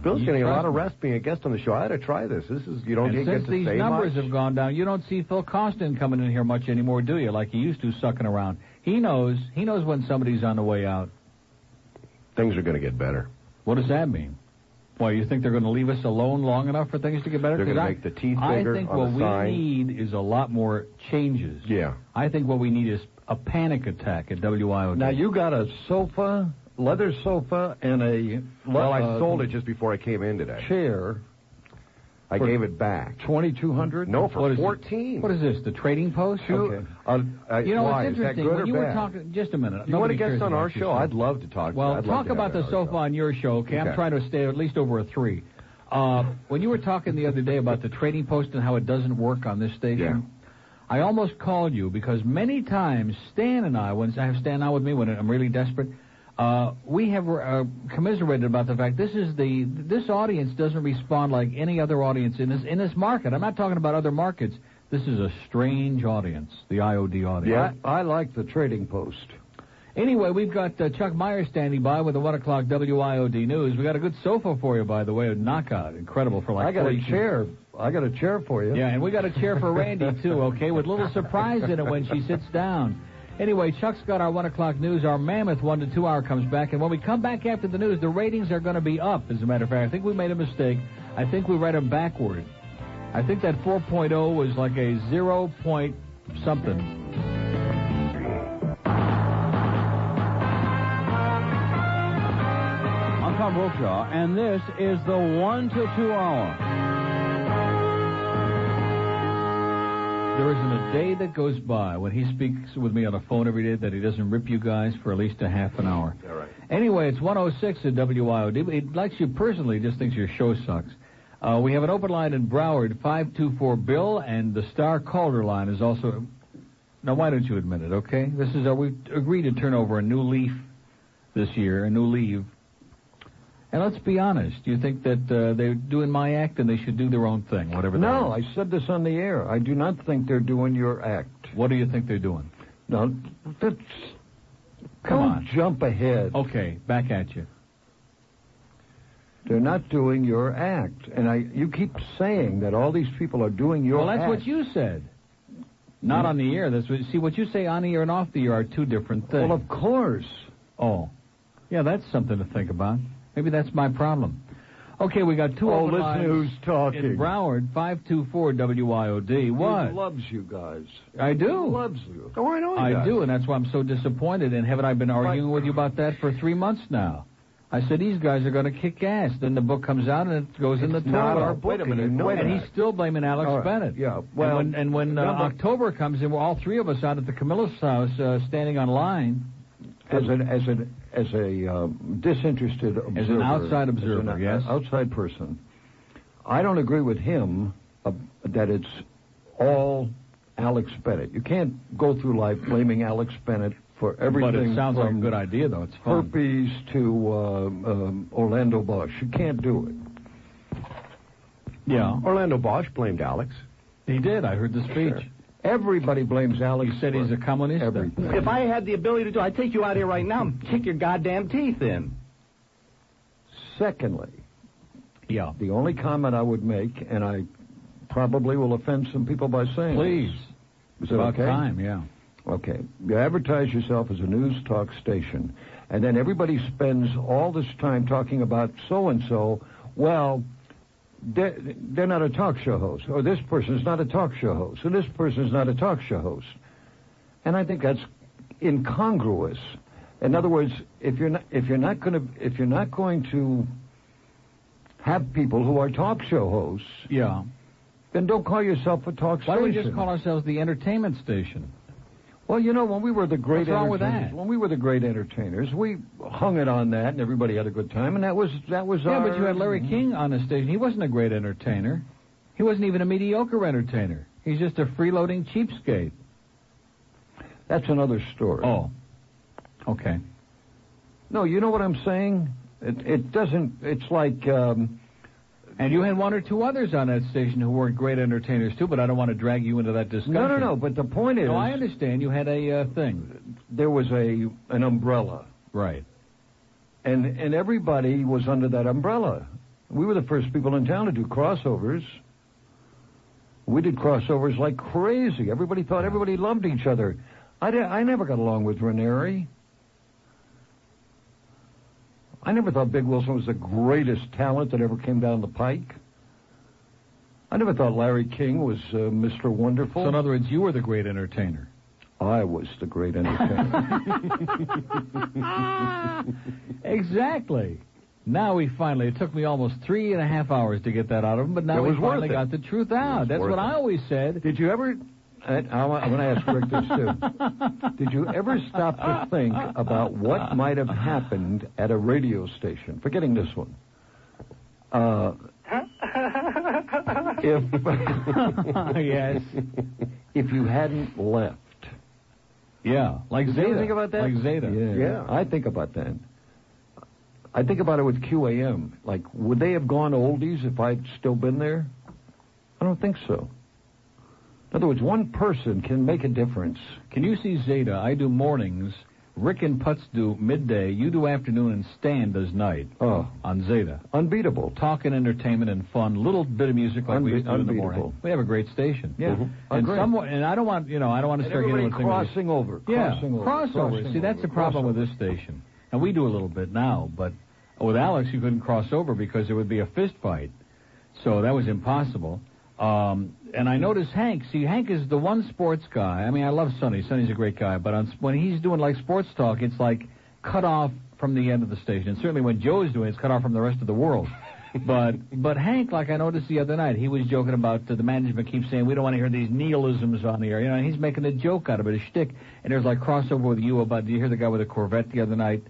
Speaker 14: Bill's
Speaker 1: You
Speaker 14: getting a
Speaker 1: trust
Speaker 14: lot of
Speaker 1: me.
Speaker 14: rest being a guest on the show. I had to try this. This is you don't
Speaker 1: and
Speaker 14: get,
Speaker 1: since
Speaker 14: get to
Speaker 1: these
Speaker 14: say
Speaker 1: numbers
Speaker 14: much.
Speaker 1: have gone down, you don't see Phil Costin coming in here much anymore, do you? Like he used to, sucking around. He knows. He knows when somebody's on the way out.
Speaker 14: Things are going to get better.
Speaker 1: What does that mean? Why you think they're going to leave us alone long enough for things to get better?
Speaker 14: They're
Speaker 1: 'Cause
Speaker 14: gonna
Speaker 1: I-
Speaker 14: make the teeth
Speaker 1: I
Speaker 14: bigger
Speaker 1: think
Speaker 14: on
Speaker 1: what
Speaker 14: the
Speaker 1: we
Speaker 14: sign.
Speaker 1: need is a lot more changes.
Speaker 14: Yeah.
Speaker 1: I think what we need is a panic attack at WIOD.
Speaker 2: Now you got a sofa, leather sofa, and a
Speaker 14: Well, I
Speaker 2: uh,
Speaker 14: sold it just before I came in today.
Speaker 2: chair.
Speaker 14: I gave it back.
Speaker 2: Twenty two hundred.
Speaker 14: No, for
Speaker 1: What is it?
Speaker 14: 14.
Speaker 1: What is this? The trading post?
Speaker 14: Two-
Speaker 1: Okay.
Speaker 14: uh, uh,
Speaker 1: You know,
Speaker 14: why?
Speaker 1: it's
Speaker 14: Is that
Speaker 1: interesting.
Speaker 14: good
Speaker 1: when
Speaker 14: or
Speaker 1: you were
Speaker 14: bad?
Speaker 1: talking, just a minute.
Speaker 14: You want
Speaker 1: Nobody
Speaker 14: to guest
Speaker 1: cares
Speaker 14: on
Speaker 1: about
Speaker 14: our
Speaker 1: your
Speaker 14: show? I'd love to talk. to you.
Speaker 1: Well,
Speaker 14: I'd love
Speaker 1: talk
Speaker 14: to have
Speaker 1: about
Speaker 14: you
Speaker 1: the
Speaker 14: on our
Speaker 1: sofa
Speaker 14: show.
Speaker 1: on your show, okay? I'm
Speaker 14: Okay.
Speaker 1: trying to stay at least over a three. Uh, when you were talking the other day about the trading post and how it doesn't work on this station, I almost called you because many times Stan and I, when I have Stan out with me when I'm really desperate, uh, we have uh, commiserated about the fact this is the this audience doesn't respond like any other audience in this in this market. I'm not talking about other markets. This is a strange audience, the IOD audience.
Speaker 2: Yeah, I like the trading post.
Speaker 1: Anyway, we've got uh, Chuck Meyer standing by with the 1 o'clock WIOD news. we got a good sofa for you, by the way, a knockout. Incredible for like
Speaker 2: I got a
Speaker 1: 40
Speaker 2: chair. I got a chair for you.
Speaker 1: Yeah, and we got a chair for Randy, too, okay, with little surprise in it when she sits down. Anyway, Chuck's got our 1 o'clock news. Our mammoth 1 to 2 hour comes back. And when we come back after the news, the ratings are going to be up, as a matter of fact. I think we made a mistake. I think we read them backward. I think that 4.0 was like a 0 point something.
Speaker 12: I'm Tom Brokaw, and this is the 1 to 2 hour.
Speaker 1: There isn't a day that goes by when he speaks with me on the phone every day that he doesn't rip you guys for at least a half an hour.
Speaker 14: All right.
Speaker 1: Anyway, it's 106 at WIOD. He likes you personally, just thinks your show sucks. Uh, we have an open line in Broward, 524 Bill, and the Star Calder line is also. Now, why don't you admit it, okay? This is, uh, we agreed to turn over a new leaf this year, a new leaf. And let's be honest, you think that uh, they're doing my act and they should do their own thing, whatever that
Speaker 2: No,
Speaker 1: is.
Speaker 2: I said this on the air. I do not think they're doing your act.
Speaker 1: What do you think they're doing?
Speaker 2: No, that's.
Speaker 1: Come
Speaker 2: don't
Speaker 1: on.
Speaker 2: jump ahead.
Speaker 1: Okay, back at you.
Speaker 2: They're not doing your act, and I. You keep saying that all these people are doing your.
Speaker 1: well, that's
Speaker 2: act.
Speaker 1: what you said. Not on the air. That's what, see what you say on the air and off the air are two different things.
Speaker 2: Well, of course.
Speaker 1: Oh, yeah, that's something to think about. Maybe that's my problem. Okay, we got two
Speaker 2: Oh,
Speaker 1: open
Speaker 2: listen
Speaker 1: lines
Speaker 2: who's talking.
Speaker 1: in Broward, five two four WIOD. What?
Speaker 2: He loves you guys.
Speaker 1: I do.
Speaker 2: He loves you. Oh, I know. He
Speaker 1: I
Speaker 2: does.
Speaker 1: do, and that's why I'm so disappointed. And haven't I been arguing with you about that for three months now? I said these guys are going to kick ass. Then the book comes out and it goes in the
Speaker 2: It's not
Speaker 1: toilet.
Speaker 2: our book, Wait a minute, and you know
Speaker 1: and
Speaker 2: that.
Speaker 1: he's still blaming Alex
Speaker 2: All right,
Speaker 1: Bennett.
Speaker 2: yeah, well,
Speaker 1: and when, and when uh,
Speaker 2: number-
Speaker 1: October comes in, we're all three of us out at the Camilla's house, uh, standing on line
Speaker 2: As an as an as a um, disinterested observer,
Speaker 1: as an outside
Speaker 2: as an
Speaker 1: observer.
Speaker 2: o-
Speaker 1: yes.
Speaker 2: outside person, I don't agree with him uh, that it's all Alex Bennett. You can't go through life blaming Alex Bennett for everything.
Speaker 1: but it sounds like a
Speaker 2: from
Speaker 1: good idea, though. It's fun.
Speaker 2: herpes to um, um, Orlando Bosch. You can't do it.
Speaker 1: Yeah,
Speaker 14: Orlando Bosch blamed Alex.
Speaker 1: he did. I heard the speech.
Speaker 2: Everybody blames Alex.
Speaker 1: He said he's a communist.
Speaker 2: everything.
Speaker 22: If I had the ability to do, I'd take you out here right now and kick your goddamn teeth in.
Speaker 2: Secondly,
Speaker 1: Yeah.
Speaker 2: the only comment I would make, and I probably will offend some people by saying,
Speaker 1: Please.
Speaker 2: this, is
Speaker 1: It's
Speaker 2: it
Speaker 1: about
Speaker 2: okay?
Speaker 1: time. Yeah.
Speaker 2: Okay. You advertise yourself as a news talk station, and then everybody spends all this time talking about so and so. Well, they're, they're not a talk show host, or this person's not a talk show host, or this person's not a talk show host. And I think that's incongruous. In other words, if you're not if you're not going to if you're not going to have people who are talk show hosts,
Speaker 1: Yeah.
Speaker 2: then don't call yourself a talk
Speaker 1: Why
Speaker 2: station.
Speaker 1: don't we just call ourselves the entertainment station?
Speaker 2: Well, you know, when we were the great
Speaker 1: What's wrong with
Speaker 2: entertainers,
Speaker 1: that?
Speaker 2: when we were the great entertainers, we hung it on that, and everybody had a good time, and that was that was
Speaker 1: Yeah,
Speaker 2: our. Mhm.
Speaker 1: but you had Larry King on the station. He wasn't a great entertainer. He wasn't even a mediocre entertainer. He's just a freeloading cheapskate.
Speaker 2: That's another story.
Speaker 1: Oh. Okay.
Speaker 2: No, you know what I'm saying? It, it doesn't. It's like um,
Speaker 1: And you had one or two others on that station who weren't great entertainers too, but I don't want to drag you into that discussion.
Speaker 2: no, no, no. But the point is,
Speaker 1: No, I understand. You had a uh, thing.
Speaker 2: there was a an umbrella,
Speaker 1: <laughs> Right.
Speaker 2: and and everybody was under that umbrella. We were the first people in town to do crossovers. We did crossovers like crazy. Everybody thought everybody loved each other. I, di- I never got along with Ranieri. I never thought Big Wilson was the greatest talent that ever came down the pike. I never thought Larry King was uh, Mr. Wonderful.
Speaker 1: So in other words, you were the great entertainer.
Speaker 2: I was the great entertainer.
Speaker 1: <laughs> Exactly. Now we finally. It took me almost three and a half hours to get that out of him, but now
Speaker 2: It
Speaker 1: we
Speaker 2: was worth
Speaker 1: finally
Speaker 2: it.
Speaker 1: got the truth out. That's
Speaker 2: worth
Speaker 1: what
Speaker 2: it.
Speaker 1: I always said.
Speaker 2: Did you ever? I, I'm going to ask Rick this
Speaker 1: <laughs>
Speaker 2: too. Did you ever stop to think about what might have happened at a radio station? Forgetting this one. Uh, <laughs> if
Speaker 1: yes,
Speaker 2: if you hadn't left.
Speaker 1: Yeah, like
Speaker 2: Did you ever
Speaker 1: Zeta.
Speaker 2: think about that?
Speaker 1: Like Zeta.
Speaker 2: Yeah. I think about that. I think about it with QAM. Like, would they have gone oldies if I'd still been there? I don't think so. In other words, one person can make a difference.
Speaker 1: Can you see Zeta? I do mornings. Rick and Putz do midday. You do afternoon, and Stan does night.
Speaker 2: Oh.
Speaker 1: on Zeta,
Speaker 2: unbeatable.
Speaker 1: Talk and entertainment and fun. Little bit of music like we
Speaker 2: Unbe-
Speaker 1: used to do in the
Speaker 2: unbeatable.
Speaker 1: morning. We have a great station.
Speaker 2: Yeah. Mhm. Oh,
Speaker 1: and
Speaker 2: great.
Speaker 1: someone and I don't want you know I don't want to
Speaker 2: And
Speaker 1: start getting
Speaker 2: everybody
Speaker 1: into a thing where-
Speaker 2: crossing over,
Speaker 1: Yeah,
Speaker 2: crossing over,
Speaker 1: crossover.
Speaker 2: crossing
Speaker 1: See, that's
Speaker 2: over,
Speaker 1: the problem with this station, and we do a little bit now, but with Alex you couldn't cross over because there would be a fist fight, so that was impossible. Um, and I noticed Hank. See, Hank is the one sports guy. I mean, I love Sonny. Sonny's a great guy, but on, when he's doing like sports talk, it's like cut off from the end of the station. And certainly when Joe's doing it, it's cut off from the rest of the <laughs> world. But but Hank, like I noticed the other night, he was joking about uh, the management keeps saying we don't want to hear these nihilisms on the air. You know, and he's making a joke out of it, a shtick. And there's like crossover with you about. Do you hear the guy with the Corvette the other night?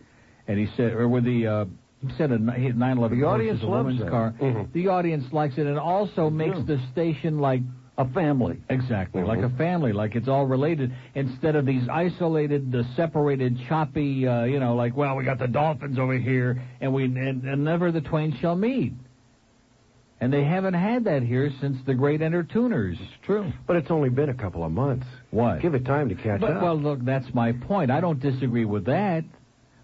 Speaker 1: And he said, or with the uh, he said a ni- he had 911
Speaker 2: The
Speaker 1: Porsche,
Speaker 2: audience
Speaker 1: the
Speaker 2: loves
Speaker 1: woman's
Speaker 2: that.
Speaker 1: car.
Speaker 2: Mhm.
Speaker 1: The audience likes it, and it also makes the station like
Speaker 2: a family.
Speaker 1: Exactly, like a family, like it's all related instead of these isolated, uh, separated, choppy. Uh, you know, like well, we got the Dolphins over here, and we and, and never the twain shall meet. And they haven't had that here since the Great Entertuners. It's true.
Speaker 14: But it's only been a couple of months.
Speaker 1: What?
Speaker 14: Give it time to catch
Speaker 1: But,
Speaker 14: up.
Speaker 1: well, look, that's my point. I don't disagree with that.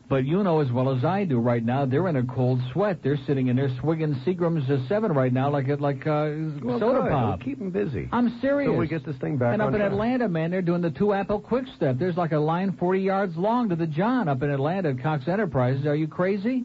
Speaker 1: But you know as well as I do, right now they're in a cold sweat. They're sitting in there swigging Seagram's uh, Seven right now, like a- like uh,
Speaker 14: Well,
Speaker 1: soda
Speaker 14: good.
Speaker 1: pop.
Speaker 14: We'll keep them busy.
Speaker 1: I'm serious.
Speaker 14: Till we get this thing back
Speaker 1: And
Speaker 14: on
Speaker 1: up in
Speaker 14: track.
Speaker 1: Atlanta, man, they're doing the two apple quick step. There's like a line 40 yards long to the John up in Atlanta at Cox Enterprises. Are you crazy?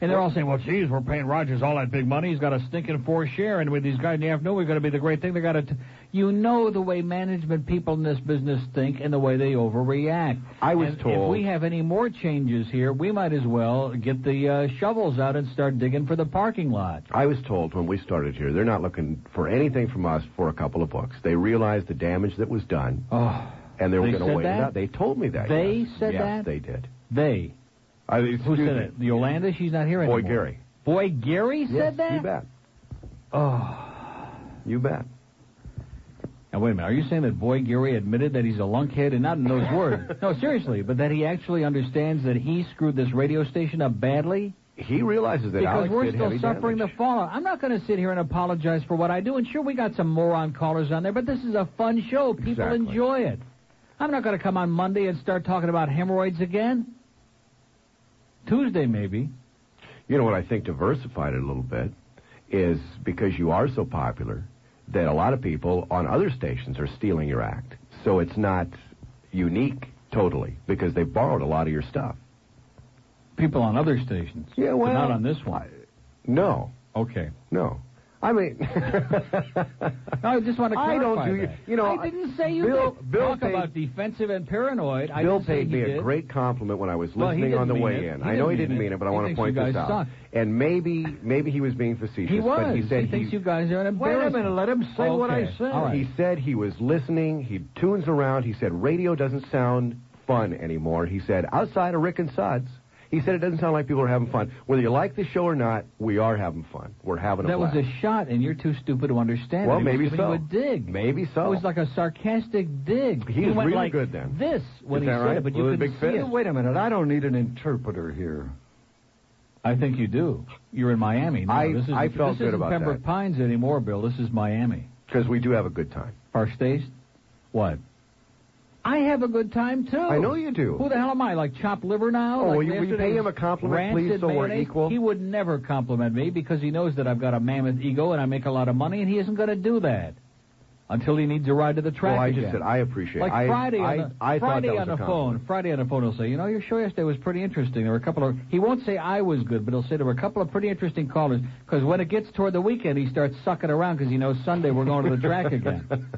Speaker 1: And they're all saying, well, geez, we're paying Rogers all that big money. He's got a stinking four share. And with these guys in the afternoon, we're going to be the great thing. They got to. You know the way management people in this business think and the way they overreact.
Speaker 14: I was
Speaker 1: And
Speaker 14: told-
Speaker 1: If we have any more changes here, we might as well get the uh, shovels out and start digging for the parking lot.
Speaker 14: I was told when we started here, they're not looking for anything from us for a couple of books. They realized the damage that was done,
Speaker 1: Oh,
Speaker 14: and they were
Speaker 1: They
Speaker 14: going to
Speaker 1: said
Speaker 14: wait
Speaker 1: that?
Speaker 14: it out. They told me that.
Speaker 1: They
Speaker 14: yes.
Speaker 1: said
Speaker 14: yes,
Speaker 1: that?
Speaker 14: they did.
Speaker 1: They.
Speaker 14: I,
Speaker 1: Who said it? The Yolanda? She's not here
Speaker 14: Boy
Speaker 1: anymore.
Speaker 14: Gary.
Speaker 1: Boy Gary
Speaker 14: yes,
Speaker 1: said that?
Speaker 14: You bet.
Speaker 1: Oh.
Speaker 14: You bet.
Speaker 1: Now, wait a minute. Are you saying that Boy Geary admitted that he's a lunkhead and not in those
Speaker 14: <laughs>
Speaker 1: words? No, seriously, but that he actually understands that he screwed this radio station up badly?
Speaker 14: He realizes that
Speaker 1: because
Speaker 14: Alex
Speaker 1: we're
Speaker 14: did
Speaker 1: still
Speaker 14: heavy
Speaker 1: suffering
Speaker 14: damage.
Speaker 1: the fallout. I'm not going to sit here and apologize for what I do. And sure, we got some moron callers on there, but this is a fun show. People
Speaker 14: Exactly.
Speaker 1: enjoy it. I'm not going to come on Monday and start talking about hemorrhoids again. Tuesday, maybe.
Speaker 14: You know what I think diversified it a little bit is because you are so popular that a lot of people on other stations are stealing your act. So it's not unique totally because they borrowed a lot of your stuff.
Speaker 1: People on other stations.
Speaker 14: Yeah,
Speaker 1: but
Speaker 14: well,
Speaker 1: not on this one.
Speaker 14: No,
Speaker 1: Okay.
Speaker 14: no.
Speaker 1: <laughs>
Speaker 14: I mean,
Speaker 1: No, I just want to
Speaker 14: <laughs> I
Speaker 1: clarify
Speaker 14: don't do-
Speaker 1: that.
Speaker 14: you know,
Speaker 1: I didn't say you
Speaker 14: Bill-
Speaker 1: did.
Speaker 14: Bill
Speaker 1: Talk
Speaker 14: paid-
Speaker 1: about defensive and paranoid. I
Speaker 14: Bill
Speaker 1: didn't say
Speaker 14: paid
Speaker 1: he
Speaker 14: me a
Speaker 1: did.
Speaker 14: great compliment when I was
Speaker 1: Well, he
Speaker 14: listening
Speaker 1: didn't
Speaker 14: on the
Speaker 1: mean
Speaker 14: way
Speaker 1: it.
Speaker 14: in.
Speaker 1: He
Speaker 14: I know he
Speaker 1: didn't
Speaker 14: didn't
Speaker 1: mean
Speaker 14: mean it, but I
Speaker 1: it. He
Speaker 14: want to
Speaker 1: thinks
Speaker 14: point
Speaker 1: you
Speaker 14: this
Speaker 1: guys
Speaker 14: out.
Speaker 1: suck.
Speaker 14: And maybe, maybe he was being facetious,
Speaker 1: He was.
Speaker 14: but he said
Speaker 1: thinks
Speaker 14: he
Speaker 1: you guys are an
Speaker 2: Wait a
Speaker 1: embarrassment.
Speaker 2: minute, let him say what I
Speaker 1: Okay,
Speaker 2: said.
Speaker 1: all right.
Speaker 14: He said he was listening. He tunes around. He said radio doesn't sound fun anymore. He said outside of Rick and Suds, he said it doesn't sound like people are having fun. Whether you like the show or not, we are having fun. We're having a
Speaker 1: That was
Speaker 14: blast.
Speaker 1: a shot, and you're too stupid to understand.
Speaker 14: Well,
Speaker 1: it.
Speaker 14: maybe
Speaker 1: it was
Speaker 14: so.
Speaker 1: A dig.
Speaker 14: Maybe
Speaker 1: It
Speaker 14: so.
Speaker 1: was like a sarcastic dig.
Speaker 14: He is
Speaker 1: went
Speaker 14: really
Speaker 1: like
Speaker 14: good then.
Speaker 1: This when
Speaker 14: Is
Speaker 1: he
Speaker 14: that
Speaker 1: said
Speaker 14: right?
Speaker 1: it, but you
Speaker 14: With a
Speaker 1: couldn't
Speaker 14: big
Speaker 1: see it.
Speaker 14: fist?
Speaker 2: Wait a minute, I don't need an interpreter here.
Speaker 1: I think you do. You're in Miami. No,
Speaker 14: I-
Speaker 1: this is,
Speaker 14: I felt
Speaker 1: this
Speaker 14: good
Speaker 1: isn't
Speaker 14: about
Speaker 1: Pembroke
Speaker 14: that.
Speaker 1: Pines anymore, Bill. This is Miami.
Speaker 14: Because we do have a good time.
Speaker 1: Our state. What? I have a good time too.
Speaker 14: I know you do.
Speaker 1: Who the hell am I? Like chopped liver now?
Speaker 14: Oh,
Speaker 1: Like
Speaker 14: will you- will you pay
Speaker 1: yesterday's
Speaker 14: him a compliment,
Speaker 1: rancid
Speaker 14: please, so we're
Speaker 1: mayonnaise?
Speaker 14: equal?
Speaker 1: He would never compliment me because he knows that I've got a mammoth ego and I make a lot of money, and he isn't going to do that until he needs a ride to the track.
Speaker 14: well, I just
Speaker 1: again.
Speaker 14: said I appreciate
Speaker 1: Like
Speaker 14: it. I,
Speaker 1: Friday
Speaker 14: I,
Speaker 1: on the,
Speaker 14: I thought
Speaker 1: Friday
Speaker 14: that was
Speaker 1: on
Speaker 14: a
Speaker 1: the
Speaker 14: compliment.
Speaker 1: phone. Friday on the phone, he'll say, you know, your show yesterday was pretty interesting. There were a couple of. He won't say I was good, but he'll say there were a couple of pretty interesting callers. Because when it gets toward the weekend, he starts sucking around because he knows Sunday we're going to the track
Speaker 14: <laughs>
Speaker 1: again.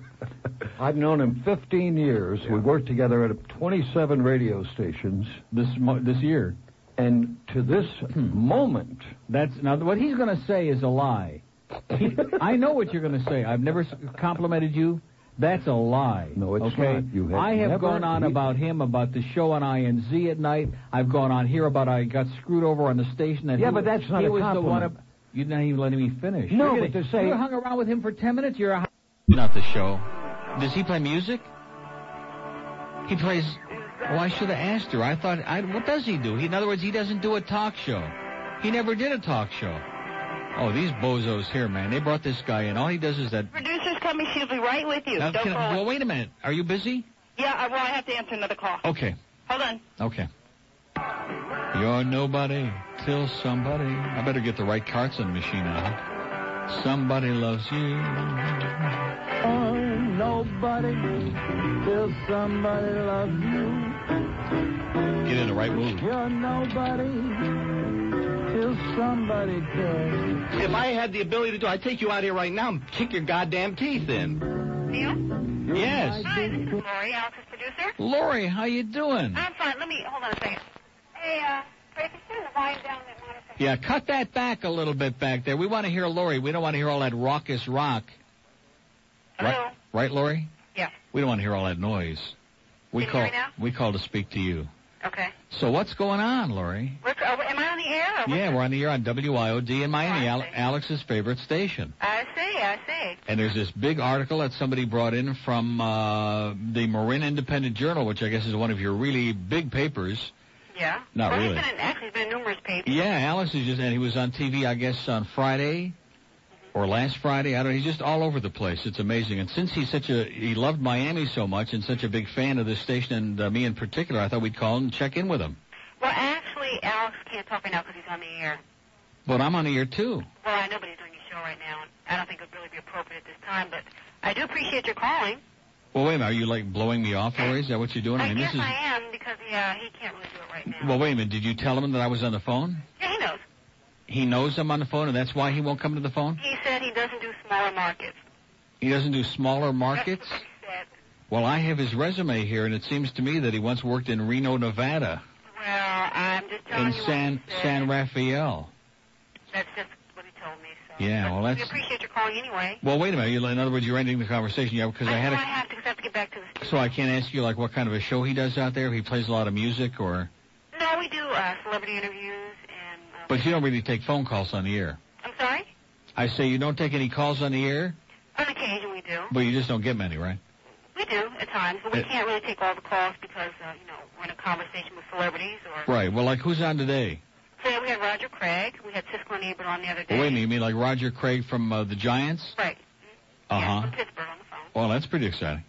Speaker 2: I've known him 15 years. We worked together at 27 radio stations
Speaker 1: this mo- this year. Hmm.
Speaker 2: and to this moment,
Speaker 1: That's now what he's going to say is a lie. He, I know what you're going to say. I've never s- complimented you. That's a lie.
Speaker 2: No, it's
Speaker 1: okay?
Speaker 2: not. You have
Speaker 1: I have
Speaker 2: never-
Speaker 1: gone on
Speaker 2: he-
Speaker 1: about him, about the show on INZ at night. I've gone on here about I got screwed over on the station. That
Speaker 2: Yeah,
Speaker 1: he,
Speaker 2: but that's not
Speaker 1: he
Speaker 2: a
Speaker 1: was the one.
Speaker 2: compliment.
Speaker 1: ab-
Speaker 5: You're not even letting me finish.
Speaker 1: No,
Speaker 5: You're
Speaker 1: but to say-
Speaker 5: you hung around with him for ten minutes. You're a
Speaker 1: Not the show. Does he play music? He plays. Oh, I should have asked her. I thought, I, what does he do? He, in other words, he doesn't do a talk show. He never did a talk show. Oh, these bozos here, man. They brought this guy in. All he does is that.
Speaker 16: Producer's coming. She'll be right with you.
Speaker 1: Now,
Speaker 16: Don't
Speaker 1: can I-
Speaker 16: call.
Speaker 1: well, wait a minute. Are you busy?
Speaker 16: Yeah, I, well, I have to answer another call.
Speaker 1: Okay.
Speaker 16: Hold on.
Speaker 1: Okay. You're nobody till somebody. I better get the right Carson machine out. Somebody loves you.
Speaker 18: Oh, nobody till somebody loves you.
Speaker 1: Get in the right mood.
Speaker 18: You're nobody till somebody cares.
Speaker 17: If I had the ability to do it, I'd take you out here right now and kick your goddamn teeth in.
Speaker 16: Neil?
Speaker 17: Yes.
Speaker 16: Hi, this is Lori, Alex's producer.
Speaker 1: Lori, how you doing?
Speaker 16: I'm fine. Let me, hold on a second. Hey, uh, Frank, can you turn the volume down there?
Speaker 1: Yeah, cut that back a little bit back there. We want to hear Lori. We don't want to hear all that raucous rock. Right, right, Lori?
Speaker 16: Yeah.
Speaker 1: We don't want to hear all that noise. We
Speaker 16: Can you
Speaker 1: call.
Speaker 16: hear me now?
Speaker 1: We call to speak to you.
Speaker 16: Okay.
Speaker 1: So what's going on, Lori?
Speaker 16: Rick, are, we- am I on the air? Or
Speaker 1: Yeah, we're on the air on WIOD in Miami, Al- Alex's favorite station.
Speaker 16: I see, I see.
Speaker 1: And there's this big article that somebody brought in from uh, the Marin Independent Journal, which I guess is one of your really big papers.
Speaker 16: Yeah.
Speaker 1: Not
Speaker 16: well,
Speaker 1: really.
Speaker 16: He's been in, actually, he's been in numerous papers.
Speaker 1: Yeah, Alex is just, and he was on TV, I guess, on Friday or last Friday. I don't. He's just all over the place. It's amazing. And since he's such a, he loved Miami so much, and such a big fan of this station and uh, me in particular, I thought we'd call and check in with him.
Speaker 16: Well, actually, Alex can't talk right now because he's on the air.
Speaker 1: But I'm on the air too.
Speaker 16: Well, I know, but he's doing his show right now, and I don't think it would really be appropriate at this time, but I do appreciate your calling.
Speaker 1: Well, wait a minute. Are you like blowing me off, Lori? Is that what you're doing?
Speaker 16: I,
Speaker 1: mean,
Speaker 16: guess
Speaker 1: this is.
Speaker 16: I am because, yeah, he can't really do it right now.
Speaker 1: Well, wait a minute. Did you tell him that I was on the phone?
Speaker 16: Yeah, he knows.
Speaker 1: He knows I'm on the phone, and that's why he won't come to the phone.
Speaker 16: He said he doesn't do smaller markets.
Speaker 1: He doesn't do smaller markets.
Speaker 16: That's what he said.
Speaker 1: Well, I have his resume here, and it seems to me that he once worked in Reno, Nevada,
Speaker 16: Well, I'm just telling
Speaker 1: in
Speaker 16: you.
Speaker 1: San
Speaker 16: what he said.
Speaker 1: San Rafael.
Speaker 16: That's just what he told me. So.
Speaker 1: Yeah, well,
Speaker 16: But
Speaker 1: that's-
Speaker 16: We appreciate your calling anyway.
Speaker 1: Well, wait a minute. You- In other words, you're ending the conversation, yeah? Because I had
Speaker 16: know I
Speaker 1: a,
Speaker 16: have to because I have to get back to the.
Speaker 1: so I can't ask you like what kind of a show he does out there. If he plays a lot of music, or
Speaker 16: No, we do uh, celebrity interviews. And, uh,
Speaker 1: but you don't really take phone calls on the air.
Speaker 16: I'm sorry.
Speaker 1: I say you don't take any calls on the air,
Speaker 16: On occasion, we do.
Speaker 1: but you just don't get many, right?
Speaker 16: We do at times, but we
Speaker 1: Uh,
Speaker 16: can't really take all the calls because uh, you know we're in a conversation with celebrities. Or
Speaker 1: Right. Well, like who's on today?
Speaker 16: today we had Roger Craig, we had Siskel and Ebert on the other day.
Speaker 1: Well, wait a minute. You mean like Roger Craig from uh, the Giants?
Speaker 16: Right.
Speaker 1: Uh huh.
Speaker 16: From Pittsburgh on the phone.
Speaker 1: Well, that's pretty exciting.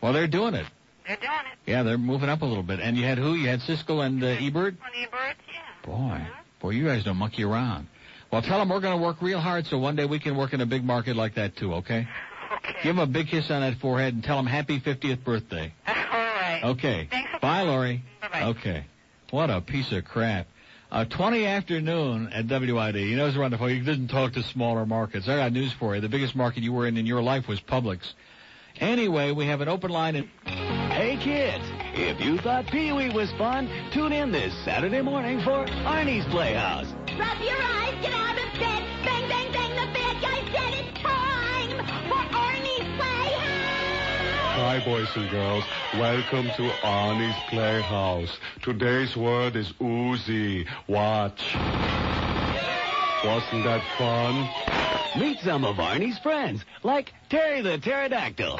Speaker 1: Well, they're doing it.
Speaker 16: They're doing it.
Speaker 1: Yeah, they're moving up a little bit. And you had who? You had Siskel and uh, Ebert.
Speaker 16: On Ebert, yeah.
Speaker 1: Boy, boy, you guys don't monkey around. Well, tell them we're going to work real hard so one day we can work in a big market like that too. Okay? Okay. Give them a big kiss on that forehead and tell them happy 50th birthday.
Speaker 16: All right.
Speaker 1: Okay. Bye, Lori. Bye-bye. Okay. What a piece of crap. Uh, 20 afternoon at WID. You know, it's wonderful. You didn't talk to smaller markets. I got news for you. The biggest market you were in in your life was Publix. Anyway, we have an open line in.
Speaker 33: Hey kids, if you thought Pee Wee was fun, tune in this Saturday morning for Arnie's Playhouse.
Speaker 18: Rub your eyes, get out of bed. Bang, bang, bang, the bad guy said it's time for Arnie's
Speaker 24: Hi, boys and girls. Welcome to Arnie's Playhouse. Today's word is oozy. Watch. Wasn't that fun?
Speaker 33: Meet some of Arnie's friends, like Terry the Pterodactyl.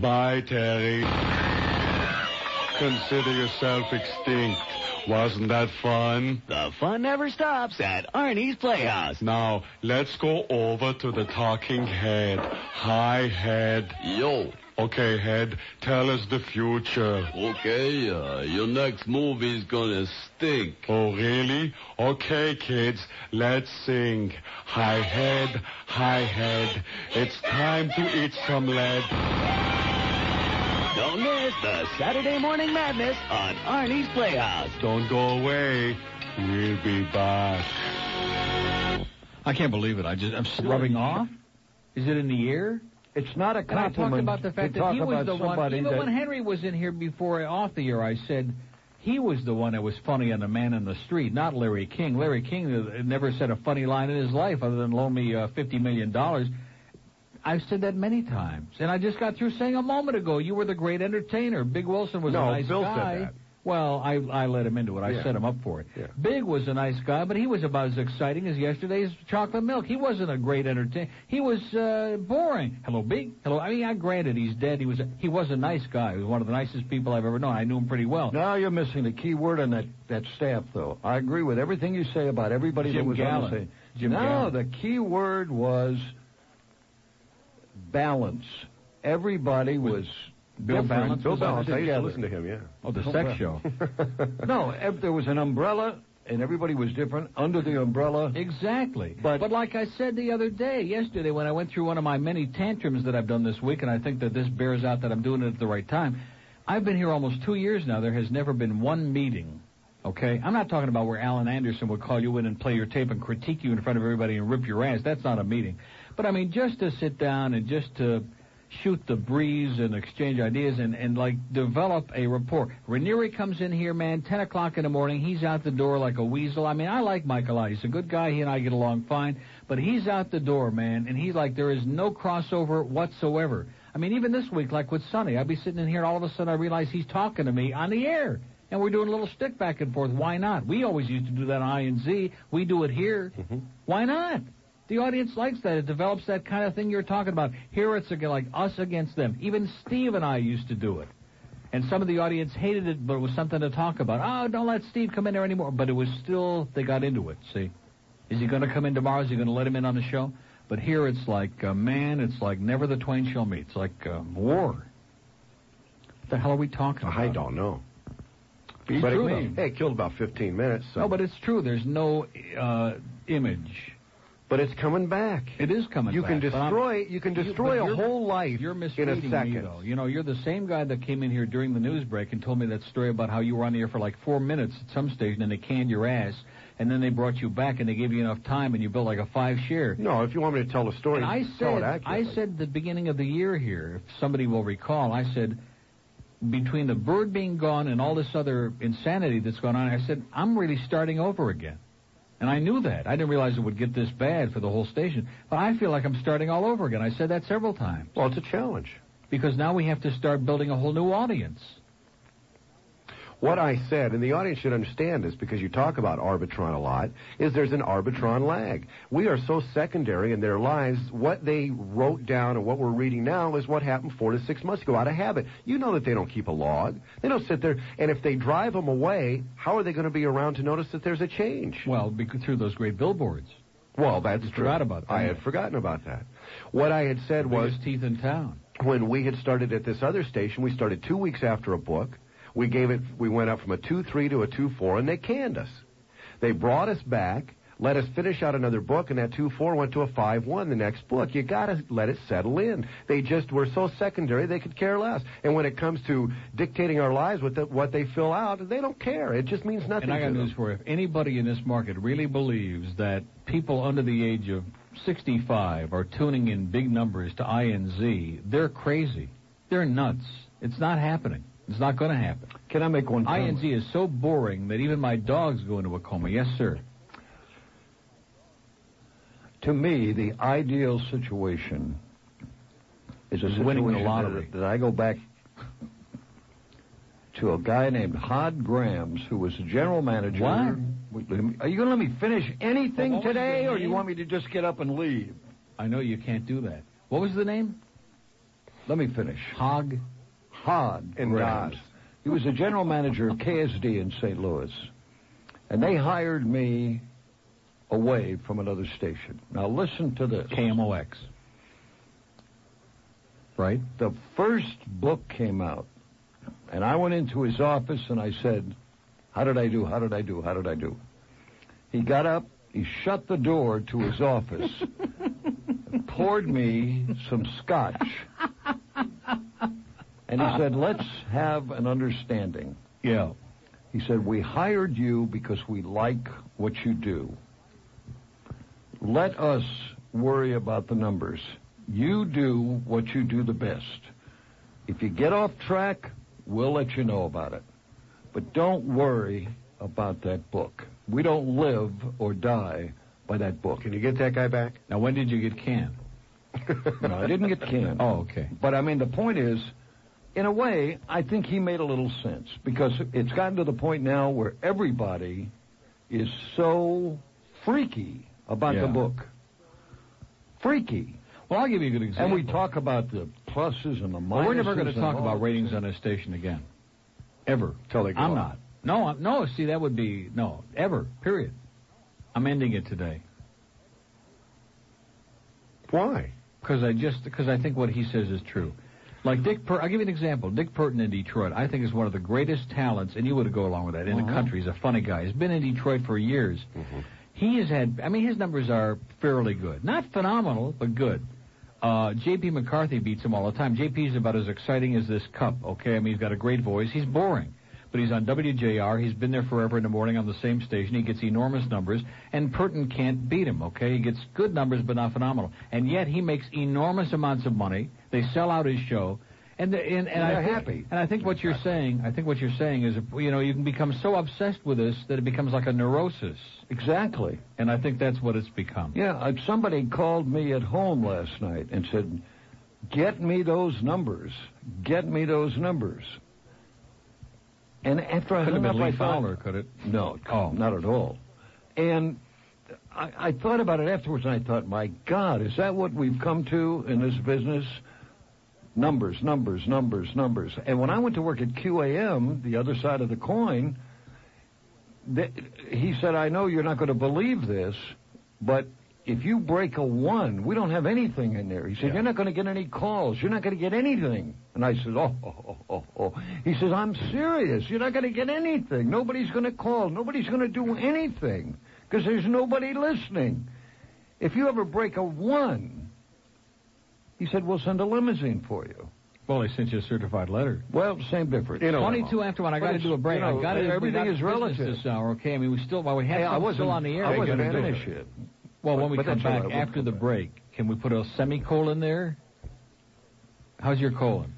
Speaker 24: Bye, Terry. Consider yourself extinct. Wasn't that fun?
Speaker 33: The fun never stops at Arnie's Playhouse.
Speaker 24: Now, let's go over to the talking head. Hi, head. Yo. Okay, head, tell us the future.
Speaker 34: Okay, uh, your next movie's gonna stink.
Speaker 24: Oh, really? Okay, kids, let's sing. Hi head, hi head, it's time to eat some lead.
Speaker 33: Don't miss the Saturday Morning Madness on Arnie's Playhouse.
Speaker 24: Don't go away. We'll be back.
Speaker 1: I can't believe it. I just I'm still rubbing off. Is it in the ear?
Speaker 2: It's not a
Speaker 1: And I
Speaker 2: compliment.
Speaker 1: talked about the fact
Speaker 2: to
Speaker 1: that
Speaker 2: talk
Speaker 1: he was
Speaker 2: about
Speaker 1: the one.
Speaker 2: somebody
Speaker 1: Even
Speaker 2: that-
Speaker 1: when Henry was in here before off the air, I said he was the one that was funny on the man in the street, not Larry King. Larry King uh, never said a funny line in his life other than loan me uh, fifty million dollars. I've said that many times, and I just got through saying a moment ago you were the great entertainer. Big Wilson was
Speaker 2: No,
Speaker 1: a nice
Speaker 2: Bill said
Speaker 1: guy.
Speaker 2: that.
Speaker 1: Well, I I let him into it. I
Speaker 4: Yeah.
Speaker 1: set him up for it.
Speaker 4: Yeah.
Speaker 1: Big was a nice guy, but he was about as exciting as yesterday's chocolate milk. He wasn't a great entertainer. He was uh, boring. Hello, Big. Hello. I mean, I granted he's dead. He was a, he was a nice guy. He was one of the nicest people I've ever known. I knew him pretty well.
Speaker 2: Now you're missing the key word on that, that staff, though. I agree with everything you say about everybody that
Speaker 1: Jim
Speaker 2: was on
Speaker 1: Gallen.
Speaker 2: the stage.
Speaker 1: Jim
Speaker 2: no,
Speaker 1: Gallen.
Speaker 2: the key word was balance. Everybody was
Speaker 14: Bill
Speaker 2: different.
Speaker 14: Balance
Speaker 2: Bill
Speaker 14: was on
Speaker 2: Balance.
Speaker 14: it? I used to
Speaker 2: together.
Speaker 14: listen to him, yeah.
Speaker 1: Oh, the
Speaker 2: Bill
Speaker 1: sex
Speaker 2: Balance. <laughs> no, ev- there was an umbrella, and everybody was different under the umbrella.
Speaker 1: Exactly. But, like I said the other day, yesterday when I went through one of my many tantrums that I've done this week, and I think that this bears out that I'm doing it at the right time. I've been here almost two years now. There has never been one meeting. Okay, I'm not talking about where Alan Anderson would call you in and play your tape and critique you in front of everybody and rip your ass. That's not a meeting. But I mean, just to sit down and just to shoot the breeze and exchange ideas and, and like develop a rapport. Ranieri comes in here, man, 10 o'clock in the morning. He's out the door like a weasel. I mean, I like Mike a lot. He's a good guy. He and I get along fine. But he's out the door, man, and he's like, there is no crossover whatsoever. I mean, even this week, like with Sonny, I'd be sitting in here and all of a sudden I realize he's talking to me on the air. And we're doing a little stick back and forth. Why not? We always used to do that on I and Z. We do it here. Why not? The audience likes that. It develops that kind of thing you're talking about. Here it's again like us against them. Even Steve and I used to do it. And some of the audience hated it, but it was something to talk about. Oh, don't let Steve come in there anymore. But it was still, they got into it, see? Is he going to come in tomorrow? Is he going to let him in on the show? But here it's like, uh, man, it's like never the twain shall meet. It's like uh, war. What the hell are we talking about? I
Speaker 14: don't know.
Speaker 1: Be
Speaker 14: but
Speaker 1: true,
Speaker 14: it,
Speaker 1: though.
Speaker 14: hey, it killed about 15 minutes. So.
Speaker 1: No, but it's true. There's no uh, image.
Speaker 14: But it's coming back.
Speaker 1: It is coming
Speaker 14: You
Speaker 1: back.
Speaker 14: can
Speaker 1: but I'm-
Speaker 14: destroy- you can
Speaker 1: but
Speaker 14: destroy a
Speaker 1: you're-
Speaker 14: whole life
Speaker 1: You're
Speaker 14: in a
Speaker 1: misreading me,
Speaker 14: second.
Speaker 1: though. You know, you're the same guy that came in here during the news break and told me that story about how you were on the air for like four minutes at some station and they canned your ass, and then they brought you back and they gave you enough time and you built like a five share.
Speaker 14: No, if you want me to tell a story,
Speaker 1: And I
Speaker 14: tell it
Speaker 1: said, I
Speaker 14: accurately.
Speaker 1: said the beginning of the year here, if somebody will recall, I said between the bird being gone and all this other insanity that's going on, I said I'm really starting over again. And I knew that. I didn't realize it would get this bad for the whole station. But I feel like I'm starting all over again. I said that several times.
Speaker 14: Well, it's a challenge.
Speaker 1: Because now we have to start building a whole new audience.
Speaker 14: What I said, and the audience should understand this because you talk about Arbitron a lot, is there's an Arbitron lag. We are so secondary in their lives. What they wrote down and what we're reading now is what happened four to six months ago out of habit. You know that they don't keep a log. They don't sit there, and if they drive them away, how are they going to be around to notice that there's a change?
Speaker 1: Well, because through those great billboards.
Speaker 14: Well, that's
Speaker 1: You
Speaker 14: true.
Speaker 1: forgot about that.
Speaker 14: I had forgotten about that. What I had said was
Speaker 1: biggest teeth in town.
Speaker 14: When we had started at this other station, we started two weeks after a book. We gave it. We went up from a two three to a two four, and they canned us. They brought us back, let us finish out another book, and that two four went to a five one. The next book, you gotta let it settle in. They just were so secondary, they could care less. And when it comes to dictating our lives with the, what they fill out, they don't care. It just means nothing.
Speaker 1: And I got
Speaker 14: to them.
Speaker 1: news for you. If anybody in this market really believes that people under the age of 65 are tuning in big numbers to INZ, they're crazy. They're nuts. It's not happening. It's not going to happen.
Speaker 2: Can I make one comment?
Speaker 1: INZ is so boring that even my dogs go into a coma. Yes, sir.
Speaker 2: To me, the ideal situation is a
Speaker 1: Is
Speaker 2: situation
Speaker 1: winning the
Speaker 2: that-
Speaker 1: lottery.
Speaker 2: That, I go back to a guy named Hod Grams, who was the general manager.
Speaker 1: What?
Speaker 2: Wait, let me- Are you going to let me finish anything
Speaker 1: Well, what was
Speaker 2: today,
Speaker 1: your
Speaker 2: or do you
Speaker 1: name?
Speaker 2: want me to just get up and leave?
Speaker 1: I know you can't do that. What was the name?
Speaker 2: Let me finish.
Speaker 1: Hog.
Speaker 2: Hod
Speaker 14: And
Speaker 2: Grams.
Speaker 14: Dodd.
Speaker 2: He was the general manager of KSD in St. Louis, and they hired me away from another station. Now listen to this.
Speaker 1: KMOX. Right?
Speaker 2: The first book came out, and I went into his office and I said, How did I do? How did I do? How did I do? He got up, he shut the door to his office, poured me some scotch, and
Speaker 14: Ah.
Speaker 2: he said, Let's have an understanding.
Speaker 1: Yeah.
Speaker 2: He said, We hired you because we like what you do. Let us worry about the numbers. You do what you do the best. If you get off track, we'll let you know about it. But don't worry about that book. We don't live or die by that book.
Speaker 14: Can you get that guy back?
Speaker 1: Now, when
Speaker 14: <laughs>
Speaker 1: did you get canned?
Speaker 2: No, I didn't get canned.
Speaker 1: Oh, okay.
Speaker 2: But I mean, the point is, in a way, I think he made a little sense because it's gotten to the point now where everybody is so freaky about
Speaker 1: Yeah.
Speaker 2: the book. Freaky.
Speaker 1: Well, I'll give you a good
Speaker 2: And
Speaker 1: example.
Speaker 2: we talk about the pluses and the minuses.
Speaker 1: Well, we're never going to
Speaker 2: and
Speaker 1: talk
Speaker 2: all
Speaker 1: about
Speaker 2: that.
Speaker 1: ratings on this station again, ever.
Speaker 2: Till they go
Speaker 1: I'm
Speaker 2: up.
Speaker 1: not. No, I'm, no. See, that would be no ever. Period. I'm ending it today.
Speaker 14: Why?
Speaker 1: Because I just because I think what he says is true. Like Dick, per- I'll give you an example. Dick Burton in Detroit, I think is one of the greatest talents, and you would go along with that in the country. He's a funny guy. He's been in Detroit for years. He has had. I mean, his numbers are fairly good, not phenomenal, but good. Uh, J.P. McCarthy beats him all the time. J.P. is about as exciting as this cup. Okay, I mean he's got a great voice. He's boring, but he's on WJR. He's been there forever in the morning on the same station. He gets enormous numbers, and Purton can't beat him. Okay, he gets good numbers, but not phenomenal. And yet he makes enormous amounts of money. They sell out his show, and the, and, and I
Speaker 2: They're
Speaker 1: think,
Speaker 2: happy.
Speaker 1: And I think what you're saying, I think what you're saying is, you know, you can become so obsessed with this that it becomes like a neurosis.
Speaker 2: Exactly.
Speaker 1: And I think that's what it's become.
Speaker 2: Yeah, uh, somebody called me at home last night and said, "Get me those numbers. Get me those numbers." And after I
Speaker 1: Could
Speaker 2: hung
Speaker 1: have been
Speaker 2: up, I
Speaker 1: Lee
Speaker 2: thought,
Speaker 1: Fowler, could it?
Speaker 2: No, oh, not at all. And I, I thought about it afterwards, and I thought, my God, is that what we've come to in this business? Numbers, numbers, numbers, numbers. And when I went to work at QAM, the other side of the coin, th- he said, I know you're not going to believe this, but if you break a one, we don't have anything in there. He said, You're not going to get any calls. You're not going to get anything. And I said, Oh, oh, oh, oh. He says, I'm serious. You're not going to get anything. Nobody's going to call. Nobody's going to do anything because there's nobody listening. If you ever break a one, he said, We'll send a limousine for you.
Speaker 1: Well, they sent you a certified letter.
Speaker 2: Well, same difference.
Speaker 1: 22 after one. I got to do a break. I got to.
Speaker 2: Everything is relative.
Speaker 1: This hour, okay? I mean, we still. While we have
Speaker 2: Hey, I
Speaker 1: something
Speaker 2: wasn't-
Speaker 1: still on the air.
Speaker 2: I
Speaker 1: we
Speaker 2: wasn't
Speaker 1: gotta do
Speaker 2: finished
Speaker 1: it.
Speaker 2: yet.
Speaker 1: Well, when we
Speaker 2: But
Speaker 1: come
Speaker 2: that's all
Speaker 1: back
Speaker 2: right, we'll
Speaker 1: after
Speaker 2: come
Speaker 1: the break, can we put a semicolon there? How's your colon?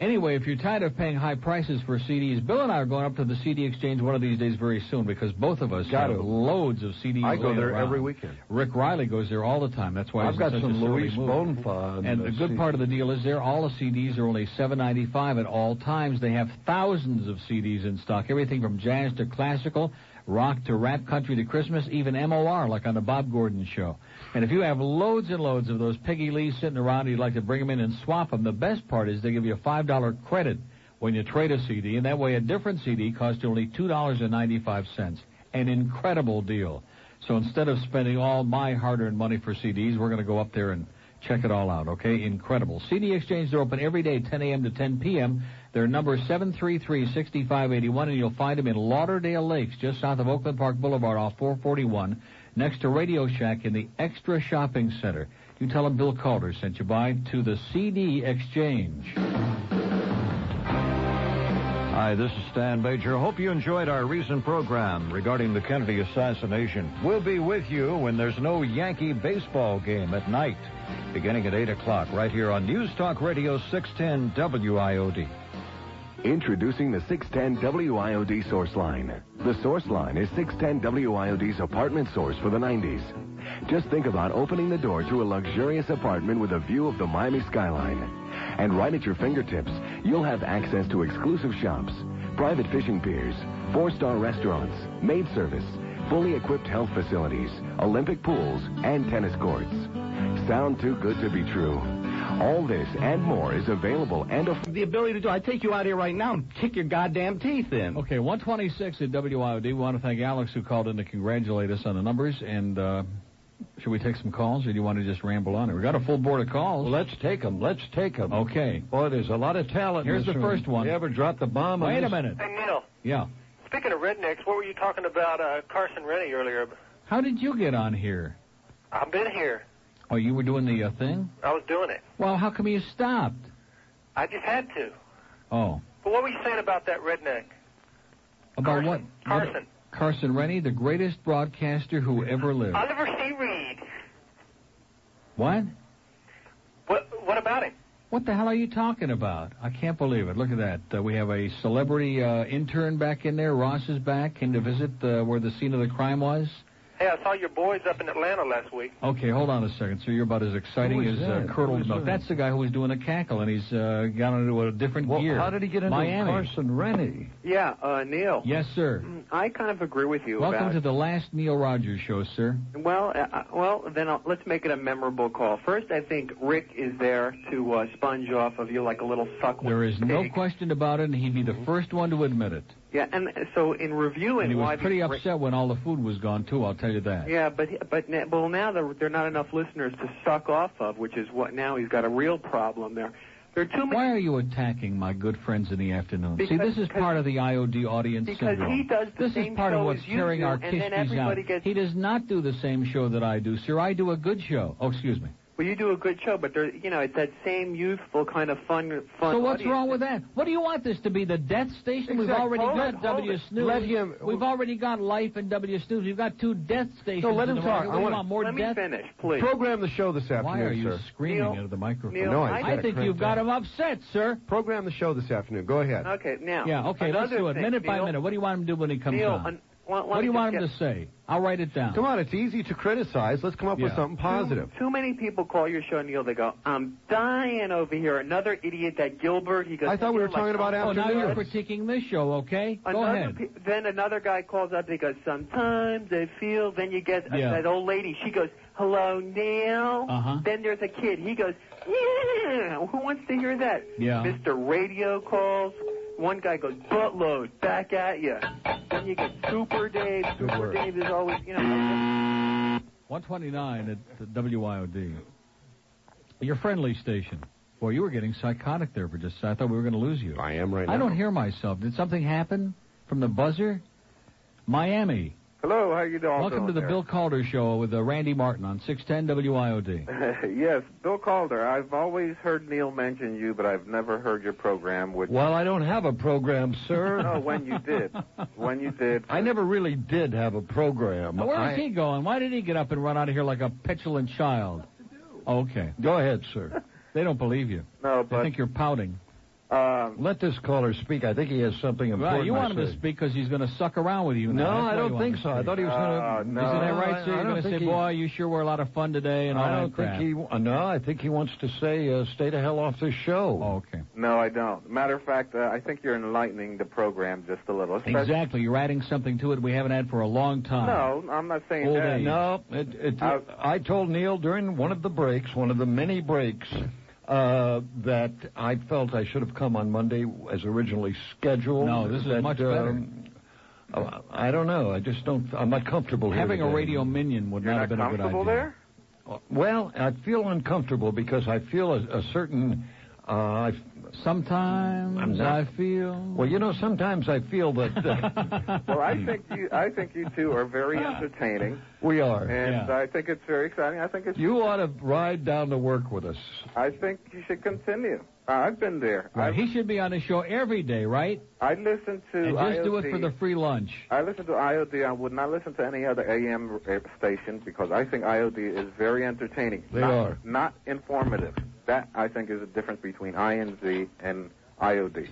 Speaker 1: Anyway, if you're tired of paying high prices for CDs, Bill and I are going up to the CD exchange one of these days very soon because both of us
Speaker 2: Gotta.
Speaker 1: have loads of CDs.
Speaker 2: I go
Speaker 1: laying
Speaker 2: there
Speaker 1: around.
Speaker 2: every weekend.
Speaker 1: Rick Riley goes there all the time. That's why
Speaker 2: I've
Speaker 1: he's
Speaker 2: got
Speaker 1: in such
Speaker 2: some
Speaker 1: a surly
Speaker 2: Luis
Speaker 1: mood.
Speaker 2: Bonfa.
Speaker 1: And the good part of the deal is there, all the CDs are only seven ninety five at all times. They have thousands of CDs in stock, everything from jazz to classical, rock to rap, country to Christmas, even MOR, like on the Bob Gordon show. And if you have loads and loads of those Peggy Lee's sitting around, and you'd like to bring them in and swap them. The best part is they give you a five dollar credit when you trade a CD, and that way a different CD costs you only two dollars and ninety five cents. An incredible deal. So instead of spending all my hard-earned money for CDs, we're going to go up there and check it all out. Okay, incredible. CD exchanges are open every day, 10 a.m. to 10 p.m. Their number is 733-6581, and you'll find them in Lauderdale Lakes, just south of Oakland Park Boulevard, off 441, next to Radio Shack in the Extra Shopping Center. You tell them Bill Calder sent you by to the CD exchange.
Speaker 35: Hi, this is Stan Major. Hope you enjoyed our recent program regarding the Kennedy assassination. We'll be with you when there's no Yankee baseball game at night, beginning at 8 o'clock, right here on News Talk Radio 610 WIOD.
Speaker 14: Introducing the 610 WIOD Source Line. The Source Line is 610 WIOD's apartment source for the 90s. Just think about opening the door to a luxurious apartment with a view of the Miami skyline. And right at your fingertips, you'll have access to exclusive shops, private fishing piers, four-star restaurants, maid service, fully equipped health facilities, Olympic pools, and tennis courts. Sound too good to be true. All this and more is available and affordable.
Speaker 17: The ability to do. I take you out here right now and kick your goddamn teeth in.
Speaker 1: Okay, 126 at WIOD. We want to thank Alex who called in to congratulate us on the numbers. And uh, should we take some calls, or do you want to just ramble on? We got a full board of calls.
Speaker 2: let's take them. Let's take them.
Speaker 1: Okay.
Speaker 2: Boy, there's a lot of talent.
Speaker 1: Here's the first one.
Speaker 2: You ever drop the bomb? on
Speaker 1: Wait a
Speaker 2: this?
Speaker 1: minute.
Speaker 12: Hey, Neil,
Speaker 1: Yeah.
Speaker 12: speaking of rednecks, what were you talking about uh, Carson Rennie earlier?
Speaker 1: How did you get on here?
Speaker 12: I've been here.
Speaker 1: Oh, you were doing the uh, thing?
Speaker 12: I was doing it.
Speaker 1: Well, how come you stopped?
Speaker 12: I just had to.
Speaker 1: Oh,
Speaker 12: But what were you saying about that redneck?
Speaker 1: about what?
Speaker 12: Carson.
Speaker 1: what- Carson Rennie, the greatest broadcaster who ever lived.
Speaker 12: Oliver C. Reed.
Speaker 1: What?
Speaker 12: What, what about him?
Speaker 1: What the hell are you talking about? I can't believe it. Look at that. Uh, we have a celebrity uh, intern back in there. Ross is back. Came to visit uh, where the scene of the crime was.
Speaker 12: Hey, I saw your boys up in Atlanta last week.
Speaker 1: Okay, hold on a second, sir. You're about as exciting
Speaker 12: Who
Speaker 1: as
Speaker 12: is
Speaker 1: uh,
Speaker 12: that? Who
Speaker 1: curdled
Speaker 12: is
Speaker 1: milk.
Speaker 12: that?
Speaker 1: That's the guy who was doing a cackle, and he's uh, got into a different
Speaker 2: Well,
Speaker 1: gear.
Speaker 2: how did he get into
Speaker 1: Miami?
Speaker 2: Carson Rennie?
Speaker 4: Yeah, uh, Neil.
Speaker 1: Yes, sir.
Speaker 4: I kind of agree with you
Speaker 1: Welcome
Speaker 4: about.
Speaker 1: to the last Neil Rogers show, sir.
Speaker 4: Well, uh, uh, well, then I'll, let's make it a memorable call. First, I think Rick is there to uh, sponge off of you like a little suck.
Speaker 1: There is no question about it, and he'd be
Speaker 4: Mm-hmm.
Speaker 1: the first one to admit it.
Speaker 4: Yeah, and uh, so in reviewing
Speaker 1: And he
Speaker 4: why
Speaker 1: was pretty
Speaker 4: the-
Speaker 1: upset when all the food was gone, too, I'll tell you that.
Speaker 4: Yeah, but but na- well now there there are not enough listeners to suck off of, which is what now he's got a real problem there. There are too many.
Speaker 1: Why are you attacking my good friends in the afternoon? See,
Speaker 4: Because-
Speaker 1: this is part of the IOD audience
Speaker 4: Because
Speaker 1: syndrome.
Speaker 4: he does the
Speaker 1: this
Speaker 4: same
Speaker 1: is part
Speaker 4: show
Speaker 1: of what's
Speaker 4: as you
Speaker 1: tearing
Speaker 4: do,
Speaker 1: our
Speaker 4: and then
Speaker 1: kishkis out.
Speaker 4: everybody gets-
Speaker 1: He does not do the same show that I do, sir. I do a good show. Oh, excuse me.
Speaker 4: Well, you do a good show, but there you know it's that same youthful kind of fun fun.
Speaker 1: so what's
Speaker 4: audience.
Speaker 1: wrong with that? What do you want this to be? The death station? We've
Speaker 4: Exact-
Speaker 1: already
Speaker 4: hold
Speaker 1: got
Speaker 4: it, hold
Speaker 1: W
Speaker 4: it.
Speaker 1: Snooze.
Speaker 4: Let him-
Speaker 1: We've already got Life and W Snooze. We've got two death stations.
Speaker 4: let
Speaker 1: in
Speaker 4: him
Speaker 1: the
Speaker 4: talk.
Speaker 1: market.
Speaker 4: I
Speaker 1: What do you
Speaker 4: wanna-
Speaker 1: want more
Speaker 4: let me
Speaker 1: death?
Speaker 4: finish, please.
Speaker 14: Program the show this afternoon,
Speaker 1: Why are you
Speaker 14: sir.
Speaker 1: screaming into the microphone?
Speaker 4: Neil,
Speaker 14: no,
Speaker 4: I-
Speaker 14: I,
Speaker 1: I think you've got him upset, sir.
Speaker 14: Program the show this afternoon. Go ahead.
Speaker 4: Okay, now.
Speaker 1: Yeah, okay, let's
Speaker 4: another
Speaker 1: do it.
Speaker 4: thing,
Speaker 1: minute by
Speaker 4: Neil.
Speaker 1: minute. What do you want him to do when he comes
Speaker 4: Neil,
Speaker 1: on?
Speaker 4: un- why- why
Speaker 1: what
Speaker 4: don't
Speaker 1: do you
Speaker 4: you
Speaker 1: want him
Speaker 4: get-
Speaker 1: to say? I'll write it down.
Speaker 14: Come on, it's easy to criticize. Let's come up with
Speaker 1: Yeah.
Speaker 14: something positive.
Speaker 4: Too, too many people call your show, Neil. They go, "I'm dying over here." Another idiot, that Gilbert. He goes.
Speaker 14: I thought we were
Speaker 4: "Neil, like,
Speaker 14: talking about
Speaker 1: Oh, now you're critiquing
Speaker 14: afternoon.
Speaker 1: this show, okay? Go
Speaker 4: Another
Speaker 1: ahead.
Speaker 4: pe- then another guy calls up. He goes, "Sometimes I feel." Then you get uh,
Speaker 1: Yeah.
Speaker 4: that old lady. She goes, "Hello, Neil."
Speaker 1: Uh-huh.
Speaker 4: Then there's a kid. He goes, "Yeah." Who wants to hear that?
Speaker 1: Yeah.
Speaker 4: Mr. Radio calls. One guy goes, "Buttload, back at you." Then you get Super Dave. Super Dave is always, you know.
Speaker 1: <laughs> 129 at the WIOD. Your friendly station. Boy, you were getting psychotic there for just a second. I thought we were going to lose you.
Speaker 14: I am right
Speaker 1: I
Speaker 14: now.
Speaker 1: don't hear myself. Did something happen from the buzzer? Miami.
Speaker 6: Hello, how you doing?
Speaker 1: Welcome to the Bill Calder Show with uh, Randy Martin on 610 WIOD.
Speaker 6: Bill. <laughs> yes, Bill Calder. I've always heard Neil mention you, but I've never heard your program. Which
Speaker 2: Well, I don't have a program,
Speaker 6: <laughs>
Speaker 2: sir.
Speaker 6: no, Oh, when you
Speaker 1: <laughs>
Speaker 6: did, when you did.
Speaker 2: I never really did have a program.
Speaker 1: Now, where is
Speaker 2: I-
Speaker 1: he going? Why did he get up and run out of here like a petulant child? Okay.
Speaker 2: Go ahead, <laughs> sir.
Speaker 1: They don't believe you.
Speaker 6: No,
Speaker 1: They think you're pouting.
Speaker 6: Um,
Speaker 2: Let this caller speak. I think he has something important.
Speaker 1: Right, you want him
Speaker 2: to
Speaker 1: to
Speaker 2: say.
Speaker 1: speak because he's going to suck around with you.
Speaker 2: No,
Speaker 1: Now. That's
Speaker 2: I
Speaker 1: why
Speaker 2: don't
Speaker 1: you want
Speaker 2: think
Speaker 1: him to
Speaker 2: so. I
Speaker 1: speak.
Speaker 2: thought he was
Speaker 6: Uh,
Speaker 2: going to.
Speaker 6: no.
Speaker 1: Isn't that right,
Speaker 2: I-
Speaker 1: sir?
Speaker 2: I
Speaker 1: You're
Speaker 2: don't
Speaker 1: going to say,
Speaker 2: think he-
Speaker 1: boy, you sure were a lot of fun today and all
Speaker 2: I don't
Speaker 1: that crap.
Speaker 2: think he. wa- No, I think he wants to say, uh, "Stay the hell off this show."
Speaker 1: okay.
Speaker 6: no, I don't. Matter of fact, uh, I think you're enlightening the program just a little. especially-
Speaker 1: Exactly. You're adding something to it we haven't had for a long time.
Speaker 6: No, I'm not saying
Speaker 1: Old
Speaker 6: that.
Speaker 1: age.
Speaker 2: No, it, it,
Speaker 6: I-
Speaker 2: I told Neil during one of the breaks, one of the many breaks, uh, that I felt I should have come on Monday as originally scheduled.
Speaker 1: No, this is
Speaker 2: that,
Speaker 1: much better.
Speaker 2: um, uh, I don't know. I just don't. I'm not comfortable here
Speaker 1: Having a
Speaker 2: today.
Speaker 1: radio minion would
Speaker 6: You're
Speaker 1: not have
Speaker 6: not
Speaker 1: been a good idea.
Speaker 6: comfortable there.
Speaker 2: Well, I feel uncomfortable because I feel a, a certain. Uh, I, I'm
Speaker 1: Sometimes
Speaker 2: not-
Speaker 1: I feel.
Speaker 2: well, you know, sometimes I feel that uh,
Speaker 1: <laughs>
Speaker 6: Well, I think you, I think you two are very entertaining,
Speaker 2: we are.
Speaker 6: and uh, I think it's very exciting. I think it's.
Speaker 2: You ought to ride down to work with us.
Speaker 6: I think you should continue. Uh, I've been there.
Speaker 1: Right, He should be on the show every day, right?
Speaker 6: I listen to.
Speaker 1: And just do it
Speaker 6: IOD.
Speaker 1: for the free lunch.
Speaker 6: I listen to IOD. I would not listen to any other AM station because I think IOD is very entertaining.
Speaker 2: They
Speaker 6: not,
Speaker 2: are.
Speaker 6: Not informative. That, I think, is the difference between INZ and IOD.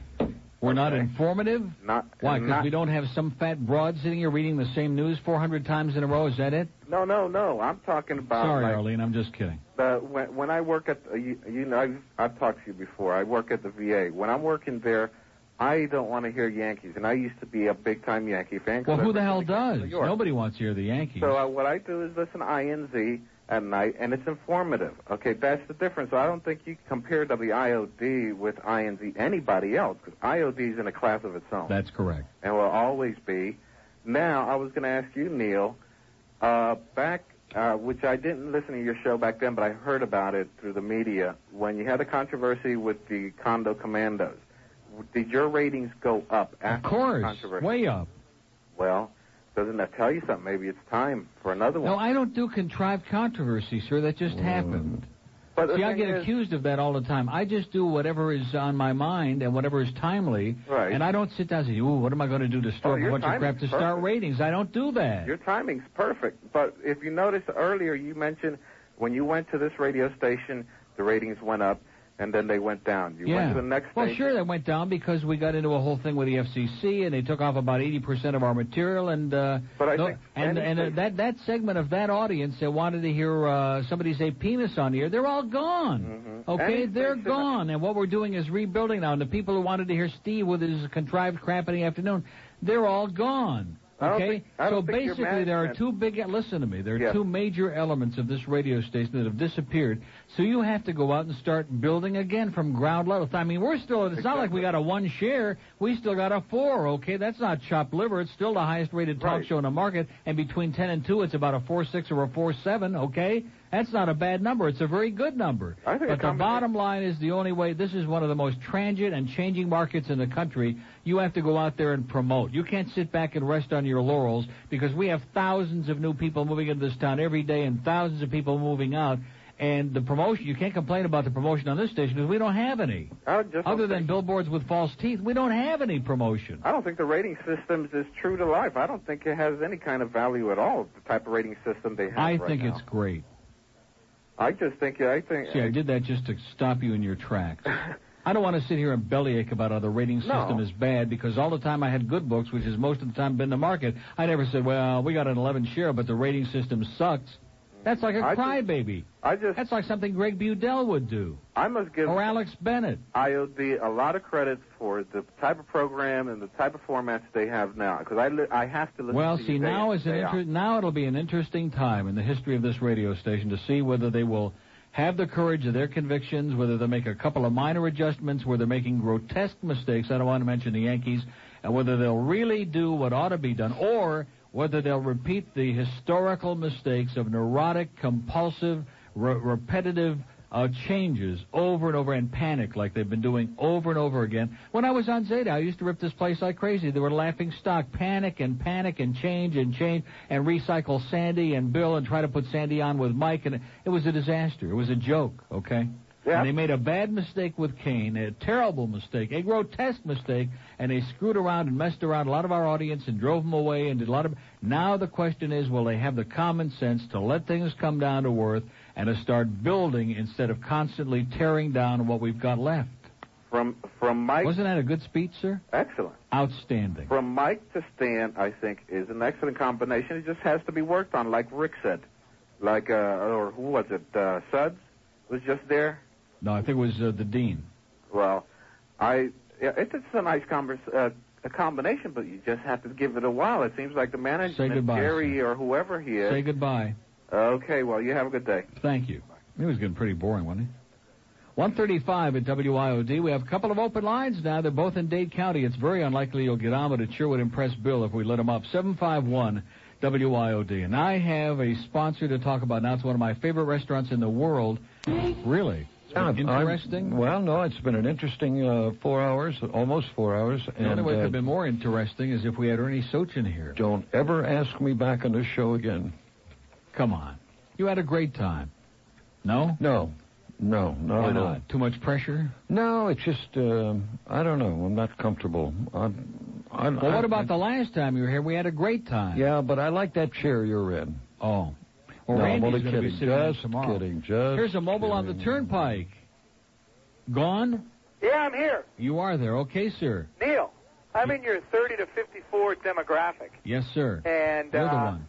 Speaker 1: We're not informative.
Speaker 6: Not,
Speaker 1: Why? Because
Speaker 6: not,
Speaker 1: we don't have some fat broad sitting here reading the same news 400 times in a row. Is that it?
Speaker 6: No, no, no. I'm talking about.
Speaker 1: Sorry,
Speaker 6: like,
Speaker 1: Arlene. I'm just kidding.
Speaker 6: the, when, when I work at, the, you, you know, I've, I've talked to you before. I work at the VA. When I'm working there, I don't want to hear Yankees, and I used to be a big time Yankee fan. 'cause
Speaker 1: Well,
Speaker 6: I
Speaker 1: who the
Speaker 6: lived
Speaker 1: hell
Speaker 6: in New
Speaker 1: does?
Speaker 6: York.
Speaker 1: Nobody wants to hear the Yankees.
Speaker 6: So uh, what I do is listen to INZ at night, and it's informative. Okay, that's the difference. I don't think you can compare WIOD with INZ anybody else because IOD is in a class of its own
Speaker 1: That's correct.
Speaker 6: and will always be. Now, I was going to ask you, Neil, uh, back, uh, which I didn't listen to your show back then, but I heard about it through the media when you had the controversy with the condo commandos. Did your ratings go up
Speaker 1: Of
Speaker 6: after the
Speaker 1: course,
Speaker 6: controversy?
Speaker 1: way up.
Speaker 6: Well, doesn't that tell you something? Maybe it's time for another one.
Speaker 1: No, I don't do contrived controversy, sir. That just happened.
Speaker 6: But the
Speaker 1: See, I
Speaker 6: thing
Speaker 1: get
Speaker 6: is-
Speaker 1: accused of that all the time. I just do whatever is on my mind and whatever is timely.
Speaker 6: Right.
Speaker 1: And I don't sit down and say, ooh, what am I going to do to
Speaker 6: Oh,
Speaker 1: start
Speaker 6: your
Speaker 1: a bunch of
Speaker 6: timing's
Speaker 1: crap to start
Speaker 6: perfect.
Speaker 1: ratings? I don't do that.
Speaker 6: Your timing's perfect. But if you notice earlier, you mentioned when you went to this radio station, the ratings went up. and then they went down. You went
Speaker 1: yeah.
Speaker 6: to the next
Speaker 1: well,
Speaker 6: station.
Speaker 1: sure, that went down because we got into a whole thing with the FCC, and they took off about 80% of our material, and uh,
Speaker 6: But I
Speaker 1: no-
Speaker 6: think
Speaker 1: and, and uh,
Speaker 6: anything-
Speaker 1: that that segment of that audience that wanted to hear uh, somebody say penis on the air, they're all gone. Okay,
Speaker 6: Mm-hmm. Anything
Speaker 1: they're
Speaker 6: should-
Speaker 1: gone, and what we're doing is rebuilding now. And the people who wanted to hear Steve with his contrived crap in the afternoon, they're all gone.
Speaker 6: I don't
Speaker 1: Okay,
Speaker 6: think- I don't
Speaker 1: so
Speaker 6: think your
Speaker 1: basically there are
Speaker 6: management-
Speaker 1: two big. Listen to me. There are
Speaker 6: Yes.
Speaker 1: two major elements of this radio station that have disappeared. So you have to go out and start building again from ground level. I mean, we're still. It's not like we got a one share. We still got a four. Okay, that's not chopped liver. It's still the highest rated talk
Speaker 6: Right.
Speaker 1: show in the market. And between ten and two, it's about a four six or a four seven. Okay, that's not a bad number. It's a very good number.
Speaker 6: I think a
Speaker 1: but the
Speaker 6: combination-
Speaker 1: bottom line is the only way. This is one of the most transient and changing markets in the country. You have to go out there and promote. You can't sit back and rest on your laurels because we have thousands of new people moving into this town every day and thousands of people moving out. And the promotion, you can't complain about the promotion on this station because we don't have any.
Speaker 6: I Oh, just
Speaker 1: Other than billboards with false teeth, we don't have any promotion.
Speaker 6: I don't think the rating systems is true to life. I don't think it has any kind of value at all. The type of rating system they have.
Speaker 1: I
Speaker 6: right
Speaker 1: think
Speaker 6: now.
Speaker 1: it's great.
Speaker 6: I just think. I think.
Speaker 1: See, I did that just to stop you in your tracks. I don't want to sit here and bellyache about how the rating system
Speaker 6: No.
Speaker 1: is bad because all the time I had good books, which has most of the time been the market, I never said, well, we got an 11 share, but the rating system sucks. That's like a
Speaker 6: I just-
Speaker 1: crybaby.
Speaker 6: I just.
Speaker 1: That's like something Greg Budell would do.
Speaker 6: <laughs> I must give
Speaker 1: Or Alex Bennett.
Speaker 6: IOD a lot of credit for the type of program and the type of formats they have now. Because I, li- I have to listen.
Speaker 1: Well,
Speaker 6: to
Speaker 1: see,
Speaker 6: you day
Speaker 1: now
Speaker 6: in,
Speaker 1: is an
Speaker 6: day
Speaker 1: inter-
Speaker 6: out.
Speaker 1: now it'll be an interesting time in the history of this radio station to see whether they will have the courage of their convictions, whether they make a couple of minor adjustments, where they're making grotesque mistakes. I don't want to mention the Yankees, and whether they'll really do what ought to be done, or whether they'll repeat the historical mistakes of neurotic, compulsive, re- repetitive uh, changes over and over and panic like they've been doing over and over again. When I was on Zeta, I used to rip this place like crazy. They were laughing stock, panic and panic and change and change and recycle Sandy and Bill and try to put Sandy on with Mike and it was a disaster. It was a joke, okay?
Speaker 6: Yeah.
Speaker 1: And they made a bad mistake with Kane, a terrible mistake, a grotesque mistake, and they screwed around and messed around a lot of our audience and drove them away and did a lot of. Now the question is, will they have the common sense to let things come down to earth and to start building instead of constantly tearing down what we've got left?
Speaker 6: From from Mike.
Speaker 1: Wasn't that a good speech, sir?
Speaker 6: Excellent.
Speaker 1: Outstanding.
Speaker 6: From Mike to Stan, I think, is an excellent combination. It just has to be worked on, like Rick said. Like, uh, or who was it? Uh, Suds was just there.
Speaker 1: No, I think it was uh, the dean.
Speaker 6: Well, I yeah, it's it's a nice convers uh, a combination, but you just have to give it a while. It seems like the
Speaker 1: Say
Speaker 6: management,
Speaker 1: goodbye,
Speaker 6: Jerry or whoever he is.
Speaker 1: Say goodbye.
Speaker 6: okay, well, you have a good day.
Speaker 1: Thank you. It was getting pretty boring, wasn't it? 135 at WIOD. We have a couple of open lines now. They're both in Dade County. It's very unlikely you'll get on, but it sure would impress Bill if we let him up. 751 WIOD. And I have a sponsor to talk about now. It's one of my favorite restaurants in the world. Really? It's been
Speaker 2: Yeah, I'm-
Speaker 1: interesting?
Speaker 2: well, no, it's been an interesting uh, four hours, almost four hours.
Speaker 1: the
Speaker 2: and,
Speaker 1: only way it could
Speaker 2: uh,
Speaker 1: have been more interesting is if we had Ernie Sochin here.
Speaker 2: Don't ever ask me back on this show again.
Speaker 1: Come on. You had a great time. No?
Speaker 2: No, no, not
Speaker 1: Why
Speaker 2: at all.
Speaker 1: not? Too much pressure?
Speaker 2: No, it's just um I don't know. I'm not comfortable. I'm, I'm,
Speaker 1: Well, what
Speaker 2: I-
Speaker 1: about the last time you were here? We had a great time.
Speaker 2: Yeah, but I like that chair you're in.
Speaker 1: Oh. Well,
Speaker 2: no, I'm
Speaker 1: Randy's
Speaker 2: only
Speaker 1: gonna
Speaker 2: kidding.
Speaker 1: be sitting in
Speaker 2: just
Speaker 1: tomorrow.
Speaker 2: kidding. Just
Speaker 1: Here's a mobile on the turnpike. Gone?
Speaker 27: Yeah, I'm here.
Speaker 1: You are there. Okay, sir.
Speaker 27: Neil, I'm in your 30 to 54 demographic,
Speaker 1: Yes, sir.
Speaker 27: and
Speaker 1: You're the
Speaker 27: uh,
Speaker 1: one.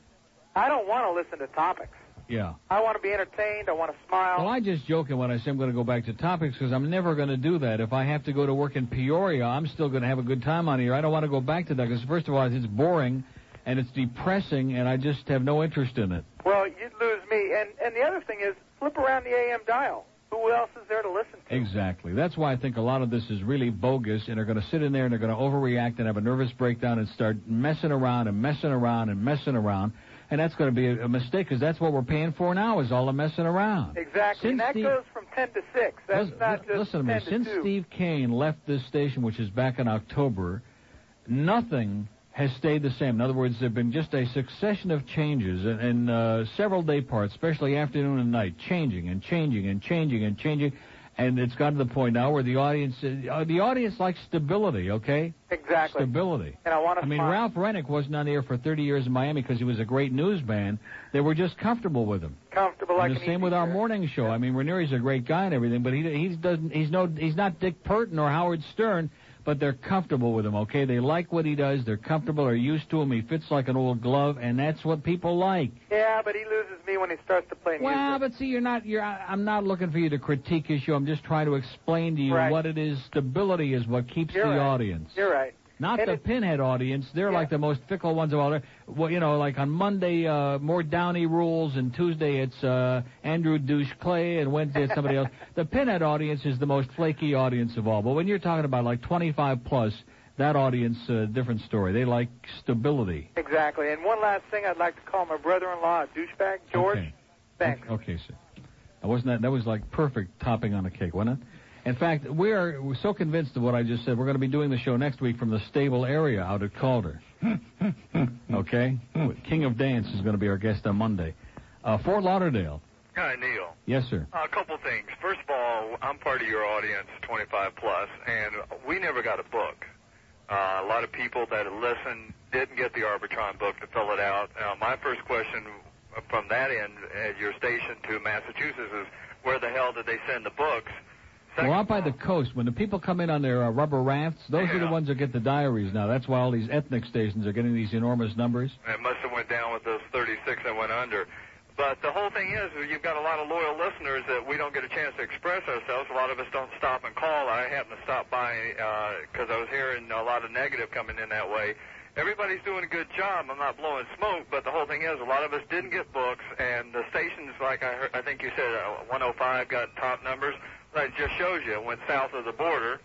Speaker 27: I don't want to listen to topics.
Speaker 1: Yeah.
Speaker 27: I want to be entertained. I want to smile.
Speaker 1: Well, I just joking when I say I'm going to go back to topics because I'm never going to do that. If I have to go to work in Peoria, I'm still going to have a good time on here. I don't want to go back to that because, first of all, it's boring and it's depressing, and I just have no interest in it.
Speaker 27: Well, you'd lose me. And and the other thing is, flip around the AM dial. Who else is there to listen?
Speaker 1: Exactly. That's why I think a lot of this is really bogus, and they're going to sit in there and they're going to overreact and have a nervous breakdown and start messing around and messing around and messing around. And that's going to be a, a mistake because that's what we're paying for now is all the messing around.
Speaker 27: Exactly.
Speaker 1: Since
Speaker 27: and that
Speaker 1: the-
Speaker 27: goes from 10 to 6. That's
Speaker 1: Lis-
Speaker 27: not
Speaker 1: li-
Speaker 27: just 10
Speaker 1: listen to me.
Speaker 27: to
Speaker 1: Since
Speaker 27: 2.
Speaker 1: Steve Kane left this station, which is back in October, nothing has stayed the same. In other words, there have been just a succession of changes in, in uh, several day parts, especially afternoon and night, changing and changing and changing and changing. and it's gotten to the point now where the audience uh, the audience likes stability. Okay.
Speaker 27: Exactly.
Speaker 1: Stability.
Speaker 27: And I want to.
Speaker 1: I mean, Ralph Rennick wasn't on the air for 30 years in Miami because he was a great newsman. They were just comfortable with him.
Speaker 27: Comfortable
Speaker 1: And
Speaker 27: like
Speaker 1: the
Speaker 27: an
Speaker 1: same
Speaker 27: easy
Speaker 1: with our
Speaker 27: chair.
Speaker 1: morning show. I mean, Ranieri's a great guy and everything, but he he's doesn't he's no he's not Dick Burton or Howard Stern, but they're comfortable with him. Okay, they like what he does. They're comfortable. They're used to him. He fits like an old glove, and that's what people like.
Speaker 27: Yeah, but he loses me when he starts to play music.
Speaker 1: Well, but see, you're not. You're. I- I'm not looking for you to critique issue. I'm just trying to explain to you
Speaker 27: Right.
Speaker 1: what it is. Stability is what keeps
Speaker 27: You're
Speaker 1: the
Speaker 27: right.
Speaker 1: audience.
Speaker 27: You're right.
Speaker 1: Not
Speaker 27: And
Speaker 1: the
Speaker 27: it's-
Speaker 1: pinhead audience. They're like the most fickle ones of all. there. Well, you know, like on Monday, uh, more Downey rules, and Tuesday it's uh, Andrew Douche Clay, and Wednesday it's somebody else. The pinhead audience is the most flaky audience of all. But when you're talking about like 25 plus, that audience, uh, different story. They like stability.
Speaker 27: Exactly. And one last thing, I'd like to call my brother-in-law a douchebag, George.
Speaker 1: Okay.
Speaker 27: Thanks.
Speaker 1: Okay, sir. That wasn't that. That was like perfect topping on a cake, wasn't it? In fact, we are we're so convinced of what I just said. We're going to be doing the show next week from the stable area out at Calder. okay, King of Dance is going to be our guest on Monday. Uh, Fort Lauderdale.
Speaker 11: Hi, Neil.
Speaker 1: Yes, sir.
Speaker 11: A couple things. First of all, I'm part of your audience, 25 plus, and we never got a book. Uh, a lot of people that listen didn't get the Arbitron book to fill it out. Uh, my first question from that end at your station to Massachusetts is, where the hell did they send the books?
Speaker 1: We're out by the coast. When the people come in on their uh, rubber rafts, those are the ones that get the diaries now. That's why all these ethnic stations are getting these enormous numbers.
Speaker 11: It must have went down with those 36 that went under. But the whole thing is, you've got a lot of loyal listeners that we don't get a chance to express ourselves. A lot of us don't stop and call. I happened to stop by because I was hearing a lot of negative coming in that way. Everybody's doing a good job. I'm not blowing smoke, but the whole thing is, a lot of us didn't get books, and the stations, like I heard, I think you said, uh, 105 got top numbers. That just shows you it went south of the border.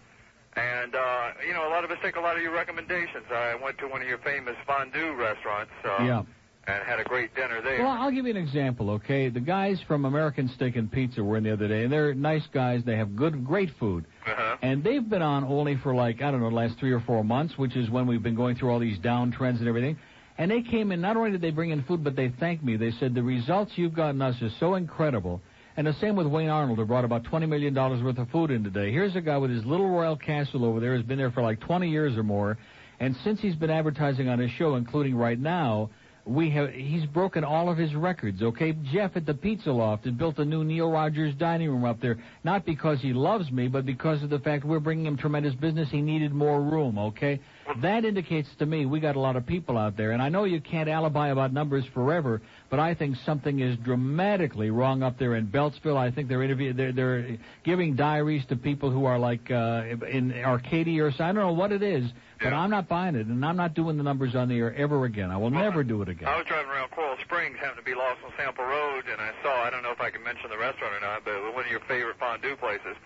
Speaker 11: And uh, you know, a lot of us take a lot of your recommendations. I went to one of your famous fondue restaurants uh,
Speaker 1: Yeah.
Speaker 11: and had a great dinner there.
Speaker 1: Well, I'll give you an example, okay? The guys from American Steak and Pizza were in the other day, and they're nice guys. They have good, great food.
Speaker 11: Uh-huh.
Speaker 1: And they've been on only for like, I don't know, the last three or four months, which is when we've been going through all these downtrends and everything. And they came in, not only did they bring in food, but they thanked me. They said, the results you've gotten us is so incredible. And the same with Wayne Arnold, who brought about $20 million worth of food in today. Here's a guy with his little royal castle over there, has been there for like 20 years or more. And since he's been advertising on his show, including right now, we have he's broken all of his records, okay? Jeff at the Pizza Loft has built a new Neil Rogers dining room up there, not because he loves me, but because of the fact we're bringing him tremendous business. He needed more room, okay? That indicates to me we got a lot of people out there, and I know you can't alibi about numbers forever, but I think something is dramatically wrong up there in Beltsville. I think they're interviewing, they're, they're giving diaries to people who are like uh, in Arcadia or so. I don't know what it is, but I'm not buying it, and I'm not doing the numbers on the air ever again. I will never do it again.
Speaker 11: I was driving around Coral Springs, happened to be lost on Sample Road, and I saw, I don't know if I can mention the restaurant or not, but it was one of your favorite fondue places.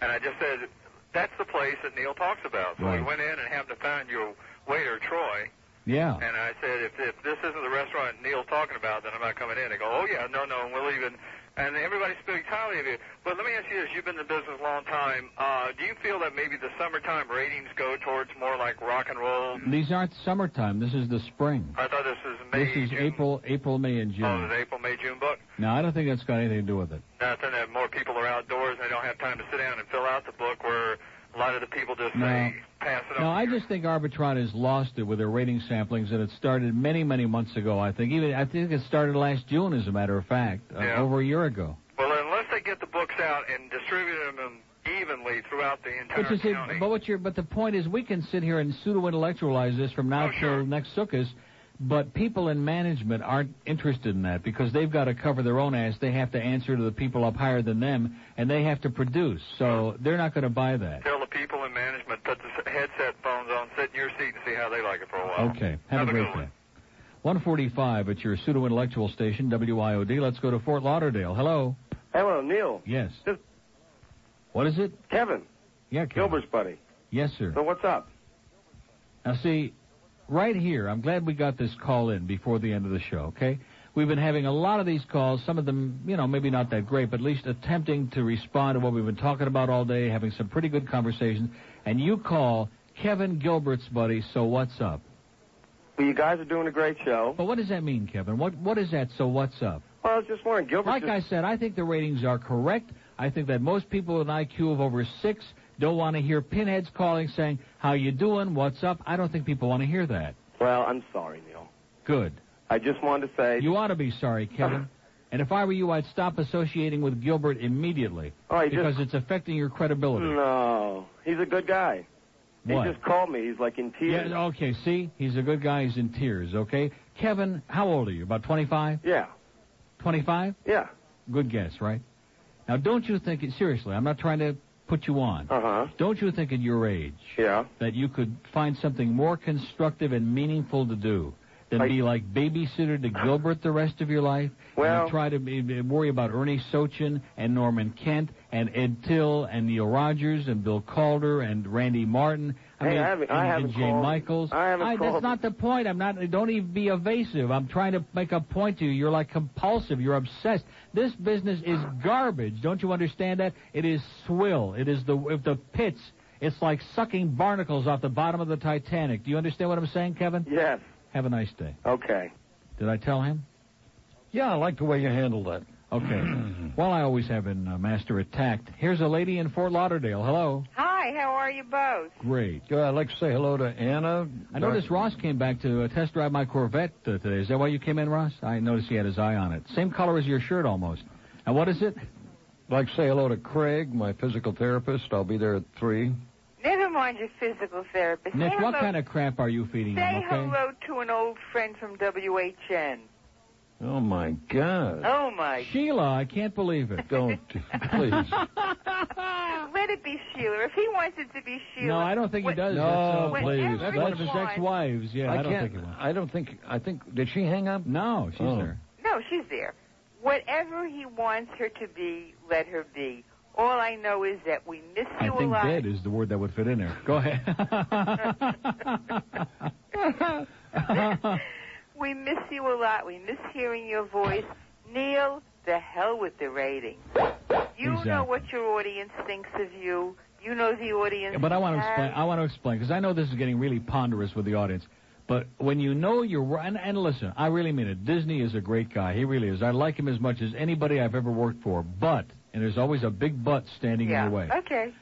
Speaker 11: And I just said, that's the place that Neil talks about. So we
Speaker 1: Right.
Speaker 11: went in and happened to find your waiter, Troy.
Speaker 1: Yeah.
Speaker 11: And I said, if, if this isn't the restaurant Neil's talking about, then I'm not coming in. They go, oh, yeah, no, no, and we'll even. And everybody speaks highly of you. But let me ask you this. You've been in the business a long time. Uh, do you feel that maybe the summertime ratings go towards more like rock and roll?
Speaker 1: These aren't summertime. This is the spring.
Speaker 11: I thought this was May,
Speaker 1: This is
Speaker 11: June.
Speaker 1: April, April, May, and June.
Speaker 11: Oh, it was April, May, June book.
Speaker 1: No, I don't think that's got anything to do with it.
Speaker 11: Nothing that more people are outdoors and they don't have time to sit down and fill out the book where a lot of the people just
Speaker 1: No.
Speaker 11: say, pass it
Speaker 1: No,
Speaker 11: on.
Speaker 1: I just think Arbitron has lost it with their rating samplings, and it started many, many months ago. I think even I think it started last June, as a matter of fact,
Speaker 11: Yeah.
Speaker 1: uh, over a year ago.
Speaker 11: Well, unless they get the books out and distribute them evenly throughout the entire
Speaker 1: But you see,
Speaker 11: county.
Speaker 1: but what you're, but the point is, we can sit here and pseudo-intellectualize this from
Speaker 11: Oh,
Speaker 1: now till next Sukkot, but people in management aren't interested in that because they've got to cover their own ass. They have to answer to the people up higher than them, and they have to produce. So they're not going to buy that.
Speaker 11: Tell the people in management, put the s- headset phones on, sit in your seat and see how they like it for a while.
Speaker 1: Okay. Have, a great
Speaker 11: good
Speaker 1: day. 145 at your pseudo-intellectual station, WIOD. Let's go to Fort Lauderdale. Hello.
Speaker 8: Hello, Neil.
Speaker 1: Yes.
Speaker 8: This-
Speaker 1: What is it?
Speaker 8: Kevin.
Speaker 1: Yeah,
Speaker 8: Gilbert's buddy.
Speaker 1: Yes, sir.
Speaker 8: So what's up?
Speaker 1: Now, see, right here, I'm glad we got this call in before the end of the show, okay? We've been having a lot of these calls, some of them, you know, maybe not that great, but at least attempting to respond to what we've been talking about all day, having some pretty good conversations. And you call Kevin Gilbert's buddy, so what's up?
Speaker 8: Well, you guys are doing a great show.
Speaker 1: But what does that mean, Kevin? What What is that, so what's up?
Speaker 8: Well, I was just wondering, Gilbert.
Speaker 1: Like
Speaker 8: just,
Speaker 1: I said, I think the ratings are correct. I think that most people with an IQ of over six don't want to hear pinheads calling saying, how you doing, what's up. I don't think people want to hear that.
Speaker 8: Well, I'm sorry, Neil.
Speaker 1: Good.
Speaker 8: I just wanted to say.
Speaker 1: You ought to be
Speaker 8: <laughs>
Speaker 1: sorry, Kevin. and if I were you, I'd stop associating with Gilbert immediately.
Speaker 8: Oh, he just-
Speaker 1: because it's affecting your credibility.
Speaker 8: No, he's a good guy.
Speaker 1: What?
Speaker 8: He just called me. He's like in tears.
Speaker 1: Yeah, okay, see? He's a good guy. He's in tears, okay? Kevin, how old are you? About 25?
Speaker 8: Yeah.
Speaker 1: 25?
Speaker 8: Yeah.
Speaker 1: Good guess, right? Now, don't you think, it, seriously, I'm not trying to put you on.
Speaker 8: Uh huh.
Speaker 1: Don't you think at your age
Speaker 8: Yeah.
Speaker 1: that you could find something more constructive and meaningful to do than
Speaker 8: Like-
Speaker 1: be like babysitter to Gilbert the rest of your life?
Speaker 8: Well-
Speaker 1: and try to be, be- worry about Ernie Sochin and Norman Kent and Ed Till and Neil Rogers and Bill Calder and Randy Martin. I
Speaker 8: Hey,
Speaker 1: mean,
Speaker 8: I haven't-
Speaker 1: and,
Speaker 8: I haven't
Speaker 1: and Jane
Speaker 8: called-
Speaker 1: Michaels.
Speaker 8: I haven't
Speaker 1: That's
Speaker 8: called-
Speaker 1: not the point. I'm not. Don't even be evasive. I'm trying to make a point to you. You're like compulsive. You're obsessed. This business is garbage. Don't you understand that? It is swill. It is the if the pits. It's like sucking barnacles off the bottom of the Titanic. Do you understand what I'm saying, Kevin?
Speaker 8: Yes.
Speaker 1: Have a nice day.
Speaker 8: Okay.
Speaker 1: Did I tell him?
Speaker 2: Yeah, I like the way you handle that. <clears throat>
Speaker 1: Okay. well, I always have in uh, Master Attacked. Here's a lady in Fort Lauderdale. Hello.
Speaker 10: Hi, how are you both?
Speaker 1: Great.
Speaker 2: Go I'd like to say hello to Anna.
Speaker 1: I noticed Ross came back to uh, test drive my Corvette uh, today. Is that why you came in, Ross? I noticed he had his eye on it. Same color as your shirt almost. And what is it?
Speaker 2: I'd like to say hello to Craig, my physical therapist. I'll be there at 3.
Speaker 10: Never mind your physical therapist.
Speaker 1: Nick,
Speaker 10: say
Speaker 1: what
Speaker 10: hello,
Speaker 1: kind of crap are you feeding
Speaker 10: say
Speaker 1: him, okay?
Speaker 10: hello to an old friend from WHN.
Speaker 2: Oh, my
Speaker 1: Uh,
Speaker 2: God.
Speaker 10: Oh my
Speaker 1: Sheila, I can't believe it.
Speaker 2: Don't, please.
Speaker 10: <laughs> Let it be Sheila. If he wants it to be Sheila.
Speaker 1: No, I don't think he
Speaker 10: what-
Speaker 1: does.
Speaker 2: No,
Speaker 1: That's, uh,
Speaker 2: please.
Speaker 1: That's one of his ex-wives. Yeah, I,
Speaker 2: I
Speaker 1: don't
Speaker 2: can't-
Speaker 1: think he was.
Speaker 2: I don't think. I think. Did she hang up? Oh.
Speaker 1: No, she's there.
Speaker 10: No, she's there. Whatever he wants her to be, let her be. All I know is that we miss
Speaker 1: I
Speaker 10: you a
Speaker 1: think
Speaker 10: lot.
Speaker 1: dead is the word that would fit in there. Go ahead.
Speaker 10: <laughs>
Speaker 1: <laughs>
Speaker 10: we miss you a lot. We miss hearing your voice. Neil, the hell with the ratings. You know
Speaker 1: Exactly.
Speaker 10: what your audience thinks of you. You know the audience.
Speaker 1: Yeah, but I want to
Speaker 10: has.
Speaker 1: explain. I want to explain because I know this is getting really ponderous with the audience. But when you know you're wor- and, and listen, I really mean it. Disney is a great guy. He really is. I like him as much as anybody I've ever worked for. But and there's always a big but standing
Speaker 10: yeah.
Speaker 1: in your way.
Speaker 10: Okay.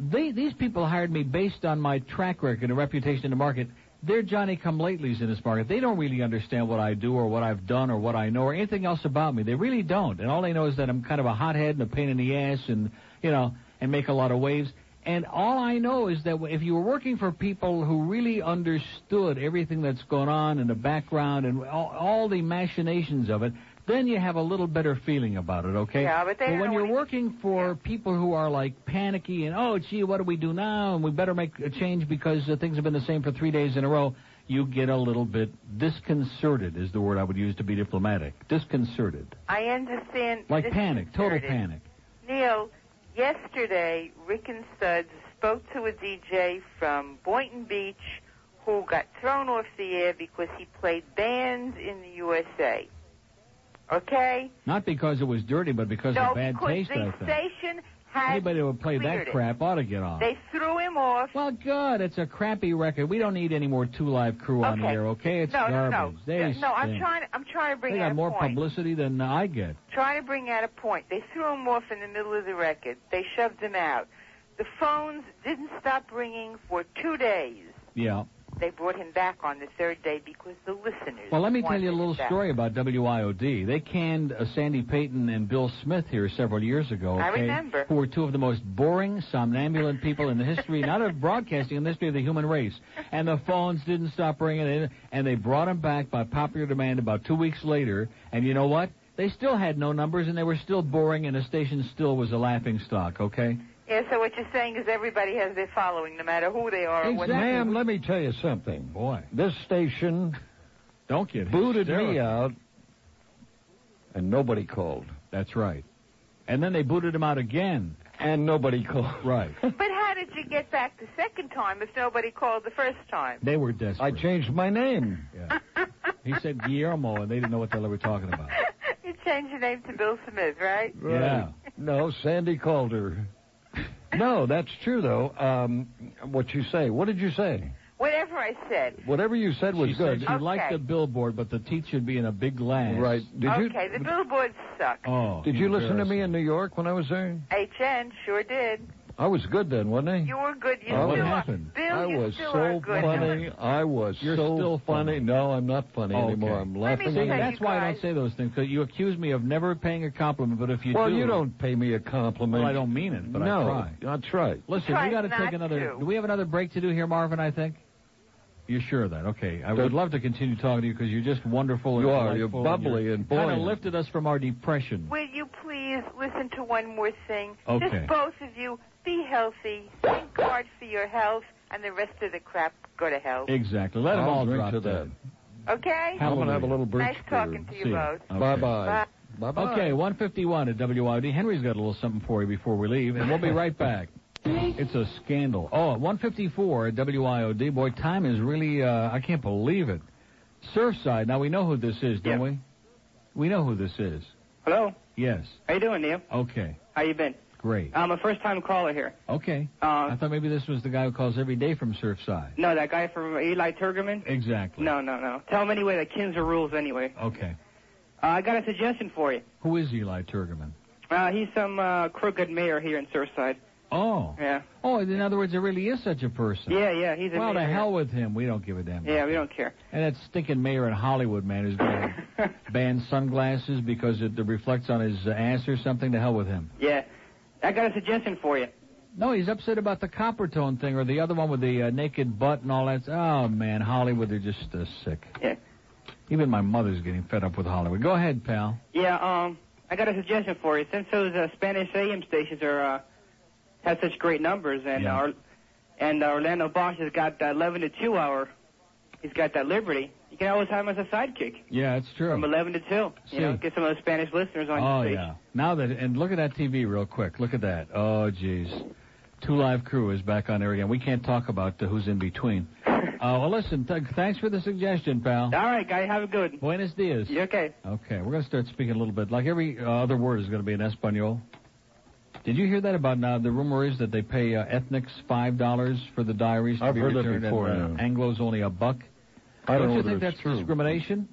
Speaker 1: They, these people hired me based on my track record and reputation in the market. They're Johnny come latelys in this market. They don't really understand what I do or what I've done or what I know or anything else about me. They really don't. And all they know is that I'm kind of a hothead and a pain in the ass and, you know, and make a lot of waves. And all I know is that if you were working for people who really understood everything that's going on in the background and all, all the machinations of it, then you have a little better feeling about it, okay?
Speaker 10: Yeah, but they don't
Speaker 1: when
Speaker 10: know
Speaker 1: you're working for people who are like panicky and oh gee, what do we do now? And we better make a change because uh, things have been the same for three days in a row. You get a little bit disconcerted is the word I would use to be diplomatic. Disconcerted,
Speaker 10: I understand.
Speaker 1: like
Speaker 10: this
Speaker 1: panic, total
Speaker 10: disconcerted.
Speaker 1: panic.
Speaker 10: Neil, yesterday Rick and Suds spoke to a DJ from Boynton Beach who got thrown off the air because he played bands in the USA. Okay?
Speaker 1: Not because it was dirty, but because
Speaker 10: no,
Speaker 1: of bad
Speaker 10: because
Speaker 1: taste.
Speaker 10: the
Speaker 1: I think
Speaker 10: station had
Speaker 1: anybody who would play
Speaker 10: cleared
Speaker 1: that
Speaker 10: it.
Speaker 1: crap ought to get off.
Speaker 10: They threw him off.
Speaker 1: Well, good. It's a crappy record. We don't need any more Two Live Crew on the
Speaker 10: Okay.
Speaker 1: air, okay? It's
Speaker 10: no,
Speaker 1: garbage.
Speaker 10: no, no,
Speaker 1: They
Speaker 10: Yeah, no. I'm
Speaker 1: stink.
Speaker 10: trying. To, I'm trying to bring
Speaker 1: They
Speaker 10: out
Speaker 1: got
Speaker 10: a
Speaker 1: more
Speaker 10: point.
Speaker 1: publicity than I get.
Speaker 10: Trying to bring out a point. They threw him off in the middle of the record. They shoved him out. The phones didn't stop ringing for two days.
Speaker 1: Yeah.
Speaker 10: They brought him back on the third day because the listeners.
Speaker 1: Well, let me tell
Speaker 10: wanted
Speaker 1: you a little
Speaker 10: him back.
Speaker 1: story about WIOD. They canned uh, Sandy Payton and Bill Smith here several years ago.
Speaker 10: I
Speaker 1: okay,
Speaker 10: remember.
Speaker 1: Who were two of the most boring, somnambulant people in the
Speaker 10: <laughs>
Speaker 1: history, not of broadcasting, in the history of the human race. And the phones didn't stop ringing, and- and they brought them back by popular demand about two weeks later. And you know what? They still had no numbers, and they were still boring, and the station still was a laughing stock. Okay.
Speaker 10: Yeah. So what you're saying is everybody has their following, no matter who they are. or what they
Speaker 2: Ma'am,
Speaker 10: do.
Speaker 2: let me tell you something. Boy. This station
Speaker 1: Don't get
Speaker 2: booted me
Speaker 1: hysterical.
Speaker 2: out, and nobody called.
Speaker 1: That's right. And then they booted him out again,
Speaker 2: and nobody called.
Speaker 1: Right. <laughs>
Speaker 10: But how did you get back the second time if nobody called the first time?
Speaker 1: They were desperate. I
Speaker 2: changed my name.
Speaker 1: Yeah. he said Guillermo, and they didn't know what the hell they were talking about.
Speaker 10: <laughs> You changed your name to Bill Smith, right?
Speaker 1: Yeah.
Speaker 2: No, Sandy Calder. No, that's true though. Um, what you say? What did you say?
Speaker 10: Whatever whatever I said.
Speaker 36: Whatever you said was
Speaker 1: She said
Speaker 36: good.
Speaker 1: she liked
Speaker 10: Okay.
Speaker 1: the billboard, but the teeth should be in a big glass.
Speaker 2: Right. Did you?
Speaker 10: okay, the billboards suck.
Speaker 1: Oh.
Speaker 2: Did you listen to me in New York when I was there?
Speaker 10: HN sure did.
Speaker 2: I was good then, wasn't I?
Speaker 10: You were good. You
Speaker 2: Oh, what
Speaker 10: still
Speaker 2: happened?
Speaker 10: are. Bill,
Speaker 2: I
Speaker 10: you
Speaker 2: was
Speaker 10: still
Speaker 2: so
Speaker 10: are good.
Speaker 2: funny. I was
Speaker 1: You're
Speaker 2: so
Speaker 1: still funny.
Speaker 2: No, I'm not funny
Speaker 1: Okay.
Speaker 2: anymore. I'm laughing.
Speaker 1: See,
Speaker 2: at
Speaker 1: that's why I don't say those things, because you accuse me of never paying a compliment, but if you
Speaker 2: well,
Speaker 1: do...
Speaker 2: you don't pay me a compliment.
Speaker 1: Well, I don't mean it, but I
Speaker 2: no,
Speaker 1: try.
Speaker 2: I try.
Speaker 1: Listen,
Speaker 2: Try
Speaker 1: we got to
Speaker 2: not
Speaker 1: take another...
Speaker 2: to.
Speaker 1: Do we have another break to do here, Marvin, I think? You're sure of that? Okay. I would love to continue talking to you, because you're just wonderful. And
Speaker 2: You are. You're
Speaker 1: delightful, and
Speaker 2: bubbly
Speaker 1: you're
Speaker 2: and
Speaker 1: Kind
Speaker 2: buoyant.
Speaker 1: of lifted us from our depression.
Speaker 10: Will you please listen to one more thing?
Speaker 1: Okay.
Speaker 10: Just both of you, be healthy. Thank God for your health, and the rest of the crap go to hell.
Speaker 1: Exactly. Let them
Speaker 2: I'll
Speaker 1: all
Speaker 2: drink
Speaker 1: drop
Speaker 2: to that.
Speaker 1: dead.
Speaker 10: Okay?
Speaker 1: I'm gonna have a little
Speaker 10: Nice
Speaker 1: birch
Speaker 10: talking to you
Speaker 1: See ya.
Speaker 10: both.
Speaker 1: Okay.
Speaker 2: Bye-bye. Bye-bye.
Speaker 1: Okay, 151 at WID. Henry's got a little something for you before we leave, and we'll be right back. It's a scandal. Oh, at 154 at WIOD. Boy, time is really, uh, I can't believe it. Surfside. Now, we know who this is, don't we? We know who this is.
Speaker 5: Hello.
Speaker 1: Yes.
Speaker 5: How you doing, Neil?
Speaker 1: Okay.
Speaker 5: How you been?
Speaker 1: Great.
Speaker 5: I'm a first-time caller here.
Speaker 1: Okay. I
Speaker 5: Uh,
Speaker 1: thought maybe this was the guy who calls every day from Surfside.
Speaker 5: no, that guy from Eli Turgerman.
Speaker 1: Exactly.
Speaker 5: No, no, no. Tell him anyway that Kins are rules anyway.
Speaker 1: Okay.
Speaker 5: Uh, I got a suggestion for you.
Speaker 1: Who is Eli Turgerman?
Speaker 5: Uh, he's some uh, crooked mayor here in Surfside.
Speaker 1: Oh.
Speaker 5: Yeah.
Speaker 1: Oh, in other words, there really is such a person.
Speaker 5: Yeah, yeah. He's a
Speaker 1: Well,
Speaker 5: mayor.
Speaker 1: to hell with him. We don't give a damn.
Speaker 5: Yeah, we don't care.
Speaker 1: And that stinking mayor in Hollywood, man, who's going to ban sunglasses because it reflects on his uh, ass or something. To hell with him.
Speaker 5: Yeah. I got a suggestion for you.
Speaker 1: No, he's upset about the copper tone thing or the other one with the uh, naked butt and all that. Oh, man, Hollywood, they're just uh, sick.
Speaker 5: Yeah.
Speaker 1: Even my mother's getting fed up with Hollywood. Go ahead, pal.
Speaker 5: Yeah. Um, I got a suggestion for you. Since those uh, Spanish AM stations are uh, have such great numbers, and
Speaker 1: Yeah.
Speaker 5: our and uh, Orlando Bosch has got that 11 to 2 hour, he's got that Liberty. You can always have him as a sidekick.
Speaker 1: Yeah, it's true.
Speaker 5: From 11 to 2.
Speaker 1: See.
Speaker 5: You know, get some of those Spanish listeners on
Speaker 1: oh
Speaker 5: your station.
Speaker 1: yeah. Now that and look at that TV real quick. Look at that. Oh jeez. Two Live Crew is back on air again. We can't talk about uh, who's in
Speaker 5: <laughs>
Speaker 1: between. Uh, well, listen. Th- thanks for the suggestion, pal.
Speaker 5: All right, guy, have a good. one.
Speaker 1: Buenos dias.
Speaker 5: You okay?
Speaker 1: Okay, we're gonna start speaking a little bit. Like every uh, other word is gonna be in Espanol. Did you hear that about now? The rumor is that they pay uh, ethnics five dollars for the diaries to
Speaker 2: I've
Speaker 1: be
Speaker 2: heard that
Speaker 1: returned,
Speaker 2: before,
Speaker 1: and uh, Anglo's only a buck.
Speaker 2: I don't
Speaker 1: you
Speaker 2: know
Speaker 1: think
Speaker 2: that
Speaker 1: that's
Speaker 2: it's true.
Speaker 1: discrimination?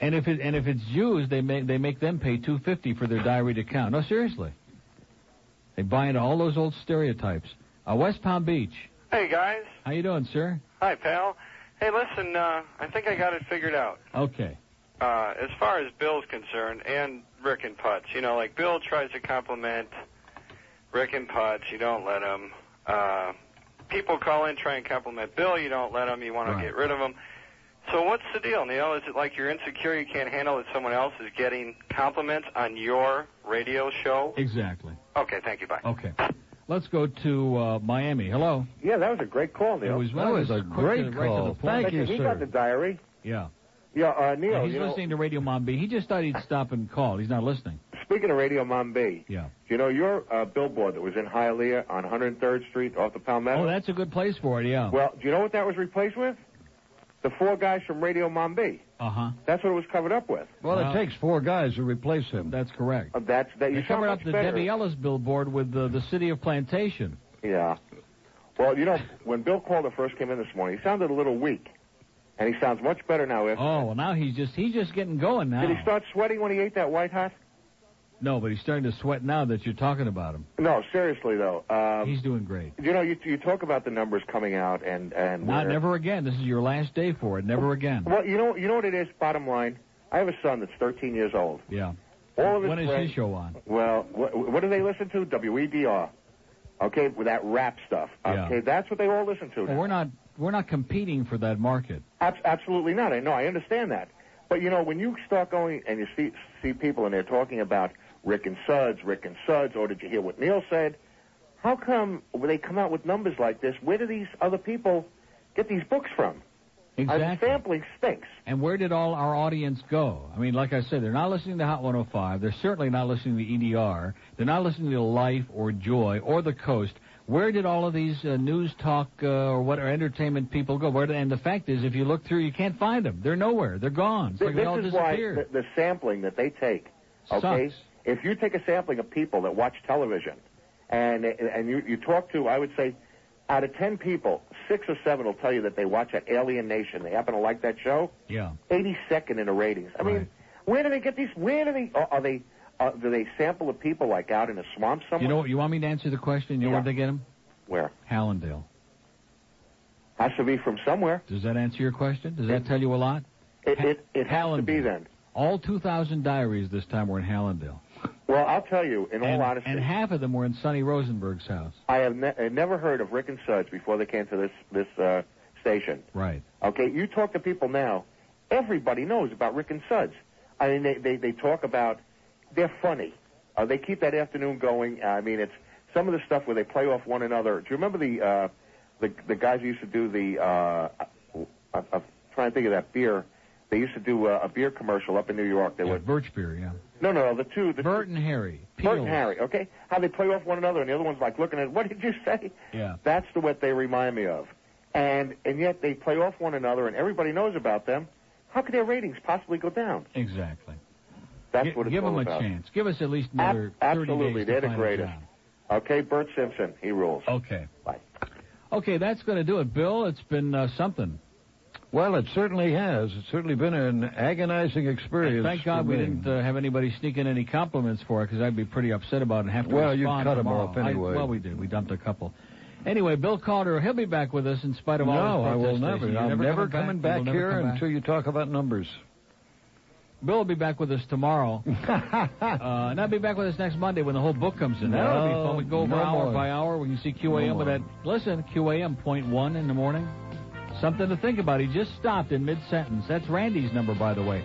Speaker 1: And if it and if it's Jews, they make they make them pay two fifty for their diary to count. No, seriously, they buy into all those old stereotypes. Uh, West Palm Beach,
Speaker 11: Hey guys.
Speaker 1: how you doing, sir?
Speaker 11: Hi pal. Hey, listen. Uh, I think I got it figured out.
Speaker 1: Okay.
Speaker 11: Uh, as far as Bill's concerned, and Rick and Putz, you know, like Bill tries to compliment Rick and Putz, you don't let him. Uh, people call in try and compliment Bill, you don't let him. You want to get rid of him. So what's the deal, Neil? Is it like you're insecure, you can't handle that someone else is getting compliments on your radio show?
Speaker 1: Exactly.
Speaker 11: Okay, thank you. Bye.
Speaker 1: Okay. Let's go to uh, Miami. Hello.
Speaker 15: Yeah, that was a great call, Neil.
Speaker 1: It was- that was a
Speaker 15: quick
Speaker 1: great
Speaker 15: and
Speaker 1: call. Thank
Speaker 15: Listen,
Speaker 1: you,
Speaker 15: he
Speaker 1: sir.
Speaker 15: got the diary.
Speaker 1: Yeah.
Speaker 15: Yeah, uh, Neil,
Speaker 1: Yeah, he's
Speaker 15: you know,
Speaker 1: listening to Radio Mumbai. He just thought he'd stop and call. He's not listening.
Speaker 15: speaking of Radio Mumbai,
Speaker 1: Yeah.
Speaker 15: you know, your uh, billboard that was in Hialeah on 103rd Street off the Palmetto?
Speaker 1: Oh, that's a good place for it. Yeah.
Speaker 15: Well, do you know what that was replaced with? The four guys from Radio Mumbai.
Speaker 1: Uh huh.
Speaker 15: That's what it was covered up with.
Speaker 2: Well, it takes four guys to replace him.
Speaker 1: That's correct.
Speaker 15: Uh, that's that. You
Speaker 1: They covered
Speaker 15: sound
Speaker 1: up
Speaker 15: much
Speaker 1: the
Speaker 15: better.
Speaker 1: Debbie Ellis billboard with the, the city of Plantation.
Speaker 15: Yeah. Well, you know, when Bill Calder first came in this morning, he sounded a little weak, and he sounds much better now. After
Speaker 1: Oh, well, now he's just he's just getting going now.
Speaker 15: Did he start sweating when he ate that white hot?
Speaker 1: No, but he's starting to sweat now that you're talking about him.
Speaker 15: No, seriously though. Um,
Speaker 1: He's doing great.
Speaker 15: You know, you, you talk about the numbers coming out and and
Speaker 1: Not
Speaker 15: where-
Speaker 1: never again. This is your last day for it. Never again.
Speaker 15: Well, you know, you know what it is. Bottom line, I have a son that's 13 years old.
Speaker 1: Yeah.
Speaker 15: All of his
Speaker 1: When is
Speaker 15: friends,
Speaker 1: his show on?
Speaker 15: Well, what, what do they listen to? WEDR. Okay, with that rap stuff.
Speaker 1: Yeah.
Speaker 15: Okay, that's what they all listen to.
Speaker 1: Well, we're not we're not competing for that market.
Speaker 15: Ab- absolutely not. I know. I understand that. But you know, when you start going and you see see people and they're talking about Rick and Suds, Rick and Suds, or did you hear what Neil said? How come when they come out with numbers like this? Where do these other people get these books from? I mean,
Speaker 1: Exactly.
Speaker 15: sampling stinks.
Speaker 1: And where did all our audience go? I mean, like I said, they're not listening to Hot 105. They're certainly not listening to EDR. They're not listening to Life or Joy or The Coast. Where did all of these uh, news talk uh, or what or entertainment people go? Where? did- And the fact is, if you look through, you can't find them. They're nowhere. They're gone. It's
Speaker 15: Th-
Speaker 1: like
Speaker 15: this
Speaker 1: they all
Speaker 15: is why
Speaker 1: disappeared.
Speaker 15: the, the sampling that they take. Okay,
Speaker 1: Sucks.
Speaker 15: if you take a sampling of people that watch television, and and you you talk to, I would say, out of ten people, six or seven will tell you that they watch that Alien Nation. They happen to like that show.
Speaker 1: Yeah.
Speaker 15: 82nd in the ratings. I mean, where do they get these? Where do they? Are, are they? Uh, do they sample the people like out in a swamp somewhere?
Speaker 1: You know what? You want me to answer the question? You know where they get them?
Speaker 15: Where?
Speaker 1: Hallandale.
Speaker 15: Has to be from somewhere.
Speaker 1: Does that answer your question? Does that tell you a lot?
Speaker 15: It it, it has to be then.
Speaker 1: All 2,000 diaries this time were in Hallandale.
Speaker 15: Well, I'll tell you. In all
Speaker 1: and,
Speaker 15: honesty,
Speaker 1: and half of them were in Sonny Rosenberg's house.
Speaker 15: I have ne- I never heard of Rick and Suds before they came to this this uh, station.
Speaker 1: Right.
Speaker 15: Okay, you talk to people now. Everybody knows about Rick and Suds. I mean, they they, they talk about they're funny. Uh, they keep that afternoon going. I mean, it's some of the stuff where they play off one another. Do you remember the uh, the the guys who used to do the? Uh, I, I'm trying to think of that beer. They used to do uh, a, a beer commercial up in New York. They
Speaker 1: Yeah,
Speaker 15: would
Speaker 1: Birch beer, yeah.
Speaker 15: no, no, the two. The
Speaker 1: Bert and Harry.
Speaker 15: Bert and Harry. Okay, how they play off one another, and the other one's like looking at, what did you say?
Speaker 1: Yeah.
Speaker 15: That's the what they remind me of. And and yet they play off one another, and everybody knows about them. How could their ratings possibly go down?
Speaker 1: Exactly.
Speaker 15: That's
Speaker 1: Gi-
Speaker 15: what it's
Speaker 1: Give
Speaker 15: all
Speaker 1: them a
Speaker 15: about.
Speaker 1: chance. Give us at least
Speaker 15: Ab-
Speaker 1: another 30
Speaker 15: absolutely,
Speaker 1: days to
Speaker 15: they're the
Speaker 1: find a
Speaker 15: greatest.
Speaker 1: job.
Speaker 15: Okay, Bert Simpson, he rules.
Speaker 1: Okay.
Speaker 15: Bye.
Speaker 1: Okay, that's going to do it, Bill. It's been uh, something.
Speaker 2: Well, it certainly has. It's certainly been an agonizing experience.
Speaker 1: Thank God
Speaker 2: for
Speaker 1: we
Speaker 2: me.
Speaker 1: didn't uh, have anybody sneak in any compliments for it, because I'd be pretty upset about it and have to
Speaker 2: Well, you
Speaker 1: respond
Speaker 2: cut 'em
Speaker 1: tomorrow.
Speaker 2: off
Speaker 1: I-
Speaker 2: anyway.
Speaker 1: well, we did. We dumped a couple. Anyway, Bill Calder, he'll be back with us in spite of all
Speaker 2: No, I
Speaker 1: his
Speaker 2: will never.
Speaker 1: protestations. You're
Speaker 2: I'm never coming back,
Speaker 1: You'll never
Speaker 2: here
Speaker 1: come back.
Speaker 2: until you talk about numbers.
Speaker 1: Bill will be back with us
Speaker 2: <laughs>
Speaker 1: tomorrow. uh, and I'll be back with us next Monday when the whole book comes in. That'll be
Speaker 2: No,
Speaker 1: fun. We go over
Speaker 2: no
Speaker 1: hour
Speaker 2: more.
Speaker 1: by hour. We can see QAM
Speaker 2: No
Speaker 1: with that. Listen, QAM point one in the morning. Something to think about. He just stopped in mid sentence. That's Randy's number, by the way.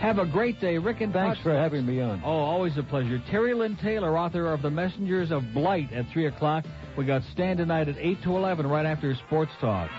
Speaker 1: Have a great day, Rick and
Speaker 2: Thanks for having me on.
Speaker 1: Oh, always a pleasure. Terry Lynn Taylor, author of The Messengers of Blight at 3 o'clock. We got Stan tonight at 8 to 11 right after Sports Talk.